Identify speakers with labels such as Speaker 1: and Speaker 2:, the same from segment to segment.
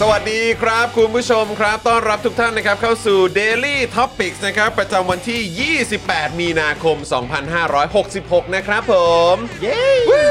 Speaker 1: สวัสดีครับ คุณผู้ชมครับ ต้อนรับทุกท่านนะครับ เข้าสู่ Daily Topics นะครับ ประจำวันที่ 28 มีนาคม 2566 นะครับผม เย้วู้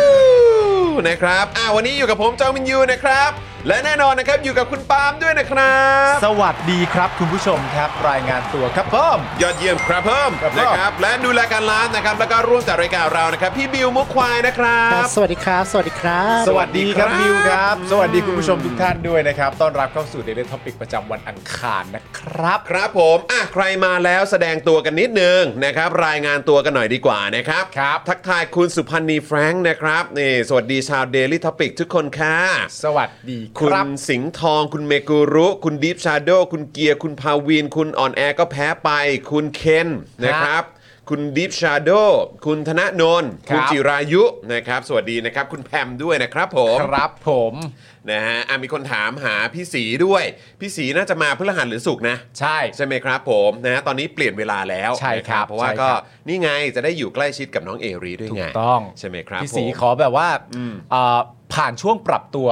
Speaker 1: นะครับอ่าวันนี้อยู่กับผมจองมินยูนะครับ และแน่นอนนะครับ อยู่กับคุณปาล์มด้วยนะครับ
Speaker 2: สวัสดีครับคุณผู้ชมครับ รายงานตัวครับพ่อม
Speaker 1: ยอดเยี่ยมครับเพิ่ม
Speaker 2: ครับผม
Speaker 1: นะครับ และดูแลการร้านนะครับ แล้วก็ร่วมจัดรายการเรานะครับ พี่บิวมุกควายนะครับ
Speaker 3: สวัสดีครับ สวัสดีครับ
Speaker 2: สวัสดีครับ
Speaker 1: สวัสดี
Speaker 2: บิว
Speaker 1: ค
Speaker 2: ค
Speaker 1: รั
Speaker 2: รับ บ สวัสดีคุณผู้ชมทุกท่านด้วยนะครับ ต้อนรับเข้าสู่ Daily Topic ประจำวันอังคารนะครับ
Speaker 1: ครับผมอ่ะใครมาแล้วแสดงตัวกันนิดนึงนะครับ รายงานตัวกันหน่อยดีกว่านะครับ
Speaker 2: ครับ
Speaker 1: ทักทายคุณสุพันธ์นีแฟรงค์นะครับนี่สวัสดีชาว Daily Topic ทุกคนค่ะ
Speaker 2: สวัสดีค
Speaker 1: คุณ
Speaker 2: รับ
Speaker 1: สิงห์ทอง คุณเมกุรุ คุณดีฟชาโดคุณเกียร์ คุณพาวิน คุณอ่อนแอก็แพ้ไป คุณเคนนะครับ คุณดีฟชาโดคุณธนนนท์
Speaker 2: ครับ
Speaker 1: ณจิรายุนะครับ สวัสดีนะครับ คุณแพมด้วยนะครับผม
Speaker 2: ครับผม
Speaker 1: นะฮะอ่ะมีคนถามหาพี่สีด้วย พี่สีน่าจะมาพฤหัสหรือศุกร์นะ
Speaker 2: ใช่
Speaker 1: ใช่ไหมครับผมนะฮะตอนนี้เปลี่ยนเวลาแล้ว
Speaker 2: ใช่ครับ
Speaker 1: นะเพราะว่า
Speaker 2: ใช่ค
Speaker 1: ก็
Speaker 2: รับ
Speaker 1: นี่ไงจะได้อยู่ใกล้ชิดกับน้องเอรีด้วยไง
Speaker 2: ถูกต้อง
Speaker 1: ใช่ไหมครับ
Speaker 2: พี่สี
Speaker 1: ผม
Speaker 2: ขอแบบว่า
Speaker 1: อืม
Speaker 2: เอ่อผ่านช่วงปรับตัว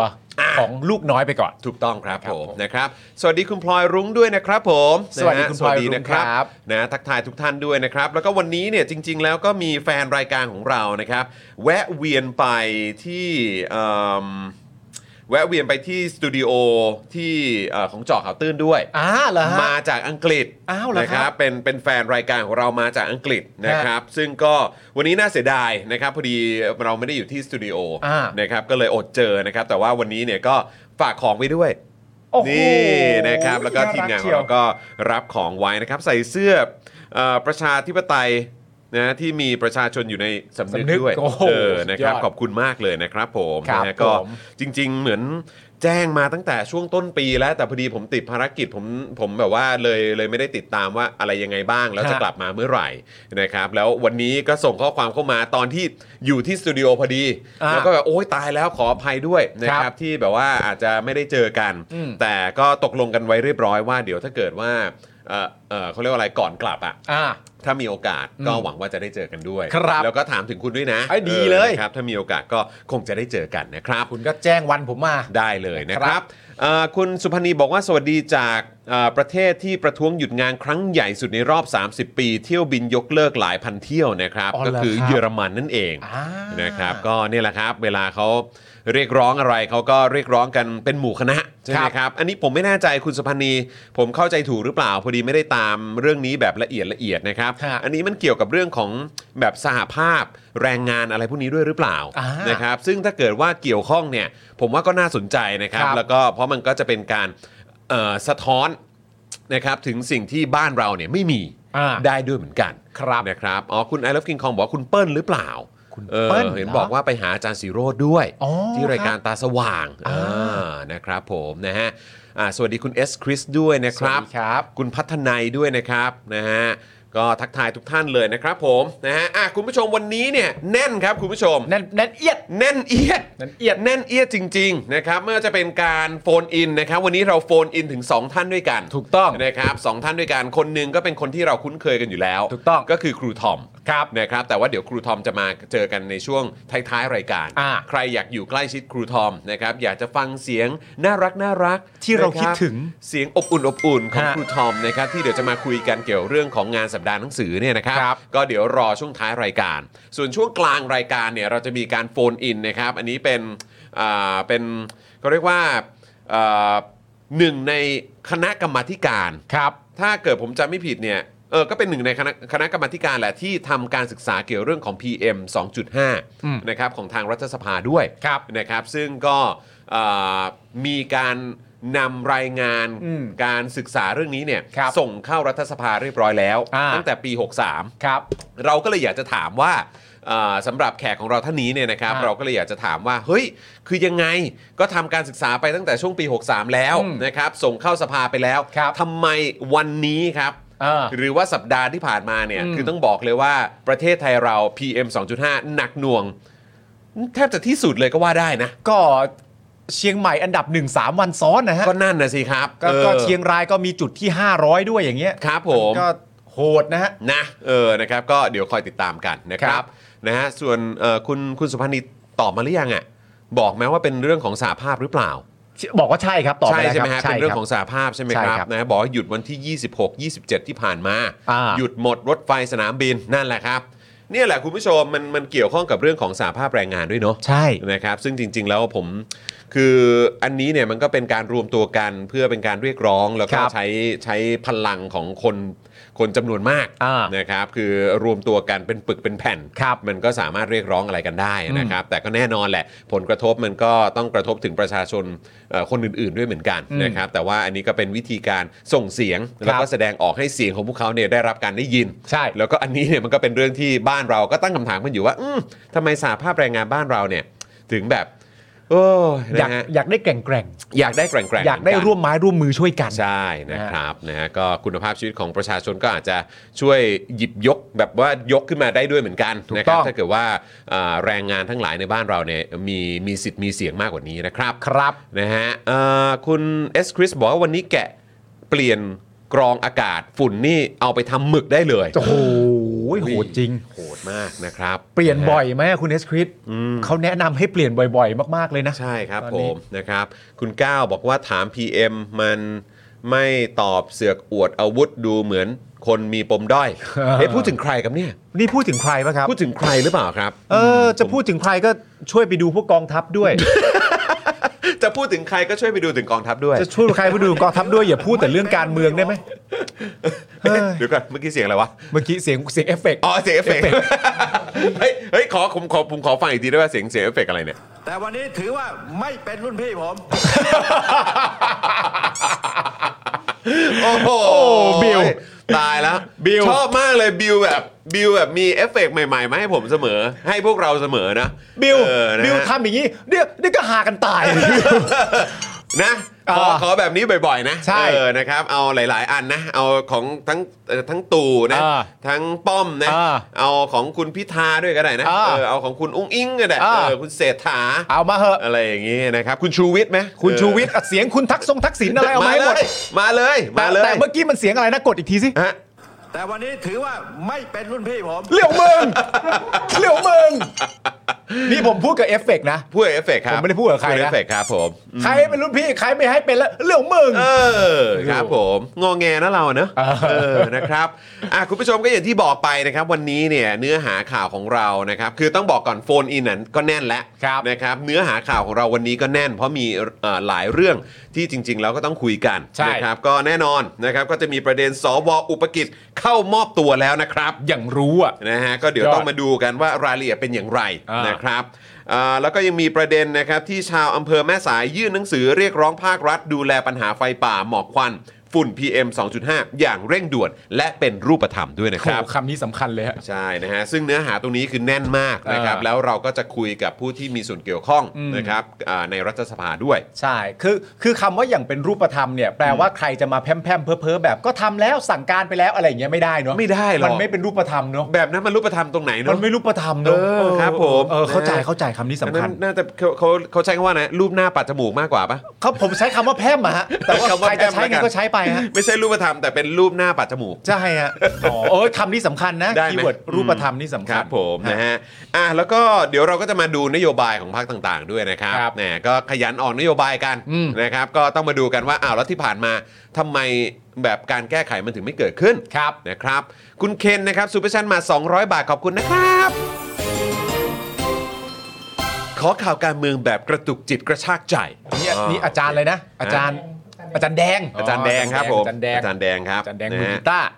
Speaker 2: ของลูกน้อยไปก่อน
Speaker 1: ถูกต้องครับ
Speaker 2: ครับ
Speaker 1: ผ
Speaker 2: ผม ม
Speaker 1: นะครับ สวัสดีคุณพลอยรุ้งด้วยนะครับผม
Speaker 2: สวัสดี
Speaker 1: นะฮะ
Speaker 2: คุณพลอย
Speaker 1: สวั
Speaker 2: รุ้ง
Speaker 1: สดีนะครับ นะทักทายทุกท่านด้วยนะครับ แล้วก็วันนี้เนี่ยจริง ๆ แล้วก็มีแฟนรายการของเรานะครับ แวะเวียนไปที่เอิ่มแวะเวียนไปที่สตูดิโอที่เอ่อของเจอข่าวตื้นด้วย
Speaker 2: อ่าเหรอฮะ
Speaker 1: มาจากอังกฤษ
Speaker 2: อ้าวเหรอ
Speaker 1: นะครับ เป็นเป็นแฟนรายการของเรามาจากอังกฤษนะครับ ซึ่งก็วันนี้น่าเสียดายนะครับพอดีเราไม่ได้อยู่ที่สตูดิโอ
Speaker 2: อ่า
Speaker 1: นะครับก็เลยอดเจอนะครับ แต่ว่าวันนี้เนี่ยก็ฝากของไว้ด้วย
Speaker 2: โอ้โห
Speaker 1: นี่นะครับแล้วก็ทีมงานของ
Speaker 2: ชียว
Speaker 1: เราก็รับของไว้นะครับ ใส่เสื้อเอ่อประชาธิปไตยนะที่มีประชาชนอยู่ในสำนึก
Speaker 2: สำนึก
Speaker 1: ด้วย
Speaker 2: โอ้โห
Speaker 1: เออนะครับ
Speaker 2: สุดยอด
Speaker 1: ขอบคุณมากเลยนะครับผม
Speaker 2: ครับ
Speaker 1: นะฮะก็
Speaker 2: ผม
Speaker 1: จริง ๆ เหมือนแจ้งมาตั้งแต่ช่วงต้นปีแล้วแต่พอดีผมติดภารกิจผมผมแบบว่าเลยเลยไม่ได้ติดตามว่าอะไรยังไงบ้าง แล้วจะ
Speaker 2: ฮะ
Speaker 1: กลับมาเมื่อไหร่นะครับแล้ววันนี้ก็ส่งข้อความเข้ามาตอนที่อยู่ที่สตูดิโอพอดี
Speaker 2: อ่า
Speaker 1: แล้วก็แบบโอ๊ยตายแล้วขออภัยด้วยนะค
Speaker 2: ครั
Speaker 1: รับบ ที่แบบว่าอาจจะไม่ได้เจอกัน
Speaker 2: อืม
Speaker 1: แต่ก็ตกลงกันไว้เรียบร้อยว่าเดี๋ยวถ้าเกิดว่าเออเออเขาเรียกว่าอะไรก่อนกลับอะ
Speaker 2: อ่า
Speaker 1: ถ้ามีโอกาส
Speaker 2: อืม
Speaker 1: ก็หวังว่าจะได้เจอกันด้วย
Speaker 2: ครับ
Speaker 1: แล้วก็ถามถึงคุณด้วยนะ
Speaker 2: เอ้ยดีเลย
Speaker 1: ออนะครับถ้ามีโอกาสก็คงจะได้เจอกันนะครับ
Speaker 2: คุณก็แจ้งวันผมมา
Speaker 1: ได้เลยนะค
Speaker 2: ครั
Speaker 1: รับบ เอ่อคุณสุพนีบอกว่าสวัสดีจากเอ่อประเทศที่ประท้วงหยุดงานครั้งใหญ่สุดในรอบ 30 ปี เที่ยวบินยกเลิกหลายพันเที่ยวนะครับ
Speaker 2: อ๋อ
Speaker 1: ก็
Speaker 2: เหรอ
Speaker 1: คือ
Speaker 2: ครับ
Speaker 1: เยอรมันนั่นเอง
Speaker 2: อ่าน
Speaker 1: นะครับ ก็เนี่ยแหละครับ เวลาเขาเรียกร้องอะไรเขาก็เรียกร้องกันเป็นหมู่คณะใช่ไหมครับ อันนี้ผมไม่แน่ใจคุณสุพนีผมเข้าใจถูกหรือเปล่า พอดีไม่ได้ตามเรื่องนี้แบบละเอียดละเอียดนะครับ
Speaker 2: ฮะ
Speaker 1: อันนี้มันเกี่ยวกับเรื่องของแบบสหภาพแรงงานอะไรพวกนี้ด้วยหรือเปล่า
Speaker 2: อ่าน
Speaker 1: นะครับ ครับซึ่งถ้าเกิดว่าเกี่ยวข้องเนี่ยผมว่าก็น่าสนใจนะครับ
Speaker 2: ครับ
Speaker 1: แล้วก็เพราะมันก็จะเป็นการเอ่อสะท้อนนะครับถึงสิ่งที่บ้านเราเนี่ยไม่มี
Speaker 2: อ่า
Speaker 1: ได้ด้วยเหมือนกัน
Speaker 2: ครับ
Speaker 1: นะครับอ๋อคุณไอ o v ฟกิงคองบอกว่าคุณเปิ้ลหรือเปล่า
Speaker 2: คุณ
Speaker 1: ออ
Speaker 2: เปิ้ล
Speaker 1: เห็น
Speaker 2: เหรอ
Speaker 1: บอกว่าไปหาอาจารย์สีโรดด้วย
Speaker 2: อ๋อ
Speaker 1: ที่รายการตาสว่างอ
Speaker 2: อ่า
Speaker 1: ่านะครับผมนะฮะอ่าสวัสดีคุณเอสคริสด้วยนะ
Speaker 2: ส
Speaker 1: ค
Speaker 2: วัส
Speaker 1: รับ
Speaker 2: ดีครับ
Speaker 1: คุณพัฒนัยด้วยนะครับนะฮะ ก็ทักทายทุกท่านเลยนะครับผมนะฮะอ่ะคุณผู้ชมวันนี้เนี่ยแน่นครับคุณผู้ชม
Speaker 2: แน่นแน่นเอียด
Speaker 1: แน่นเอียด
Speaker 2: แน่นเอียด
Speaker 1: แน่นเอียดจริงๆนะครับไม่ว่าจะเป็นการโฟนอินนะครับวันนี้เราโฟนอินถึง 2 ท่านด้วยกัน
Speaker 2: ถูกต้อง
Speaker 1: นะครับสองท่านด้วยกันคนหนึ่งก็เป็นคนที่เราคุ้นเคยกันอยู่แล้ว
Speaker 2: ถูกต้อง
Speaker 1: ก็คือครูทอม
Speaker 2: ครับ
Speaker 1: นะครับแต่ว่าเดี๋ยวครูทอมจะมาเจอกันในช่วงท้ายๆรายการ
Speaker 2: อ่า
Speaker 1: ใครอยากอยู่ใกล้ชิดครูทอมนะครับอยากจะฟังเสียงน่ารักน่ารัก
Speaker 2: ที่เรา
Speaker 1: นะบ
Speaker 2: คิดถึง
Speaker 1: เสียงอบอุ่นอบอุ่นของ
Speaker 2: ฮะ
Speaker 1: ครูทอมนะครับที่เดี๋ยวจะมาคุยกันเกี่ยวเรื่องของงานสัปดาห์หนังสือเนี่ยนะครับ
Speaker 2: ครับ
Speaker 1: ก็เดี๋ยวรอช่วงท้ายรายการ ส่วนช่วงกลางรายการเนี่ยเราจะมีการโฟนอินนะครับ อันนี้เป็นอ่าเป็นเขาเรียกว่าอ่าหนึ่งในคณะกรรมาธิการ
Speaker 2: ครับ
Speaker 1: ถ้าเกิดผมจำไม่ผิดเนี่ยเออก็เป็นหนึ่งในคณะคณะกรรมาธิการแหละที่ทำการศึกษาเกี่ยวเรื่องของ PM
Speaker 2: อืม
Speaker 1: 2.5นะครับของทางรัฐสภาด้วย
Speaker 2: ครับ
Speaker 1: นะครับ ซึ่งก็เอ่อมีการนำรายงาน
Speaker 2: อืม
Speaker 1: การศึกษาเรื่องนี้เนี่ย
Speaker 2: ครับ
Speaker 1: ส่งเข้ารัฐสภาเรียบร้อยแล้ว
Speaker 2: อ่า
Speaker 1: ตั้งแต่ปี 63
Speaker 2: ครับ
Speaker 1: เราก็เลยอยากจะถามว่าเอ่อสำหรับแขกของเราท่านนี้เนี่ยนะครับ
Speaker 2: อ่า
Speaker 1: เราก็เลยอยากจะถามว่าเฮ้ยคือยังไงก็ทำการศึกษาไปตั้งแต่ช่วงปี 63 แล้ว
Speaker 2: อืม
Speaker 1: นะครับ ส่งเข้าสภาไปแล้ว
Speaker 2: ครับ
Speaker 1: ทำไมวันนี้ครับ
Speaker 2: เออ
Speaker 1: หรือว่าสัปดาห์ที่ผ่านมาเนี่ย
Speaker 2: อืม
Speaker 1: คือต้องบอกเลยว่าประเทศไทยเรา PM 2.5 หนักหน่วง แทบจะที่สุดเลยก็ว่าได้นะ
Speaker 2: ก็เชียงใหม่อันดับหนึ่งสามวันซ้อนนะฮะ
Speaker 1: ก็นั่นนะสิครับ
Speaker 2: ก็
Speaker 1: ออ
Speaker 2: ก็เชียงรายก็มีจุดที่ 500 ด้วยอย่างเงี้ย
Speaker 1: ครับผม
Speaker 2: ก็โหดนะฮะ
Speaker 1: นะเออนะครับก็เดี๋ยวคอยติดตามกันนะครั
Speaker 2: ครับ บ
Speaker 1: นะฮะส่วนเอ่อคุณคุณสุพันธ์นีตอบมาหรือยังอ่ะบอกแม้ว่าเป็นเรื่องของสาภาพหรือเปล่า
Speaker 2: บอกว่าใช่ครับตอบ
Speaker 1: ใช่
Speaker 2: ปแล้ว
Speaker 1: ใช่ไหม
Speaker 2: ค
Speaker 1: ฮะ
Speaker 2: รับ
Speaker 1: เป็นเรื่อง
Speaker 2: ค
Speaker 1: ข
Speaker 2: บ
Speaker 1: องสาภาพใช่ไหม
Speaker 2: ใช่
Speaker 1: ค
Speaker 2: ครั
Speaker 1: รับบ นะฮะบอกว่าหยุดวันที่ 26 27 ที่ผ่านมา
Speaker 2: อ่า
Speaker 1: หยุดหมดรถไฟสนามบินนั่นแหละครับเนี่ยแหละคุณผู้ชมมันมันเกี่ยวข้องกับเรื่องของสาภาพแรงงานด้วยเนาะ
Speaker 2: ใช่
Speaker 1: นะครับซึ่งจริง ๆ แล้วผมคืออันนี้เนี่ยมันก็เป็นการรวมตัวกันเพื่อเป็นการเรียกร้องแล้วก็
Speaker 2: ครับ
Speaker 1: ใช้ใช้พลังของคนคนจำนวนมาก
Speaker 2: อ่า
Speaker 1: นะครับคือรวมตัวกันเป็นปึกเป็นแผ่น
Speaker 2: ครับ
Speaker 1: มันก็สามารถเรียกร้องอะไรกันได้นะครับ แต่ก็แน่นอนแหละ ผลกระทบมันก็ต้องกระทบถึงประชาชนเอ่อคนอื่นๆด้วยเหมือนกัน
Speaker 2: อืม
Speaker 1: นะครับ แต่ว่าอันนี้ก็เป็นวิธีการส่งเสียง แล้วก็แสดงออกให้เสียงของพวกเขาเนี่ยได้รับการได้ยิน
Speaker 2: ใช่
Speaker 1: แล้วก็อันนี้เนี่ยมันก็เป็นเรื่องที่บ้านเราก็ตั้งคำถามกันอยู่ว่าอืมทำไมสาภาพแรงงานบ้านเราเนี่ย ถึงแบบโอ้ย
Speaker 2: อยาก
Speaker 1: นะฮะ
Speaker 2: อยากได้แกร่งแกร่ง
Speaker 1: อยากได้แกร่งๆ
Speaker 2: อยากได้
Speaker 1: เหมืนน
Speaker 2: ร่วมไม้ร่วมมือช่วยกัน
Speaker 1: ใช่นะครับนะฮะก็คุณภาพชีวิตของประชาชนก็อาจจะช่วยหยิบยกแบบว่ายกขึ้นมาได้ด้วยเหมือนกัน
Speaker 2: ถูก
Speaker 1: นะครั
Speaker 2: ต้อง
Speaker 1: ถ้าเกิดว่าอ่าแรงงานทั้งหลายในบ้านเราเนี่ยมีมีสิทธิ์มีเสียงมากกว่านี้นะครับ
Speaker 2: ครับ
Speaker 1: นะฮะเอ่อคุณเอสคริสบอกว่าวันนี้แกะเปลี่ยนกรองอากาศฝุ่นนี่เอาไปทำหมึกได้เลย
Speaker 2: โอ้โหโหดจริง
Speaker 1: โหดมากนะครับ
Speaker 2: เปลี่ยนะ
Speaker 1: ฮะ
Speaker 2: บ่อยไหมอะคุณเอสคริสเขาแนะนำให้เปลี่ยนบ่อยๆ มากๆเลยนะ
Speaker 1: ใช่ครับ
Speaker 2: ตอน
Speaker 1: ผ
Speaker 2: นี้
Speaker 1: มนะครับ คุณก้าวบอกว่าถาม PM มันไม่ตอบเสือกอวดอาวุธดูเหมือนคนมีปมด้ อย เอ๊ะพูดถึงใครครับเนี่ย
Speaker 2: นี่พูดถึงใครปะครับ
Speaker 1: พูดถึงใครหรือเปล่าครับ
Speaker 2: เออ จะพูดถึงใครก็ช่วยไปดูพวกกองทัพด้วย
Speaker 1: จะพูดถึงใครก็ช่วยไปดูถึงกองทัพด้วย
Speaker 2: จะช่วยใครไปดูกองทัพด้วยอย่าพูดแต่เรื่องการเมืองได้ไหม
Speaker 1: เอ๊ะเดี๋ยวก่อนเมื่อกี้เสียงอะไรวะ
Speaker 2: เมื่อกี้เสียงเสียงเอฟเฟกต์
Speaker 1: อ๋อเสียงเอฟเฟกต์
Speaker 2: เอฟเฟกต์
Speaker 1: เฮ้ยเฮ้ยขอผมขอผมขอฟังอีกทีได้ป่ะเสียงเสียงเอฟเฟกต์อะไรเนี่ย
Speaker 3: แต่วันนี้ถือว่าไม่เป็นรุ่นพี่ผม
Speaker 1: โอ้โห
Speaker 2: บิว
Speaker 1: ตายแล้ว
Speaker 2: บิว
Speaker 1: ชอบมากเลยบิวแบบบิวแบบมีเอฟเฟกต์ใหม่ๆมาให้ผมเสมอ ให้พวกเราเสมอนะ
Speaker 2: ิว
Speaker 1: เออนะ
Speaker 2: บิว
Speaker 1: ฮะ
Speaker 2: ทำอย่างนี้เดี๋ยวเดี๋ยวก็หากันตาย
Speaker 1: นะขอ
Speaker 2: อ่า
Speaker 1: ขอแบบนี้บ่อยๆนะ
Speaker 2: ใช่
Speaker 1: เออนะครับ เอาหลาย ๆ อันนะ เอาของทั้งเอ่อทั้งตู่นะ
Speaker 2: อ่า
Speaker 1: ทั้งป้อมนะ
Speaker 2: อ่า
Speaker 1: เอาของคุณพิธาด้วยก็ได้นะ
Speaker 2: อ่า
Speaker 1: เออเอาของคุณอุ้งอิงก็ได้
Speaker 2: อ่า
Speaker 1: เออคุณเศรษฐา
Speaker 2: เอามาเหอะ
Speaker 1: อะไรอย่างงี้นะครับ คุณชูวิทย์ไหม
Speaker 2: คุณ
Speaker 1: เออ
Speaker 2: ชูวิทย์อ่ะเสียงคุณทักทรงทักษิณอะไรเอามาให้หมด
Speaker 1: มาเลย
Speaker 2: แต่
Speaker 1: มาเลย
Speaker 2: แต่เมื่อกี้มันเสียงอะไรนะกดอีกทีสิ
Speaker 1: ฮะ
Speaker 3: แต่วันนี้ถือว่าไม่เป็นรุ่นพี่ผม
Speaker 2: เหลี่ยวมึง เหลี่ยวมึง นี่ผมพูดกับเอฟเฟกต์นะ
Speaker 1: พูดเอฟเฟกต์ครับ
Speaker 2: ผมไม่ได้พูดกับใครนะ
Speaker 1: เอฟเฟกต์ครับผม
Speaker 2: ใครให้เป็นรุ่นพี่ใครไม่ให้เป็นแล้วเหลี่ยวมึง
Speaker 1: เออครับผมงอแงนะเราเนอะเออนะครับอ่ะคุณผู้ชมก็อย่างที่บอกไปนะครับ วันนี้เนี่ยเนื้อหาข่าวของเรานะครับ คือต้องบอกก่อนโฟนอินนั้นก็แน่นแล้ว
Speaker 2: ครับ
Speaker 1: นะครับเนื้อหาข่าวของเราวันนี้ก็แน่น เพราะมีเอ่อหลายเรื่องที่จริง ๆ แล้วก็ต้องคุยกัน
Speaker 2: ใช่
Speaker 1: นะครับก็แน่นอนนะครับก็จะมีประเด็นสวอุปกิจเข้ามอบตัวแล้วนะครับ
Speaker 2: อย่างรู้อ่ะ
Speaker 1: นะฮะก็เดี๋ยว
Speaker 2: สุดยอด
Speaker 1: ต้องมาดูกันว่ารายละเอียดเป็นอย่างไร
Speaker 2: อ่าน
Speaker 1: นะครับเอ่อแล้วก็ยังมีประเด็นนะครับที่ชาวอำเภอแม่สายยื่นหนังสือเรียกร้องภาครัฐ ดูแลปัญหาไฟป่าหมอกควัน ไฟ ฝุ่น PM 2.5 อย่างเร่งด่วน และเป็นรูปธรรมด้วยนะครับ
Speaker 2: โอ้โหคำนี้สำคัญเลยฮะ
Speaker 1: ใช่นะฮะซึ่งเนื้อหาตรงนี้คือแน่นมากนะครับ
Speaker 2: เออ
Speaker 1: แล้วเราก็จะคุยกับผู้ที่มีส่วนเกี่ยวข้อง
Speaker 2: อืม
Speaker 1: นะครับอ่าในรัฐสภาด้วย
Speaker 2: ใช่ คือ คือคำว่าอย่างเป็นรูปธรรมเนี่ย แปลว่าใครจะมาแพร่มแพร่มเพ้อเพ้อแบบก็ทำแล้วสั่งการไปแล้วอะไรอย่างเงี้ยไม่ได้เนาะ
Speaker 1: ไม่ได้หรอก
Speaker 2: มันไม่เป็นรูปธรรมเนาะ
Speaker 1: แบบนั้นมันรูปธรรมตรงไหน
Speaker 2: มั
Speaker 1: เนาะ
Speaker 2: นไม่รูปธรรมเนาะ
Speaker 1: เออ
Speaker 2: เออ
Speaker 1: ครับผม
Speaker 2: เออเข้าใจ
Speaker 1: นะฮะ
Speaker 2: เข้าใจคำนี้สำคัญ
Speaker 1: อันนั้นน่าจะเขาเขาเขาใช้คำว่านะรูปหน้าปัดจมูกมากกว่าปะ
Speaker 2: เขาผมใช้คำว่าแพร่มอะฮะ แต่ว่า
Speaker 1: ำ
Speaker 2: ใครจะใช้
Speaker 1: แพร่ม
Speaker 2: ไง
Speaker 1: แล้ว
Speaker 2: ก็ใช้ไปฮะ
Speaker 1: ไม่ใช่รูปธรรมแต่เป็นรูปหน้าปัดจมูก
Speaker 2: ใช่ฮะ อ๋อเออคำนี้สำคัญนะ
Speaker 1: ได้ไหม
Speaker 2: คีย์เวิร์ดรูปธรรมนี่สำ
Speaker 1: ค
Speaker 2: คัญ
Speaker 1: รับผมนะฮะอ่ะแล้วก็เดี๋ยวเราก็จะมาดูนโยบายของพรรคต่างๆ ด้วยนะครับ
Speaker 2: ครับ
Speaker 1: แหมก็ขยันออกนโยบายกัน
Speaker 2: อืม
Speaker 1: นะครับก็ต้องมาดูกันว่าอ้าวแล้วที่ผ่านมาทำไมแบบการแก้ไขมันถึงไม่เกิดขึ้น
Speaker 2: ครับ
Speaker 1: นะครับ คุณเคนนะครับซูเปอร์ชันมา 200 บาทขอบคุณนะครับ ขอข่าวการเมืองแบบกระตุกจิตกระชากใจ
Speaker 2: นี่นี่อาจารย์เลยนะ อาจารย์ อาจารย์แดง
Speaker 1: อาจารย์แดงครับผม
Speaker 2: อาจารย์แดง
Speaker 1: อาจารย์แดงครับ
Speaker 2: อาจารย์แดง
Speaker 1: นะ
Speaker 2: มือ
Speaker 1: ฮะ
Speaker 2: กีตาร์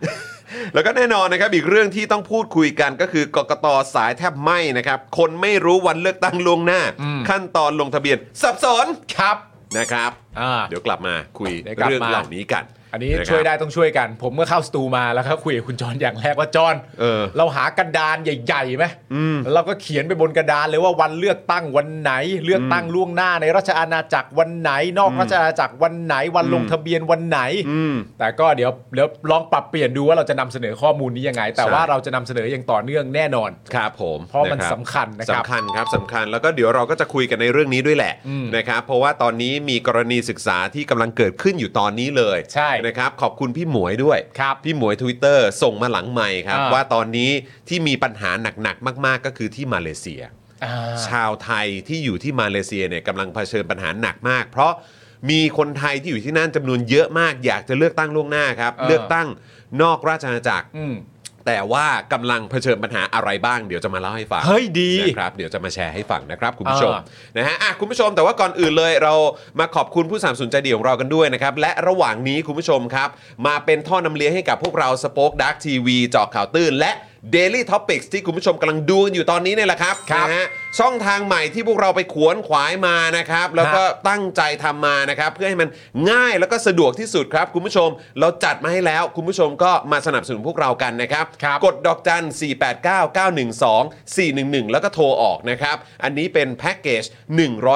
Speaker 1: แล้วก็แน่นอนนะครับอีกเรื่องที่ต้องพูดคุยกันก็คือกกตสายแทบไหมนะครับคนไม่รู้วันเลือกตั้งล่วงหน้า
Speaker 2: อืม
Speaker 1: ขั้นตอนลงทะเบียนสับสน
Speaker 2: ครับ
Speaker 1: นะครับ
Speaker 2: อ่า
Speaker 1: เดี๋ยวกลับมาคุย
Speaker 2: เดี๋ยวกลับมา
Speaker 1: เรื่องเหล่านี้กัน
Speaker 2: อันนี้
Speaker 1: ะครับ
Speaker 2: ช่วยได้ต้องช่วยกัน ผมเมื่อเข้าสตูมาแล้วก็คุยกับคุณจรอย่างแรกว่าจร
Speaker 1: เออ
Speaker 2: เราหากระดานใหญ่ๆไหมเราก็เขียนไปบนกระดานเลยว่าวันเลือกตั้งวันไหน เลือกตั้งล่วงหน้าในราชอาณาจักรวันไหน นอกราชอาณาจักรวันไหน วันลงทะเบียนวันไหน
Speaker 1: อืม
Speaker 2: แต่ก็เดี๋ยวเดี๋ยวลองปรับเปลี่ยนดูว่าเราจะนำเสนอข้อมูลนี้ยังไง แต่
Speaker 1: ใช่
Speaker 2: ว่าเราจะนำเสนออย่างต่อเนื่องแน่นอน
Speaker 1: ครับผม
Speaker 2: เพราะมัน
Speaker 1: บ
Speaker 2: สำคัญนะครับ
Speaker 1: สำคัญครับสำคัญแล้วก็เดี๋ยวเราก็จะคุยกันในเรื่องนี้ด้วยแหละ
Speaker 2: อืม
Speaker 1: นะครับเพราะว่าตอนนี้มีกรณีศึกษาที่กำลังเกิดขึ้นอยู่ตอนนี้เลย
Speaker 2: ใช่
Speaker 1: นะครับขอบคุณพี่หมวยด้วย
Speaker 2: ครับ
Speaker 1: พี่หมวย Twitter ส่งมาหลังใหม่ครับ
Speaker 2: อ่า
Speaker 1: ว่าตอนนี้ที่มีปัญหาหนักๆ มาก ๆ ก็คือที่มาเลเซีย
Speaker 2: อ่า
Speaker 1: ชาวไทยที่อยู่ที่มาเลเซียเนี่ยกำลังเผชิญปัญหาหนักมาก เพราะมีคนไทยที่อยู่ที่นั่นจำนวนเยอะมาก อยากจะเลือกตั้งล่วงหน้าครับ
Speaker 2: เออ
Speaker 1: เลือกตั้งนอกราชอาณาจักร
Speaker 2: อืม
Speaker 1: แต่ว่ากำลังเผชิญปัญหาอะไรบ้างเดี๋ยวจะมาเล่าให้ฟัง
Speaker 2: เฮ้ยดี
Speaker 1: นะครับเดี๋ยวจะมาแชร์ให้ฟังนะครับคุณผู้ชม
Speaker 2: อ่า
Speaker 1: นะฮะอ่ะคุณผู้ชมแต่ว่าก่อนอื่นเลยเรามาขอบคุณผู้สามสนุนใจดีของเรากันด้วยนะครับ และระหว่างนี้คุณผู้ชมครับ มาเป็นท่อนำเลี้ยงให้กับพวกเราสป็อคดักทีวีเจาะข่าวตื่นและ Daily Topics ที่คุณผู้ชมกำลังดูกันอยู่ตอนนี้เนี่ยแหละครับ
Speaker 2: ครับ
Speaker 1: นะฮะช่องทางใหม่ที่พวกเราไปขวนขวายมานะครับ แล้วก็ตั้งใจทำมานะครับ เพื่อให้มันง่ายแล้วก็สะดวกที่สุดครับ คุณผู้ชมเราจัดมาให้แล้ว คุณผู้ชมก็มาสนับสนุนพวกเรากันนะครับ
Speaker 2: ครับ
Speaker 1: กดดอกจัน 489 912 411 แล้วก็โทรออกนะครับ อันนี้เป็นแพ็กเกจ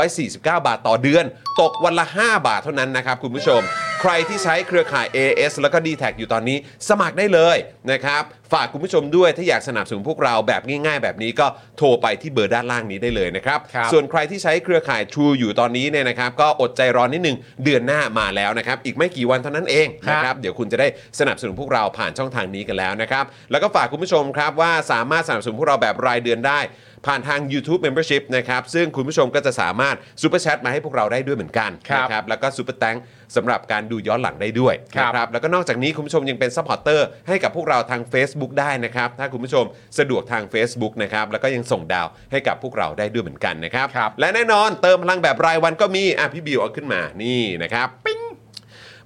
Speaker 1: 149 บาทต่อเดือน ตกวันละ 5 บาทเท่านั้นนะครับคุณผู้ชม ใครที่ใช้เครือข่าย AS แล้วก็ d t แทอยู่ตอนนี้ สมัครได้เลยนะครับ ฝากคุณผู้ชมด้วยถ้าอยากสนับสนุนพวกเราแบบง่ายๆ แบบนี้ก็โทรไปที่เบอร์ด้านล่างนี้ได้เลยนะครับ
Speaker 2: ครับ
Speaker 1: ส่วนใครที่ใช้เครือข่าย True อยู่ตอนนี้เนี่ยนะครับ ก็อดใจรอนิดนึงเดือนหน้ามาแล้วนะครับ อีกไม่กี่วันเท่านั้นเองนะค
Speaker 2: ครั
Speaker 1: รับ
Speaker 2: บ
Speaker 1: เดี๋ยวคุณจะได้สนับสนุนพวกเราผ่านช่องทางนี้กันแล้วนะครับ แล้วก็ฝากคุณผู้ชมครับว่าสามารถสนับสนุนพวกเราแบบรายเดือนได้ ผ่านทาง YouTube Membership นะครับ ซึ่งคุณผู้ชมก็จะสามารถซูเปอร์แชทมาให้พวกเราได้ด้วยเหมือนกัน
Speaker 2: ครับ
Speaker 1: นะครับ แล้วก็ซูเปอร์แตงสำหรับการดูย้อนหลังได้ด้วย
Speaker 2: ครับ
Speaker 1: นะแล้วก็นอกจากนี้คุณผู้ชมยังเป็นซัพพอร์ตเตอร์ให้กับพวกเราทาง Facebook ได้นะครับ ถ้าคุณผู้ชมสะดวกทาง Facebook นะครับ แล้วก็ยังส่งดาวให้กับพวกเราได้ด้วยเหมือนกันนะครับ
Speaker 2: ครับ
Speaker 1: และแน่นอนเติมพลังแบบรายวันก็มีอ่ะพี่บิวเอาขึ้นมานี่นะครับ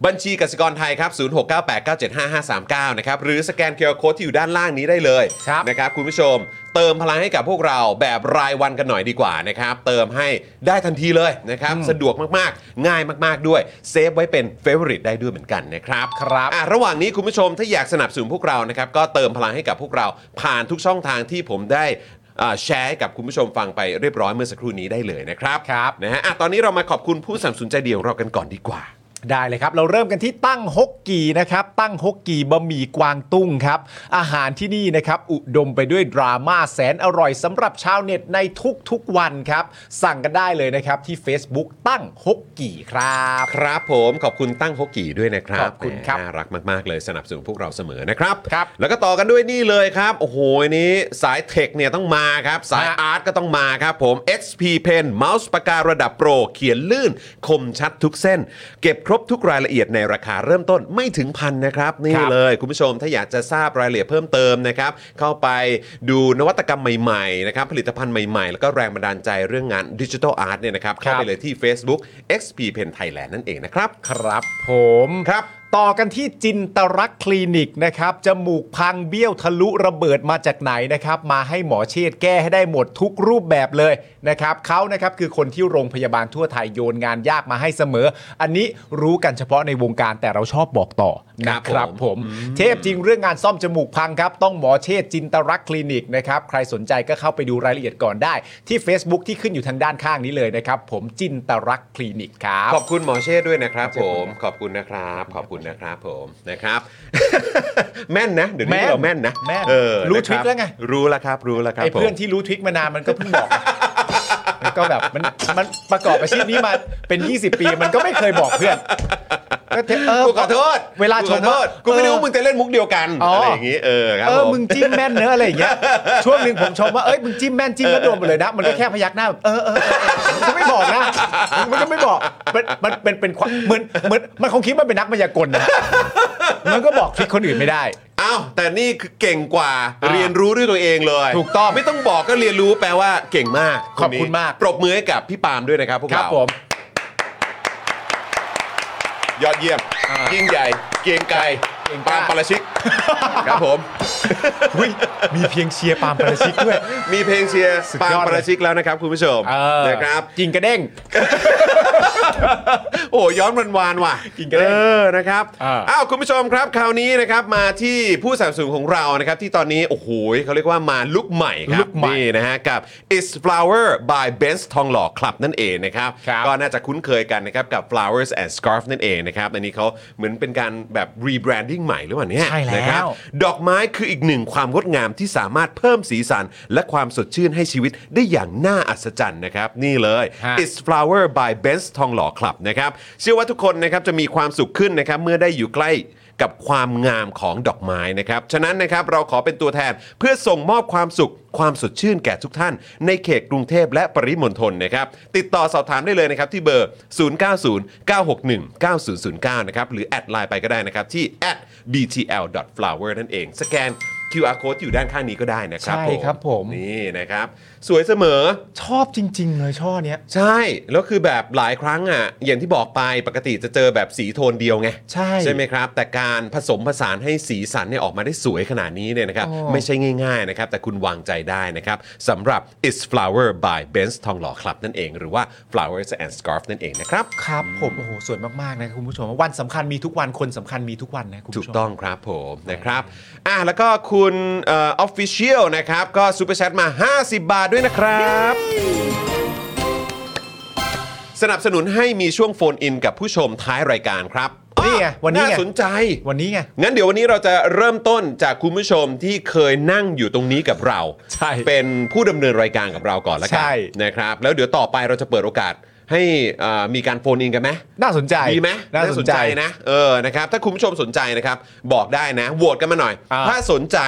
Speaker 1: บัญชีกสิกรไทยครับ 0698975539 นะครับ หรือสแกนเคอร์โคดที่อยู่ด้านล่างนี้ได้เลย
Speaker 2: ครับ
Speaker 1: นะครับ คุณผู้ชม เติมพลังให้กับพวกเราแบบรายวันกันหน่อยดีกว่านะครับ เติมให้ได้ทันทีเลยนะครับ สะดวกมากๆ ง่ายมากๆด้วย เซฟไว้เป็นเฟ v o r i t e ได้ด้วยเหมือนกันนะครับ
Speaker 2: ครับ
Speaker 1: อ่ะ ระหว่างนี้คุณผู้ชมถ้าอยากสนับสนุนพวกเรานะครับก็เติมพลังให้กับพวกเราผ่านทุกช่องทางที่ผมได้อ่าแชร์ให้กับคุณผู้ชมฟังไปเรียบร้อยเมื่อสักครู่นี้ได้เลยนะครับ
Speaker 2: ครับ
Speaker 1: นะฮะอ่ะตอนนี้เรามาขอบคุณผู้สนับสนุนใจเดียวเรากันก่อนดีกว่า
Speaker 2: ได้เลยครับ เราเริ่มกันที่ตั้งฮกกีนะครับ ตั้งฮกกีบะหมี่กวางตุ้งครับ อาหารที่นี่นะครับ อุดมไปด้วยดราม่าแสนอร่อยสำหรับชาวเน็ตในทุกๆวันครับ สั่งกันได้เลยนะครับ ที่ Facebook ตั้งฮกกีครับ
Speaker 1: ครับผมขอบคุณตั้งฮกกี่ด้วยนะครับ
Speaker 2: ขอบคุณครับ
Speaker 1: แหมน่ารักมาก ๆ เลยสนับสนุนพวกเราเสมอนะครับ
Speaker 2: ครับ
Speaker 1: แล้วก็ต่อกันด้วยนี่เลยครับ โอ้โหอันนี้สายเทคเนี่ยต้องมาครับ สาย
Speaker 2: ฮะ
Speaker 1: อาร์ตก็ต้องมาครับผม XP Pen เมาส์ปากการะดับโปร เขียนลื่น คมชัดทุกเส้น เก็บครบทุกรายละเอียดในราคาเริ่มต้นไม่ถึงพันนะครับ นี่
Speaker 2: ครับ
Speaker 1: เลย คุณผู้ชมถ้าอยากจะทราบรายละเอียดเพิ่มเติมนะครับ เข้าไปดูนวัตกรรมใหม่ๆนะครับผลิตภัณฑ์ใหม่ๆ แล้วก็แรงบันดาลใจเรื่องงานดิจิทัลอาร์ตเนี่ยนะครับเข้า
Speaker 2: ครั
Speaker 1: ไป
Speaker 2: บ
Speaker 1: เลยที่ Facebook XP Pen Thailand นั่นเองนะครับ
Speaker 2: ครับผม
Speaker 1: ครับ
Speaker 2: ต่อกันที่จินตรักษณ์คลินิกนะครับจมูกพังเบี้ยวทะลุระเบิดมาจากไหนนะครับมาให้หมอเชษฐ์แก้ให้ได้หมดทุกรูปแบบเลยนะครับเขานะครับคือคนที่โรงพยาบาลทั่วไทยโยนงานยากมาให้เสมอ อันนี้รู้กันเฉพาะในวงการแต่เราชอบบอกต่อนะค
Speaker 1: ครั
Speaker 2: รั
Speaker 1: บบ ผม
Speaker 2: ผม เทพจริงเรื่องงานซ่อมจมูกพังครับ ต้องหมอเชษฐ์จินตรักษณ์คลินิกนะครับใครสนใจก็เข้าไปดูรายละเอียดก่อนได้ ที่ Facebook ที่ขึ้นอยู่ทางด้านข้างนี้เลยนะครับผมจินตรักษณ์คลินิกครับ
Speaker 1: ขอบคุณหมอเชษฐ์ด้วยนะครับผม ขอบคุณนะครับ ขอบคุณนะครับผมนะครับ แม่นนะเดี๋ยวนี้
Speaker 2: แม่น
Speaker 1: เราแม่นนะ
Speaker 2: แม่น
Speaker 1: เออ
Speaker 2: รู้
Speaker 1: นะ
Speaker 2: ทริคแล้วไง
Speaker 1: รู้แล้วครับ รู้แล้วครับ
Speaker 2: ไอ้
Speaker 1: ผม
Speaker 2: เพื่อนที่รู้ทริคมานานมันก็เพิ่ง บอก มันก็แบบมันมันประกอบอาชีพนี้มาเป็น 20 ปีมันก็ไม่เคยบอกเพื่อนก็เทเออ
Speaker 1: กูขอโทษ
Speaker 2: เวลา
Speaker 1: กู
Speaker 2: ช
Speaker 1: ขอ
Speaker 2: ม
Speaker 1: โทษ
Speaker 2: ว่า
Speaker 1: กูไม่รู้
Speaker 2: เออ
Speaker 1: ว่ามึงจะเล่นมุกเดียวกัน
Speaker 2: อ๋ออ
Speaker 1: อะไรอย่างงี้เออครับ
Speaker 2: เอ
Speaker 1: ผ
Speaker 2: อ
Speaker 1: ม
Speaker 2: มึงจิ้มแม่นเนื้อะอะไรอย่างเงี้ยช่วงหนึ่งผมชมว่าเอ้ยมึงจิ้มแม่นจิ้มแล้วโดนไปเลยนะ มันก็แค่พยักหน้าแบบเออเออเออมันก็ไม่บอกนะมันก็ไม่บอกมันมันเป็นเป็นความเหมือนเหมือนมันคงคิดว่าเป็นนักมายากลนะมันก็บอกทริคคนอื่นไม่ได้
Speaker 1: อ้าวแต่นี่คือเก่งกว่า
Speaker 2: อ่า
Speaker 1: เรียนรู้ด้วยตัวเองเลย
Speaker 2: ถูกต้อง
Speaker 1: ไม่ต้องบอกก็เรียนรู้แปลว่าเก่งมากนนี้
Speaker 2: ขอบคุณมาก
Speaker 1: ปรบมือให้กับพี่ปาล์มด้วยนะครับพวก
Speaker 2: ครั
Speaker 1: เรา
Speaker 2: บผม
Speaker 1: ยอดเยี่ยม
Speaker 2: อ่ายิ่
Speaker 1: ยิ่งใหญ่ เกรียงไกร
Speaker 2: เกรียงไกร
Speaker 1: ปาล์มปาราชิก ครับผม
Speaker 2: อุ๊ยมีเพียงเชียร์ปาล์มประชิกด้วย
Speaker 1: มีเพลงเชียร์
Speaker 2: สุด
Speaker 1: ปาล์
Speaker 2: ย
Speaker 1: ม
Speaker 2: อดเลย
Speaker 1: ปาราชิกแล้วนะครับคุณผู้ชม
Speaker 2: เออ
Speaker 1: นะครับ
Speaker 2: กินกระเด้ง
Speaker 1: โอ้ย้อนวันวานๆว่ะ
Speaker 2: กินกันได้
Speaker 1: เออนะครับ
Speaker 2: อ่า
Speaker 1: อ้าวคุณผู้ชมครับคราวนี้นะครับมาที่ผู้สนับสนุนของเรานะครับที่ตอนนี้โอ้โหเขาเรียกว่ามาลุกใหม่ครั
Speaker 2: ลุ
Speaker 1: บ
Speaker 2: คใหม่
Speaker 1: นี่นะฮะกับ is flower by Benz ทองหล่อ club นั่นเองนะครับ
Speaker 2: ครับ
Speaker 1: ก็น่าจะคุ้นเคยกันนะครับกับ flowers and scarf นั่นเองนะครับอันนี้เขาเหมือนเป็นการแบบ rebranding ใหม่หรือเปล่าเนี่ย
Speaker 2: ใช่แล้ว
Speaker 1: นะครับดอกไม้คืออีกหนึ่งความงดงามที่สามารถเพิ่มสีสัน และความสดชื่นให้ชีวิตได้อย่างน่าอัศจรรย์นะครับนี่เลย
Speaker 2: ฮะ
Speaker 1: is flower by Benz ทองหล่อคลับนะครับเชื่อว่าทุกคนนะครับจะมีความสุขขึ้นนะครับเมื่อได้อยู่ใกล้กับความงามของดอกไม้นะครับฉะนั้นนะครับเราขอเป็นตัวแทนเพื่อส่งมอบความสุขความสดชื่นแก่ทุกท่าน ในเขตกรุงเทพและปริมณฑลนะครับติดต่อสอบถามได้เลยนะครับที่เบอร์ 0909619009 นะครับหรือแอดไลน์ไปก็ได้นะครับที่ @btl.flower นั่นเอง สแกน QR code ที่อยู่ด้านข้างนี้ก็ได้นะครับ
Speaker 2: ใช่ครับผม
Speaker 1: นี่นะครับสวยเสมอ
Speaker 2: ชอบจริง ๆ เลยช่อเนี้ย
Speaker 1: ใช่ แล้วคือแบบหลายครั้งอ่ะอย่างที่บอกไปปกติจะเจอแบบสีโทนเดียวไง
Speaker 2: ใช่
Speaker 1: ใช่ไหมครับ แต่การผสมผสานให้สีสันเนี่ยออกมาได้สวยขนาดนี้เนี่ยนะครับ
Speaker 2: อ๋อ
Speaker 1: ไม่ใช่ง่าย ๆ นะครับ แต่คุณวางใจได้นะครับสำหรับ is flower by Benz ทองหล่อคลับนั่นเอง หรือว่า flowers and scarf นั่นเองนะครับ
Speaker 2: ครับ ผมโอ้โหสวยมาก ๆ นะคุณผู้ชม วันสำคัญมีทุกวันคนสำคัญมีทุกวันนะคุณ
Speaker 1: ถู
Speaker 2: ผู้
Speaker 1: ก
Speaker 2: ชม
Speaker 1: ต้องครับผมนะครับอ่ะแล้วก็คุณเออฟฟิเชียลนะครับ ก็ซูเปอร์แชทมา 50 บาทด้วยนะครับ สนับสนุนให้มีช่วงโฟนอินกับผู้ชมท้ายรายการครับ
Speaker 2: นี่ไงวันนี้ไง
Speaker 1: าสนใจ
Speaker 2: วันนี้ไง
Speaker 1: งั้นเดี๋ยววันนี้เราจะเริ่มต้นจากคุณผู้ชมที่เคยนั่งอยู่ตรงนี้กับเรา
Speaker 2: ใช่
Speaker 1: เป็นผู้ดำเนินรายการกับเราก่อนละกั
Speaker 2: ใช่
Speaker 1: นะครับ แล้วเดี๋ยวต่อไปเราจะเปิดโอกาสให้เอ่อมีการโฟนอินกันไหม
Speaker 2: น่าสนใจ
Speaker 1: ดีไหม
Speaker 2: น่าสนใจ
Speaker 1: นะเออนะครับถ้าคุณผู้ชมสนใจนะครับบอกได้นะโหวตกันมาหน่อย
Speaker 2: อ่า
Speaker 1: ถ้าสนใจ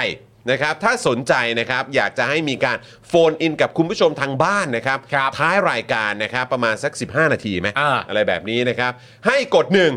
Speaker 1: นะครับถ้าสนใจนะครับอยากจะให้มีการโฟนอินกับคุณผู้ชมทางบ้านนะครับ
Speaker 2: ครับ
Speaker 1: ท้ายรายการนะครับประมาณสัก 15 นาทีไหม
Speaker 2: อ่า
Speaker 1: ไรแบบนี้นะครับ ให้กดหนึ่ง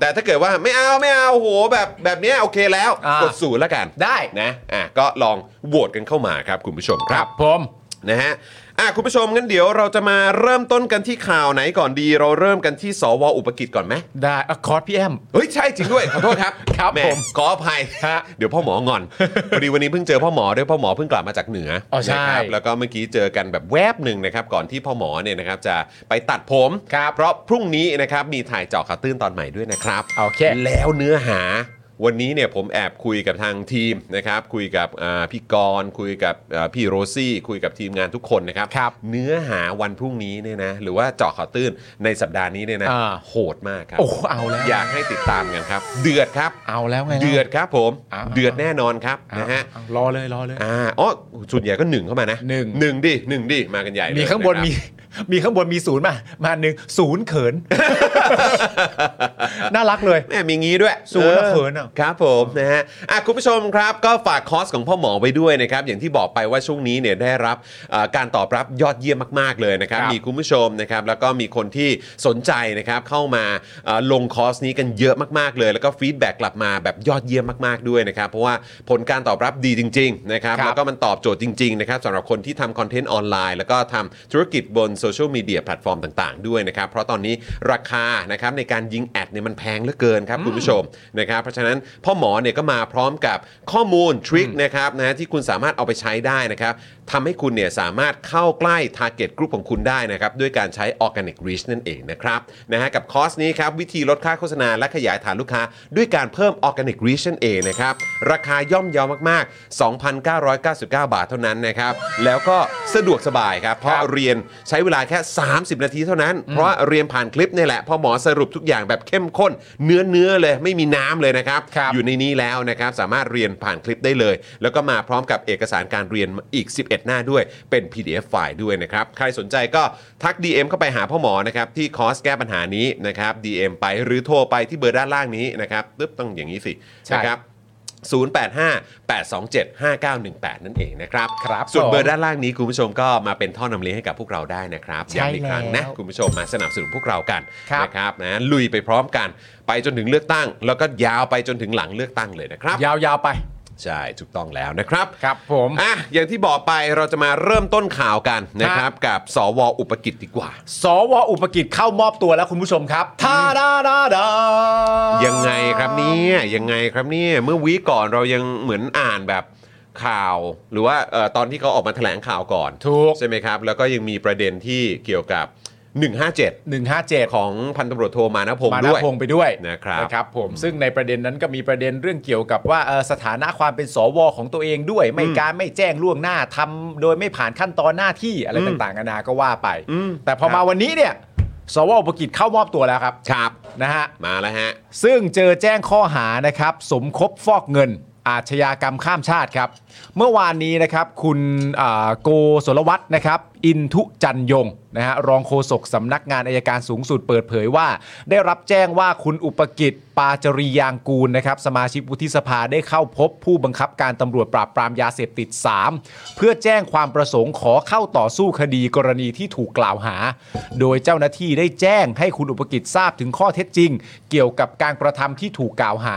Speaker 1: แต่ถ้าเกิดว่าไม่เอาไม่เอาโหแบบแบบเนี้ยโอเคแล้ว
Speaker 2: อ่าก
Speaker 1: ดศูนย์แล้วกัน
Speaker 2: ได้
Speaker 1: นะอ่ะก็ลองโหวตกันเข้ามาครับคุณผู้ชมค
Speaker 2: ค
Speaker 1: รั
Speaker 2: รับ บผม
Speaker 1: นะฮะ อ่ะคุณผู้ชมงั้นเดี๋ยวเราจะมาเริ่มต้นกันที่ข่าวไหนก่อนดี เราเริ่มกันที่สวอุปกิจก่อนไหม
Speaker 2: ได้อะคอร์ดพี่แอม
Speaker 1: เฮ้ย ใช่จริงด้วย ขอโทษครับ
Speaker 2: ครับ
Speaker 1: แห
Speaker 2: ผม
Speaker 1: ขออภัย
Speaker 2: ฮะ
Speaker 1: เดี๋ยวพ่อหมองอน พอดีวันนี้เพิ่งเจอพ่อหมอด้วยพ่อหมอเพิ่งกลับมาจากเหนือ
Speaker 2: อใช่
Speaker 1: นะครับแล้วก็เมื่อกี้เจอกันแบบแวบหนึ่งนะครับก่อนที่พ่อหมอเนี่ยนะครับจะไปตัดผม
Speaker 2: ครับ
Speaker 1: เพราะพรุ่งนี้นะครับมีถ่ายเจาะข่าวตื้นตอนใหม่ด้วยนะครับ
Speaker 2: โอเค
Speaker 1: แล้วเนื้อหา วันนี้เนี่ยผมแอบคุยกับทางทีมนะครับคุยกับอ่าพี่กรณ์คุยกับอ่าพี่โรซี่ คุยกับทีมงานทุกคนนะครับ
Speaker 2: ครับ
Speaker 1: เนื้อหาวันพรุ่งนี้เนี่ยนะหรือว่าเจาะข่าวตื้นในสัปดาห์นี้เนี่ยนะ
Speaker 2: อ่า
Speaker 1: โหดมากครับ
Speaker 2: โอ้โหเอาแล้ว
Speaker 1: อยากให้ติดตามกันครับ เดือดครับ
Speaker 2: เอาแล้วไงล่ะ
Speaker 1: เดือดครับผม
Speaker 2: อ้าว
Speaker 1: เดือดแน่นอนครับ
Speaker 2: เอา
Speaker 1: นะฮะ
Speaker 2: เอารอเลยรอเลย
Speaker 1: อ่าอ๋อส่วนใหญ่ก็หนึ่งเข้ามานะ
Speaker 2: หนึ่ง
Speaker 1: หนึ่งดิหนึ่งดิมากันใหญ่เลย
Speaker 2: มีข้างบนะ
Speaker 1: ครั
Speaker 2: มีมี ข้างบนมีศูนย์มา มาหนึ่งศูนย์เขิน น่ารักเลย
Speaker 1: แม่มีงี้ด้วย
Speaker 2: ศูนย์ละ
Speaker 1: ออ
Speaker 2: เขินอ่ะ
Speaker 1: ครับผมนะฮะอ่ะคุณผู้ชมครับ ก็ฝากคอร์สของพ่อหมอไว้ด้วยนะครับ อย่างที่บอกไปว่าช่วงนี้เนี่ยได้รับอ่าการตอบรับยอดเยี่ยมมาก ๆ เลยนะครับ
Speaker 2: ครับ
Speaker 1: มีคุณผู้ชมนะครับ แล้วก็มีคนที่สนใจนะครับเข้ามาเอ่อลงคอร์สนี้กันเยอะมาก ๆ เลย แล้วก็ฟีดแบ็กกลับมาแบบยอดเยี่ยมมาก ๆ ด้วยนะครับ เพราะว่าผลการตอบรับดีจริง ๆ นะครับ
Speaker 2: ครับ
Speaker 1: แล้วก็มันตอบโจทย์จริง ๆ นะครับสำหรับคนที่ทำคอนเทนต์ออนไลน์ แล้วก็ทำธุรกิจบนโซ โซเชียลมีเดียแพลตฟอร์มต่างๆ ด้วยนะครับ เพราะตอนนี้ราคานะครับในการยิงแอดเนี่ยมันแพงเหลือเกินครับคุณผู้ชมนะครับเพราะฉะนั้นพ่อหมอเนี่ยก็มาพร้อมกับข้อมูลทริคนะครับนะที่คุณสามารถเอาไปใช้ได้นะครับทำให้คุณเนี่ยสามารถเข้าใกล้ Target Group ของคุณได้นะครับ ด้วยการใช้ Organic Reach นั่นเองนะครับนะฮะกับคอร์สนี้ครับ วิธีลดค่าโฆษณาและขยายฐานลูกค้า ด้วยการเพิ่ม Organic Reach นั่นเองนะครับ ราคาย่อมเยาวมากๆ 2,999 บาทเท่านั้นนะครับ แล้วก็สะดวกสบายครับ เพราะเรียนใช้เวลาแค่ 30 นาทีเท่านั้น เพราะเรียนผ่านคลิปนี่แหละพ่อหมอสรุปทุกอย่างแบบเข้มข้น เนื้อเนื้อๆเลยไม่มีน้ำเลยนะครับ
Speaker 2: ครับ
Speaker 1: อยู่ในนี้แล้วนะครับ สามารถเรียนผ่านคลิปได้เลย แล้วก็มาพร้อมกับเอกสารการเรียนอีก 11 หน้าด้วยเป็น PDF ไฟล์ด้วยนะครับ ใครสนใจก็ทัก DM เข้าไปหาพ่อหมอนะครับ ที่คอร์สแก้ปัญหานี้นะครับ DM ไปหรือโทรไปที่เบอร์ด้านล่างนี้นะครับตึ๊บต้องอย่างนี้สิ
Speaker 2: ใช่
Speaker 1: นะครับ 085-827-5918 นั่นเองนะครับ
Speaker 2: ครับ
Speaker 1: ส่วน
Speaker 2: ผม
Speaker 1: เบอร์ด้านล่างนี้คุณผู้ชมก็มาเป็นท่อนำเลี้ยงให้กับพวกเราได้นะครับ
Speaker 2: ใช่
Speaker 1: ย้ำอีกครั้งนะ
Speaker 2: แล้ว
Speaker 1: คุณผู้ชมมาสนับสนุนพวกเรากัน
Speaker 2: ครับ
Speaker 1: นะครับนะลุยไปพร้อมกันไปจนถึงเลือกตั้ง แล้วก็ยาวไปจนถึงหลังเลือกตั้งเลยนะครับ
Speaker 2: ยาวๆไป
Speaker 1: ใช่ถูกต้องแล้วนะครับ
Speaker 2: ครับผม
Speaker 1: อ่ะอย่างที่บอกไปเราจะมาเริ่มต้นข่าวกันนะครับ กับสวอุปกิจดีกว่า
Speaker 2: สวอุปกิจเข้ามอบตัวแล้วคุณผู้ชมครับท่าดาดาดายั
Speaker 1: ยังไงครับเนี่ยยังไงครับเนี่ยเมื่อวีคก่อนเรายังเหมือนอ่านแบบข่าว หรือว่าเอ่อตอนที่เขาออกมาแถลงข่าวก่อน
Speaker 2: ถูก
Speaker 1: ใช่ไหมครับ แล้วก็ยังมีประเด็นที่เกี่ยวกับ 157
Speaker 2: หนึ่งห้าเจ็ด
Speaker 1: ของพันตำรวจโทมานพงศ์
Speaker 2: มา
Speaker 1: ด้
Speaker 2: นา
Speaker 1: วย
Speaker 2: พงศ์ไปด้วย
Speaker 1: นะครับ
Speaker 2: นะครับผมซึ่งในประเด็นนั้นก็มีประเด็นเรื่องเกี่ยวกับว่าเอ่อสถานะความเป็นสวของตัวเองด้วย ไม่การไม่แจ้งล่วงหน้าทำโดยไม่ผ่านขั้นตอนหน้าที่อะไร
Speaker 1: อืม
Speaker 2: ต่างๆนานาก็ว่าไป
Speaker 1: อืม
Speaker 2: แต่พอ
Speaker 1: ครั
Speaker 2: มา
Speaker 1: บ
Speaker 2: วันนี้เนี่ย สวอุปกิจเข้ามอบตัวแล้วครับ
Speaker 1: ครับ
Speaker 2: นะฮะ
Speaker 1: มาแล้วฮะ
Speaker 2: ซึ่งเจอแจ้งข้อหานะครับ สมคบฟอกเงิน อาชญากรรมข้ามชาติครับ เมื่อวานนี้นะครับคุณอ่าโกศลวัฒน์นะครับ อินทุจันยงนะฮะรองโฆษกสำนักงานอายการสูงสุดเปิดเผยว่า ได้รับแจ้งว่าคุณอุปกิจปาจรียางกูลนะครับ สมาชิกวุฒิสภาได้เข้าพบผู้บังคับการตำรวจปราบปรามยาเสพติด 3 เพื่อแจ้งความประสงค์ขอเข้าต่อสู้คดีกรณีที่ถูกกล่าวหา โดยเจ้าหน้าที่ได้แจ้งให้คุณอุปกิจทราบถึงข้อเท็จจริง เกี่ยวกับการกระทำที่ถูกกล่าวหา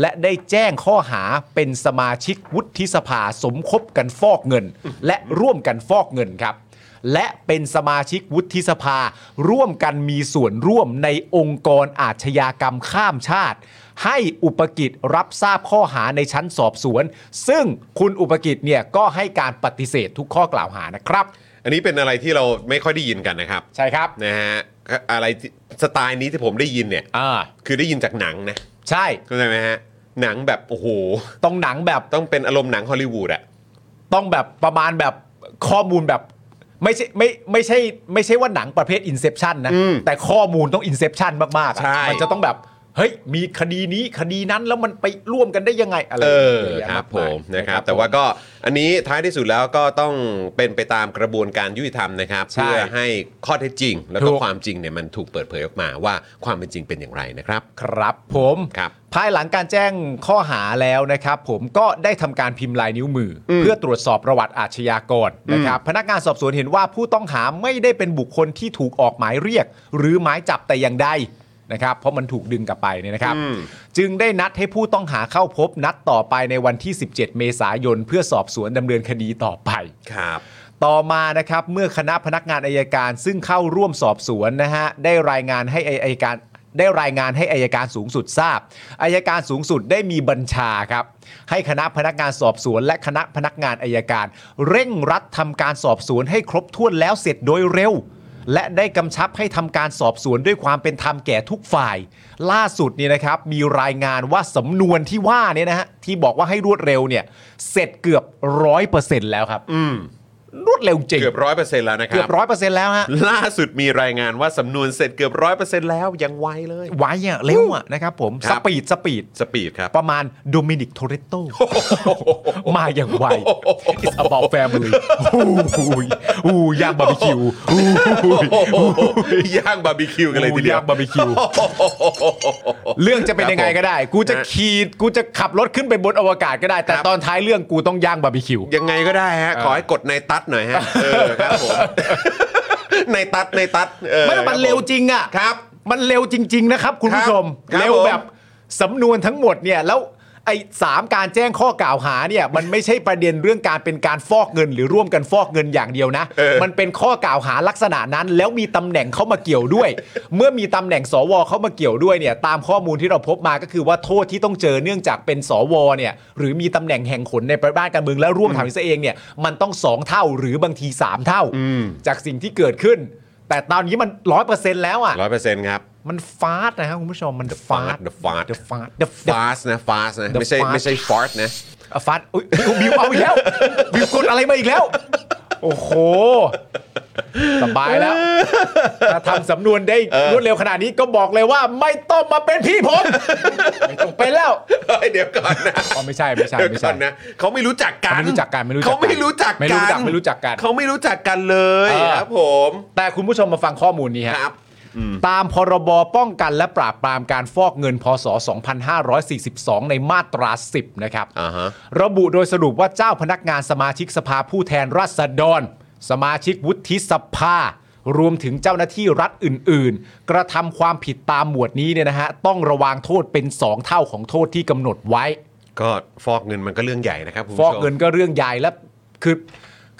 Speaker 2: และได้แจ้งข้อหาเป็นสมาชิกวุฒิสภาสมคบกันฟอกเงิน และร่วมกันฟอกเงินครับ และเป็นสมาชิกวุฒิสภา ร่วมกันมีส่วนร่วมในองค์กรอาชญากรรมข้ามชาติ ให้อุปกิจรับทราบข้อหาในชั้นสอบสวน ซึ่งคุณอุปกิจเนี่ยก็ให้การปฏิเสธทุกข้อกล่าวหานะครับ
Speaker 1: อันนี้เป็นอะไรที่เราไม่ค่อยได้ยินกันนะครับ
Speaker 2: ใช่ครับ
Speaker 1: นะฮะอะไรที่สไตล์นี้ที่ผมได้ยินเนี่ย
Speaker 2: อ่า
Speaker 1: คือได้ยินจากหนังนะ
Speaker 2: ใช่
Speaker 1: เข้าใจไหมฮะหนังแบบโอ้โห
Speaker 2: ต้องหนังแบบ
Speaker 1: ต้องเป็นอารมณ์หนังฮอลลีวูดอะ
Speaker 2: ต้องแบบประมาณแบบข้อมูลแบบไม่ใช่ไม่ไม่ใช่ไม่ใช่ว่าหนังประเภท Inception นะ
Speaker 1: อืม
Speaker 2: แต่ข้อมูลต้อง Inception มากๆอะ
Speaker 1: ใช่
Speaker 2: มัจะต้องแบบ เฮ้ย มีคดีนี้คดีนั้นแล้วมันไปร่วมกันได้ยังไงอะไร
Speaker 1: เออ
Speaker 2: เยะ
Speaker 1: ครับ
Speaker 2: แยะาก
Speaker 1: ผ
Speaker 2: มาย
Speaker 1: มนะครับ
Speaker 2: ผม
Speaker 1: แต่ว่าก็อันนี้ท้ายที่สุดแล้วก็ต้องเป็นไปตามกระบวนการยุติธรรมนะครับ
Speaker 2: ใช่
Speaker 1: เพื่อให้ข้อเท็จจริง แล้วก็
Speaker 2: ถูก
Speaker 1: ความจริงเนี่ยมันถูกเปิดเผยออกมาว่าความเป็นจริงเป็นอย่างไรนะครับ
Speaker 2: ครับผม
Speaker 1: ครับ
Speaker 2: ภายหลังการแจ้งข้อหาแล้วนะครับผมก็ได้ทำการพิมพ์ลายนิ้วมืออเพื่อตรวจสอบประวัติอาชญากรนะครับพนักงานสอบสวนเห็นว่าผู้ต้องหาไม่ได้เป็นบุคคลที่ถูกออกหมายเรียก หรือหมายจับแต่อย่างใดนะครับเพราะมันถูกดึงกลับไปเนี่ยนะครับ
Speaker 1: อืม
Speaker 2: จึงได้นัดให้ผู้ต้องหาเข้าพบนัดต่อไปในวันที่ 17 เมษายน เพื่อสอบสวนดำเนินคดีต่อไป
Speaker 1: ครับ
Speaker 2: ต่อมานะครับเมื่อคณะพนักงานอายการซึ่งเข้าร่วมสอบสวนนะฮะได้รายงานให้อายการได้รายงานให้อายการสูงสุดทราบอายการสูงสุดได้มีบัญชาครับ ให้คณะพนักงานสอบสวน และคณะพนักงานอายการ เร่งรัดทำการสอบสวนให้ครบถ้วนแล้วเสร็จโดยเร็ว และได้กำชับให้ทำการสอบสวนด้วยความเป็นธรรมแก่ทุกฝ่าย ล่าสุดเนี่ยนะครับมีรายงานว่าสำนวนที่ว่าเนี่ยนะฮะที่บอกว่าให้รวดเร็วเนี่ยเสร็จเกือบร้อยเปอร์เซ็นต์แล้วครับ
Speaker 1: อืม
Speaker 2: รวดเร็วจริง
Speaker 1: เกือบร้อยเปอร์เซ็นต์แล้วนะค
Speaker 2: เกื
Speaker 1: รั
Speaker 2: อบร้อยเปอร์เซ็นต์แล้วฮะ
Speaker 1: ล่าสุดมีรายงานว่าสำนวนเสร็จเกือบร้อยเปอร์เซ็นต์แล้วยังไวเลย
Speaker 2: ไวอ่ะเร็วอ่ะนะครับผม
Speaker 1: ครั
Speaker 2: ส
Speaker 1: บ
Speaker 2: ปีด สปีด
Speaker 1: สปีดครับ
Speaker 2: ประมาณโดมินิกโทเรโต มาอย่างไว It's about family อู้ยอู้ยย่างบาร์บีคิวอู้ย
Speaker 1: ย่างบาร์บีคิวกันเลยทีเดีย
Speaker 2: ย่าว งบาร์บีคิว เรื่องจะเป็นยังไงก็ได้ กูจะขี่กูจะขับรถขึ้นไปบนอวกาศก็ได้ แต่
Speaker 1: ครับ
Speaker 2: ตอนท้ายเรื่องกูต้องย่างบาร์บีคิว
Speaker 1: ยังไงก็ได้ฮะ ขอให้กดในตัดหน่อยฮะเออครับผมในตัดในตัดออ
Speaker 2: ไม่แต่มันเร็วจริงอ่ะ
Speaker 1: ครับ
Speaker 2: มันเร็วจริง ๆ นะครับ คุณ
Speaker 1: ครับ
Speaker 2: ผู้ชม
Speaker 1: ครับ
Speaker 2: เร็ว
Speaker 1: ผม
Speaker 2: แบบสำนวนทั้งหมดเนี่ย แล้ว ไอ้สามการแจ้งข้อกล่าวหาเนี่ยมันไม่ใช่ประเด็นเรื่องการเป็นการฟอกเงิน หรือร่วมกันฟอกเงินอย่างเดียวนะ
Speaker 1: เออ
Speaker 2: มันเป็นข้อกล่าวหาลักษณะนั้น แล้วมีตำแหน่งเข้ามาเกี่ยวด้วย เมื่อมีตำแหน่งสวเข้ามาเกี่ยวด้วยเนี่ยตามข้อมูลที่เราพบมาก็คือว่าโทษที่ต้องเจอเนื่องจากเป็นสวเนี่ยหรือมีตำแหน่งแห่งขนในประบ้านการเมืองและร่วมทำซะเองเนี่ยมันต้องสองเท่าหรือบางทีสามเท่า จากสิ่งที่เกิดขึ้น แต่ตอนนี้มันร้อยเปอร์เซ็นต์แล้วอ่ะ
Speaker 1: ร้อยเปอร์เซ็นต์ครับ
Speaker 2: มันฟาดนะครับคุณผู้ชมมัน
Speaker 1: fart the fart
Speaker 2: the fart the fart
Speaker 1: fast นะ fast นะ
Speaker 2: The
Speaker 1: ไม่ใช่
Speaker 2: fart
Speaker 1: ไม่ใช่ fart นะ
Speaker 2: อ่ะฟาดอุ๊ยบิวบิวเอาอีกแล้ว บิวกดอะไรมาอีกแล้ว โอ้โห สบายแล้ว ถ้าทำสำนวนได้รวดเร็วขนาดนี้ก็บอกเลยว่าไม่ต้องมาเป็นพี่ผม ไม่ต้องเป็นแล้ว
Speaker 1: เฮ้ยเดี๋ยวก่อนนะ
Speaker 2: อ๋อไม่ใช่ไม่ใช่
Speaker 1: เดี๋ยว
Speaker 2: ไม่
Speaker 1: ก่
Speaker 2: ใช่
Speaker 1: อนนะเขาไม่รู้จักกัน
Speaker 2: เขาไม่รู้จักกันไม่รู้จักกัน
Speaker 1: เขาไม่รู้จัก
Speaker 2: ไม่รู้จักไม่รู้จักกัน
Speaker 1: เขาไม่รู้จักกันเลย
Speaker 2: เออ
Speaker 1: ครับผม
Speaker 2: แต่คุณผู้ชมมาฟังข้อมูลนี้ฮะ
Speaker 1: ครับ
Speaker 2: ตามพรบป้องกันและปราบปรามการฟอกเงิน พศ 2542 ในมาตรา 10 นะครับ
Speaker 1: อ่าฮะ
Speaker 2: ระบุโดยสรุปว่าเจ้าพนักงานสมาชิกสภาผู้แทนราษฎร สมาชิกวุฒิสภา รวมถึงเจ้าหน้าที่รัฐอื่น ๆ กระทำความผิดตามหมวดนี้เนี่ยนะฮะ ต้องระวางโทษเป็น 2 เท่าของโทษที่กำหนดไว้
Speaker 1: ก็ฟอกเงินมันก็เรื่องใหญ่นะครับคุณ
Speaker 2: ฟ
Speaker 1: ผู้ชม
Speaker 2: อกเงินก็เรื่องใหญ่แล้วคือ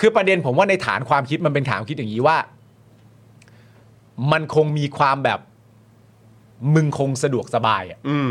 Speaker 2: คือประเด็นผมว่าในฐานความคิดมันเป็นฐานความคิดอย่างนี้ว่า มันคงมีความแบบ มึงคงสะดวกสบายอะ
Speaker 1: อืม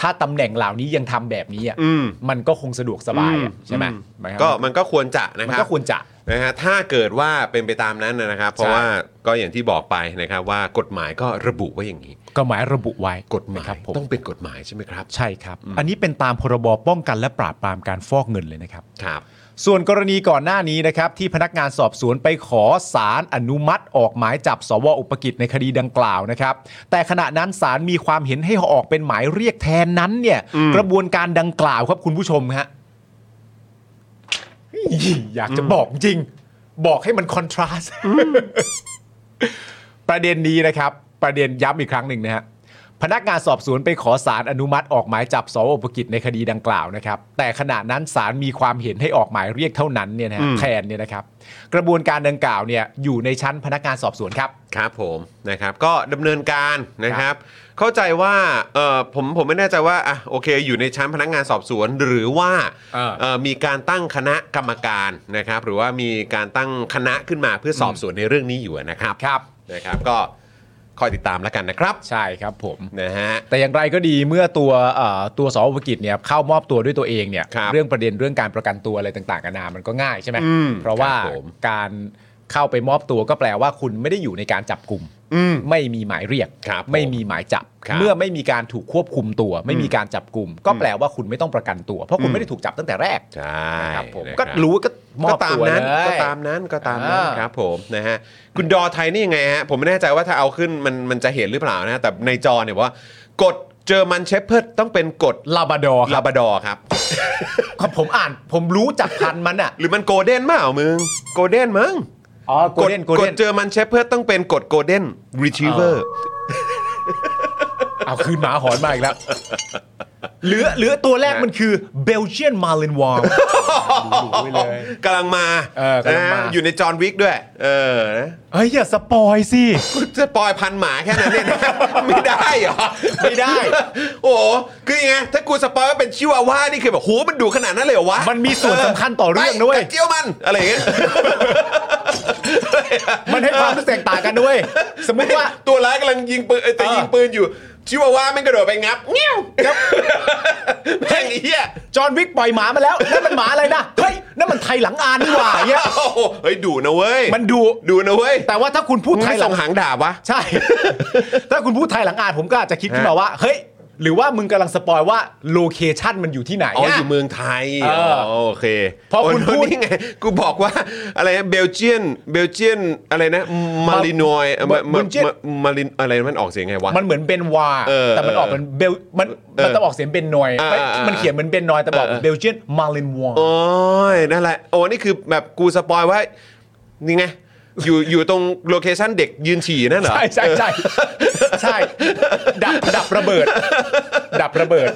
Speaker 2: ถ้าตำแหน่งเหล่านี้ยังทำแบบนี้อะ
Speaker 1: อืม
Speaker 2: มันก็คงสะดวกสบายอะใช่ไหม
Speaker 1: อื
Speaker 2: หมายความ
Speaker 1: ก็
Speaker 2: ว่า
Speaker 1: มันก็ควรจะนะ
Speaker 2: มั
Speaker 1: คน รับ
Speaker 2: ก็ควรจะ
Speaker 1: นะฮะถ้าเกิดว่าเป็นไปตามนั้นนะครับ เพราะว่าก็อย่างที่บอกไปนะครับว่ากฎหมายก็ระบุไว้อย่างนี้
Speaker 2: ก็หมายระบุไว้
Speaker 1: กฎหมาย
Speaker 2: นะครับผม
Speaker 1: ต้องเป็นกฎหมายใช่ไหมครับ
Speaker 2: ใช่ครับ อันนี้เป็นตามพรบป้องกันและปราบปรามการฟอกเงินเลยนะครับ
Speaker 1: ครับ
Speaker 2: ส่วนกรณีก่อนหน้านี้นะครับ ที่พนักงานสอบสวนไปขอสารอนุมัติออกหมายจับสวอุปกิจในคดีดังกล่าวนะครับ แต่ขณะนั้นสารมีความเห็นให้ออกเป็นหมายเรียกแทนนั้นเนี่ย กระบวนการดังกล่าวครับคุณผู้ชมฮะอี้อยากจะบอกจริง บอกให้มันคอนทราสต์ ประเด็นนี้นะครับ ประเด็นย้ำอีกครั้งหนึ่งนะฮะพนักงานสอบสวนไปขอสารอนุมัติออกหมายจับสวอุปกิจในคดีดังกล่าวนะครับ แต่ขณะนั้นสารมีความเห็นให้ออกหมายเรียกเท่านั้นเนี่ยนะฮะแทนเนี่ยนะครับ กระบวนการดังกล่าวเนี่ยอยู่ในชั้นพนักงานสอบสวนครับ
Speaker 1: ครับผมนะครับก็ดำเนินการนะครับ เข้าใจว่าเออผมผมไม่แน่ใจว่าอ่ะโอเค อยู่ในชั้นพนักงานสอบสวนหรือว่า
Speaker 2: เออ
Speaker 1: เอ่อมีการตั้งคณะกรรมการนะครับ หรือว่ามีการตั้งคณะขึ้นมาเพื่อสอบสวนในเรื่องนี้อยู่นะครับ
Speaker 2: ครับ
Speaker 1: นะครับก็คอยติดตามแล้วกันนะครับ
Speaker 2: ใช่ครับผม
Speaker 1: นะฮะ
Speaker 2: แต่อย่างไรก็ดีเมื่อตัวเอ่อตัวสวอุปกิจเนี่ยเข้ามอบตัวด้วยตัวเองเนี่ย
Speaker 1: ครับ
Speaker 2: เรื่องประเด็นเรื่องการประกันตัวอะไรต่างๆกันานามันก็ง่ายใช่ไหม
Speaker 1: อืม
Speaker 2: เพราะ
Speaker 1: ค
Speaker 2: ว่า
Speaker 1: รับผม
Speaker 2: การเข้าไปมอบตัวก็แปลว่าคุณไม่ได้อยู่ในการจับกลุ่ม
Speaker 1: อืม
Speaker 2: ไม่มีหมายเรียก
Speaker 1: ครับผม
Speaker 2: ไม่มีหมายจับ
Speaker 1: ครับ
Speaker 2: เมื่อไม่มีการถูกควบคุมตัว ไม่มีการจับกลุ่ม ก็แปลว่าคุณไม่ต้องประกันตัว เพราะคุณ
Speaker 1: อืม
Speaker 2: ไม่ได้ถูกจับตั้งแต่แรก
Speaker 1: ใช่
Speaker 2: นะครับผม
Speaker 1: นะค
Speaker 2: ก็
Speaker 1: บ
Speaker 2: รู้ก็มอ
Speaker 1: ก็
Speaker 2: บ
Speaker 1: ตา
Speaker 2: ตั
Speaker 1: ม
Speaker 2: ว
Speaker 1: นั้น
Speaker 2: เล
Speaker 1: ก็
Speaker 2: ย
Speaker 1: ตามนั้นก็ตามนั้น
Speaker 2: อ่า
Speaker 1: ครับผมนะฮะคุณดอไทยนี่ยังไงฮะผมไม่แน่ใจว่าถ้าเอาขึ้นมันมันจะเห็นหรือเปล่านะ แต่ในจอเนี่ยบอกว่ากฎเจอมันเชฟเพิร์ดต้องเป็นกฎ
Speaker 2: ลาบราดอร์ค
Speaker 1: ลา
Speaker 2: รับบ
Speaker 1: ราดอร์ครับ
Speaker 2: ครับผมอ่าน ผมรู้จักพันธุ์มันอ่ะ
Speaker 1: หรือมันโกลเด้นเปล่ามึงโกลเด้นมั้ง
Speaker 2: อ๋อโกลเด้นโกล
Speaker 1: กฎ
Speaker 2: เด้น
Speaker 1: เจอมันเชฟเพิร์ดต้องเป็นกฎโกลเด้นรีทรีเวอร์
Speaker 2: เอาคืนหมาหอนมาอีกแล้วเหลือเหลือตัวแรกมันคือเบลเ i ียนมาลินวอล
Speaker 1: กำลังมา
Speaker 2: เออกำลังมา
Speaker 1: นะอยู่ในจอห์นวิกด้วย เออนะ
Speaker 2: เฮ้ยอย่าสปอยสิ
Speaker 1: กูจะปล่อยพันหมาแค่นั้นเนี่ย นะไม่ได้เหรอ
Speaker 2: ไม่ได้
Speaker 1: โอ้โหคือยังไงถ้ากูสปอยว่าเป็นชิวาว่านี่คือแบบโหมันดุขนาดนั้นเลยเหรอวะ
Speaker 2: มันมีส่วนสำคัญต่อเรื่องด้วย
Speaker 1: ไปกัดเจียวมันอะไรอย่างเงี้ย
Speaker 2: มันให้ความรู้สึกแตกต่างกันด้วย สมมติว่า
Speaker 1: ตัวร้ายกำลังยิงปืนเอ้ยแต่
Speaker 2: เออ
Speaker 1: ยิงปืนอยู่ชิวาว่าแม่งกระโดดไปงับเงี้ยว แม่งไอ้เหี้ย
Speaker 2: จอห์นวิกปล่อยหมามาแล้วนั่นมันหมาอะไรนะเฮ้ยนั่นมันไทยหลังอานนี่หว่าเงี้ย
Speaker 1: โอ้โหเฮ้ยดูนะเว้ย
Speaker 2: มันดู
Speaker 1: ดูนะเว้ย
Speaker 2: แต่ว่าถ้าคุณพูดไท
Speaker 1: ไท
Speaker 2: ย
Speaker 1: ย
Speaker 2: หลั
Speaker 1: ส่
Speaker 2: ง
Speaker 1: งหางดาบวะ
Speaker 2: ใช่ ถ้าคุณพูดไทยหลังอานผมก็อาจจะคิดขึ้นมาว่า เฮ้ย หรือว่ามึงกำลังสปอยว่าโลเคชันมันอยู่ที่ไหน
Speaker 1: อ๋อ
Speaker 2: อะ
Speaker 1: อยู่เมืองไทย
Speaker 2: เอออ๋
Speaker 1: อโอเค
Speaker 2: พอคุณ
Speaker 1: โโห
Speaker 2: พูด
Speaker 1: นี่ไงกูบอกว่าอะไรนะเบลเจียนเบลเจียนอะไรนะมาลินอย
Speaker 2: เบลเจียน
Speaker 1: มาลินอะไรมันออกเสียงไงวะ
Speaker 2: มันเหมือนเบนวา
Speaker 1: เออ
Speaker 2: แต่มันออกเป็นเบลมัน
Speaker 1: เออ
Speaker 2: มันต้องออกเสียงเบนนอย
Speaker 1: อ่า
Speaker 2: ไม่
Speaker 1: อ่า
Speaker 2: มันเขียนเหมือนเบนนอยแต่บอก
Speaker 1: เออเออ
Speaker 2: เบลเจียนมาลินวา
Speaker 1: โอ้ยนั่นแหละโอ้นี่คือแบบกูสปอยไว้นี่ไง อยู่อยู่ตรงโลเคชั่นเด็กยืนฉี่นั่นเหรอ
Speaker 2: ใช่ใช่ใช่ใช่ดับดับระเบิด ดั ดับระเบิด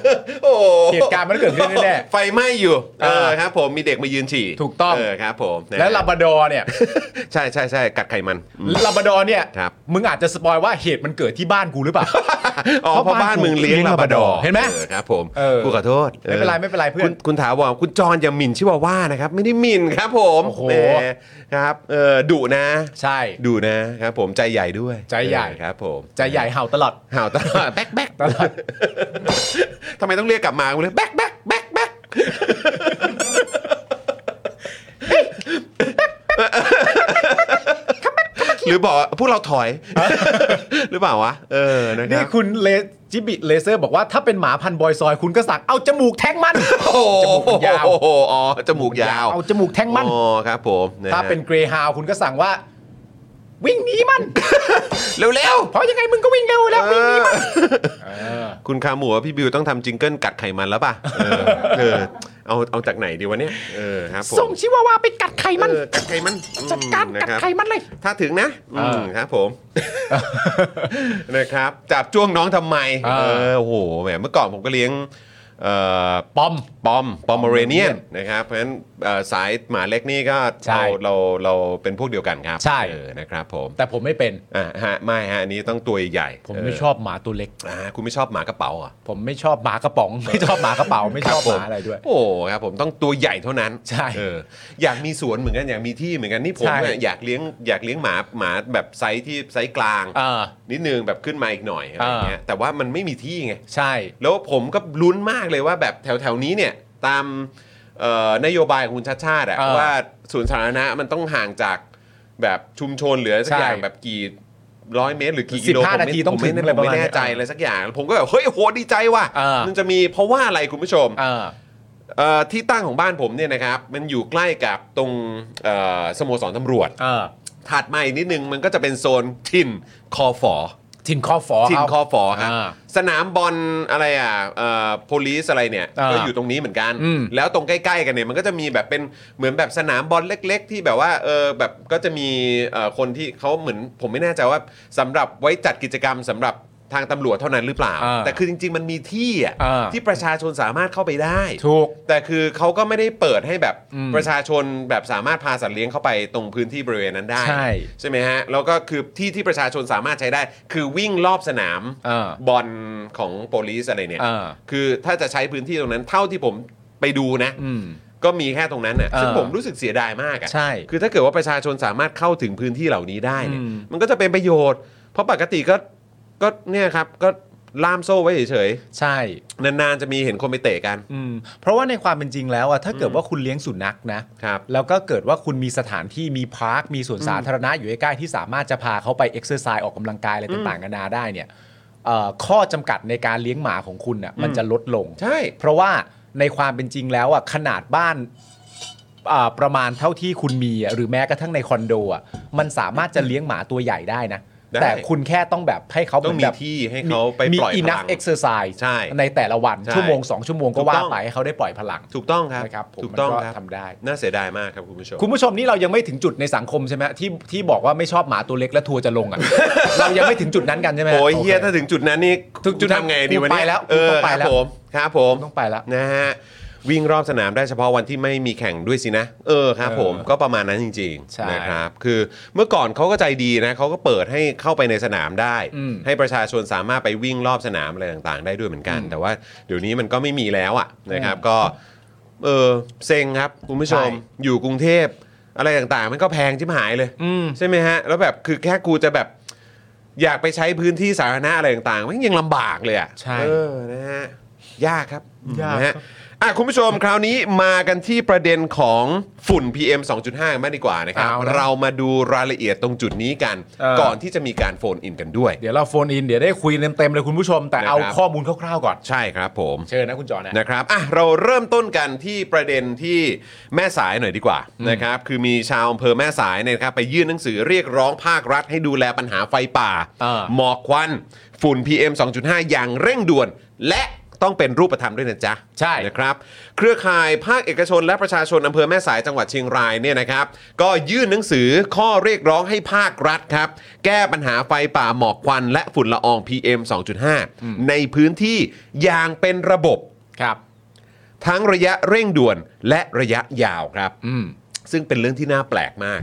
Speaker 1: โอ้โ
Speaker 2: เหตุการณ์มันเกิดขึ้นแน่
Speaker 1: ไฟไหม้อยู่ เอ
Speaker 2: อ่า
Speaker 1: อครับผมมีเด็กมายืนฉี่
Speaker 2: ถูกต้อง
Speaker 1: เออครับผมน
Speaker 2: ๆและลาบราดอร์เนี่ย
Speaker 1: ใช่ใช่ใช่กัดไขมันอืม
Speaker 2: ลาบราดอร์เนี่ย
Speaker 1: ครับ
Speaker 2: มึงอาจจะสปอยว่าเหตุมันเกิดที่บ้านกูหรือเปล่า
Speaker 1: อ๋อเพราะบ้านมึงเลี้ยงลาบราดอร์
Speaker 2: เห็นไหม
Speaker 1: ออครับผม
Speaker 2: เออ
Speaker 1: กูขอโทษ
Speaker 2: ไม่เป็นไรไม่เป็นไรเพื่อน
Speaker 1: คุณคุณถาวรคุณจรอย่าหมิ่นชิวาว่านะครับ ไม่ได้หมิ่นครับผม
Speaker 2: โอ้โห
Speaker 1: แหมครับเออดุนะ
Speaker 2: ใช่
Speaker 1: ดูนะครับผมใจใหญ่ด้วย
Speaker 2: ใจใหญ่
Speaker 1: เออครับผม
Speaker 2: ใจใหญ่เห่าตลอด
Speaker 1: ห่าวตลอดแบ๊กแบ๊ก
Speaker 2: ตลอด
Speaker 1: ทำไมต้องเรียกกลับมากูเลยแบ๊กแบ๊กแบ๊กแบ๊กหรือบอกพวกเราถอย หรือเปล่าวะ เออนะค
Speaker 2: นี่
Speaker 1: รับ
Speaker 2: คุณเลจิบิเลเซอร์บอกว่าถ้าเป็นหมาพันบอยซอยคุณก็สั่งเอาจมูกแทงมัน
Speaker 1: โอ้
Speaker 2: จมูกมันยาว
Speaker 1: โอ้โหอ๋อจมูกยาว
Speaker 2: เอาจมูกแทงมัน
Speaker 1: อ๋อครับผมะฮะ
Speaker 2: ถ้าเป็นเกรฮาวคุณก็สั่งว่า วิ่งหนีมัน
Speaker 1: เร็ว
Speaker 2: เพราะยังไงมึงก็วิ่งเร็ว
Speaker 1: ๆ
Speaker 2: แล้ววิ่งหนีมัน
Speaker 1: เออ คุณคาหมูว่าพี่บิวต้องทำจิงเกิลกัดไขมันแล้วป่ะ เออเออเอาเอาจากไหนดีวะเนี่ย เออครับผม
Speaker 2: ส่งชิวาวาไปกัดไข่มัน
Speaker 1: เออกัดไขมันอืม
Speaker 2: จัดการ
Speaker 1: นะ
Speaker 2: กัด
Speaker 1: ครับ
Speaker 2: ไข่มันเลย
Speaker 1: ถ้าถึงนะอืม
Speaker 2: เออ
Speaker 1: ครับผม นะครับ จับจ้วงน้องทำไม
Speaker 2: เออ
Speaker 1: เออโอ้โหแหมเมื่อก่อนผมก็เลี้ยงเอ่อ
Speaker 2: ปอม
Speaker 1: ปอมปอมเมเรเนียน
Speaker 2: Pomeranian
Speaker 1: นะครับ เพราะฉะนั้นเอ่อสายหมาเล็กนี่ก็
Speaker 2: ใช่
Speaker 1: เราเราเราเป็นพวกเดียวกันครับ
Speaker 2: ใช่
Speaker 1: เออนะครับผม
Speaker 2: แต่ผมไม่เป็น
Speaker 1: อ่ะฮะไม่ฮะอันนี้ต้องตัวใหญ่
Speaker 2: ผม
Speaker 1: เ
Speaker 2: ไม่ชอบหมาตัวเล็ก
Speaker 1: อ่าคุณไม่ชอบหมากระเป๋าเหรอ่ะ
Speaker 2: ผมไม่ชอบหมากระป๋อง ไม่ชอบหมากระเป๋าไม่ชอบหมาอะไรด้วย
Speaker 1: โอ้ครับผมต้องตัวใหญ่เท่านั้น
Speaker 2: ใช่
Speaker 1: เอออยากมีสวนเหมือนกันอยากมีที่เหมือนกันนี่ผม
Speaker 2: ใช่
Speaker 1: อะอยากเลี้ยงอยากเลี้ยงหมาหมาแบบไซส์ที่ไซส์กลาง
Speaker 2: เออ
Speaker 1: นิดนึงแบบขึ้นมาอีกหน่อยอะไรอย่างเงี้ยแต่ว่ามันไม่มีที่ไง
Speaker 2: ใช่
Speaker 1: แล้วผมก็ลุ้นมากเลยว่าแบบแถวแถวๆนี้เนี่ยตามเอ่อนโยบายของคุณชาติชาติอะ
Speaker 2: เออ
Speaker 1: ว่าสวนสาธารณะมันต้องห่างจากแบบชุมชนหรืออะไรสักอย่าง
Speaker 2: ใช่
Speaker 1: แบบกี่ร้อยเมตร หรือกี่
Speaker 2: สิ
Speaker 1: กิ
Speaker 2: บ
Speaker 1: โล
Speaker 2: ห้า
Speaker 1: ผม
Speaker 2: นา
Speaker 1: ไม่
Speaker 2: ทีต้อง
Speaker 1: ผมไม่
Speaker 2: ถึงอะไรประมาณ
Speaker 1: ไม่
Speaker 2: เนี้ย
Speaker 1: แน่ใจอะไรสักอย่างผมก็แบบเฮ้ยโหดีใจว่ะ
Speaker 2: เออ
Speaker 1: มันจะมีเพราะว่าอะไรคุณผู้ชม
Speaker 2: เออ
Speaker 1: เอ่อที่ตั้งของบ้านผมเนี่ยนะครับ มันอยู่ใกล้กับตรงเอ่อสโมสรตำรวจ
Speaker 2: เออ
Speaker 1: ถัดมาอีกนิดนึงมันก็จะเป็นโซนถิ่นคอฝอ
Speaker 2: ถิ่นคอฟอ
Speaker 1: ถิ่น
Speaker 2: เขา
Speaker 1: คอฝอครับ
Speaker 2: อ่า
Speaker 1: สนามบอลอะไรอ่ะเอ่อ police อะไรเนี่ย
Speaker 2: อ่า
Speaker 1: ก็อยู่ตรงนี้เหมือนกัน
Speaker 2: อืม
Speaker 1: แล้วตรงใกล้ๆกันเนี่ยมันก็จะมีแบบเป็นเหมือนแบบสนามบอลเล็ก ๆ ที่แบบว่าเออแบบก็จะมีเอ่อคนที่เขาเหมือนผมไม่แน่ใจว่าสำหรับไว้จัดกิจกรรมสำหรับทางตำรวจเท่านั้นหรือเปล่า
Speaker 2: อ่า
Speaker 1: แต่คือจริง ๆ มันมีที่อ่ะ
Speaker 2: อ่า
Speaker 1: ที่ประชาชนสามารถเข้าไปได้
Speaker 2: ถูก
Speaker 1: แต่คือเขาก็ไม่ได้เปิดให้แบบ
Speaker 2: อืม
Speaker 1: ประชาชนแบบสามารถพาสัตว์เลี้ยงเข้าไปตรงพื้นที่บริเวณนั้นได้
Speaker 2: ใช่
Speaker 1: ใช่ไหมฮะ แล้วก็คือที่ที่ประชาชนสามารถใช้ได้ คือวิ่งรอบสนาม
Speaker 2: เออบ
Speaker 1: อลของโปลิสอะไรเนี่ย
Speaker 2: เออ
Speaker 1: คือถ้าจะใช้พื้นที่ตรงนั้นเท่าที่ผมไปดูนะ
Speaker 2: อืม
Speaker 1: ก็มีแค่ตรงนั้นน่ะ
Speaker 2: เออ
Speaker 1: ซึ่งผมรู้สึกเสียดายมากอะ
Speaker 2: ใช่
Speaker 1: คือถ้าเกิดว่าประชาชนสามารถเข้าถึงพื้นที่เหล่านี้ได้เนี่ย
Speaker 2: อืม
Speaker 1: มันก็จะเป็นประโยชน์ เพราะปกติก็ก็เนี่ยครับก็ล่ามโซ่ไว้เฉย
Speaker 2: ใช่
Speaker 1: ๆนานๆจะมีเห็นคนไปเตะกัน
Speaker 2: อืมเพราะว่าในความเป็นจริงแล้วอะถ้าเกิดว่าคุณเลี้ยงสุนัขนะ
Speaker 1: ครับ
Speaker 2: แล้วก็เกิดว่าคุณมีสถานที่มีพาร์ค มีสวนสาธารณะอยู่ใใกล้ๆที่สามารถจะพาเขาไปเอ็กซ์เซอร์ไซส์ออกกำลังกายอะไรต่างๆกันานาได้เนี่ยเอ่อข้อจำกัดในการเลี้ยงหมาของคุณน่ะมันจะลดลง
Speaker 1: ใช่
Speaker 2: เพราะว่าในความเป็นจริงแล้วอ่ะขนาดบ้านอ่าประมาณเท่าที่คุณมีอ่ะหรือแม้กระทั่งในคอนโดอ่ะมันสามารถจะเลี้ยงหมาตัวใหญ่ได้นะ
Speaker 1: ได้
Speaker 2: แต่คุณแค่ต้องแบบให้เขา
Speaker 1: ต้อง
Speaker 2: เหน
Speaker 1: มี
Speaker 2: แบบ
Speaker 1: ที่ให้เขาไปปล่อย
Speaker 2: มี
Speaker 1: พลั
Speaker 2: enough
Speaker 1: ง
Speaker 2: exercise
Speaker 1: ใช่
Speaker 2: แต่ละวัน
Speaker 1: ใช่
Speaker 2: ชั่วโมง 2 ชั่วโมง
Speaker 1: ถู
Speaker 2: ก็
Speaker 1: ก
Speaker 2: ว่า
Speaker 1: ต้อง
Speaker 2: ไปให้เขาได้ปล่อยพลัง
Speaker 1: ถูกต้องครับ
Speaker 2: นะครับผม
Speaker 1: ถูกต้อง
Speaker 2: มันก็
Speaker 1: ครับ
Speaker 2: ทำได้
Speaker 1: น่าเสียดายมากครับคุณผู้ชม
Speaker 2: คุณผู้ชมนี่เรายังไม่ถึงจุดในสังคมใช่ไหมที่ที่บอกว่าไม่ชอบหมาตัวเล็กและทัวร์จะลงอ่ะ เรายังไม่ถึงจุดนั้นกันใช่ไหม
Speaker 1: โอ้ยเฮีย
Speaker 2: โค
Speaker 1: ถ้าถึงจุดนั้นนี่
Speaker 2: ถึงจุดนั้น
Speaker 1: ทำไงดีวะเนี่ย
Speaker 2: กูไปแล้ว
Speaker 1: เออ
Speaker 2: กู
Speaker 1: ค
Speaker 2: ต้องไป
Speaker 1: รับ
Speaker 2: แล้ว
Speaker 1: ผมครับผม
Speaker 2: กูต้องไปแล้ว
Speaker 1: นะฮะวิ่งรอบสนามได้เฉพาะวันที่ไม่มีแข่งด้วยสินะ เออครับ ผม
Speaker 2: เออ
Speaker 1: ก็ประมาณนั้นจริง
Speaker 2: ใช่
Speaker 1: ๆนะครับคือเมื่อก่อนเขาก็ใจดีนะเขาก็เปิดให้เข้าไปในสนามได้
Speaker 2: อืม
Speaker 1: ให้ประชาชนสามารถไปวิ่งรอบสนามอะไรต่างๆ ได้ด้วยเหมือนกัน แต่ว่าเดี๋ยวนี้มันก็ไม่มีแล้วอ่ะนะครับก็ เออเซ็งครับคุณผู้ชม
Speaker 2: ใช่
Speaker 1: อยู่กรุงเทพอะไรต่างๆ มันก็แพงชิบหายเลย
Speaker 2: อืม
Speaker 1: ใช่ไหมฮะ แล้วแบบคือแค่กูจะแบบอยากไปใช้พื้นที่สาธารณะอะไรต่างๆมันยังลำบากเลยอ่ะ
Speaker 2: ใช่
Speaker 1: เออนะฮะยากครับ
Speaker 2: ยากครับ
Speaker 1: นะฮะอ่ะคุณผู้ชมคราวนี้มากันที่ประเด็นของฝุ่น PM 2.5กันมากดีกว่านะครับ
Speaker 2: เอาละ
Speaker 1: เรามาดูรายละเอียดตรงจุดนี้กัน
Speaker 2: เออ
Speaker 1: ก่อนที่จะมีการโฟนอินกันด้วย
Speaker 2: เดี๋ยวเราโฟนอินเดี๋ยวได้คุยเต็มๆเลยคุณผู้ชม แต่เอา
Speaker 1: นะครับ
Speaker 2: ข้อมูลคร่าวๆก่อน
Speaker 1: ใช่ครับผม
Speaker 2: เชิญนะคุณจอนะ
Speaker 1: นะครับอ่ะเราเริ่มต้นกันที่ประเด็นที่แม่สายหน่อยดีกว่านะครับ คือมีชาวอำเภอแม่สายเนี่ยนะครับไปยื่นหนังสือเรียกร้องภาครัฐให้ดูแลปัญหาไฟป่า
Speaker 2: อ่า
Speaker 1: หมอกควัน ฝุ่น PM 2.5 อย่างเร่งด่วน และ ต้องเป็นรูปธรรมด้วยนะจ๊ะ
Speaker 2: ใช่
Speaker 1: นะครับ เครือข่ายภาคเอกชนและประชาชนอำเภอแม่สายจังหวัดเชียงรายเนี่ยนะครับ ก็ยื่นหนังสือข้อเรียกร้องให้ภาครัฐครับ แก้ปัญหาไฟป่าหมอกควันและฝุ่นละออง PM 2.5 ในพื้นที่อย่างเป็นระบบ
Speaker 2: ครับ
Speaker 1: ทั้งระยะเร่งด่วนและระยะยาวครับ
Speaker 2: อืม
Speaker 1: ซึ่งเป็นเรื่องที่น่าแปลกมาก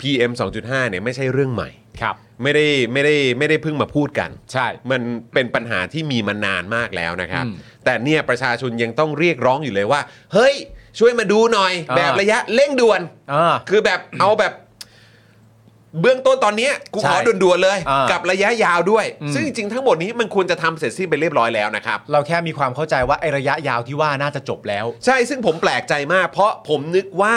Speaker 1: PM 2.5 เนี่ยไม่ใช่เรื่องใหม่
Speaker 2: ครับ
Speaker 1: ไม่ได้ไม่ได้ไม่ได้เพิ่งมาพูดกัน
Speaker 2: ใช่
Speaker 1: มันเป็นปัญหาที่มีมานานมากแล้วนะครับ
Speaker 2: อืม
Speaker 1: แต่เนี่ยประชาชนยังต้องเรียกร้องอยู่เลยว่า เฮ้ย ช่วยมาดูหน่อย
Speaker 2: อ่า
Speaker 1: แบบระยะเร่งด่วน
Speaker 2: อ่า
Speaker 1: คือแบบเอาแบบเบื้องต้นตอนเนี้ยกู
Speaker 2: ใช่
Speaker 1: ขอด่วนๆเลย
Speaker 2: อ่ากั
Speaker 1: กับระยะยาวด้วย
Speaker 2: อืม
Speaker 1: ซึ่งจริงๆทั้งหมดนี้มันควรจะทำเสร็จสิ้นไปเรียบร้อยแล้วนะครับ
Speaker 2: เราแค่มีความเข้าใจว่าไอระยะยาวที่ว่าน่าจะจบแล้ว
Speaker 1: ใช่ ซึ่งผมแปลกใจมาก เพราะผมนึกว่า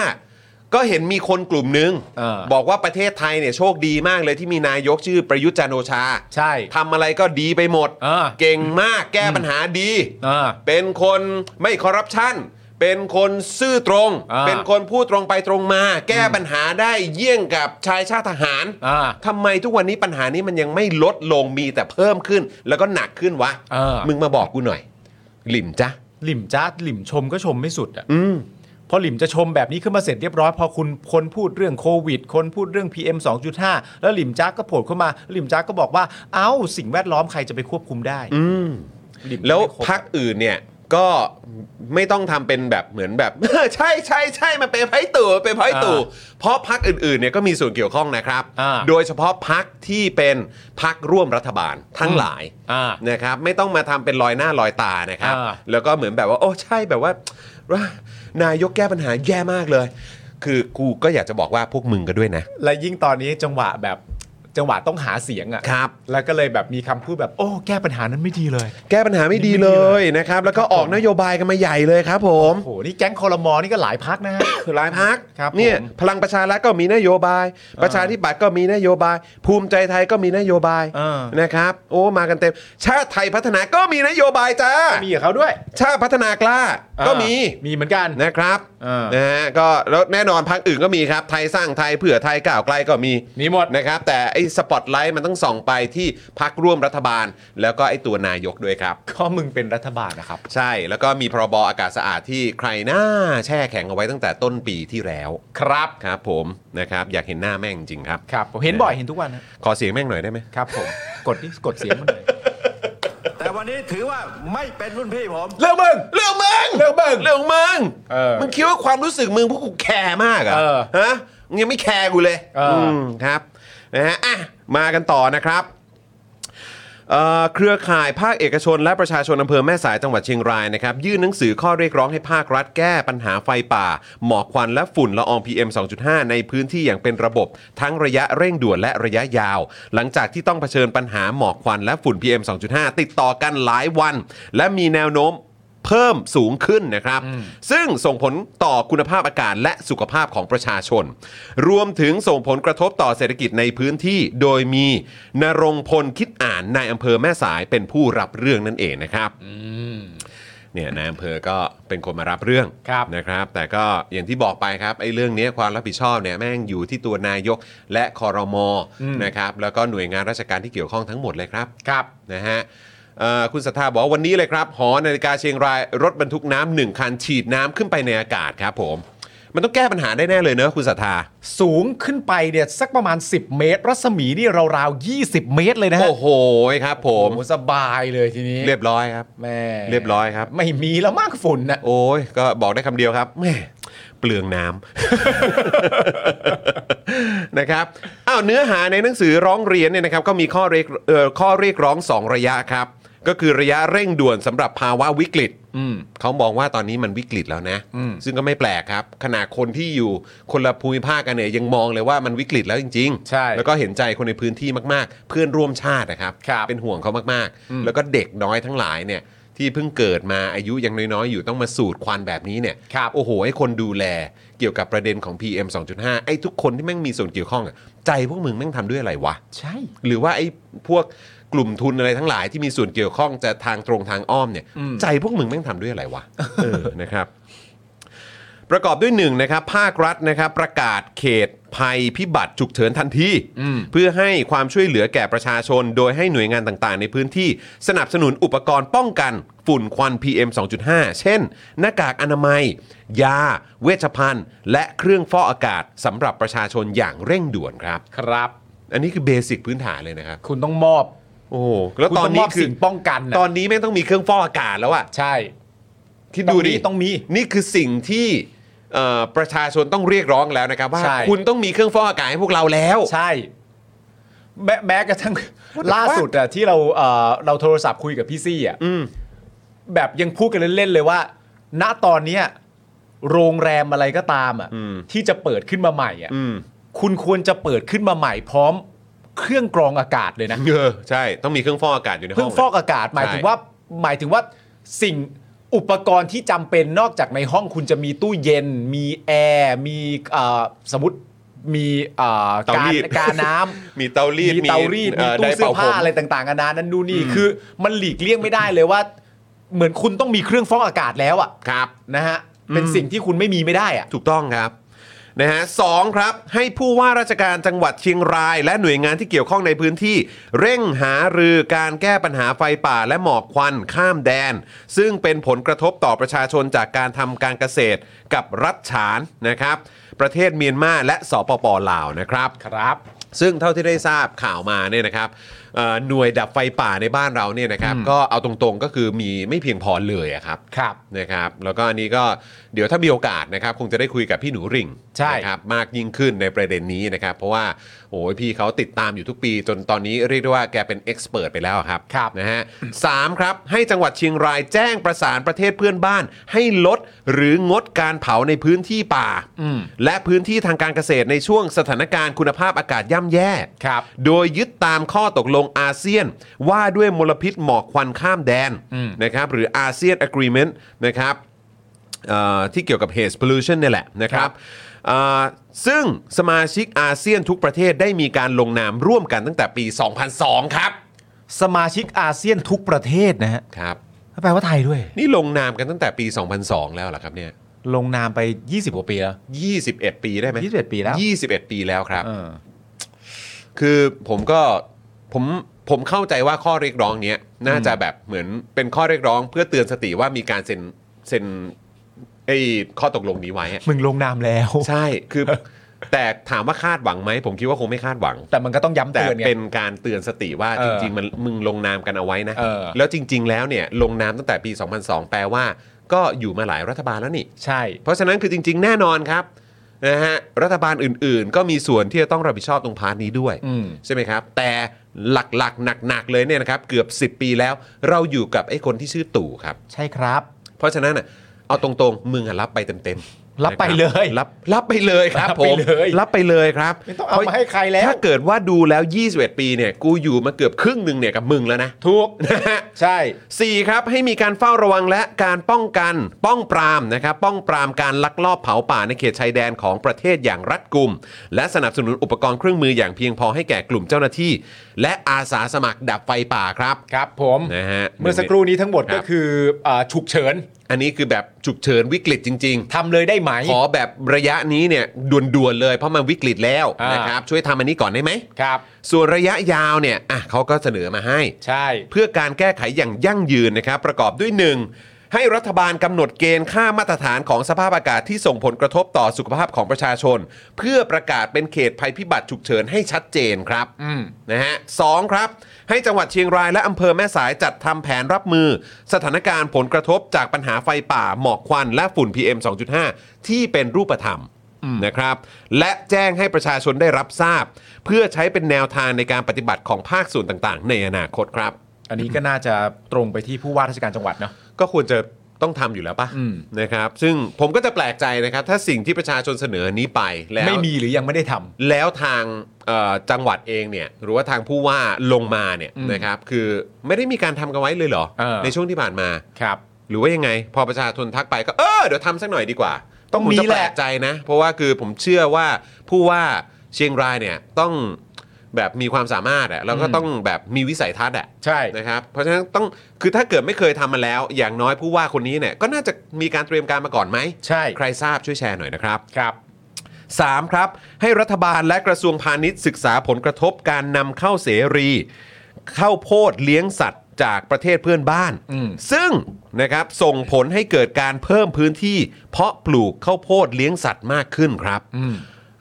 Speaker 1: ก็เห็นมีคนกลุ่มนึง
Speaker 2: เออ
Speaker 1: บอกว่าประเทศไทยเนี่ยโชคดีมากเลยที่มีนายกชื่อประยุทธ์จันทร์โอชา
Speaker 2: ใช่
Speaker 1: ทำอะไรก็ดีไปหมด
Speaker 2: อ่า
Speaker 1: เก่งมากแก้ปัญหาดี
Speaker 2: อ่า
Speaker 1: เป็นคนไม่คอร์รัปชัน เป็นคนซื่อตรง
Speaker 2: อ่า
Speaker 1: เป็นคนพูดตรงไปตรงมา แก้ปัญหาได้เยี่ยงกับชายชาติทหาร
Speaker 2: อ่า
Speaker 1: ทำไมทุกวันนี้ปัญหานี้มันยังไม่ลดลงมีแต่เพิ่มขึ้น แล้วก็หนักขึ้นวะ
Speaker 2: เออ
Speaker 1: มึงมาบอกกูหน่อย หลิมจ้ะ
Speaker 2: หลิมจ้าหลิมชมก็ชมไม่สุดอ่ะ
Speaker 1: อืม
Speaker 2: พอหลิมจะชมแบบนี้ขึ้นมาเสร็จเรียบร้อย พอคุณคนพูดเรื่องโควิด คนพูดเรื่อง PM 2.5 แล้วหลิมจ้าก็โผล่เข้ามาหลิมจ้าก็บอกว่า เอ้าสิ่งแวดล้อมใครจะไปควบคุมได้หม
Speaker 1: แล้ว
Speaker 2: ไม่ครบ
Speaker 1: พักอื่นเนี่ยก็ไม่ต้องทำเป็นแบบเหมือนแบบ ใช่ใช่ใช่มันเป็นไพ่ตู่เป็นไพ่ตู่เพราะพักอื่นๆเนี่ยก็มีส่วนเกี่ยวข้องนะครับ
Speaker 2: อ่า
Speaker 1: โดยเฉพาะพักที่เป็นพักร่วมรัฐบาลทั้งหลาย
Speaker 2: อ่า
Speaker 1: นะครับ ไม่ต้องมาทำเป็นลอยหน้าลอยตานะครับ
Speaker 2: อ่า
Speaker 1: แล้วก็เหมือนแบบว่า โอ้ใช่แบบว่า ว่านายกแก้ปัญหาแย่มากเลย คือกูก็อยากจะบอกว่าพวกมึงก็ด้วยนะ
Speaker 2: และยิ่งตอนนี้จังหวะแบบจังหวะต้องหาเสียงอะ
Speaker 1: ครับ
Speaker 2: แล้วก็เลยแบบมีคำพูดแบบโอ้แก้ปัญหานั้นไม่ดีเลย
Speaker 1: แก้ปัญหาไม่ดีเลยนะครับ แล้วก็ออกนโยบายกันมาใหญ่เลยครับผม
Speaker 2: โอ้โห นี่แก๊งคอรมอนี่ก็หลายพักนะฮะ
Speaker 1: คือหลายพัก
Speaker 2: ครับ
Speaker 1: เนี่ย
Speaker 2: ผม
Speaker 1: พลังประชารัฐก็มีนโยบาย ประชาธิปัตย์ก็มีนโยบาย ภูมิใจไทยก็มีนโยบาย
Speaker 2: อ่าน
Speaker 1: นะครับ โอ้มากันเต็ม ชาติไทยพัฒนาก็มีนโยบายจ้า
Speaker 2: มีกับเขาด้วย
Speaker 1: ชาติพัฒนากล้าก็มี
Speaker 2: อ่ามีเหมือนกัน
Speaker 1: นะครับ
Speaker 2: อ่าน
Speaker 1: นะฮะก็แล้วแน่นอนพักอื่นก็มีครับ ไทยสร้างไทยเผื่อไทยก้าวไกลก็มี
Speaker 2: มีหมด
Speaker 1: นะครับ แต่ไอ้สปอตไลท์มันต้องส่องไปที่พักร่วมรัฐบาล แล้วก็ไอ้ตัวนายกด้วยครับ
Speaker 2: ก็มึงเป็นรัฐบาลนะครับ
Speaker 1: ใช่แล้วก็มีพรบอากาศสะอาดที่ใครหน้าแช่แข็งเอาไว้ตั้งแต่ต้นปีที่แล้ว
Speaker 2: ครับ
Speaker 1: ครับผมนะครับอยากเห็นหน้าแม่งจริงๆครับ
Speaker 2: ครับผมเห็นบ่อยเห็นทุกวันนะ
Speaker 1: ขอเสียงแม่งหน่อยได้ไหม
Speaker 2: ครับ ผมกดดิกดเสียงมันเลย
Speaker 3: แต่วันนี้ถือว่าไม่เป็นรุ่นพี่ผม
Speaker 2: เร็วมึง
Speaker 1: เรื่องมึง
Speaker 2: เรื่องมึง
Speaker 1: เรื่องมึง
Speaker 2: เออ
Speaker 1: มึงคิดว่าความรู้สึกมึงพวกกูแคร์มากเหร
Speaker 2: เออ
Speaker 1: ฮะมึงยังไม่แคร์กูเลย
Speaker 2: เอออื
Speaker 1: มครับนะฮะอ่ะมากันต่อนะครับ เอ่อเครือข่ายภาคเอกชนและประชาชนอำเภอแม่สายจังหวัดเชียงรายนะครับยื่นหนังสือข้อเรียกร้องให้ภาครัฐแก้ปัญหาไฟป่า หมอกควันและฝุ่นละออง PM 2.5 ในพื้นที่อย่างเป็นระบบ ทั้งระยะเร่งด่วนและระยะยาว หลังจากที่ต้องเผชิญปัญหาหมอกควันและฝุ่น PM 2.5 ติดต่อกันหลายวัน และมีแนวโน้มเพิ่มสูงขึ้นนะครับ ซึ่งส่งผลต่อคุณภาพอากาศและสุขภาพของประชาชน รวมถึงส่งผลกระทบต่อเศรษฐกิจในพื้นที่โดยมีนรงพลคิดอ่านนายอำเภอแม่สายเป็นผู้รับเรื่องนั่นเองนะครับเนี่ยนายอำเภอก็เป็นคนมารับเรื่อง
Speaker 2: ครับ
Speaker 1: นะครับ แต่ก็อย่างที่บอกไปครับไอ้เรื่องเนี้ยความรับผิดชอบเนี่ยแม่งอยู่ที่ตัวนายกและคอรมอนะครับแล้วก็หน่วยงานราชการที่เกี่ยวข้องทั้งหมดเลยครับ
Speaker 2: ครับ
Speaker 1: นะฮะเอ่อคุณสัทธาบอกว่าวันนี้เลยครับ หอนาฬิกาเชียงรายรถบรรทุกน้ำหนึ่งคันฉีดน้ำขึ้นไปในอากาศครับผม มันต้องแก้ปัญหาได้แน่เลยเนอะคุณสัทธา
Speaker 2: สูงขึ้นไปเนี่ยสักประมาณ 10 เมตร รัศมีนี่ราวๆ20 เมตรเลยนะฮะ
Speaker 1: โอ้โหครับผ
Speaker 2: โอ้
Speaker 1: ม
Speaker 2: โหสบายเลยทีนี้
Speaker 1: เรียบร้อยครับ
Speaker 2: แม่
Speaker 1: เรียบร้อยครับ
Speaker 2: ไม่มีแล้วมากฝุ่นนะ
Speaker 1: โอ้ยก็บอกได้คำเดียวครับแหม่เปลืองน้ำ นะครับอ้าวเนื้อหาในหนังสือร้องเรียนเนี่ยนะครับก็มีข้อเรียกเอ่อข้อเรียกร้อง 2 ระยะครับ ก็คือระยะเร่งด่วนสำหรับภาวะวิกฤตเขามองว่าตอนนี้มันวิกฤตแล้วนะ ซึ่งก็ไม่แปลกครับ ขนาดคนที่อยู่คนละภูมิภาคกันเนี่ยยังมองเลยว่ามันวิกฤตแล้วจริงๆ
Speaker 2: ใช่
Speaker 1: แล้ว ก็เห็นใจคนในพื้นที่มาก ๆ เพื่อนร่วมชาตินะครับ
Speaker 2: ครับ
Speaker 1: เป็นห่วงเขามาก ๆ แล้วก็เด็กน้อยทั้งหลายเนี่ยที่เพิ่งเกิดมาอายุยังน้อย ๆ อยู่ต้องมาสูดควันแบบนี้เนี่ย
Speaker 2: ครับ
Speaker 1: โอ้โห ให้คนดูแลเกี่ยวกับประเด็นของ PM 2.5 ไอ้ทุกคนที่แม่งมีส่วนเกี่ยวข้องอะใจพวกมึงแม่งทำด้วยอะไรวะ
Speaker 2: ใช่
Speaker 1: หรือว่าไอ้พวกกลุ่มทุนอะไรทั้งหลายที่มีส่วนเกี่ยวข้องจะทางตรงทางอ้อมเนี่ย ใจพวกมึงแม่งทำด้วยอะไรวะ เออนะครับ ประกอบด้วยหนึ่งนะครับภาครัฐนะครับประกาศเขต ภัยพิบัติฉุกเฉินทันที เพื่อให้ความช่วยเหลือแก่ประชาชน โดยให้หน่วยงานต่างๆ ในพื้นที่สนับสนุนอุปกรณ์ป้องกัน ฝุ่นควัน PM 2.5 เช่น หน้ากากอนามัย ยา เวชภัณฑ์ และเครื่องฟอกอากาศสำหรับประชาชนอย่างเร่งด่วนครับ
Speaker 2: ครับ
Speaker 1: อันนี้คือเบสิกพื้นฐานเลยนะครับ
Speaker 2: คุณต้องมอบ
Speaker 1: โอ้โหแล้ว
Speaker 2: คุณ
Speaker 1: ตอ
Speaker 2: ต้
Speaker 1: น
Speaker 2: องม
Speaker 1: นี้
Speaker 2: อบ
Speaker 1: คือ
Speaker 2: สิ่งป้องกันน่ะ
Speaker 1: ตอนนี้แม่งต้องมีเครื่องฟอกอากาศแล้วอะ
Speaker 2: ใช่
Speaker 1: คิดดูดิ
Speaker 2: ต้องมีต้องมี
Speaker 1: นี่คือสิ่งที่เอ่อประชาชนต้องเรียกร้องแล้วนะครับว่า
Speaker 2: ใช่
Speaker 1: คุณต้องมีเครื่องฟอกอากาศให้พวกเราแล้ว
Speaker 2: ใช่ แม้แม้กระทั่งล่าสุดอะที่เราเอ่อเราโทรศัพท์คุยกับพี่ซี่อะแบบยังพูดกันเล่น ๆ เลยว่า ณตอนเนี้ยโรงแรมอะไรก็ตามอะ
Speaker 1: อืม
Speaker 2: ที่จะเปิดขึ้นมาใหม่อะ
Speaker 1: อืม
Speaker 2: คุณควรจะเปิดขึ้นมาใหม่พร้อม เครื่องกรองอากาศเลยนะ
Speaker 1: เออใช่ต้องมีเครื่องฟอกอากาศอยู่ในห้อง
Speaker 2: เพิ่งฟอกอากาศหมายถึงว่าหมายถึงว่าสิ่งอุปกรณ์ที่จำเป็นนอกจากในห้องคุณจะมีตู้เย็น มีแอร์มีเอ่อสมมติมีเอ่อ
Speaker 1: เตา
Speaker 2: การ
Speaker 1: รีด
Speaker 2: การน้ำ
Speaker 1: มีเตารีด
Speaker 2: มีเตารีด มี
Speaker 1: อ่อ
Speaker 2: ตู้
Speaker 1: ได
Speaker 2: เสื้อ
Speaker 1: ป่
Speaker 2: ผ้า
Speaker 1: ผม
Speaker 2: อะไรต่างๆนานานั่นนู่นนี่คือมันหลีกเลี่ยงไม่ได้เลยว่า เหมือนคุณต้องมีเครื่องฟอกอากาศแล้วอ่ะ
Speaker 1: ครับ
Speaker 2: นะฮะเป็นสิ่งที่คุณไม่มีไม่ได้อ่ะ
Speaker 1: ถูกต้องครับนะฮะสองครับ ให้ผู้ว่าราชการจังหวัดเชียงราย และหน่วยงานที่เกี่ยวข้องในพื้นที่ เร่งหารือการแก้ปัญหาไฟป่าและหมอกควันข้ามแดน ซึ่งเป็นผลกระทบต่อประชาชนจากการทำการเกษตรกับรัฐฉานนะครับ ประเทศเมียนมาและสปปลาวนะครับ
Speaker 2: ครับ
Speaker 1: ซึ่งเท่าที่ได้ทราบข่าวมาเนี่ยนะครับเอ่อหน่วยดับไฟป่าในบ้านเราเนี่ยนะครับ ก็เอาตรงๆก็คือมีไม่เพียงพอเลยอะครับ
Speaker 2: ครับ
Speaker 1: นะครับแล้วก็อันนี้ก็เดี๋ยวถ้ามีโอกาสนะครับคงจะได้คุยกับพี่หนูริ่ง
Speaker 2: ใช่
Speaker 1: นะครับมากยิ่งขึ้นในประเด็นนี้นะครับ เพราะว่าโอ้ยพี่เขาติดตามอยู่ทุกปี จนตอนนี้เรียกได้ว่าแกเป็นเอ็กซ์เพรสไปแล้วครับ
Speaker 2: ครับ
Speaker 1: นะฮะสามครับ ให้จังหวัดเชียงรายแจ้งประสานประเทศเพื่อนบ้าน ให้ลดหรืองดการเผาในพื้นที่ป่า และพื้นที่ทางการเกษตรในช่วงสถานการณ์คุณภาพอากาศย่ำแย่
Speaker 2: ครับ
Speaker 1: โดยยึดตามข้อตกลงอาเซียนว่าด้วยมลพิษหมอกควันข้ามแดนนะครับหรืออาเซียนอะ r e เมนต์นะครับเอ่อที่เกี่ยวกับ haze pollution เนี่ยแหละนะครั
Speaker 2: ครับ บ
Speaker 1: เอ่อซึ่งสมาชิกอาเซียนทุกประเทศได้มีการลงนามร่วมกันตั้งแต่ปี 2002 ครับ
Speaker 2: สมาชิกอาเซียนทุกประเทศนะฮะ
Speaker 1: ครับ
Speaker 2: แปลว่าไทยด้วย
Speaker 1: นี่ลงนามกันตั้งแต่ปี 2002 แล้วเหรอครับเนี่ย
Speaker 2: ลงนามไป 20 กว่าปีแล้ว
Speaker 1: 21 ปีได้ไหม
Speaker 2: 21ปีแล้ว
Speaker 1: 21 ปีแล้วครับ
Speaker 2: เออ
Speaker 1: คือผมก็ผมผมเข้าใจว่าข้อเรียกร้องเนี้ยน่าจะแบบเหมือนเป็นข้อเรียกร้องเพื่อเตือนสติว่ามีการเซ็นเซ็นไอ้ข้อตกลงนี้ไว้อะ
Speaker 2: มึงลงนามแล้ว
Speaker 1: ใช่คือ แต่ถามว่าคาดหวังไหม ผมคิดว่าคงไม่คาดหวัง
Speaker 2: แต่มันก็ต้องย้ำ
Speaker 1: แต่
Speaker 2: เตือนไง
Speaker 1: เป็นการเตือนสติว่า
Speaker 2: เอ
Speaker 1: จ
Speaker 2: อ
Speaker 1: ริง ๆ มันมึงลงนามกันเอาไว้นะ
Speaker 2: เออ
Speaker 1: แล้วจริง ๆ แล้วเนี่ยลงนามตั้งแต่ปี 2002 แปลว่า ก็อยู่มาหลายรัฐบาลแล้วนี่
Speaker 2: ใช่
Speaker 1: เพราะฉะนั้นคือจริง ๆ แน่นอนครับนะฮะรัฐบาลอื่น ๆ ก็มีส่วนที่จะต้องรับผิดชอบตรงพาร์ทนี้ด้วย
Speaker 2: อืม
Speaker 1: ใช่ไหมครับ แต่หลักๆ หนัก ๆ เลยเนี่ยนะครับ เกือบ 10 ปีแล้ว เราอยู่กับไอ้คนที่ชื่อตู่ครับ
Speaker 2: ใช่ครับ
Speaker 1: เพราะฉะนั้นอ่ะเอาตรงๆ มึงอ่ะรับไปเต็มๆ
Speaker 2: รับไป
Speaker 1: นะค
Speaker 2: เลย
Speaker 1: รับรับไปเลยครับ
Speaker 2: รับ
Speaker 1: ผ
Speaker 2: ไป
Speaker 1: ม
Speaker 2: เลย
Speaker 1: รับไปเลยครับ
Speaker 2: ไม่ต้องเอามาให้ใครแล้ว
Speaker 1: ถ้าเกิดว่าดูแล้ว 21 ปีเนี่ยกูอยู่มาเกือบครึ่งหนึ่งเนี่ยกับมึงแล้วนะ
Speaker 2: ถูก
Speaker 1: นะฮะ
Speaker 2: ใช่
Speaker 1: สี่ครับให้มีการเฝ้าระวังและการป้องกันป้องปรามนะครับป้องปรามการลักลอบเผาป่าในเขตชายแดนของประเทศอย่างรัดกุม และสนับสนุนอุปกรณ์เครื่องมืออย่างเพียงพอให้แก่กลุ่มเจ้าหน้าที่ และอาสาสมัครดับไฟป่าครับ
Speaker 2: ครับผม
Speaker 1: นะฮะ
Speaker 2: เมื่อสักครู่นี้ทั้งหมด
Speaker 1: ครั
Speaker 2: ก็
Speaker 1: บ
Speaker 2: คืออ่าฉุกเฉิน
Speaker 1: อันนี้คือแบบฉุกเฉินวิกฤตจริง ๆ
Speaker 2: ทำเลยได้ไหม
Speaker 1: ขอแบบระยะนี้เนี่ยด่วนๆเลยเพราะมันวิกฤตแล้ว
Speaker 2: อ่าน
Speaker 1: นะครับช่วยทำอันนี้ก่อนได้ไหม
Speaker 2: ครับ
Speaker 1: ส่วนระยะยาวเนี่ยอ่ะเขาก็เสนอมาให้
Speaker 2: ใช่
Speaker 1: เพื่อการแก้ไขอย่างยั่งยืนนะครับประกอบด้วย 1. ให้รัฐบาลกำหนดเกณฑ์ค่ามาตรฐานของสภาพอากาศที่ส่งผลกระทบต่อสุขภาพของประชาชน เพื่อประกาศเป็นเขตภัยพิบัติฉุกเฉินให้ชัดเจนครับนะฮะสองครับ ให้จังหวัดเชียงรายและอำเภอแม่สายจัดทำแผนรับมือ สถานการณ์ผลกระทบจากปัญหาไฟป่า หมอกควัน และฝุ่น PM 2.5 ที่เป็นรูปธรรม นะครับและแจ้งให้ประชาชนได้รับทราบ เพื่อใช้เป็นแนวทางในการปฏิบัติของภาคส่วนต่างๆ ในอนาคตครับ
Speaker 2: อันนี้ก็น่าจะตรงไปที่ผู้ว่าราชการจังหวัดเนาะ
Speaker 1: ก็ควรจะต้องทำอยู่แล้วปะ
Speaker 2: อืม
Speaker 1: นะครับซึ่งผมก็จะแปลกใจนะครับ ถ้าสิ่งที่ประชาชนเสนอนี้ไปแล้ว
Speaker 2: ไม่มีหรือยังไม่ได้ทำ
Speaker 1: แล้วทางเอ่อจังหวัดเองเนี่ยหรือว่าทางผู้ว่าลงมาเนี่ย
Speaker 2: อืม
Speaker 1: นะครับคือไม่ได้มีการทำกันไว้เลยเหรอ
Speaker 2: เออ
Speaker 1: ในช่วงที่ผ่านมา
Speaker 2: ครับ
Speaker 1: หรือว่ายังไง พอประชาชนทักไปก็เออเดี๋ยวทำสักหน่อยดีกว่า
Speaker 2: ต้อง
Speaker 1: ผ
Speaker 2: มี
Speaker 1: จะ
Speaker 2: แห
Speaker 1: แปล
Speaker 2: ละ
Speaker 1: กใจนะ เพราะว่าคือผมเชื่อว่าผู้ว่าเชียงรายเนี่ยต้องแบบมีความสามารถอะแล้วก็ต้องแบบมีวิสัยทัศน์อะ
Speaker 2: ใช่
Speaker 1: นะครับเพราะฉะนั้นต้องคือถ้าเกิดไม่เคยทำมาแล้ว อย่างน้อยผู้ว่าคนนี้เนี่ยก็น่าจะมีการเตรียมการมาก่อนไหม
Speaker 2: ใช่
Speaker 1: ใครทราบช่วยแชร์หน่อยนะครับ
Speaker 2: ครับ
Speaker 1: 3. ครับ ให้รัฐบาลและกระทรวงพาณิชย์ศึกษาผลกระทบการนำเข้าเสรี ข้าวโพดเลี้ยงสัตว์จากประเทศเพื่อนบ้าน ซึ่งนะครับส่งผลให้เกิดการเพิ่มพื้นที่ เพาะปลูกข้าวโพดเลี้ยงสัตว์มากขึ้นครับ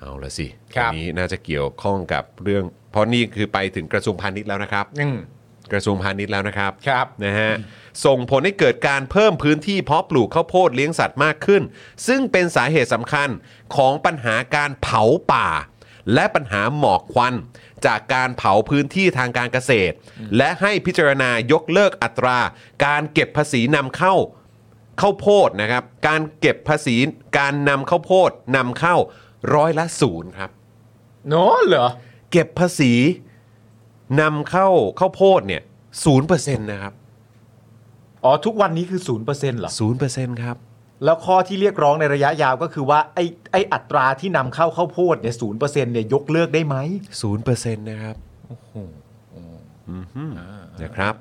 Speaker 1: เอาละสิ
Speaker 2: ครับ
Speaker 1: อันนี้น่าจะเกี่ยวข้องกับเรื่อง เพราะนี่คือไปถึงกระทรวงพาณิชย์แล้วนะครับ
Speaker 2: อืม
Speaker 1: กระทรวงพาณิชย์แล้วนะครับ
Speaker 2: ครับ
Speaker 1: นะฮะส่งผลให้เกิดการเพิ่มพื้นที่เพาะปลูกข้าวโพดเลี้ยงสัตว์มากขึ้น ซึ่งเป็นสาเหตุสำคัญของปัญหาการเผาป่า และปัญหาหมอกควัน จากการเผาพื้นที่ทางการเกษตร และให้พิจารณายกเลิกอัตรา การเก็บภาษีนำเข้า ข้าวโพดนะครับ การเก็บภาษีการนำข้าวโพดนำเข้าร้อยละศูนย์ครับ
Speaker 2: โน้เหรอ
Speaker 1: เก็บภาษีนำเข้าข้าวโพดเนี่ยศูนย์เปอร์เซ็นต์นะครับ
Speaker 2: อ๋อ ทุกวันนี้คือ 0%เหรอ
Speaker 1: ศูนย์เปอร์เซ็นต์ครับ
Speaker 2: แล้วข้อที่เรียกร้องในระยะยาวก็คือว่า ไอ้ไอ้อัตราที่นำเข้าข้าวโพดเนี่ยศูนย์เปอร์เซ็นต์เนี่ยยกเลิกได้ไหม
Speaker 1: ศูนย์เปอร์เซ็นต์นะครับอือฮึนะครับ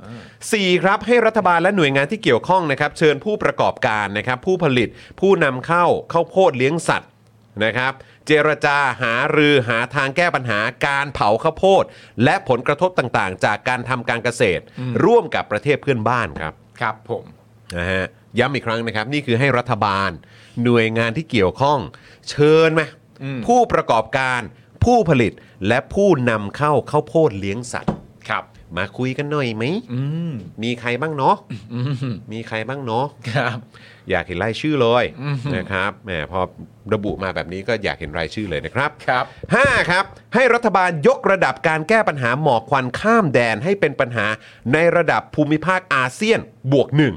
Speaker 1: สี่ครับให้รัฐบาลและหน่วยงานที่เกี่ยวข้องนะครับ เชิญผู้ประกอบการนะครับ ผู้ผลิตผู้นำเข้าข้าวโพดเลี้ยงสัตว์นะครับ เจรจาหารือหาทางแก้ปัญหาการเผาข้าวโพด และผลกระทบต่างๆ จากการทำการเกษตร ร่วมกับประเทศเพื่อนบ้านครับ
Speaker 2: ครับผม
Speaker 1: นะฮะย้ำอีกครั้งนะครับ นี่คือให้รัฐบาล หน่วยงานที่เกี่ยวข้อง เชิญมาผู้ประกอบการผู้ผลิตและผู้นำเข้าข้าวโพดเลี้ยงสัตว์
Speaker 2: ครับ
Speaker 1: มาคุยกันหน่อยไหม
Speaker 2: อืม
Speaker 1: มีใครบ้างเนาะมีใครบ้างเนาะ
Speaker 2: ครับ
Speaker 1: อยากเห็นรายชื่อเลยนะครับแหมพอระบุมาแบบนี้ก็อยากเห็นรายชื่อเลยนะครับ
Speaker 2: ครับ
Speaker 1: 5ครับ ให้รัฐบาลยกระดับการแก้ปัญหาหมอกควันข้ามแดนให้เป็นปัญหาในระดับภูมิภาคอาเซียนบวกหนึ่ง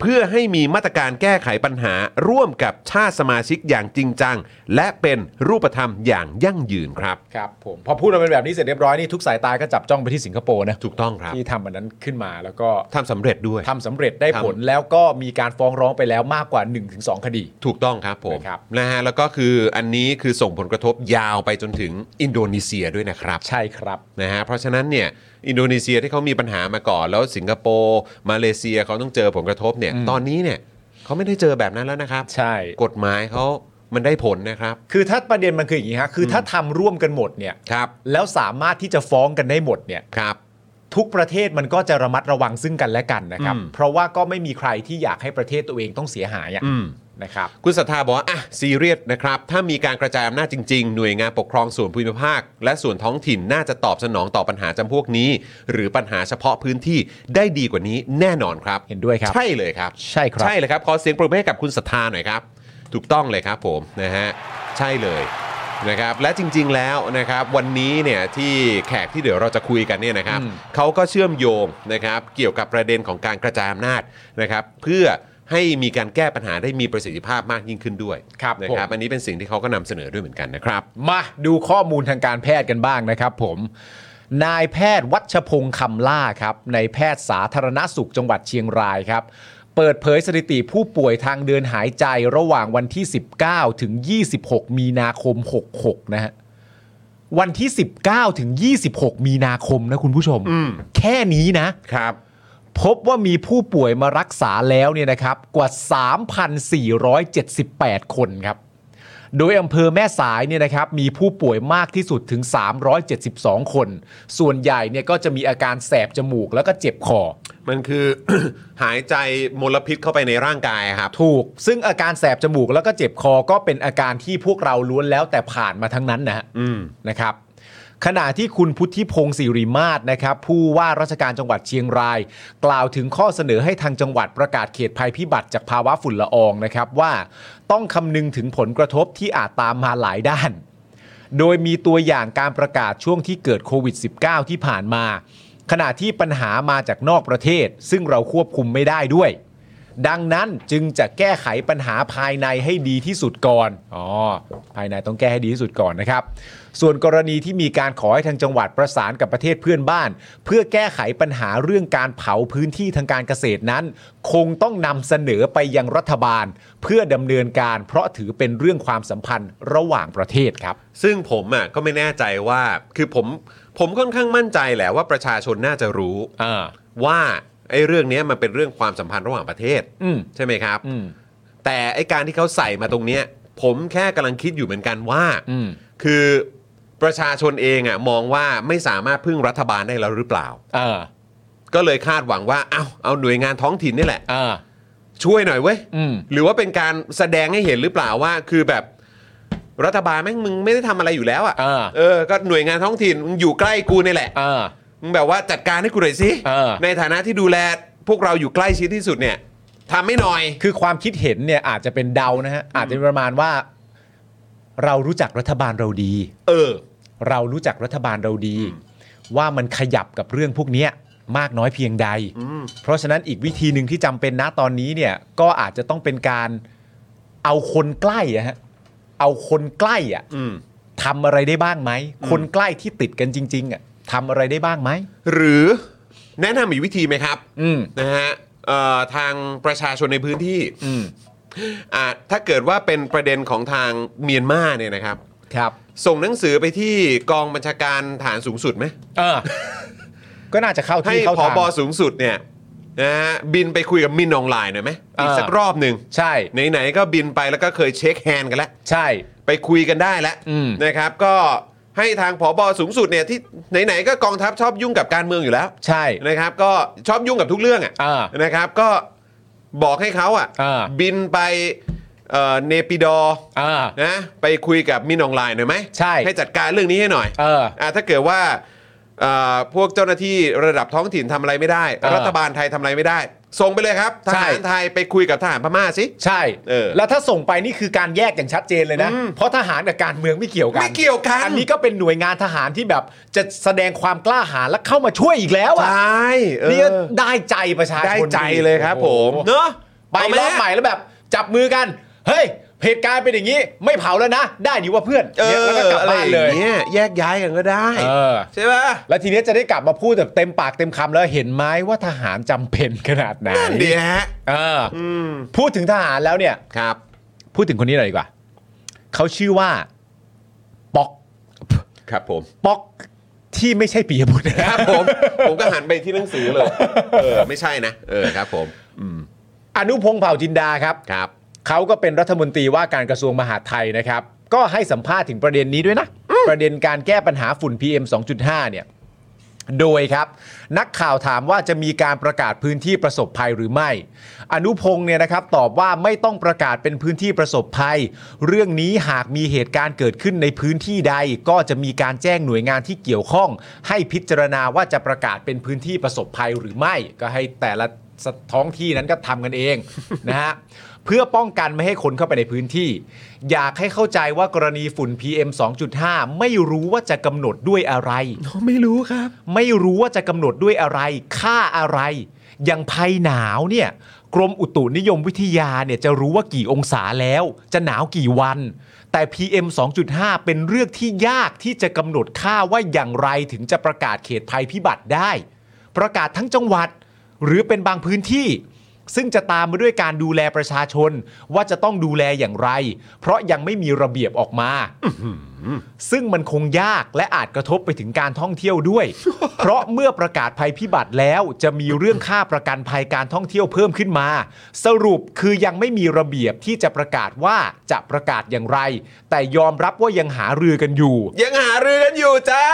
Speaker 1: เพื่อให้มีมาตรการแก้ไขปัญหาร่วมกับชาติสมาชิกอย่างจริงจัง และเป็นรูปธรรมอย่างยั่งยืนครับ
Speaker 2: ครับผม พอพูดมาเป็นแบบนี้เสร็จเรียบร้อยนี่ทุกสายตาก็จับจ้องไปที่สิงคโปร์นะ
Speaker 1: ถูกต้องครับ
Speaker 2: ที่ทำอันนั้นขึ้นมาแล้วก็
Speaker 1: ทำสำเร็จด้วย
Speaker 2: ทำสำเร็จได้
Speaker 1: ครับ
Speaker 2: ผลแล้วก็มีการฟ้องร้องไปแล้วมากกว่า 1-2 คดี
Speaker 1: ถูกต้องครับผม
Speaker 2: นะครับ
Speaker 1: นะฮะแล้วก็คืออันนี้คือส่งผลกระทบยาวไปจนถึงอินโดนีเซียด้วยนะครับ
Speaker 2: ใช่ครับ
Speaker 1: นะฮะเพราะฉะนั้นเนี่ยอินโดนีเซียที่เขามีปัญหามาก่อน แล้วสิงคโปร์มาเลเซียเขาต้องเจอผลกระทบเนี่ยตอนนี้เนี่ยเขาไม่ได้เจอแบบนั้นแล้วนะครับ
Speaker 2: ใช่
Speaker 1: กฎหมายเขามันได้ผลนะครับ
Speaker 2: คือถ้าประเด็นมันคืออย่างนี้ฮะ คือถ้าทำร่วมกันหมดเนี่ย
Speaker 1: ครับ
Speaker 2: แล้วสามารถที่จะฟ้องกันได้หมดเนี่ย
Speaker 1: ครับ
Speaker 2: ทุกประเทศมันก็จะระมัดระวังซึ่งกันและกันนะครับ
Speaker 1: อืม
Speaker 2: เพราะว่าก็ไม่มีใครที่อยากให้ประเทศตัวเองต้องเสียหายอะ
Speaker 1: อืม
Speaker 2: นะครับ
Speaker 1: คุณศรัทธาบอกว่า อ่ะ ซีเรียสนะครับ ถ้ามีการกระจายอำนาจจริง ๆ หน่วยงานปกครองส่วนภูมิภาค และส่วนท้องถิ่นน่าจะตอบสนองต่อปัญหาจำพวกนี้ หรือปัญหาเฉพาะพื้นที่ได้ดีกว่านี้แน่นอนครับ
Speaker 2: เห็นด้วยครับ
Speaker 1: ใช่เลยครับ
Speaker 2: ใช่ครับ
Speaker 1: ใช่เลยครับ ขอเสียงปรบมือให้กับคุณศรัทธาหน่อยครับ ถูกต้องเลยครับผมนะฮะใช่เลยนะครับและจริง ๆแล้วนะครับวันนี้เนี่ยที่แขกที่เดี๋ยวเราจะคุยกันเนี่ยนะครับเขาก็เชื่อมโยงนะครับเกี่ยวกับประเด็นของการกระจายอำนาจนะครับเพื่อให้มีการแก้ปัญหาได้มีประสิทธิภาพมากยิ่งขึ้นด้วย
Speaker 2: ครับ
Speaker 1: นะ
Speaker 2: ผม
Speaker 1: ครับอันนี้เป็นสิ่งที่เขาก็นำเสนอด้วยเหมือนกันนะครับ
Speaker 2: มาดูข้อมูลทางการแพทย์กันบ้างนะครับผม นายแพทย์วัชพงศ์คำล่าครับในายแพทย์สาธารณสุขจังหวัดเชียงรายครับ เปิดเผยสถิติผู้ป่วยทางเดินหายใจระหว่างวันที่ 19 ถึง 26 มีนาคม 66 นะฮะ วันที่ 19 ถึง 26 มีนาคมนะคุณผู้ชม
Speaker 1: อืม
Speaker 2: แค่นี้นะ
Speaker 1: ครับ
Speaker 2: พบว่ามีผู้ป่วยมารักษาแล้วเนี่ยนะครับกว่า 3,478 คนครับ โดยอำเภอแม่สายเนี่ยนะครับมีผู้ป่วยมากที่สุดถึง 372 คน ส่วนใหญ่เนี่ยก็จะมีอาการแสบจมูกแล้วก็เจ็บคอ
Speaker 1: มันคือ หายใจมลพิษเข้าไปในร่างกายครับ
Speaker 2: ถูก ซึ่งอาการแสบจมูกแล้วก็เจ็บคอก็เป็นอาการที่พวกเราล้วนแล้วแต่ผ่านมาทั้งนั้นนะฮะ
Speaker 1: อืม
Speaker 2: นะครับขณะที่คุณพุทธิพงศ์สิริมาศนะครับ ผู้ว่าราชการจังหวัดเชียงราย กล่าวถึงข้อเสนอให้ทางจังหวัดประกาศเขตภัยพิบัติจากภาวะฝุ่นละอองนะครับว่าต้องคำนึงถึงผลกระทบที่อาจตามมาหลายด้าน โดยมีตัวอย่างการประกาศช่วงที่เกิดโควิด -19 ที่ผ่านมา ขณะที่ปัญหามาจากนอกประเทศ ซึ่งเราควบคุมไม่ได้ด้วย ดังนั้นจึงจะแก้ไขปัญหาภายในให้ดีที่สุดก่อน อ๋อ ภายในต้องแก้ให้ดีที่สุดก่อนนะครับ ส่วนกรณีที่มีการขอให้ทางจังหวัดประสานกับประเทศเพื่อนบ้าน เพื่อแก้ไขปัญหาเรื่องการเผาพื้นที่ทางการเกษตรนั้น คงต้องนำเสนอไปยังรัฐบาล เพื่อดำเนินการ เพราะถือเป็นเรื่องความสัมพันธ์ระหว่างประเทศครับ
Speaker 1: ซึ่งผมอ่ะก็ไม่แน่ใจว่าคือผมผมค่อนข้างมั่นใจแหละว่าประชาชนน่าจะรู้
Speaker 2: อ่า
Speaker 1: ว่าไอ้เรื่องเนี้ยมันเป็นเรื่องความสัมพันธ์ระหว่างประเทศ
Speaker 2: อืม
Speaker 1: ใช่ไหมครับ
Speaker 2: อืม
Speaker 1: แต่ไอ้การที่เขาใส่มาตรงเนี้ย ผมแค่กำลังคิดอยู่เหมือนกันว่า
Speaker 2: อืม
Speaker 1: คือประชาชนเองอ่ะมองว่าไม่สามารถพึ่งรัฐบาลได้แล้วหรือเปล่า
Speaker 2: เออ
Speaker 1: ก็เลยคาดหวังว่า เอาเอาหน่วยงานท้องถิ่นนี่แหละ
Speaker 2: เออ
Speaker 1: ช่วยหน่อยเว้ย
Speaker 2: อืม
Speaker 1: หรือว่าเป็นการแสดงให้เห็นหรือเปล่าว่า คือแบบรัฐบาลแม่งมึงไม่ได้ทำอะไรอยู่แล้วอ่ะ
Speaker 2: เออ
Speaker 1: เออ ก็หน่วยงานท้องถิ่นมึงอยู่ใกล้กูนี่แหละ
Speaker 2: เออ
Speaker 1: มึงแบบว่าจัดการให้กูหน่อยสิ
Speaker 2: เออ
Speaker 1: ในฐานะที่ดูแลพวกเราอยู่ใกล้ชิดที่สุดเนี่ยทำไม่หน่อย
Speaker 2: คือความคิดเห็นเนี่ยอาจจะเป็นเดานะฮะอาจจะเป็นประมาณว่า เรารู้จักรัฐบาลเราดี
Speaker 1: เออ
Speaker 2: เรารู้จักรัฐบาลเราดี ว่ามันขยับกับเรื่องพวกเนี้ยมากน้อยเพียงใด เพราะฉะนั้นอีกวิธีหนึ่งที่จำเป็นนะตอนนี้เนี่ยก็อาจจะต้องเป็นการเอาคนใกล้อะฮะเอาคนใกล้อะ
Speaker 1: อืม
Speaker 2: ทำอะไรได้บ้างไหมคนใกล้ที่ติดกันจริง ๆอะทำอะไรได้บ้างไหม
Speaker 1: หรือแนะนำอีกวิธีไหมครับ
Speaker 2: อืม
Speaker 1: นะฮะเอ่อทางประชาชนในพื้นที่
Speaker 2: อืม
Speaker 1: อ่าถ้าเกิดว่าเป็นประเด็นของทางเมียนมาเนี่ยนะครับ
Speaker 2: ครับ
Speaker 1: ส่งหนังสือไปที่กองบัญชาการฐานสูงสุดไหม
Speaker 2: เออ ก็น่าจะเข้า
Speaker 1: ให้
Speaker 2: ที่เข้า
Speaker 1: ผอ
Speaker 2: ทาง
Speaker 1: บสูงสุดเนี่ยนะฮะบินไปคุยกับมินออนไลน์หน่อยไหมอีก
Speaker 2: อ่า
Speaker 1: สักรอบหนึ่ง
Speaker 2: ใช่
Speaker 1: ไหนๆก็บินไปแล้วก็เคยเช็คแฮนด์กันแล้ว
Speaker 2: ใช่
Speaker 1: ไปคุยกันได้แล้ว
Speaker 2: อืม
Speaker 1: นะครับ ก็ให้ทางผอบสูงสุดเนี่ยที่ไหนๆก็กองทัพชอบยุ่งกับการเมืองอยู่แล้ว
Speaker 2: ใช่
Speaker 1: นะครับก็ชอบยุ่งกับทุกเรื่อง
Speaker 2: อ่า
Speaker 1: อะ่ะนะครับก็บอกให้เขา
Speaker 2: อ่า
Speaker 1: อะ่ะบินไปเอ่อเนปิดอร์
Speaker 2: อ่า
Speaker 1: นะไปคุยกับมินออนไลน์หน่อยไหม
Speaker 2: ใช่
Speaker 1: ให้จัดการเรื่องนี้ให้หน่อย
Speaker 2: เออ
Speaker 1: อ่ะถ้าเกิดว่าเอ่อพวกเจ้าหน้าที่ระดับท้องถิ่นทำอะไรไม่ได้
Speaker 2: อ่ารั
Speaker 1: รัฐบาลไทยทำอะไรไม่ได้ ส่งไปเลยครับท
Speaker 2: ใช่
Speaker 1: หารไทยไปคุยกับทหารพม่าสิ
Speaker 2: ใช่
Speaker 1: เออ
Speaker 2: แล้วถ้าส่งไปนี่คือการแยกอย่างชัดเจนเลยนะ
Speaker 1: อืม
Speaker 2: เพราะทหารกับการเมืองไม่เกี่ยวกัน
Speaker 1: ไม่เกี่ยวกัน
Speaker 2: อันนี้ก็เป็นหน่วยงานทหารที่แบบจะแสดงความกล้าหาญและเข้ามาช่วยอีกแล้ว
Speaker 1: ใช
Speaker 2: อ่ะ
Speaker 1: ่เอ
Speaker 2: นี่ก็
Speaker 1: อ
Speaker 2: ได้ใจประชาชน
Speaker 1: ได้ใจเลยครับผม
Speaker 2: โอ้โห
Speaker 1: เนาะ
Speaker 2: ไป
Speaker 1: เอาไหม
Speaker 2: รอบใหม่แล้วแบบ จับมือกันเฮ้ยเหตุการณ์เป็นอย่างนี้ ไม่เผาแล้วนะ ได้ดีว่าเพื่อน
Speaker 1: เอ
Speaker 2: เนี่ย
Speaker 1: อ
Speaker 2: แล้วก็กลับ
Speaker 1: อะไร
Speaker 2: บ้าน
Speaker 1: อ
Speaker 2: เลย
Speaker 1: ย่างเงี้ยแยกย้ายกันก็ได้
Speaker 2: เออ
Speaker 1: ใช่ปะ
Speaker 2: แล้วทีเนี้ยจะได้กลับมาพูดแบบเต็มปากเต็มคำแล้วเห็นไหมว่าทหารจำเป็นขนาดไหน
Speaker 1: นั่นดีฮะ
Speaker 2: เอออ
Speaker 1: อืม
Speaker 2: พูดถึงทหารแล้วเนี่ย
Speaker 1: ครับ
Speaker 2: พูดถึงคนนี้หน่อยดีกว่า เขาชื่อว่า ป๊อก
Speaker 1: ครับผม
Speaker 2: ป๊อกที่ไม่ใช่ปียบุตรนะ
Speaker 1: ค
Speaker 2: ค
Speaker 1: รั
Speaker 2: รั
Speaker 1: บบ ผม ผมก็หันไปที่หนังสือเลย เออ ไม่ใช่นะ เออครับผม
Speaker 2: อนุพงษ์เผ่าจินดาครับ
Speaker 1: ครับ
Speaker 2: เขาก็เป็นรัฐมนตรีว่าการกระทรวงมหาดไทยนะครับ ก็ให้สัมภาษณ์ถึงประเด็นนี้ด้วยนะ ประเด็นการแก้ปัญหาฝุ่น PM 2.5 เนี่ย โดยครับ นักข่าวถามว่าจะมีการประกาศพื้นที่ประสบภัยหรือไม่ อนุพงศ์เนี่ยนะครับตอบว่าไม่ต้องประกาศเป็นพื้นที่ประสบภัย เรื่องนี้หากมีเหตุการณ์เกิดขึ้นในพื้นที่ใด ก็จะมีการแจ้งหน่วยงานที่เกี่ยวข้อง ให้พิจารณาว่าจะประกาศเป็นพื้นที่ประสบภัยหรือไม่ ก็ให้แต่ละท้องที่นั้นก็ทำกันเอง นะฮะ เพื่อป้องกันไม่ให้คนเข้าไปในพื้นที่ อยากให้เข้าใจว่ากรณีฝุ่น PM 2.5 ไม่รู้ว่าจะกำหนดด้วยอะไร
Speaker 1: ไม่รู้ครับ
Speaker 2: ไม่รู้ว่าจะกำหนดด้วยอะไร ค่าอะไร อย่างภัยหนาวเนี่ย กรมอุตุนิยมวิทยาเนี่ยจะรู้ว่ากี่องศาแล้ว จะหนาวกี่วัน แต่ PM 2.5 เป็นเรื่องที่ยากที่จะกำหนดค่าว่าอย่างไรถึงจะประกาศเขตภัยพิบัติได้ ประกาศทั้งจังหวัด หรือเป็นบางพื้นที่ ซึ่งจะตามมาด้วยการดูแลประชาชน ว่าจะต้องดูแลอย่างไร เพราะยังไม่มีระเบียบออกมา ซึ่งมันคงยากและอาจกระทบไปถึงการท่องเที่ยวด้วย เพราะเมื่อประกาศภัยพิบัติแล้วจะมีเรื่องค่าประกันภัยการท่องเที่ยวเพิ่มขึ้นมา สรุปคือยังไม่มีระเบียบที่จะประกาศว่าจะประกาศอย่างไร แต่ยอมรับว่ายังหารือกันอยู่
Speaker 1: ยังหารือกันอยู่จ้า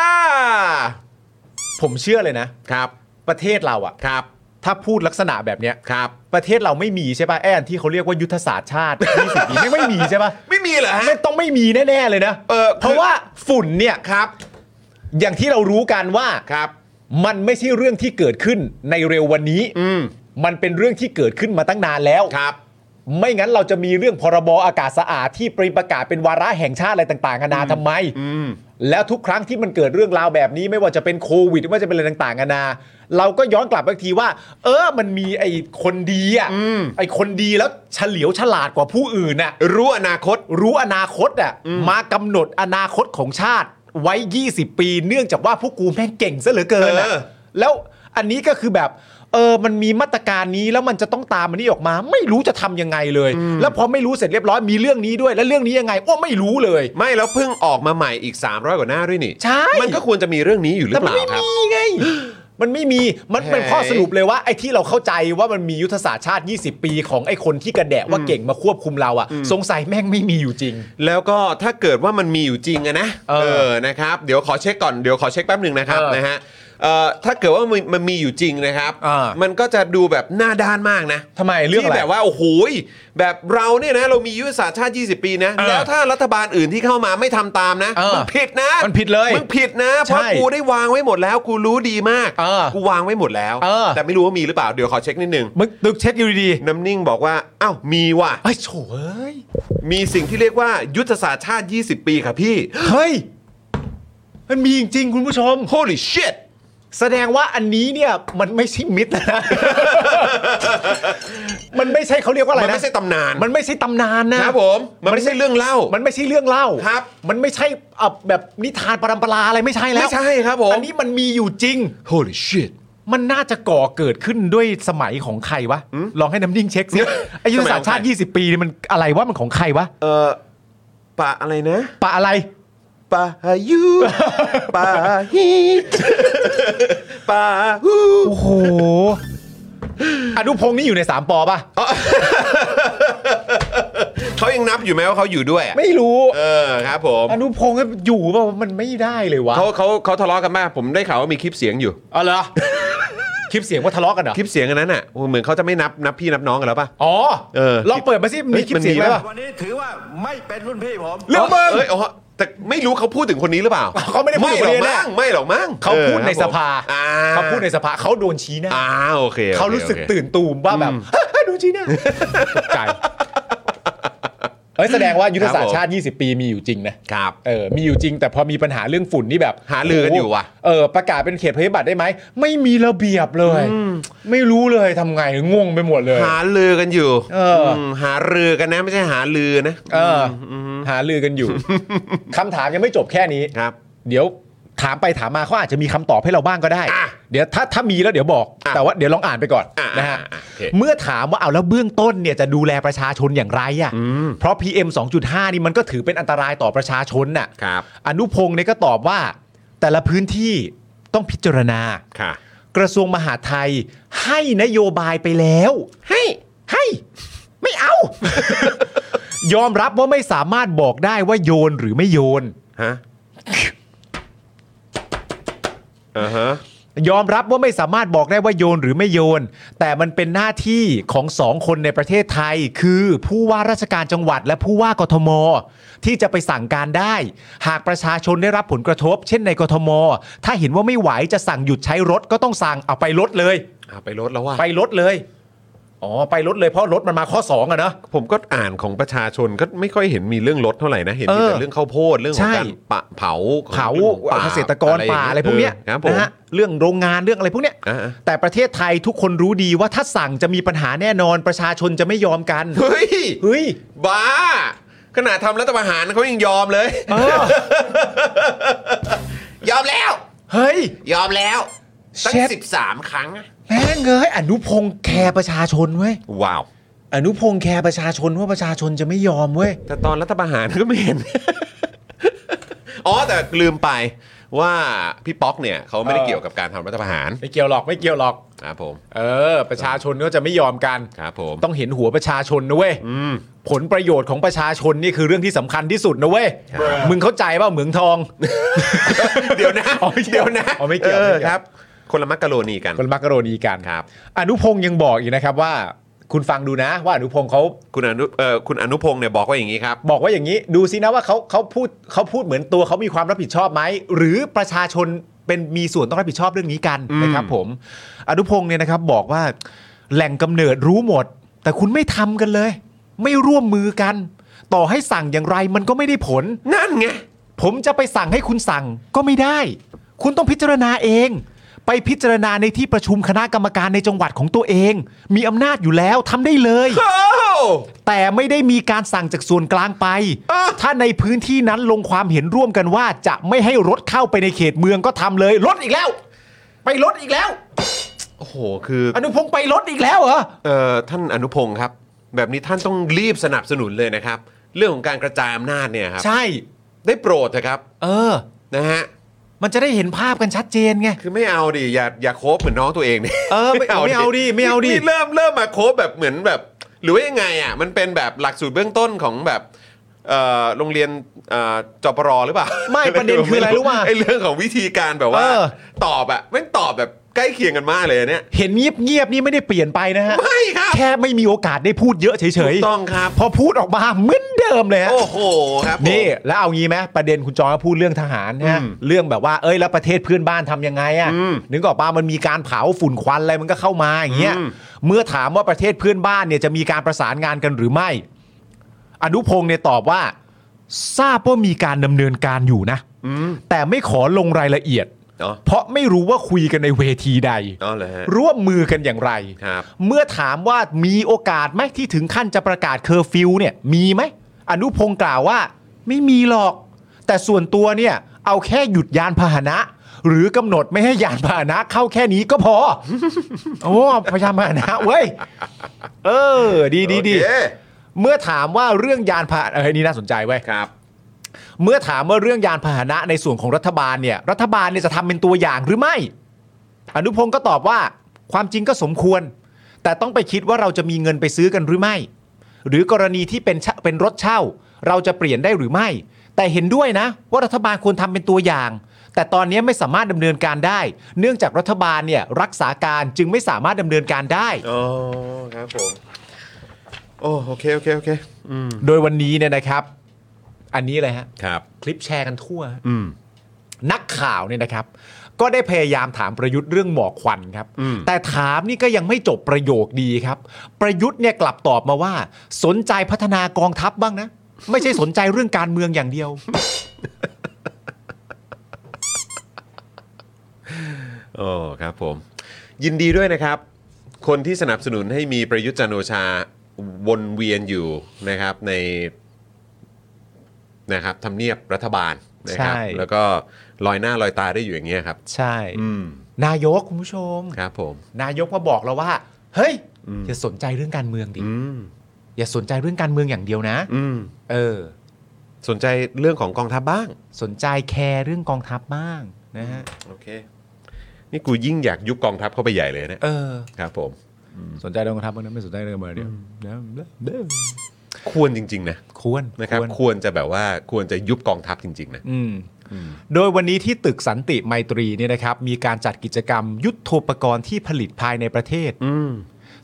Speaker 2: ผมเชื่อเลยนะ
Speaker 1: ครับ
Speaker 2: ประเทศเราอะ
Speaker 1: ครับ
Speaker 2: ถ้าพูดลักษณะแบบเนี้ย
Speaker 1: ครับ
Speaker 2: ประเทศเราไม่มีใช่ป่ะแอนที่เขาเรียกว่ายุทธศาสตร์ชาติ 20ปีไม่ไม่มีใช่ป่ะ
Speaker 1: ไม่มีเหรอฮะ
Speaker 2: ไม่ต้องไม่มีแน่ๆเลยนะ
Speaker 1: เออคือ
Speaker 2: เพราะว่าฝุ่นเนี่ย
Speaker 1: ครับ
Speaker 2: อย่างที่เรารู้กันว่า
Speaker 1: ครับ
Speaker 2: มันไม่ใช่เรื่องที่เกิดขึ้นในเร็ววันนี้
Speaker 1: อืม
Speaker 2: มันเป็นเรื่องที่เกิดขึ้นมาตั้งนานแล้ว
Speaker 1: ครับ
Speaker 2: ไม่งั้นเราจะมีเรื่องพรบอากาศสะอาดที่ปริประกาศเป็นวาระแห่งชาติอะไรต่างๆนานาทำไม
Speaker 1: อืม
Speaker 2: แล้วทุกครั้งที่มันเกิดเรื่องราวแบบนี้ ไม่ว่าจะเป็นโควิดไม่ว่าจะเป็นอะไรต่างๆนานา เราก็ย้อนกลับไปอีกทีว่า เออ มันมีไอ้คนดีอ่ะ
Speaker 1: อืม
Speaker 2: ไอ้คนดีแล้วเฉลียวฉลาดกว่าผู้อื่นอ่ะ
Speaker 1: รู้อนาคต
Speaker 2: รู้อนาคตอ่ะมากำหนดอนาคตของชาติไว้ 20 ปีเนื่องจากว่าพวกกูแม่งเก่งซะเหลือเกินอะ
Speaker 1: เออ
Speaker 2: แล้วอันนี้ก็คือแบบ เออมันมีมาตรการนี้แล้วมันจะต้องตามมันนี่ออกมา ไม่รู้จะทำยังไงเลย แล้วพอไม่รู้เสร็จเรียบร้อยมีเรื่องนี้ด้วย แล้วเรื่องนี้ยังไงโอ้ไม่รู้เลย
Speaker 1: ไม่แล้วเพิ่งออกมาใหม่อีก 300 กว่าหน้าด้วยนี่
Speaker 2: ใช่
Speaker 1: มันก็ควรจะมีเรื่องนี้อยู่หรือ
Speaker 2: แต่
Speaker 1: เป
Speaker 2: มัน
Speaker 1: ล่า
Speaker 2: ไม่
Speaker 1: ครับ
Speaker 2: มีไง มันไม่มีมันเป็น
Speaker 1: แหม
Speaker 2: ข้อสรุปเลยว่าไอ้ที่เราเข้าใจว่ามันมียุทธศาสตร์ชาติ 20 ปีของไอ้คนที่กระแดะว่าเก่งมาควบคุมเราอะสงสัยแม่งไม่มีอยู่จริง
Speaker 1: แล้วก็ถ้าเกิดว่ามันมีอยู่จริงอะนะ
Speaker 2: เออ
Speaker 1: นะครับ เดี๋ยวขอเช็คก่อนเดี๋ยวขอเช็คแป๊บหนึ่งนะครับ
Speaker 2: เออ
Speaker 1: นะฮะเอ่อถ้าเกิดว่ามันมันมีอยู่จริงนะครับ
Speaker 2: อ่า
Speaker 1: มันก็จะดูแบบหน้าด้านมากนะ
Speaker 2: ทำไมเรื่องอะไร
Speaker 1: ที่แบบว่าโอ้โหยแบบเราเนี่ยนะเรามียุทธศาสตร์ชาติ 20 ปีนะ
Speaker 2: เออ
Speaker 1: แล้วถ้ารัฐบาลอื่นที่เข้ามาไม่ทำตามนะ
Speaker 2: เออ
Speaker 1: มัผิดนะ
Speaker 2: มันผิดเลย
Speaker 1: มึงผิดนะเพราะ
Speaker 2: ใช่
Speaker 1: กูได้วางไว้หมดแล้วกูรู้ดีมาก
Speaker 2: เออ
Speaker 1: กูวางไว้หมดแล้ว
Speaker 2: เออ
Speaker 1: แต่ไม่รู้ว่ามีหรือเปล่าเดี๋ยวขอเช็คนิดนึง
Speaker 2: มึงตึกเช็คอยู่ดี
Speaker 1: น้ำนิ่งบอกว่าอ้าวมีว่ะ
Speaker 2: ๆไอ้ยโฉเอ้ย
Speaker 1: มีสิ่งที่เรียกว่ายุทธศาสตร์ชาติ 20 ปีครับพี่
Speaker 2: เฮ้ยมันมีจริงๆคุณผู้ชม
Speaker 1: Holy shit
Speaker 2: แสดงว่าอันนี้เนี่ยมันไม่ใช่มิตรนะ มันไม่ใช่เขาเรียกว่าอะไร
Speaker 1: มัน
Speaker 2: นะ
Speaker 1: ไม่ใช่ตำนาน
Speaker 2: มันไม่ใช่ตำนานนะครับ
Speaker 1: ผม มันไม่ใช่เรื่องเล่า
Speaker 2: มันไม่ใช่เรื่องเล่า
Speaker 1: ครับ
Speaker 2: มันไม่ใช่เอ่อแบบนิทานปรำปราอะไรไม่ใช่แล้ว
Speaker 1: ไม่ใช่ครับผม
Speaker 2: อันนี้มันมีอยู่จริง
Speaker 1: Holy shit
Speaker 2: มันน่าจะก่อเกิดขึ้นด้วยสมัยของใครวะ ลองให้น้ำนิ่งเช็คสิ อายุทธศาสตร์ชาติ 20 ปีนี่มันอะไรวะมันของใครวะ
Speaker 1: เอ่อปะอะไรนะ
Speaker 2: ปะอะไร
Speaker 1: ปะ ยูปะฮีปะฮู
Speaker 2: โอ้โห อนุพงษ์นี่อยู่ใน 3ปอป่ะ
Speaker 1: เขายังนับอยู่ไหมว่าเขาอยู่ด้วยอะ
Speaker 2: ไม่รู้
Speaker 1: เออครับผม
Speaker 2: อนุพงษ์อยู่ป่ะมันไม่ได้เลยวะ
Speaker 1: เขาเขาเขาทะเลาะกันมาก ผมได้ข่าวว่ามีคลิปเสียงอยู่
Speaker 2: อ๋อเหรอ คลิปเสียงว่าทะเลาะกันเหรอ
Speaker 1: คลิปเสียงอันนั้นอ่ะเหมือนเขาจะไม่นับนับพี่นับน้องกันแล้วป่ะ
Speaker 2: อ๋อ
Speaker 1: เออ
Speaker 2: ลองเปิดมาสิ
Speaker 1: เฮ้
Speaker 2: มี
Speaker 1: ย
Speaker 2: คลิปเสี
Speaker 1: มั
Speaker 2: ยง
Speaker 1: นมี
Speaker 2: ไหมป่ะ
Speaker 3: วันนี้ถือว่าไม่เป็นรุ่นพี่ผม
Speaker 2: เรื่องมึง
Speaker 1: เอ้ยอ๋อแต่ไม่รู้เขาพูดถึงคนนี้หรือเปล่า
Speaker 2: เขาไม่ได้พูด
Speaker 1: ห
Speaker 2: ถึง
Speaker 1: ร
Speaker 2: คน
Speaker 1: อ
Speaker 2: นี้
Speaker 1: ก
Speaker 2: แน่
Speaker 1: มั้งไม่หรอกมั้ง
Speaker 2: เขาพูดในสภา
Speaker 1: อ่า
Speaker 2: เขาพูดในสภาเขาโดนชี้หน้า
Speaker 1: อ่าโอเคโอค
Speaker 2: เขารู้สึก
Speaker 1: โอค
Speaker 2: ตื่นตูมว่าแบบ โดนชี้หน้าตกใจเอ้ยแสดงว่ายุทธศาสต
Speaker 1: ครับผม
Speaker 2: ร์ชาติ 20 ปีมีอยู่จริงนะครับ เออมีอยู่จริง แต่พอมีปัญหาเรื่องฝุ่นนี่แบบ
Speaker 1: หาลือกันอยู่ว่ะ
Speaker 2: เออประกาศเป็นเขตภัยพิบัติได้ไหมไม่มีระเบียบเลย ไม่รู้เลยทำไงงงไปหมดเลย
Speaker 1: หาลือกันอยู่
Speaker 2: เอออื
Speaker 1: มหาลือกันนะ ไม่ใช่หาลือนะ
Speaker 2: เอออหาลือกันอยู่ คำถามยังไม่จบแค่นี้
Speaker 1: ครับ
Speaker 2: เดี๋ยวถามไปถามมาเขาอาจจะมีคำตอบให้เราบ้างก็ได้
Speaker 1: อ่ะ
Speaker 2: เดี๋ยวถ้าถ้ามีแล้วเดี๋ยวบอก
Speaker 1: อ่ะ
Speaker 2: แต่ว่าเดี๋ยวลองอ่านไปก่อน
Speaker 1: อ่ะ
Speaker 2: นะฮะ
Speaker 1: อ่ะอ่ะโอเค
Speaker 2: เมื่อถามว่าเอาแล้วเบื้องต้นเนี่ยจะดูแลประชาชนอย่างไรอ่ะเพราะ PM 2.5 นี่มันก็ถือเป็นอันตรายต่อประชาชนน่ะ
Speaker 1: ครับ
Speaker 2: อนุพงศ์เนี่ยก็ตอบว่า แต่ละพื้นที่ต้องพิจารณา
Speaker 1: ค่ะ
Speaker 2: กระทรวงมหาดไทยให้นโยบายไปแล้ว ให้ ให้ ไม่ เอา ยอมรับว่าไม่สามารถบอกได้ว่าโยนหรือไม่โยน
Speaker 1: ฮะอ่าฮะ
Speaker 2: ยอมรับว่าไม่สามารถบอกได้ว่าโยนหรือไม่โยน แต่มันเป็นหน้าที่ของสองคนในประเทศไทย คือผู้ว่าราชการจังหวัดและผู้ว่ากทม ที่จะไปสั่งการได้ หากประชาชนได้รับผลกระทบ เช่นในกทม ถ้าเห็นว่าไม่ไหวจะสั่งหยุดใช้รถก็ต้องสั่งเอาไปรถเลย
Speaker 1: อ่าไปลดแล้วว่ะ
Speaker 2: ไปรถเลย อ๋อ ไปรถเลยเพราะรถมันมาข้อ 2อะเนอะ
Speaker 1: ผมก็อ่านของประชาชนก็ไม่ค่อยเห็นมีเรื่องลดเท่าไหร่นะ เห็นมี
Speaker 2: เออ
Speaker 1: แต่เรื่องข้าวโพดเรื่องขอ
Speaker 2: ใช่
Speaker 1: งการปะเผา
Speaker 2: เผา
Speaker 1: รื่องของป่
Speaker 2: เกษตรกรป่าอะไรพวกเนี้ย
Speaker 1: ครับผม
Speaker 2: นะฮะเรื่องโรงงานเรื่องอะไรพวกเนี้ย
Speaker 1: อ่า
Speaker 2: แต่ประเทศไทยทุกคนรู้ดีว่าถ้าสั่งจะมีปัญหาแน่นอนประชาชนจะไม่ยอมกัน
Speaker 1: เฮ้ย
Speaker 2: เฮ้ย
Speaker 1: บ้า ขนาดทำรัฐประหารเขายังยอมเลย ยอมแล้ว
Speaker 2: เฮ้ย
Speaker 1: ยอมแล้วตั้ง
Speaker 2: เช็ด
Speaker 1: สิบสามครั้งอะ
Speaker 2: แม่งเอ้ยอนุพงษ์แคร์ประชาชนเว้ย
Speaker 1: ว้าว
Speaker 2: อนุพงษ์แคร์ประชาชนว่าประชาชนจะไม่ยอมเว้ย
Speaker 1: แต่ตอนรัฐประหารก็ไม่เห็น อ๋อแต่ลืมไปว่าพี่ป๊อกเนี่ยเขาไม่ได้
Speaker 2: เออ
Speaker 1: เกี่ยวกับการทำรัฐประหาร
Speaker 2: ไม่เกี่ยวหรอกไม่เกี่ยวหรอก
Speaker 1: ครับผม
Speaker 2: เออ ประชาชนก็จะไม่ยอมกัน
Speaker 1: ครับผม
Speaker 2: ต้องเห็นหัวประชาชนนะเว้ยผลประโยชน์ของประชาชนนี่คือเรื่องที่สำคัญที่สุดนะเว้ย มึงเข้าใจเปล่าเหมืองทอง
Speaker 1: เดี๋ยวนะ
Speaker 2: อ๋อไม่เกี่ยว
Speaker 1: เดี๋ยวนะ
Speaker 2: อ๋อไม่เกี่ยว
Speaker 1: ออ
Speaker 2: ไม่เกี่ยว
Speaker 1: ครับ คนละมักกะโรนีกัน
Speaker 2: คนมักกะโรนีกัน
Speaker 1: ครับ
Speaker 2: อนุพงษ์ยังบอกอีกนะครับว่า คุณฟังดูนะ ว่าอนุพงษ์เขา
Speaker 1: คุณอนุเอ่อคุณอนุพงศ์เนี่ยบอกว่าอย่างนี้ครับ
Speaker 2: บอกว่าอย่างนี้ ดูซินะว่าเขาเขาพูดเขาพูดเหมือนตัวเขามีความรับผิดชอบไหมหรือประชาชนเป็นมีส่วนต้องรับผิดชอบเรื่องนี้กันนะครับผม อนุพงษ์เนี่ยนะครับบอกว่าแหล่งกำเนิดรู้หมด แต่คุณไม่ทำกันเลย ไม่ร่วมมือกัน ต่อให้สั่งอย่างไรมันก็ไม่ได้ผล
Speaker 1: นั่นไง
Speaker 2: ผมจะไปสั่งให้คุณสั่งก็ไม่ได้ คุณต้องพิจารณาเอง ไปพิจารณาในที่ประชุมคณะกรรมการในจังหวัดของตัวเอง มีอำนาจอยู่แล้วทำได้เลย
Speaker 1: โอ้
Speaker 2: แต่ไม่ได้มีการสั่งจากส่วนกลางไป
Speaker 1: อ่ะ
Speaker 2: ถ้าในพื้นที่นั้นลงความเห็นร่วมกันว่า จะไม่ให้รถเข้าไปในเขตเมืองก็ทำเลยรถอีกแล้ว ไปรถอีกแล้ว
Speaker 1: โอ้โห คือ
Speaker 2: อนุพงศ์ไปรถอีกแล้วเหรอ
Speaker 1: เอ่อท่านอนุพงศ์ครับ แบบนี้ท่านต้องรีบสนับสนุนเลยนะครับ เรื่องของการกระจายอำนาจเนี่ยครับ
Speaker 2: ใช่
Speaker 1: ได้โปรดเถอะครับ
Speaker 2: เออ
Speaker 1: นะฮะ
Speaker 2: มันจะได้เห็นภาพกันชัดเจนไง
Speaker 1: คือไม่เอาดิอย่าอย่าโคบเหมือนน้องตัวเองดิ
Speaker 2: เออไม่ไม่เอาดิไม่เอาดิ
Speaker 1: นี่เริ่มเริ่มมาโคบแบบเหมือนแบบ หรือว่ายังไงอ่ะมันเป็นแบบหลักสูตรเบื้องต้นของแบบเอ่อโรงเรียนเอ่อจปรหรือเปล่า
Speaker 2: ไม่ประเด็นคืออะไรรู้ป่ะ
Speaker 1: ไอ้เรื่องของวิธีการแบบว่า
Speaker 2: เออ
Speaker 1: ตอบอ่ะแม่งตอบแบบใกล้เคียงกันมากเลยอันเนี่ย
Speaker 2: เห็นเงียบๆนี่ไม่ได้เปลี่ยนไปนะ ฮะ
Speaker 1: ไม่ครับ
Speaker 2: แค่ไม่มีโอกาสได้พูดเยอะเฉ
Speaker 1: ถู
Speaker 2: ย
Speaker 1: กต้องครับ
Speaker 2: ๆ พอพูดออกมาเหมือนเดิมเลยฮะ
Speaker 1: โอ้โหครับผม
Speaker 2: นี่แล้วเอางี้ไหมประเด็นคุณจอนก็พูดเรื่องทหารนะฮะ
Speaker 1: อืม
Speaker 2: เรื่องแบบว่าเอ้ยแล้วประเทศเพื่อนบ้านทำยังไงอะ่ะ
Speaker 1: อืม
Speaker 2: นึกออกปะมันมีการเผาฝุ่นควันอะไรมันก็เข้ามาอย่างเงี้ย
Speaker 1: อืม
Speaker 2: เมื่อถามว่าประเทศเพื่อนบ้านเนี่ยจะมีการประสานงานกันหรือไม่ อนุพงศ์เนี่ยตอบว่า ทราบว่ามีการดำเนินการอยู่นะ
Speaker 1: อืม
Speaker 2: แต่ไม่ขอลงรายละเอียด
Speaker 1: เนาะ
Speaker 2: เพราะไม่รู้ว่าคุยกันในเวทีใด
Speaker 1: เนาะเลยฮะ
Speaker 2: ร่วมมือกันอย่างไร
Speaker 1: ครับ
Speaker 2: เมื่อถามว่ามีโอกาสไหมที่ถึงขั้นจะประกาศเคอร์ฟิวเนี่ยมีไหมอนุพงศ์กล่าวว่า ไม่มีหรอก แต่ส่วนตัวเนี่ย เอาแค่หยุดยานพาหนะ หรือกำหนดไม่ให้ยานพาหนะเข้าแค่นี้ก็พ อ โอ้พยานพาหนะเว้ย เออ ดีดีดี
Speaker 1: โอเค
Speaker 2: เมื่อถามว่าเรื่องยานพาหนะเอ้ยนี่น่าสนใจเว้ย
Speaker 1: ครับ
Speaker 2: เมื่อถามว่าเรื่องยานพาหนะในส่วนของรัฐบาลเนี่ย รัฐบาลเนี่ยจะทำเป็นตัวอย่างหรือไม่ อนุพงศ์ก็ตอบว่า ความจริงก็สมควร แต่ต้องไปคิดว่าเราจะมีเงินไปซื้อกันหรือไม่ หรือกรณีที่เป็นเช่าเป็นรถเช่า เราจะเปลี่ยนได้หรือไม่ แต่เห็นด้วยนะ ว่ารัฐบาลควรทำเป็นตัวอย่าง แต่ตอนนี้ไม่สามารถดำเนินการได้ เนื่องจากรัฐบาลเนี่ยรักษาการจึงไม่สามารถดำเนินการได้
Speaker 1: อ๋อครับผม โอโอเค โอเค โอเค
Speaker 2: โดยวันนี้เนี่ยนะครับ อันนี้เลยฮะ
Speaker 1: ครับ
Speaker 2: คลิปแชร์กันทั่ว
Speaker 1: อืม
Speaker 2: นักข่าวเนี่ยนะครับ ก็ได้พยายามถามประยุทธ์เรื่องหมอกควันครับ
Speaker 1: อืม
Speaker 2: แต่ถามนี่ก็ยังไม่จบประโยคดีครับ ประยุทธ์เนี่ยกลับตอบมาว่า สนใจพัฒนากองทัพบ้างนะ ไม่ใช่สนใจเรื่องการเมืองอย่างเดียว
Speaker 1: โอ้ครับผม ยินดีด้วยนะครับ คนที่สนับสนุนให้มีประยุทธ์จันทร์โอชาวนเวียนอยู่นะครับในนะครับทำเนียบรัฐบาลนะครับ
Speaker 2: ใช่
Speaker 1: แล้วก็ลอยหน้าลอยตาได้อยู่อย่างเงี้ยครับ
Speaker 2: ใช่
Speaker 1: อืม
Speaker 2: นายกคุณผู้ชม
Speaker 1: ครับผม
Speaker 2: นายกมาบอกเราว่า เฮ้ยอย่าสนใจเรื่องการเมืองดิ
Speaker 1: อืม
Speaker 2: อย่าสนใจเรื่องการเมืองอย่างเดียวนะ
Speaker 1: อืม
Speaker 2: เออ
Speaker 1: สนใจเรื่องของกองทัพบ้าง
Speaker 2: สนใจแคร์เรื่องกองทัพบ้างนะฮะ
Speaker 1: โอเค นี่กูยิ่งอยากยุบกองทัพเข้าไปใหญ่เลยเนะ
Speaker 2: เออ
Speaker 1: ครับผม
Speaker 2: สนใจเรื่องกองทัพบ้างนะไม่สนใจเรื่องการเมืองอย่างเดียวนะ
Speaker 1: ควรจริง ๆ นะ
Speaker 2: ควร
Speaker 1: นะครับควรจะแบบว่าควรจะยุบกองทัพจริง ๆ นะ
Speaker 2: อืมโดยวันนี้ที่ตึกสันติไมตรีเนี่ยนะครับ มีการจัดกิจกรรมยุทโธปกรณ์ที่ผลิตภายในประเทศ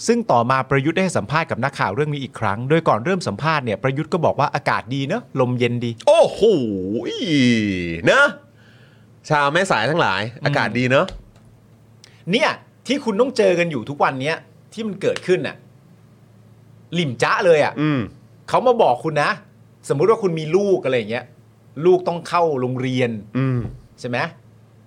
Speaker 2: ซึ่งต่อมาประยุทธ์ได้ให้สัมภาษณ์กับนักข่าวเรื่องนี้อีกครั้ง โดยก่อนเริ่มสัมภาษณ์เนี่ยประยุทธ์ก็บอกว่าอากาศดีเนอะลมเย็นดี
Speaker 1: โอ้โหนะชาวแม่สายทั้งหลาย อากาศดีเนอะ
Speaker 2: เนี่ยที่คุณต้องเจอกันอยู่ทุกวันเนี้ยที่มันเกิดขึ้นน่ะหลิมจ้าเลยอ่ะ
Speaker 1: อืม
Speaker 2: เขามาบอกคุณนะ สมมุติว่าคุณมีลูกอะไรอย่างเงี้ยลูกต้องเข้าโรงเรียน
Speaker 1: อืม
Speaker 2: ใช่ไหม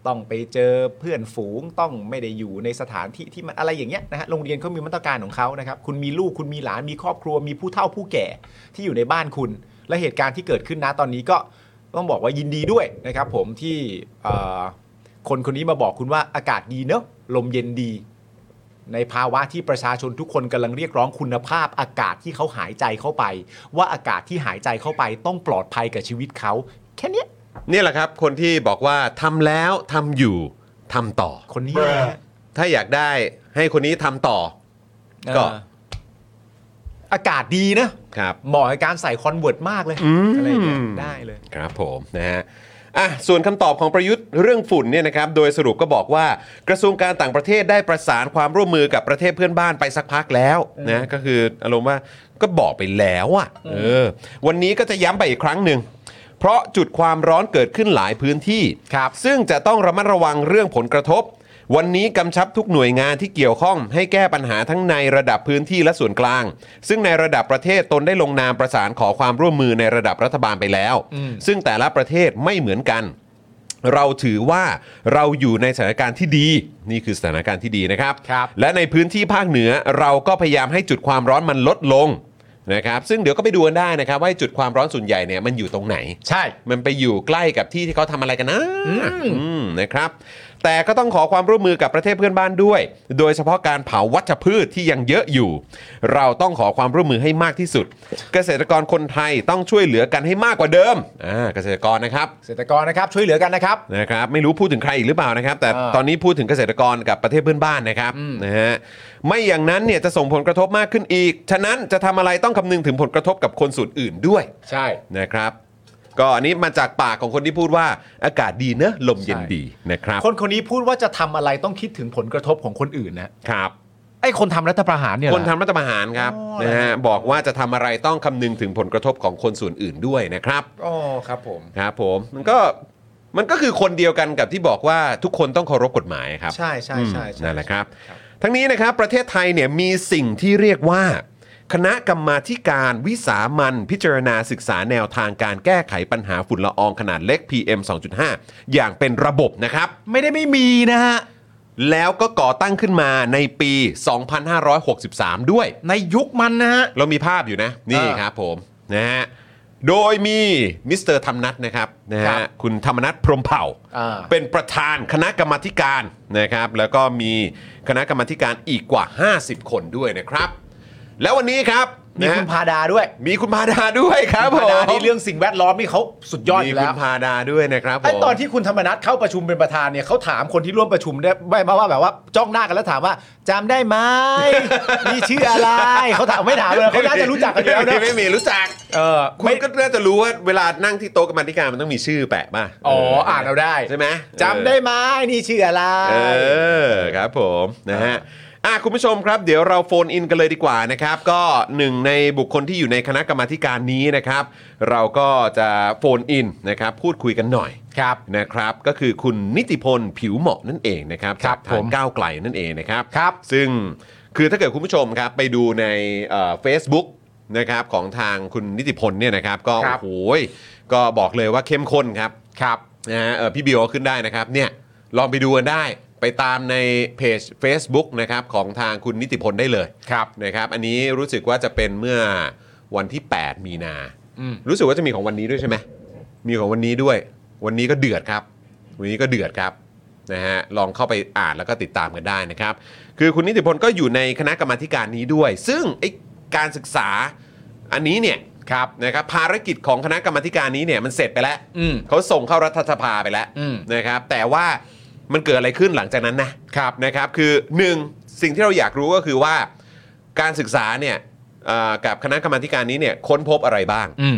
Speaker 2: ต้องไปเจอเพื่อนฝูงต้องไม่ได้อยู่ในสถานที่ที่มันอะไรอย่างเงี้ยนะฮะโรงเรียนเขามีมาตรการของเขานะครับ คุณมีลูกคุณมีหลานมีครอบครัวมีผู้เฒ่าผู้แก่ที่อยู่ในบ้านคุณ และเหตุการณ์ที่เกิดขึ้นนะตอนนี้ก็ต้องบอกว่ายินดีด้วยนะครับ ผมที่เอ่อคนคนนี้มาบอกคุณว่าอากาศดีเนอะลมเย็นดี ในภาวะที่ประชาชนทุกคนกำลังเรียกร้องคุณภาพอากาศที่เขาหายใจเข้าไป ว่าอากาศที่หายใจเข้าไปต้องปลอดภัยกับชีวิตเขาแค่เนี้ย
Speaker 1: เนี่ยแหละครับ คนที่บอกว่าทำแล้วทำอยู่ทำต่อ
Speaker 2: คนนี้เลยนะ
Speaker 1: ถ้าอยากได้ให้คนนี้ทำต่อ ก็
Speaker 2: เอออากาศดีนะครับ เหมาะกับการใส่คอนเวิร์ตมากเลยอะไรเงี้ยได้เลย
Speaker 1: ครับผมนะฮะอ่ะส่วนคำตอบของประยุทธ์เรื่องฝุ่นเนี่ยนะครับโดยสรุปก็บอกว่ากระทรวงการต่างประเทศได้ประสานความร่วมมือกับประเทศเพื่อนบ้านไปสักพักแล้วนะก็คืออารมณ์ว่าก็บอกไปแล้วอะ่ะเออวันนี้ก็จะย้ำไปอีกครั้งหนึ่ง เพราะจุดความร้อนเกิดขึ้นหลายพื้นที่
Speaker 2: ครับ
Speaker 1: ซึ่งจะต้องระมัดระวังเรื่องผลกระทบ วันนี้กำชับทุกหน่วยงานที่เกี่ยวข้อง ให้แก้ปัญหาทั้งในระดับพื้นที่และส่วนกลาง ซึ่งในระดับประเทศตนได้ลงนามประสานขอความร่วมมือในระดับรัฐบาลไปแล้ว ซึ่งแต่ละประเทศไม่เหมือนกัน เราถือว่าเราอยู่ในสถานการณ์ที่ดี นี่คือสถานการณ์ที่ดีนะครับ
Speaker 2: ครับ
Speaker 1: และในพื้นที่ภาคเหนือเราก็พยายามให้จุดความร้อนมันลดลงนะครับ ซึ่งเดี๋ยวก็ไปดูกันได้นะครับ ว่าจุดความร้อนส่วนใหญ่เนี่ยมันอยู่ตรงไหน
Speaker 2: ใช่
Speaker 1: มันไปอยู่ใกล้กับที่ที่เขาทำอะไรกันนะอืมนะครับ แต่ก็ต้องขอความร่วมมือกับประเทศเพื่อนบ้านด้วย โดยเฉพาะการเผาวัชพืชที่ยังเยอะอยู่ เราต้องขอความร่วมมือให้มากที่สุด เกษตรกรคนไทยต้องช่วยเหลือกันให้มากกว่าเดิมอ่าเกษตรกรนะครับ
Speaker 2: เกษตรกรนะครับช่วยเหลือกันนะครับ
Speaker 1: นะครับไม่รู้พูดถึงใครอีกหรือเปล่านะครับ แต่
Speaker 2: อ่า
Speaker 1: ตอนนี้พูดถึงเกษตรกรกับประเทศเพื่อนบ้านนะครับนะฮะไม่อย่างนั้นเนี่ยจะส่งผลกระทบมากขึ้นอีก ฉะนั้นจะทำอะไรต้องคำนึงถึงผลกระทบกับคนส่วนอื่นด้วย
Speaker 2: ใช่
Speaker 1: นะครับ ก็อันนี้มาจากปากของคนที่พูดว่าอากาศดีเนอะลมเย็น
Speaker 2: ใช่
Speaker 1: ดีนะครับ
Speaker 2: คนคนนี้พูดว่าจะทำอะไรต้องคิดถึงผลกระทบของคนอื่นนะ
Speaker 1: ครับ
Speaker 2: ไอ้คนทำรัฐประหารเนี่ยเห
Speaker 1: ค
Speaker 2: รอ
Speaker 1: นทำรัฐประหารครับ
Speaker 2: อ๋อ
Speaker 1: นะฮะบอกว่าจะทำอะไรต้องคำนึงถึงผลกระทบของคนส่วนอื่นด้วยนะครับ
Speaker 2: อ๋อครับผม
Speaker 1: ครับผมมันก็มันก็คือคนเดียวกันกับที่บอกว่าทุกคนต้องเคารพกฎหมายครับ
Speaker 2: ใช่ใช่ใช่
Speaker 1: อืม
Speaker 2: ใช่
Speaker 1: นั่นแหละครับ ทั้งนี้นะครับประเทศไทยเนี่ยมีสิ่งที่เรียกว่า คณะกรรมาธิการวิสามันพิจารณาศึกษาแนวทางการแก้ไขปัญหาฝุ่นละอองขนาดเล็ก PM 2.5 อย่างเป็นระบบนะครับ
Speaker 2: ไม่ได้ไม่มีนะฮะ
Speaker 1: แล้วก็ก่อตั้งขึ้นมาในปี 2563 ด้วย
Speaker 2: ในยุคมันนะฮะ
Speaker 1: เรามีภาพอยู่นะ นี่
Speaker 2: เออ
Speaker 1: ครับผมนะฮะโดยมีมิสเตอร์ธรรมนัทนะครับนะ
Speaker 2: ครั
Speaker 1: ฮะ
Speaker 2: บ
Speaker 1: คุณธรรมนัทพรหมเผ่า
Speaker 2: อ่า
Speaker 1: เป็นประธานคณะกรรมาธิการนะครับ แล้วก็มีคณะกรรมาธิการอีกกว่า 50 คนด้วยนะครับ แล้ววันนี้ครับ
Speaker 2: มี
Speaker 1: นะฮะ
Speaker 2: คุณพาดาด้วย
Speaker 1: มีคุณพาดาด้วยครับผ
Speaker 2: พาม ดาที่เรื่องสิ่งแวดล้อมนี่เขาสุดยอดอ
Speaker 1: มีคุ
Speaker 2: ยู่แล้ว
Speaker 1: ณพาดาด้วยนะครับผ
Speaker 2: ไอ้
Speaker 1: ม
Speaker 2: ตอนที่คุณธรรมนัทเข้าประชุมเป็นประธานเนี่ยเขาถามคนที่ร่วมประชุมได้ไม่มาว่าแบบว่าจ้องหน้ากันแล้วถามว่าจำได้ไหม มีชื่ออะไรเขาถามไม่ถามเลยเขาน่าจะรู้จักกันอยู่แล้ว
Speaker 1: ไม่
Speaker 2: นะ
Speaker 1: มีไม่มีรู้จัก
Speaker 2: เออ
Speaker 1: คุ
Speaker 2: ไม่
Speaker 1: ณก็น่าจะรู้ว่าเวลานั่งที่โต๊ะกรรมาธิการมันต้องมีชื่อแปะป่ะ
Speaker 2: อ๋ออ่านเอาได้
Speaker 1: ใช่ไหม
Speaker 2: จำได้ไหมนี่ชื่ออะไร
Speaker 1: เออครับผมนะฮะอ่ะคุณผู้ชมครับ เดี๋ยวเราโฟนอินกันเลยดีกว่านะครับ ก็หนึ่งในบุคคลที่อยู่ในคณะกรรมาธิการนี้นะครับ เราก็จะโฟนอินนะครับ พูดคุยกันหน่อย
Speaker 2: ครับ
Speaker 1: นะครับ ก็คือคุณนิติพลผิวเหมาะนั่นเองนะครับ
Speaker 2: ค
Speaker 1: จา
Speaker 2: รั
Speaker 1: ก
Speaker 2: บ
Speaker 1: ทา
Speaker 2: ผ
Speaker 1: ง
Speaker 2: ม
Speaker 1: ก้าวไกลนั่นเองนะครับ
Speaker 2: ครับ
Speaker 1: ซึ่งคือถ้าเกิดคุณผู้ชมครับไปดูในเฟซบุ๊กนะครับของทางคุณนิติพลเนี่ยนะครับ ก็
Speaker 2: ครั
Speaker 1: โอ้
Speaker 2: บ
Speaker 1: โหก็บอกเลยว่าเข้มข้นครับครับนะฮะเอ่อพี่บิวเอาขึ้นได้นะครับเนี่ยลองไปดูกันได้ไปตามในเพจ Facebook นะครับของทางคุณนิติพลได้เลย
Speaker 2: ครับ
Speaker 1: นะครับ อันนี้รู้สึกว่าจะเป็นเมื่อวันที่ 8 มีนา
Speaker 2: อืม
Speaker 1: รู้สึกว่าจะมีของวันนี้ด้วยใช่ไหมมีของวันนี้ด้วย วันนี้ก็เดือดครับ วันนี้ก็เดือดครับนะฮะลองเข้าไปอ่านแล้วก็ติดตามกันได้นะครับ คือคุณนิติพลก็อยู่ในคณะกรรมาธิการนี้ด้วย ซึ่งไอการศึกษาอันนี้เนี่ย
Speaker 2: ครับ
Speaker 1: นะครับภารกิจของคณะกรรมาธิการนี้เนี่ยมันเสร็จไปแล้ว
Speaker 2: อืม
Speaker 1: เขาส่งเข้ารัฐสภาไปแล้ว
Speaker 2: อืม
Speaker 1: นะครับ แต่ว่ามันเกิดอะไรขึ้นหลังจากนั้นนะครับ นะครับ คือหนึ่งสิ่งที่เราอยากรู้ก็คือว่าการศึกษาเนี่ยเอ่อกับคณะกรรมาธิการนี้เนี่ยค้นพบอะไรบ้าง
Speaker 2: อืม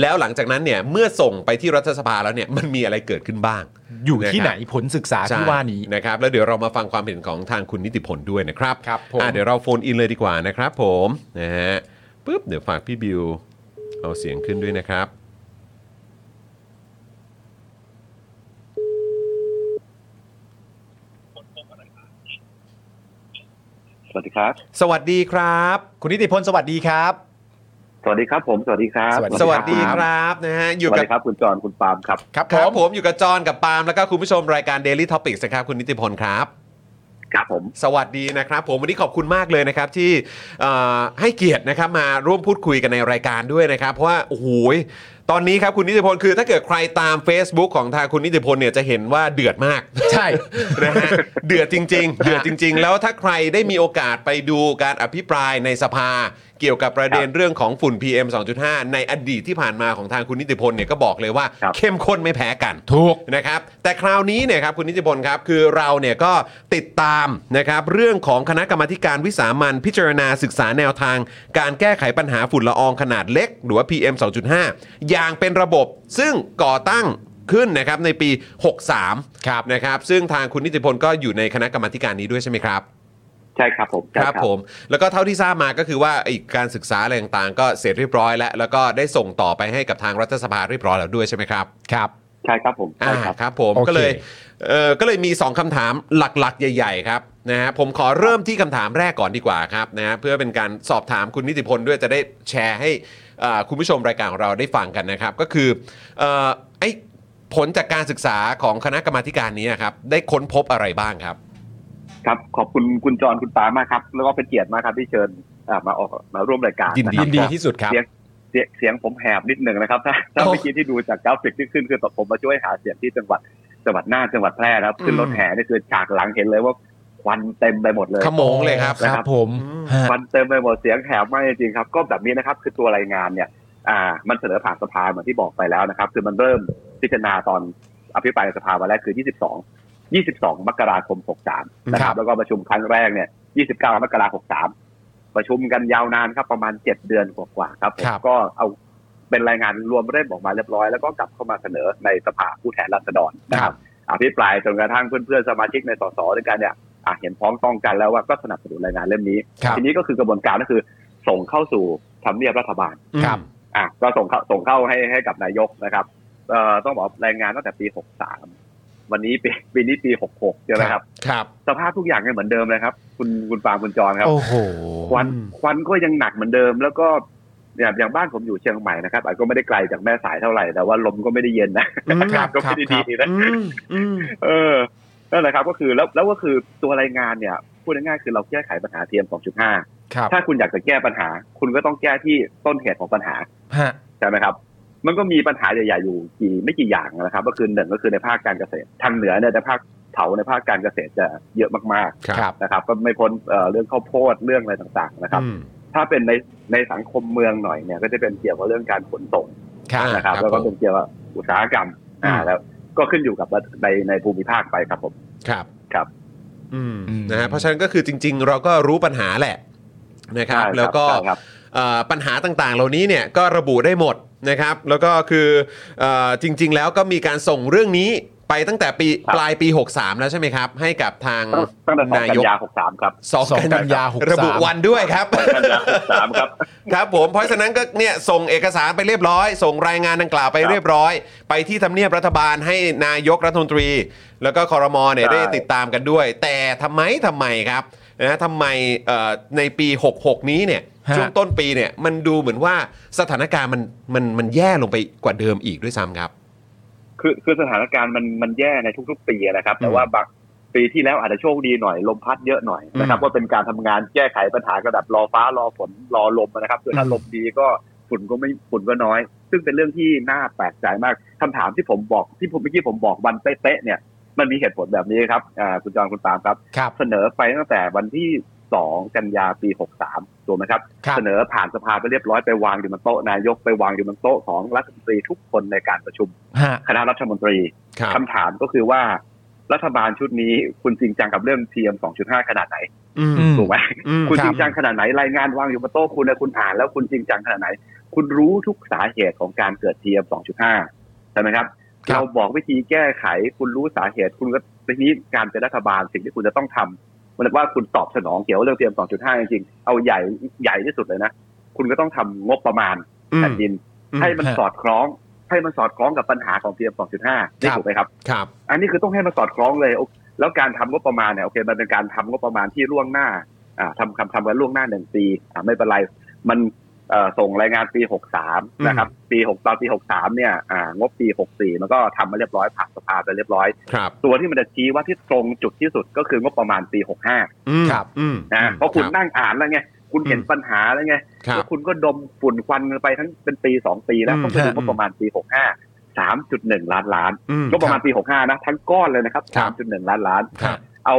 Speaker 1: แล้วหลังจากนั้นเนี่ยเมื่อส่งไปที่รัฐสภาแล้วเนี่ย มันมีอะไรเกิดขึ้นบ้าง
Speaker 2: อยู่ที่ไหน
Speaker 1: นะครับ
Speaker 2: ผลศึกษาที่
Speaker 1: ใช่
Speaker 2: ว่านี้
Speaker 1: นะครับ แล้วเดี๋ยวเรามาฟังความเห็นของทางคุณนิติพลด้วยนะครับ
Speaker 2: ครับผม
Speaker 1: อ่ะเดี๋ยวเราโฟนอินเลยดีกว่านะครับผมนะฮะปุ๊บเดี๋ยวฝากพี่บิวเอาเสียงขึ้นด้วยนะครับ
Speaker 4: สวัสดีครับ
Speaker 1: สวัสดีครับ
Speaker 2: คุณนิติพลสวัสดีครับ
Speaker 4: สวัสดีครับผม สวัสดีครับ
Speaker 1: สวัสดีครับนะฮะอ
Speaker 4: ส
Speaker 1: ยู่
Speaker 4: วัส
Speaker 1: กับ
Speaker 4: ดีครับคุณจรคุณปาล์มครับ
Speaker 2: ครับ
Speaker 1: ค
Speaker 2: ผ
Speaker 1: รับ
Speaker 2: ม
Speaker 1: ผมอยู่กับจอห์นกับปาล์มแล้วก็คุณผู้ชมรายการ Daily Topics นะครับคุณนิติพลครับ
Speaker 4: ครับผม
Speaker 1: สวัสดีนะครับผมวันนี้ขอบคุณมากเลยนะครับที่เอ่อให้เกียรตินะครับมาร่วมพูดคุยกันในรายการด้วยนะครับ เพราะว่าโอ้โหยตอนนี้ครับคุณนิติพลคือถ้าเกิดใครตาม Facebook ของทางคุณนิติพลเนี่ยจะเห็นว่าเดือดมาก
Speaker 2: ใช่
Speaker 1: นะฮะเดือดจริง ๆ เดือดจริง ๆ แล้วถ้าใครได้มีโอกาสไปดูการอภิปรายในสภา เกี่ยวกับประเด็นเรื่องของฝุ่น PM 2.5 ในอดีตที่ผ่านมาของทางคุณนิติพลเนี่ยก็บอกเลยว่า
Speaker 4: ครับ
Speaker 1: เข้มข้นไม่แพ้กัน
Speaker 2: ถูก
Speaker 1: นะครับแต่คราวนี้เนี่ยครับคุณนิติพลครับคือเราเนี่ยก็ติดตามนะครับเรื่องของคณะกรรมาธิการวิสามันพิจารณาศึกษาแนวทาง การแก้ไขปัญหาฝุ่นละอองขนาดเล็ก หรือว่า PM 2.5 อย่างเป็นระบบซึ่งก่อตั้งขึ้นนะครับในปี 63
Speaker 2: ครับ
Speaker 1: นะครับซึ่งทางคุณนิติพลก็อยู่ในคณะกรรมาธิการนี้ด้วยใช่ไหมครับ
Speaker 4: ใช่ครับผมใช่
Speaker 1: ครับผมแล้วก็เท่าที่ทราบมาก็คือว่าไอ้การศึกษาอะไรต่างๆก็เสร็จเรียบร้อยแล้ว แล้วก็ได้ส่งต่อไปให้กับทางรัฐสภาเรียบร้อยแล้วด้วยใช่ไหมครับ
Speaker 2: ครับ
Speaker 4: ใช่ครับผม
Speaker 1: อ่า
Speaker 4: ใช่ครับ
Speaker 1: ครับผม
Speaker 2: โอเค
Speaker 1: ก็เลยเออก็เลยมี 2คำถามหลักๆ ใหญ่ ๆ ครับนะฮะผมขอเริ่มที่คำถามแรกก่อนดีกว่าครับนะฮะเพื่อเป็นการสอบถามคุณนิติพลด้วยจะได้แชร์ให้เอ่อคุณผู้ชมรายการของเราได้ฟังกันนะครับ ก็คือเอ่อไอ้ผลจากการศึกษาของคณะกรรมาธิการนี้ครับได้ค้นพบอะไรบ้างครับ
Speaker 4: ครับ ขอบคุณคุณจรคุณปาล์มมากครับ แล้วก็เป็นเกียรติมากครับที่เชิญอ่ามาออกมาร่วมรายการ
Speaker 2: ยินดี
Speaker 4: ะครับ
Speaker 2: ดีที่สุดครับ
Speaker 4: เสียงเสียงเสียงผมแหบนิดหนึ่งนะครับ ถ้าถ้า
Speaker 1: โอ้
Speaker 4: เมื่อกี้ที่ดูจากกราฟิกที่ขึ้นคือผมมาช่วยหาเสียงที่จังหวัด จังหวัดน่านจังหวัดแพร่นะครับขึ้นรถแห่นี่คือฉากหลังเห็นเลยว่าควันเต็มไปหมดเลย
Speaker 1: ขโมงเลยครับ
Speaker 2: ครับผม
Speaker 1: อืม
Speaker 2: ฮะ
Speaker 4: มันเต็มไปหมดเสียงแหบมากจริงๆครับ ก็แบบนี้นะครับคือตัวรายงานเนี่ย อ่า มันเสนอผ่านสภาเหมือนที่บอกไปแล้วนะครับ คือมันเริ่มพิจารณาตอนอภิปรายในสภาวันแรกคือ 22 22 มกราคม 63 นะค
Speaker 2: ครั
Speaker 4: รับ บ แล้วก็ประชุมครั้งแรกเนี่ย 29 มกราคม 63 ประชุมกันยาวนานครับประมาณ 7 เดือนกว่าๆครับผมก็เอาเป็นรายงานรวมเล่มออกมาเรียบร้อยแล้วก็กลับเข้ามาเสนอในสภาผู้แทนราษฎรนะครับ อภิปรายจนกระทั่งเพื่อนๆสมาชิกในสสด้วยกันเนี่ยอ่ะเห็นพ้องต้องกันแล้วว่าก็สนับสนุนรายงานเล่มนี้
Speaker 2: ครับ
Speaker 4: ทีนี้ก็คือกระบวนการก็คือส่งเข้าสู่ทำเนียบรัฐบาล
Speaker 2: ครับ
Speaker 4: อ่ะก็ส่งเข้าส่งเข้าให้ให้กับนายกนะครับเอ่อต้องบอกรายงานตั้งแต่ปี 63 วันนี้ปีปีนี้ปี 66ใช่ไหมครับ
Speaker 1: ครับ
Speaker 4: สภาพทุกอย่างยังเหมือนเดิมเลยครับ คุณคุณปาล์มคุณจรครับ
Speaker 2: โอ้โห
Speaker 4: ควันควันก็ยังหนักเหมือนเดิม แล้วก็อย่างอย่างบ้านผมอยู่เชียงใหม่นะครับอาจก็ไม่ได้ไกลจากแม่สายเท่าไหร่แต่ว่าลมก็ไม่ได้เย็นนะอากา ศก็ไม่ได้ดีนะ
Speaker 1: อืมอืม
Speaker 4: เออ นั่นแหละครับก็คือแล้วแล้วก็คือตัวรายงานเนี่ย พูดง่ายๆคือเราแก้ไขปัญหา PM 2.5
Speaker 2: ครับ
Speaker 4: ถ้าคุณอยากจะแก้ปัญหา คุณก็ต้องแก้ที่ต้นเหตุของปัญหา
Speaker 2: ฮะ
Speaker 4: ใช่ไหมครับ มันก็มีปัญหาใหญ่ๆอยู่กี่ไม่กี่อย่างนะครับ ก็คือหนึ่งก็คือในภาคการเกษตร ทางเหนือเนี่ยในภาคเถาในภาคการเกษตรจะเยอะมาก
Speaker 1: ครับ
Speaker 4: ๆนะครับ ก็ไม่พ้นเอ่อเรื่องข้าวโพดเรื่องอะไรต่างๆนะครับ
Speaker 1: อืม
Speaker 4: ถ้าเป็นในในสังคมเมืองหน่อยเนี่ย ก็จะเป็นเกี่ยวกับเรื่องการขนส่ง
Speaker 2: ครับ
Speaker 1: อ่า
Speaker 4: นะครับ
Speaker 1: ครับ
Speaker 4: แล้วก็
Speaker 1: ผม
Speaker 4: เป็นเกี่ยวกับอุตสาหกรรมอ่า
Speaker 1: อืม
Speaker 4: แล้วก็ขึ้นอยู่กับว่าในในภูมิภาคไปครับผม
Speaker 1: ครับ
Speaker 4: ครับ
Speaker 1: อืม
Speaker 2: อืม
Speaker 1: นะฮะเพราะฉะนั้นก็คือจริง ๆ เราก็รู้ปัญหาแหละนะครับ
Speaker 4: ใช่ครับ
Speaker 1: แล้วก็
Speaker 4: ใช่ครับ
Speaker 1: เอ่อปัญหาต่างๆ เหล่านี้เนี่ยก็ระบุได้หมดนะครับ แล้วก็คือเอ่อจริง ๆ แล้วก็มีการส่งเรื่องนี้ไปตั้งแต่ปีปลายปี 63 แล้วใช่ไหมครับ ให้กับทาง
Speaker 4: ตั้งตั้งแต่
Speaker 1: นา
Speaker 4: สองกัน
Speaker 1: ยก
Speaker 4: ยาหกสามครับ
Speaker 1: สอง
Speaker 2: สองกันยา63
Speaker 1: ระบุวันด้วยครับ
Speaker 4: สองกันยาหกสามครับ
Speaker 1: ครับผมเพราะฉะนั้นก็เนี่ยส่งเอกสารไปเรียบร้อย ส่งรายงานดังกล่าวไปเรียบร้อย ไปที่ทำเนียบรัฐบาลให้นายกรัฐมนตรี แล้วก็คอรมอเนี่ย
Speaker 4: ใช่
Speaker 1: ได้ติดตามกันด้วย แต่ทำไมทำไมครับนะทำไมเอ่อในปี 66 นี้เนี่ย
Speaker 2: ฮะ
Speaker 1: ช่วงต้นปีเนี่ยมันดูเหมือนว่าสถานการณ์มันมันมันแย่ลงไปกว่าเดิมอีกด้วยซ้ำครับ
Speaker 4: คือคือสถานการณ์มันมันแย่ในทุก ๆ ปีนะครับ แต่ว่าบางปีที่แล้วอาจจะโชคดีหน่อยลมพัดเยอะหน่อยนะครับ
Speaker 1: อืม
Speaker 4: ว่าเป็นการทำงานแก้ไขปัญหากระดับรอฟ้ารอฝนรอลมนะครับคือถ้าลมดีก็ฝุ่นก็ไม่ฝุ่นก็น้อย ซึ่งเป็นเรื่องที่น่าแปลกใจมากคำถามที่ผมบอกที่ผมเมื่อกี้ผมบอกวันเป๊ะๆเนี่ยมันมีเหตุผลแบบนี้ครับอ่าคุณจอห์นคุณปาล์มครับ
Speaker 2: ครับ
Speaker 4: เสนอไปตั้งแต่วันที่ 2 กันยาปี 63ถูกไหมครับ
Speaker 2: ครับ
Speaker 4: เสนอผ่านสภาไปเรียบร้อยไปวางอยู่บนโต๊ะนายกไปวางอยู่บนโต๊ะของรัฐมนตรีทุกคนในการประชุม
Speaker 2: ฮะ
Speaker 4: คณะรัฐมนตรี
Speaker 1: ครับ
Speaker 4: คำถามก็คือว่ารัฐบาลชุดนี้คุณจริงจังกับเรื่อง PM 2.5 ขนาดไหน
Speaker 1: อืม
Speaker 2: อืม
Speaker 4: ถูกไหม
Speaker 1: อืม
Speaker 4: คุณ
Speaker 2: ครับ
Speaker 4: จริงจังขนาดไหนรายงานวางอยู่บนโต๊ะคุณนะคุณอ่านแล้วคุณจริงจังขนาดไหน คุณรู้ทุกสาเหตุของการเกิด PM 2.5 ใช่ไหมครับ
Speaker 2: ครั
Speaker 4: เรา
Speaker 2: บ
Speaker 4: บอกวิธีแก้ไข คุณรู้สาเหตุ คุณก็ทีนี้การเป็นรัฐบาลสิ่งที่คุณจะต้องทำมันว่าคุณตอบสนองเกี่ยวกับเรื่อง PM 2.5 จริงๆเอาใหญ่ใหญ่ที่สุดเลยนะ คุณก็ต้องทำงบประมาณแผ่นดิน ให้มัน
Speaker 2: ฮะ
Speaker 4: สอดคล้อง ให้มันสอดคล้องกับปัญหาของ PM 2.5นี่ถูกไหมครับ
Speaker 1: ครับ
Speaker 4: อันนี้คือต้องให้มันสอดคล้องเลยโอแล้วการทำงบประมาณเนี่ยโอเคมันเป็นการทำงบประมาณที่ล่วงหน้าอ่าทำคำทำกันล่วงหน้าหนึ่งปีอ่าไม่เป็นไรมันเอ่อส่งรายงานปีหกสามนะครับปีหกตอนปีหกสามเนี่ยอ่างบปีหกสี่มันก็ทำมาเรียบร้อยผ่านสภาไปเรียบร้อย
Speaker 1: ครับ
Speaker 4: ตัวที่มันจะชี้ว่าที่ตรงจุดที่สุดก็คืองบประมาณปีหกห้า
Speaker 1: อืม
Speaker 2: ครับ
Speaker 1: อืม
Speaker 4: นะเพราะคุณ
Speaker 1: รับ
Speaker 4: นั่งอ่านแล้วไงคุณเห็น
Speaker 1: อืม
Speaker 4: ปัญหาแล้วไง
Speaker 1: ครั
Speaker 4: แล้
Speaker 1: บ
Speaker 4: วคุณก็ดมฝุ่นควันกันไปทั้งเป็นปีสองปีแล้ว
Speaker 1: อืม
Speaker 4: ต้องไปดูงบประมาณปีหกห้าสามจุดหนึ่งล้านล้าน
Speaker 1: อืม
Speaker 4: ก็ประมาณปี 65 นะ ทั้งก้อนเลยนะครับ
Speaker 1: ครับ
Speaker 4: 3.1 ล้านล้าน
Speaker 1: ครับ
Speaker 4: เอา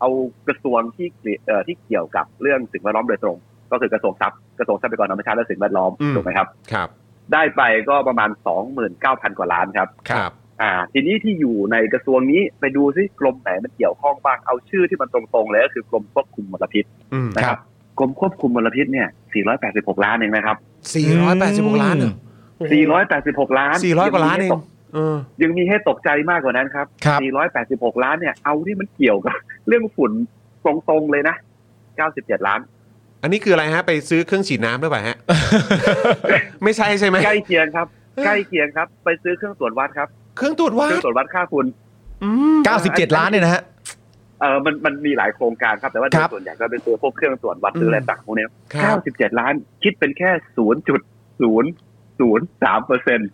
Speaker 4: เอากระทรวงที่เกี่ยวเอ่อที่เกี่ยวกับเรื่องสิ่งแวดล้อมโดยตรง ก็คือกระทรวงทรัพย์กระทรวงทรัพยากรธรรมชาติและสิ่งแวดล้อม
Speaker 1: อืม
Speaker 4: ถูกไหมครับ
Speaker 1: ครับ
Speaker 4: ได้ไปก็ประมาณ 29,000 กว่าล้านครับ
Speaker 1: ครับ
Speaker 4: อ่า ทีนี้ที่อยู่ในกระทรวงนี้ไปดูซิกรมไหนมันเกี่ยวข้องบ้างเอาชื่อที่มันตรงๆเลยก็คือกรมควบคุมมลพิษ
Speaker 1: อืม
Speaker 4: นะ
Speaker 2: ค
Speaker 4: ค
Speaker 2: รั
Speaker 4: รับ บกรมควบคุมมลพิษเนี่ย 486 ล้านเองนะครับ
Speaker 1: 486 ล้านเหรอ
Speaker 4: 486 ล้าน
Speaker 1: 400กว่าล้านเองเออ
Speaker 4: ยังมีให้ตกใจมากกว่านั้นครับ
Speaker 2: ครับ
Speaker 4: 486 ล้านเนี่ย เอาที่มันเกี่ยวกับ เรื่องฝุ่นตรงๆเลยนะ 97 ล้าน
Speaker 1: อันนี้คืออะไรฮะ ไปซื้อเครื่องฉีดน้ำหรือเปล่าฮะ ไม่ใช่ใช่ไหม
Speaker 4: ใกล้เคียงครับ ใกล้เคียงครับ ไปซื้อเครื่องตรวจวัดครับ
Speaker 1: เครื่องตรวจวั
Speaker 4: เค
Speaker 1: ด
Speaker 4: รื่องตรวจวัดค่าฝุ่น
Speaker 2: 97 ล้านเนี่ยนะฮะ
Speaker 4: เออมันมันมีหลายโครงการครับ แต่ว่าโด
Speaker 2: ครั
Speaker 4: ย
Speaker 2: บ
Speaker 4: ส่วนใหญ่ก็เป็นตัวพวกเครื่องตรวจวัดหรืออะไร
Speaker 2: อืม
Speaker 4: ต่างพวกเนี้ย
Speaker 1: ครับ
Speaker 4: 97 ล้าน คิดเป็นแค่ 0.003เปอร์เซ็นต์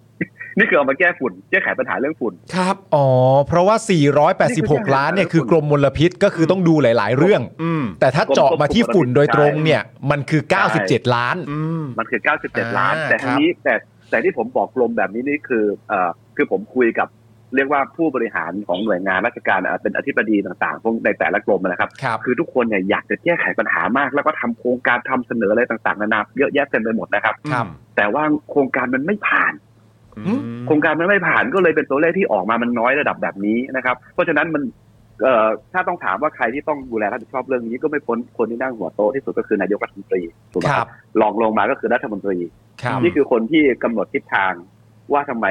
Speaker 4: นี่คือเอามาแก้ฝุ่น แก้ไขปัญหาเรื่องฝุ่น
Speaker 1: ครับ
Speaker 2: อ๋อ เพราะว่า
Speaker 4: นี่คือ
Speaker 2: 486 ล้านเนี่ยคือกรมมลพิษก็คือต้องดูหลาย ๆ เรื่อง
Speaker 1: อืม
Speaker 2: แต่ถ้าเจาะมาที่ฝุ่นโดยตรงเนี่ย มันคือ 97 ล้าน
Speaker 1: อืม
Speaker 4: มันคือ 97
Speaker 2: อ่า
Speaker 4: ล้าน แต่
Speaker 2: ครั
Speaker 4: ทั้ง
Speaker 2: บ
Speaker 4: นี้แต่แต่ที่ผมบอกกลมแบบนี้นี่คือเอ่อคือผมคุยกับ เรียกว่าผู้บริหารของหน่วยงานราชการอ่ะเป็นอธิบดีต่างๆพวกในแต่ละกรมนะครับ
Speaker 2: ครับ
Speaker 4: คือทุกคนเนี่ยอยากจะแก้ไขปัญหามาก แล้วก็ทำโครงการทำเสนออะไรต่างๆนานาเยอะแยะเต็มไปหมดนะครับ
Speaker 2: ครับ
Speaker 4: แต่ว่าโครงการมันไม่ผ่าน
Speaker 1: อืม
Speaker 4: โครงการมันไม่ผ่านก็เลยเป็นตัวเลขที่ออกมามันน้อยระดับแบบนี้นะครับ เพราะฉะนั้นมันเอ่อถ้าต้องถามว่าใครที่ต้องดูแลรับผิดชอบเรื่องนี้ก็ไม่พ้นคนที่นั่งหัวโตะที่สุดก็คือนายกรัฐมนตรีถูกไหม
Speaker 2: ค
Speaker 4: ค
Speaker 2: รั
Speaker 4: รั
Speaker 2: บบ
Speaker 4: รองลงมาก็คือรัฐมนตรี
Speaker 2: ครับ
Speaker 4: นี่คือคนที่กำหนดทิศทางว่าทำไม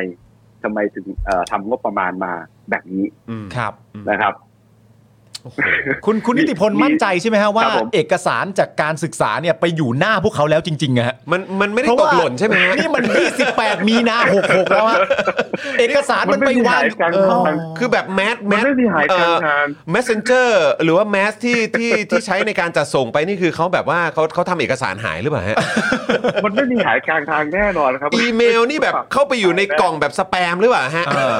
Speaker 4: ทำไมถึงเอ่อทำงบประมาณมาแบบนี้
Speaker 1: อืม
Speaker 2: ครับ
Speaker 4: นะครับ
Speaker 1: โอ้โห
Speaker 2: คุณคุณนิติพล
Speaker 4: มี
Speaker 2: มั่นใจใช่ไหมฮะว่า
Speaker 4: ครับผม
Speaker 2: เอกสารจากการศึกษาเนี่ยไปอยู่หน้าพวกเขาแล้วจริงๆอะฮะ
Speaker 1: มันมันไม่ได้
Speaker 2: เพราะ
Speaker 1: ต
Speaker 2: ว่าก
Speaker 1: หล่นใช่ไหมฮะ
Speaker 2: นี่มัน 28 มีนา66 แล้วฮะ เอกสารมันไปวาง
Speaker 4: มันไม่มีหายกลาง
Speaker 2: เออ
Speaker 4: ทาง
Speaker 1: คือแบบแมสแม
Speaker 4: มัน
Speaker 1: ส
Speaker 4: ไม่มีหายกลางทาง
Speaker 1: messenger หรือว่าแมสที่ที่ที่ใช้ในการจัดส่งไปนี่คือเขาแบบว่าเขาเขาทำเอกสารหายหรือเปล่าฮะ
Speaker 4: มันไม่มีหายกลางทางแน่นอนครับ
Speaker 1: อีเมลนี่แบบเข้าไปอยู่ในกล่องแบบสแปมหรือเปล่าฮะ
Speaker 2: เออ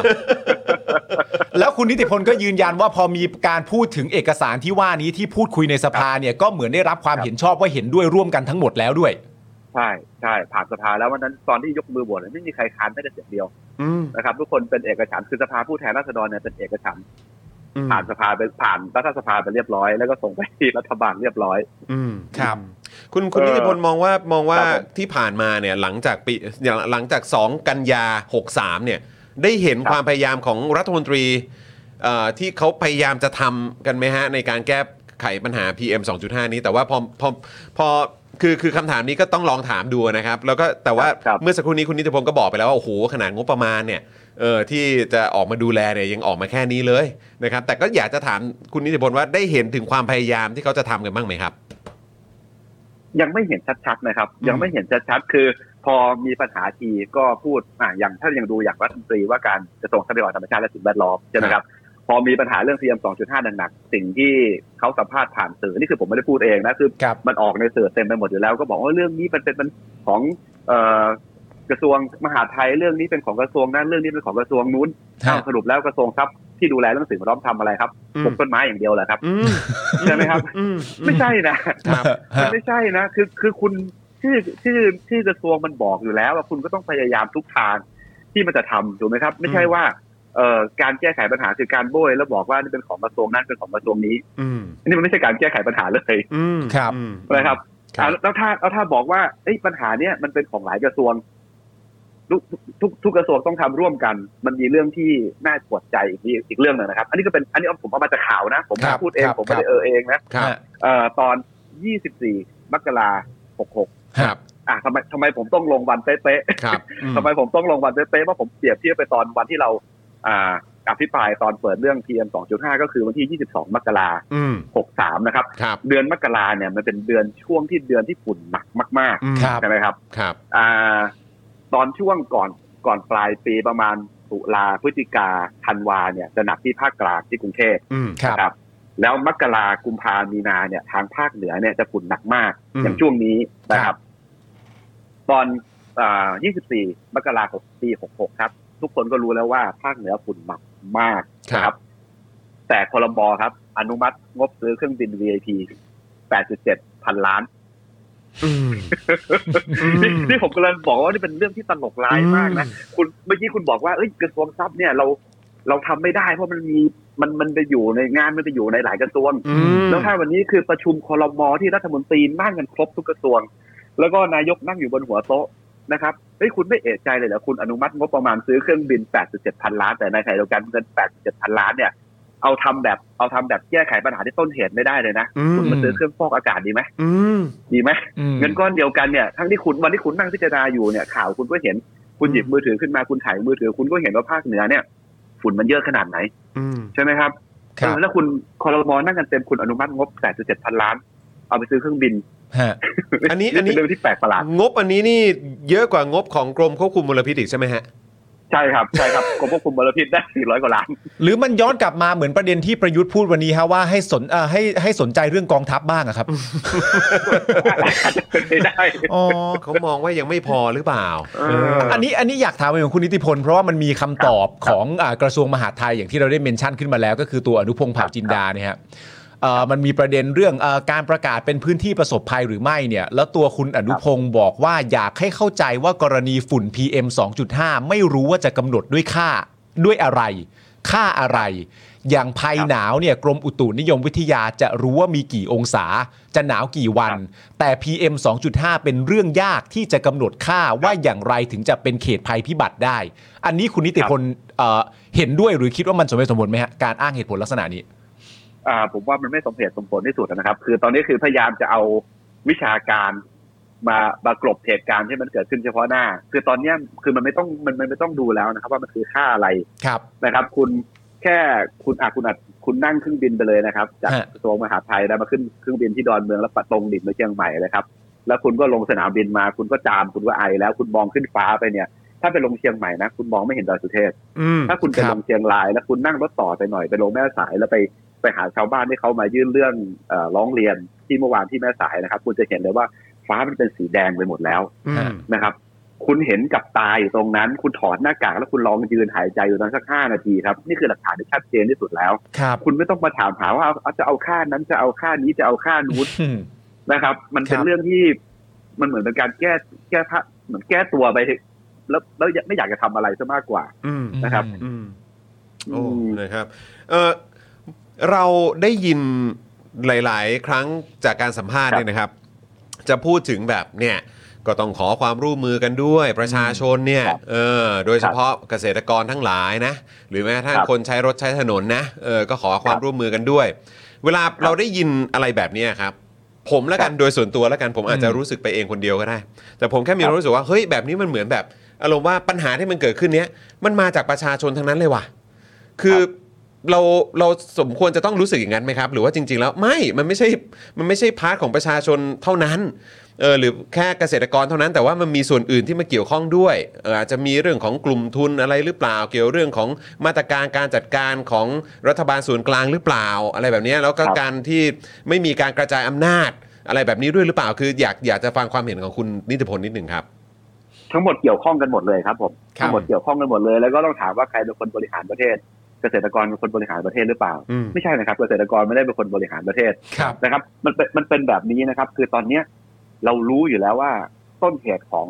Speaker 2: แล้วคุณนิติพลก็ยืนยันว่าพอมีการพูดถึงเอกสารที่ว่านี้ที่พูดคุยในสภาเนี่ยก็เหมือนได้รับความเห็นชอบว่าเห็นด้วยร่วมกันทั้งหมดแล้วด้วย
Speaker 4: ใช่ใช่ผ่านสภาแล้ววันนั้นตอนที่ยกมือโหวตเนี่ยไม่มีใครค้านแม้แต่เสียงเดียว
Speaker 1: อืม
Speaker 4: นะครับทุกคนเป็นเอกฉันท์คือสภาผู้แทนราษฎรเนี่ยเป็นเอกฉันท์
Speaker 1: อืม
Speaker 4: ผ่านสภาไปผ่านรัฐสภาไปเรียบร้อย แล้วก็ส่งไปที่รัฐบาลเรียบร้อย
Speaker 1: อืม
Speaker 2: ครับ
Speaker 1: คุณคุณ
Speaker 4: เอ่
Speaker 1: นิ
Speaker 4: อ
Speaker 1: ติพลมองว่ามองว่า
Speaker 4: ครับผม
Speaker 1: ที่ผ่านมาเนี่ยหลังจากปีอย่างหลังจาก 2 กันยา 63 เนี่ย ได้เห็น
Speaker 4: ครับ
Speaker 1: ความพยายามของรัฐมนตรีเอ่อที่เขาพยายามจะทำกันไหมฮะ ในการแก้ไขปัญหา PM 2.5 นี้แต่ว่าพอพอพอคือคือคำถามนี้ก็ต้องลองถามดูนะครับ แล้วก็แต่ว่า
Speaker 4: ครับ
Speaker 1: เมื่อสักครู่นี้คุณนิติพงศ์ก็บอกไปแล้วว่า โอ้โห ขนาดงบประมาณเนี่ยเออที่จะออกมาดูแลเนี่ยยังออกมาแค่นี้เลยนะครับแต่ก็อยากจะถามคุณนิติพลว่าได้เห็นถึงความพยายามที่เขาจะทำกันบ้างไหมครับ
Speaker 4: ยังไม่เห็นชัดๆนะครับ ยังไม่เห็นชัดๆคือพอมีปัญหาทีก็พูดอ่ะอย่างถ้ายังดูอย่างรัฐมนตรีว่าการกระทรวงทรัพยากรธรรมชาติและสิ่งแวดล้อมใช่ไหมครับ พอมีปัญหาเรื่อง PM 2.5หนักๆสิ่งที่เขาสัมภาษณ์ผ่านสื่อนี่คือผมไม่ได้พูดเองนะคือ
Speaker 2: ครับ
Speaker 4: มันออกในสื่อเต็มไปหมดอยู่แล้วก็บอกว่าเรื่องนี้มันเป็นมันของเอ่อกระทรวงมหาดไทยเรื่องนี้เป็นของกระทรวงนั้นเรื่องนี้เป็นของกระทรวงนู้น
Speaker 2: ครับ
Speaker 4: อ้าวสรุปแล้วกระทรวงทรัพย์ที่ดูแลเรื่องสิ่งแวดล้อมทำอะไรครับ
Speaker 1: อืม
Speaker 4: ปลูกต้นไม้อย่างเดียวเหรอครับ
Speaker 1: อืม
Speaker 4: ใช่ไหมครับ
Speaker 1: อืม
Speaker 4: ไม่ใช่นะครับ มันไม่ใช่นะคือคือคุณชื่อชื่อชื่อกระทรวงมันบอกอยู่แล้ว ว่าคุณก็ต้องพยายามทุกทางที่มันจะทำถูกไหมครับ ไม่ใช่ว่าเอ่อการแก้ไขปัญหาคือการโบยแล้วบอกว่านี่เป็นของกระทรวงนั้นเป็นของกระทรวงนี้
Speaker 1: อืม
Speaker 4: อันนี้มันไม่ใช่การแก้ไขปัญหาเลย
Speaker 1: อืม
Speaker 2: ครับ
Speaker 1: อืม
Speaker 4: นะครับ
Speaker 1: ครับ
Speaker 4: อ่ะแล้วถ้าแล้วถ้าบอกว่าเอ้ยปัญหาเนี้ยมันเป็นของหลายกระทรวง ทุกทุกทุกกระทรวงต้องทำร่วมกัน มันมีเรื่องที่น่าปวดใจอีกที่อีกเรื่องหนึงนะครับ อันนี้ก็เป็นอันนี้ผมเอามาจากข่าวนะ ผมไม่
Speaker 2: ครับ
Speaker 4: ได้พูดเอง
Speaker 2: ครับ
Speaker 4: ผมไม่ได้
Speaker 2: ครับ
Speaker 4: เออเองนะ
Speaker 1: ครับ
Speaker 4: เอ่อตอน 24 มกราคม 66
Speaker 2: ครับ
Speaker 4: อ่ะทำไมทำไมผมต้องลงวันเป๊ะ
Speaker 1: ครับอื
Speaker 4: ๆทำไมผมต้องลงวันเป๊ะๆเพราะผมเปรียบเทียบไปตอนวันที่เรา อ่าอภิปรายตอนเปิดเรื่อง PM 2.5 ก็คือวันที่ 22 มกรา
Speaker 1: อืม
Speaker 4: คม 63 นะครับ
Speaker 1: ครับ
Speaker 4: เดือนมกราเนี่ยมันเป็นเดือนช่วงที่เดือนที่ฝุ่นหนักมาก
Speaker 1: อืม
Speaker 2: ครับ
Speaker 4: ๆใช่ไหมครับ
Speaker 1: ครับ
Speaker 4: อ่าตอนช่วงก่อนก่อนปลายปีประมาณตุลาพฤศจิกาธันวาเนี่ยจะหนักที่ภาคกลางที่กรุงเทพ
Speaker 1: อืม
Speaker 2: ครับ
Speaker 4: นะครับ แล้วมกรากุมภามีนาเนี่ยทางภาคเหนือเนี่ยจะฝุ่นหนักมาก
Speaker 1: อืม
Speaker 4: อย่างช่วงนี้นะค
Speaker 2: ครั
Speaker 4: รับ บ ตอนอ่า24 มกราคมปี 66 ครับ ทุกคนก็รู้แล้วว่าภาคเหนือฝุ่นหนักมากนะครับ แต่คอรมอครับ อนุมัติงบซื้อเครื่องบิน VIP 8.7 พันล้าน
Speaker 1: อืม
Speaker 4: นี่นี่ผมกำลังบอกว่านี่เป็นเรื่องที่ตลกร้ายมากนะ คุณเมื่อกี้คุณบอกว่าเอ้ยกระทรวงทรัพย์เนี่ยเราเราทำไม่ได้เพราะมันมีมันมันไปอยู่ในงานมันไปอยู่ในหลายกระทรวง
Speaker 1: อืม
Speaker 4: แล้วถ้าวันนี้คือประชุมคอรมอที่รัฐมนตรีนั่งกันครบทุกกระทรวง แล้วก็นายกนั่งอยู่บนหัวโต๊ะนะครับเฮ้ยคุณไม่เอะใจเลยเหรอคุณอนุมัติงบประมาณซื้อเครื่องบิน 8.7 พันล้าน แต่ในขณะเดียวกันเงิน 8.7 พันล้านเนี่ยเอาทำแบบเอาทำแบบแก้ไขปัญหาที่ต้นเหตุไม่ได้เลยนะ
Speaker 1: อืม
Speaker 4: คุณมาซื้อเครื่องฟอกอากาศดีไหม
Speaker 1: อืม
Speaker 4: ดีไหม
Speaker 2: อืม
Speaker 4: เงินก้อนเดียวกันเนี่ยทั้งที่คุณวันที่คุณนั่งพิจารณาอยู่เนี่ยข่าวคุณก็เห็นคุณหยิบมือถือขึ้นมาคุณถ่ายมือถือ คุณก็เห็นว่าภาคเหนือเนี่ย ฝุ่นมันเยอะขนาดไหน
Speaker 1: อืม
Speaker 4: ใช่ไหมครับ
Speaker 2: ครับ
Speaker 4: เออแล้วคุณคอรมอนั่งกันเต็มคุณอนุมัติงบแสนเจ็ดพันล้าน เอาไปซื้อเครื่องบิน
Speaker 2: ฮะ
Speaker 1: อันนี้อันนี้
Speaker 4: เป็เรื่องที่แปลกประหลาด
Speaker 1: งบอันนี้นี่เยอะกว่างบของกรมควบคุมมลพิษอีกใช่ไหมฮะ
Speaker 4: ใช่ครับใช่ครับกรมควบคุมมลพิษได้สี่ร้อยกว่าล้าน
Speaker 2: หรือมันย้อนกลับมาเหมือนประเด็นที่ประยุทธ์พูดวันนี้ฮะว่าให้สนเอ่อให้ให้สนใจเรื่องกองทัพบ้างอะครับ
Speaker 4: อาจจะเป็นไปได้
Speaker 2: อ๋อ
Speaker 1: เขามองว่ายังไม่พอหรือเปล่า
Speaker 4: เออ
Speaker 2: อันนี้อันนี้อยากถามไปของคุณนิติพล เพราะว่ามันมีคำตอบของอ่ากระทรวงมหาดไทยอย่างที่เราได้เมนชั่นขึ้นมาแล้วก็คือตัวอนุพงษ์เผ่าจินดาเนี่ยฮะเอ่อมันมีประเด็นเรื่องเออการประกาศเป็นพื้นที่ประสบภัยหรือไม่เนี่ย แล้วตัวคุณอนุพงศ์บอกว่าอยากให้เข้าใจว่ากรณีฝุ่น PM 2.5 ไม่รู้ว่าจะกำหนดด้วยค่า ด้วยอะไร ค่าอะไร อย่างภัย
Speaker 4: ครับ
Speaker 2: หนาวเนี่ยกรมอุตุนิยมวิทยาจะรู้ว่ามีกี่องศา จะหนาวกี่วัน
Speaker 4: ครับ
Speaker 2: แต่ PM 2.5 เป็นเรื่องยากที่จะกำหนดค่าว่าอย่างไรถึงจะเป็นเขตภัยพิบัติได้ อันนี้คุณนิติ
Speaker 4: ครับ
Speaker 2: พลเอ่อเห็นด้วยหรือคิดว่ามันสมเหตุสมผลไหมฮะการอ้างเหตุผลลักษณะนี้
Speaker 4: อ่าผมว่ามันไม่สมเหตุสมผลที่สุดนะครับ คือตอนนี้คือพยายามจะเอาวิชาการมามากลบเหตุการณ์ที่มันเกิดขึ้นเฉพาะหน้า คือตอนเนี้ยคือมันไม่ต้องมันมันไม่ต้องดูแล้วนะครับ ว่ามันคือค่าอะไร
Speaker 2: ครับ
Speaker 4: นะครับ คุณแค่คุณอาคุณอาจคุณนั่งเครื่องบินไปเลยนะครับ จาก
Speaker 2: ฮะ
Speaker 4: กระทรวงมหาดไทยแล้วมาขึ้นเครื่องบินที่ดอนเมืองแล้วปะตรงดิ่งไปเชียงใหม่เลยครับ แล้วคุณก็ลงสนามบินมา คุณก็จามคุณก็ไอแล้วคุณมองขึ้นฟ้าไปเนี่ย ถ้าไปลงเชียงใหม่นะคุณมองไม่เห็นดอยสุเทพ
Speaker 2: อืม
Speaker 4: ถ้าคุณไป
Speaker 2: ค
Speaker 4: ล
Speaker 2: รับ
Speaker 4: งเชียงราย แล้วคุณนั่งรถต่อไปหน่อยไปลงแม่สายแล้วไปไปหาชาวบ้านที่เขามายื่นเรื่องเอ่อร้องเรียนที่เมื่อวานที่แม่สายนะครับ คุณจะเห็นเลยว่าฟ้ามันเป็นสีแดงไปหมดแล้ว
Speaker 1: อืม
Speaker 4: นะครับ คุณเห็นกับตาอยู่ตรงนั้น คุณถอดหน้ากากแล้วคุณลองยืนหายใจอยู่ตรงนั้นสักห้านาทีครับนี่คือหลักฐานที่ชัดเจนที่สุดแล้ว
Speaker 2: ครับ
Speaker 4: คุณไม่ต้องมาถามหาว่าเอาเอาจะเอาค่านั้นจะเอาค่านี้จะเอาค่านู้น
Speaker 2: อืม
Speaker 4: นะครับ มันเป็
Speaker 2: คน รับ
Speaker 4: เรื่องที่มันเหมือนเป็นการแก้แก้ผ้าเหมือนแก้ตัวไป แล้วแล้วไม่อยากจะทำอะไรซะมากกว่า
Speaker 1: อืม
Speaker 4: นะครับ
Speaker 1: อืม โอ้
Speaker 4: อืม
Speaker 1: นะครับเออเราได้ยินหลาย ๆ ครั้งจากการสัมภาษณ์
Speaker 4: ครั
Speaker 1: เนี่
Speaker 4: บ
Speaker 1: ยนะครับ จะพูดถึงแบบเนี่ย ก็ต้องขอความร่วมมือกันด้วยประชาชนเนี่ย
Speaker 4: ครับ
Speaker 1: เออ โดยเฉพาะเกษตรกรทั้งหลายนะ หรือแม้กระทั่ง
Speaker 4: ครับ
Speaker 1: คนใช้รถใช้ถนนนะ เออ ก็ขอความ
Speaker 4: ครับ
Speaker 1: ร่วมมือกันด้วย เวลาเราได้ยินอะไรแบบเนี้ยครับ ผมละกันโดยส่วนตัวละกันผมอาจจะรู้สึกไปเองคนเดียวก็ได้ แต่ผมแค่มี
Speaker 4: ครับ
Speaker 1: รู้สึกว่าเฮ้ยแบบนี้มันเหมือนแบบอารมณ์ว่าปัญหาที่มันเกิดขึ้นเนี้ยมันมาจากประชาชนทั้งนั้นเลยว่ะ คือเราเราสมควรจะต้องรู้สึกอย่างนั้นไหมครับ หรือว่าจริง ๆ แล้วไม่มันไม่ใช่มันไม่ใช่พาร์ทของประชาชนเท่านั้นเออหรือแค่เกษตรกรเท่านั้นแต่ว่ามันมีส่วนอื่นที่มาเกี่ยวข้องด้วยเอออาจจะมีเรื่องของกลุ่มทุนอะไรหรือเปล่า เกี่ยวเรื่องของมาตรการการจัดการของรัฐบาลส่วนกลางหรือเปล่า อะไรแบบเนี้ยแล้วก็
Speaker 4: ครับ
Speaker 1: การที่ไม่มีการกระจายอำนาจ อะไรแบบนี้ด้วยหรือเปล่า คืออยากอยากจะฟังความเห็นของคุณนิติพลนิดหนึ่งครับ
Speaker 4: ทั้งหมดเกี่ยวข้องกันหมดเลยครับผม
Speaker 2: ครับ
Speaker 4: ทั้งหมดเกี่ยวข้องกันหมดเลย แล้วก็ต้องถามว่าใครเป็นคนบริหารประเทศ เกษตรกรเป็นคนบริหารประเทศหรือเปล่า
Speaker 1: อืม
Speaker 4: ไม่ใช่นะครับ เกษตรกรไม่ได้เป็นคนบริหารประเทศ
Speaker 2: ครับ
Speaker 4: นะครับ มันเป็นมันเป็นแบบนี้นะครับ คือตอนเนี้ยเรารู้อยู่แล้วว่าต้นเหตุของ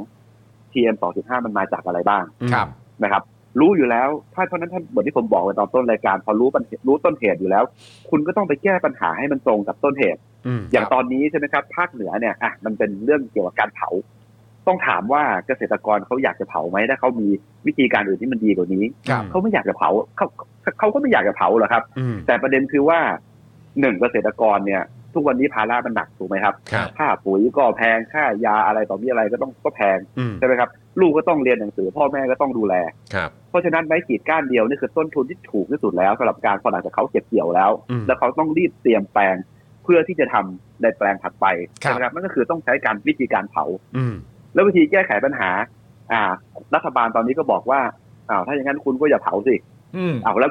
Speaker 4: PM 2.5 มันมาจากอะไรบ้าง
Speaker 2: ครับ
Speaker 4: นะครับ รู้อยู่แล้วถ้าเพราะฉะนั้นท่านเหมือนที่ผมบอกไปตอนต้นรายการ พอรู้ปัญรู้ต้นเหตุอยู่แล้ว คุณก็ต้องไปแก้ปัญหาให้มันตรงกับต้นเหตุ
Speaker 1: อืม
Speaker 4: อย่างตอนนี้ใช่ไหมครับภาคเหนือเนี่ยอ่ะมันเป็นเรื่องเกี่ยวกับการเผา ต้องถามว่าเกษตรกรเขาอยากจะเผาไหมถ้าเขามีวิธีการอื่นที่มันดีกว่านี้
Speaker 2: ครับ
Speaker 4: เขาไม่อยากจะเผาเขาเขาเขาก็ไม่อยากจะเผาหรอกครับ
Speaker 1: อืม
Speaker 4: แต่ประเด็นคือว่าหนึ่งเกษตรกรเนี่ย ทุกวันนี้ภาระมันหนักถูกไหมครับ
Speaker 1: ครับ
Speaker 4: ค่าปุ๋ยก็แพงค่ายาอะไรต่อมีอะไรก็ต้องก็แพง
Speaker 1: อืม
Speaker 4: ใช่ไหมครับลูกก็ต้องเรียนหนังสือ พ่อแม่ก็ต้องดูแล
Speaker 1: ครับ
Speaker 4: เพราะฉะนั้นไม้ขีดก้านเดียวนี่คือต้นทุนที่ถูกที่สุดแล้วสำหรับการพอหลังจากเขาเก็บเกี่ยวแล้ว
Speaker 1: อืม
Speaker 4: แล้วเขาต้องรีบเตรียมแปลงเพื่อที่จะทำในแปลงถัดไป
Speaker 2: ครับ
Speaker 4: ใช่ไหมครับนั่นก็คือต้องใช้การวิธีการเผา
Speaker 1: อืม
Speaker 4: แล้ววิธีแก้ไขปัญหา อ่า รัฐบาลตอนนี้ก็บอกว่าอ้าวถ้าอย่างนั้นคุณก็อย่าเผาสิ
Speaker 2: อืม
Speaker 4: อ้าวแล้ว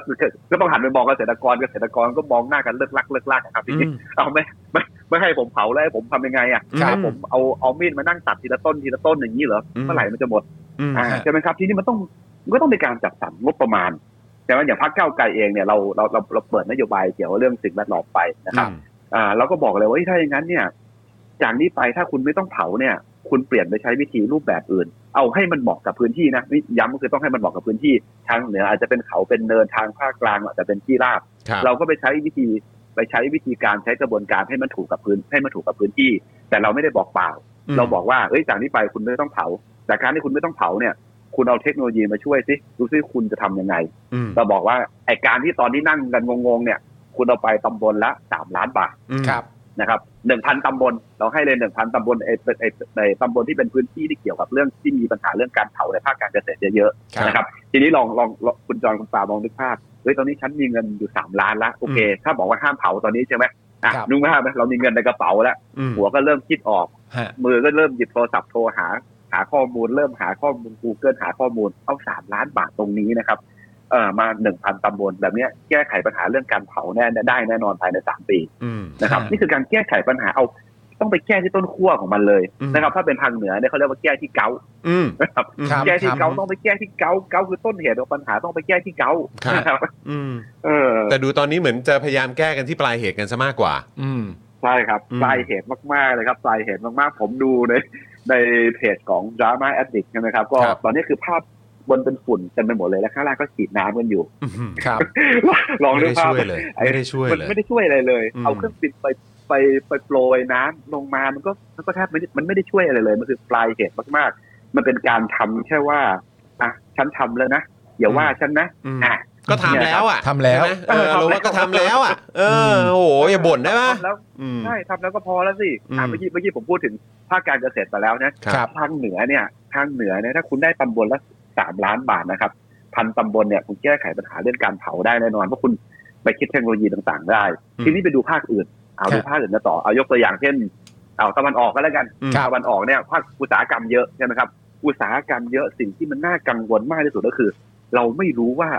Speaker 4: ก็ต้องหันไปมองเกษตรกรเกษตรกรก็มองหน้ากันเลิกลักเลิกลักอะครับทีนี้เอาไม่ไม่ไม่ให้ผมเผาแล้วให้ผมทำยังไงอ่ะ
Speaker 1: ครับ
Speaker 4: ให้ผมเอาเอามีดมานั่งตัดทีละต้นทีละต้นอย่างนี้เหรอเมื่อไหร่มันจะหมด
Speaker 1: อืม
Speaker 4: อ่าใช่ไหมครับทีนี้มันต้องมันก็ต้องมีการจัดสรรงบประมาณใช่ไหมอย่างพรรคก้าวไกลเองเนี่ยเราเราเราเราเปิดนโยบายเกี่ยวกับเรื่องสิ่งแวดล้อมไปนะครับอ่าเราก็บอกเลยว่าเฮ้ยถ้าอย่างนั้นเนี่ย จากนี้ไปถ้าคุณไม่ต้องเผาเนี่ย คุณเปลี่ยนไปใช้วิธีรูปแบบอื่น เอาให้มันเหมาะกับพื้นที่นะนี่ย้ำก็คือต้องให้มันเหมาะกับพื้นที่ทางเหนืออาจจะเป็นเขาเป็นเนินทางภาคกลางอาจจะเป็นที่ราบ
Speaker 1: ครับ
Speaker 4: เราก็ไปใช้วิธีไปใช้วิธีการใช้กระบวนการให้มันถูกกับพื้นให้มันถูกกับพื้นที่ แต่เราไม่ได้บอกเปล่า
Speaker 1: อืม
Speaker 4: เราบอกว่าเอ้ยจากนี้ไปคุณไม่ต้องเผา แต่การที่คุณไม่ต้องเผาเนี่ย คุณเอาเทคโนโลยีมาช่วยสิดูซิคุณจะทำยังไง
Speaker 1: อืม
Speaker 4: เราบอกว่าไอการที่ตอนนี้นั่งกันงงๆเนี่ย คุณเอาไปตำบลละสามล้านบาท
Speaker 1: อืม
Speaker 2: ครับ
Speaker 4: นะครับหนึ่งพันตำบล เราให้เลยหนึ่งพันตำบลไอไอในตำบลที่เป็นพื้นที่ที่เกี่ยวกับเรื่องที่มีปัญหาเรื่องการเผาในภาคการเกษตรเยอะ
Speaker 1: ครับ
Speaker 4: ๆนะครับ ทีนี้ลองลองลองคุณจอนคุณปาลองนึกภาพเฮ้ยตอนนี้ฉันมีเงินอยู่สามล้านละโอเค ถ้าบอกว่าห้ามเผาตอนนี้ใช่ไหมอ่ะ
Speaker 2: ครับ
Speaker 4: นึกภาพไหมเรามีเงินในกระเป๋าแล้ว
Speaker 1: อืม
Speaker 4: หัวก็เริ่มคิดออก
Speaker 2: ฮะ
Speaker 4: มือก็เริ่มหยิบโทรศัพท์โทรหา หาข้อมูล เริ่มหาข้อมูล Google หาข้อมูลเอาสามล้านบาทตรงนี้นะครับเอ่อมาหนึ่งพันตำบลแบบเนี้ยแก้ไขปัญหาเรื่องการเผาแน่ได้แน่นอนภายในสามปี
Speaker 1: อืม
Speaker 4: นะครับ
Speaker 2: ครับ
Speaker 4: นี่คือการแก้ไขปัญหาเอาต้องไปแก้ที่ต้นขั้วของมันเลย
Speaker 1: อืม
Speaker 4: นะครับ ถ้าเป็นทางเหนือเนี่ยเขาเรียกว่าแก้ที่เกา
Speaker 1: อืม
Speaker 4: นะครับ
Speaker 2: ครับ
Speaker 4: แก้ที่เกาต้องไปแก้ที่เกาเกาคือต้นเหตุของปัญหาต้องไปแก้ที่เกา
Speaker 1: ครับ
Speaker 4: นะครับ
Speaker 1: อืม
Speaker 4: เออ
Speaker 1: แต่ดูตอนนี้เหมือนจะพยายามแก้กันที่ปลายเหตุกันซะมากกว่า
Speaker 2: อืม
Speaker 4: ใช่ครับ
Speaker 1: อืม
Speaker 4: ปลายเหตุมากๆเลยครับปลายเหตุมากๆ ผมดูในในเพจของ drama addict ใช่ไหมครับก็
Speaker 2: ครับ
Speaker 4: ตอนนี้คือภาพ บนเป็นฝุ่นเต็มไปหมดเลยแล้วข้างล่างก็ฉีดน้ำกันอยู่
Speaker 2: อื้อหือครับ
Speaker 4: ลอง
Speaker 1: ไม่
Speaker 4: ดู
Speaker 1: ได้
Speaker 4: ภาพ
Speaker 1: ช่วยเลยไม่ได้ช่วย
Speaker 4: มัน
Speaker 1: เลย
Speaker 4: ไม่ได้ช่วยอะไรเลย
Speaker 1: อืม
Speaker 4: เอาเครื่องปิดไปไปไปโปรยน้ำลงมามันก็มันก็แทบไม่ได้มันไม่ได้ช่วยอะไรเลยมันคือปลายเหตุมากๆ มันเป็นการทำแค่ว่าอ่ะฉันทำแล้วนะอย่าว่าฉันนะ
Speaker 1: อืม
Speaker 4: อ่ะ
Speaker 1: ก็ทำแล้วอ่ะ
Speaker 2: ทำแล้ว
Speaker 1: ใช่ไหมเออเราว่าก็ทำแล้วอ่ะ เออโอ้โหอย่าบ่นได้ปะ
Speaker 4: ทำแล้ว
Speaker 1: อืม
Speaker 4: ใช่ทำแล้วก็พอแล้วสิอ่ะ
Speaker 1: อืม
Speaker 4: เมื่อกี้เมื่อกี้ผมพูดถึงภาคการเกษตรไปแล้วนะครับ ทางเหนือเนี่ยทางเหนือเนี่ยถ้าคุณได้ตำบลละสามล้านบาทนะครับพันตำบลเนี่ยคุณแก้ไขปัญหาเรื่องการเผาได้แน่นอนเพราะคุณไปคิดเทคโนโลยีต่างๆ ได้
Speaker 1: อืม
Speaker 4: ทีนี้ไปดูภาคอื่น เอา
Speaker 2: ครับ
Speaker 4: ดูภาคอื่นกันต่อเอายกตัวอย่างเช่นเอาตะวันออกก็แล้วกัน
Speaker 1: อืม
Speaker 2: ครับ
Speaker 4: ตะวันออกเนี่ยภาคอุตสาหกรรมเยอะใช่ไหมครับ อุตสาหกรรมเยอะสิ่งที่มันน่ากังวลมากที่สุดก็คือ เราไม่รู้ว่า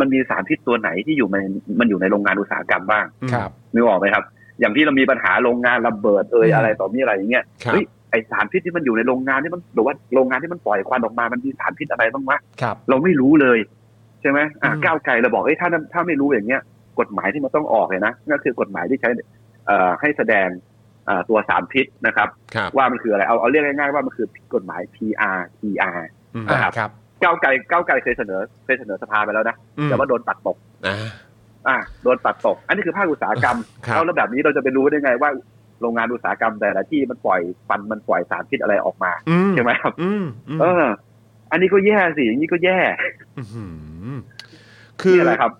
Speaker 4: มันมีสารพิษตัวไหนที่อยู่ในมันอยู่ในโรงงานอุตสาหกรรมบ้าง
Speaker 2: ครับ
Speaker 4: นึกออกไหมครับ อย่างที่เรามีปัญหาโรงงานระเบิดเอ่ย
Speaker 2: อืม
Speaker 4: อะไรต่อมีอะไรอย่างเงี้ย
Speaker 1: ครับ
Speaker 4: เฮ้ยไอสารพิษที่มันอยู่ในโรงงานที่มันหรือว่าโรงงานที่มันปล่อยควันออกมามันมีสารพิษอะไรบ้างวะ
Speaker 2: ครับ
Speaker 4: เราไม่รู้เลยใช่ไหมอ่ะ
Speaker 2: อืม
Speaker 4: ก้าวไกลเราบอกเอ้ยถ้าถ้าไม่รู้อย่างเงี้ย กฎหมายที่มันต้องออกเลยนะก็คือกฎหมายที่ใช้เอ่อให้แสดงเอ่อตัวสารพิษนะครับ
Speaker 1: ครับ
Speaker 4: ว่ามันคืออะไรเอาเอาเรียกง่ายๆว่ามันคือกฎหมาย PR PR
Speaker 1: อืม
Speaker 2: อ่าครับ
Speaker 4: ก้าวไกลก้าวไกลเคยเสนอเคยเสนอสภาไปแล้วนะ
Speaker 1: อืม
Speaker 4: แต่ว่าโดนตัดตก
Speaker 1: อ่า
Speaker 4: อ่ะโดนตัดตก อันนี้คือภาคอุตสาหกรรม
Speaker 1: ครับ
Speaker 4: เอาแล้วแบบนี้เราจะไปรู้ได้ไงว่าโรงงานอุตสาหกรรมแต่ละที่มันปล่อยฟันมันปล่อยสารพิษอะไรออกมา
Speaker 1: อืม
Speaker 4: ใช่ไหมครับ
Speaker 1: อืมอืม
Speaker 4: เออ อันนี้ก็แย่สิอย่างนี้ก็แย่
Speaker 1: อหือคือ
Speaker 4: นี่แหละครับ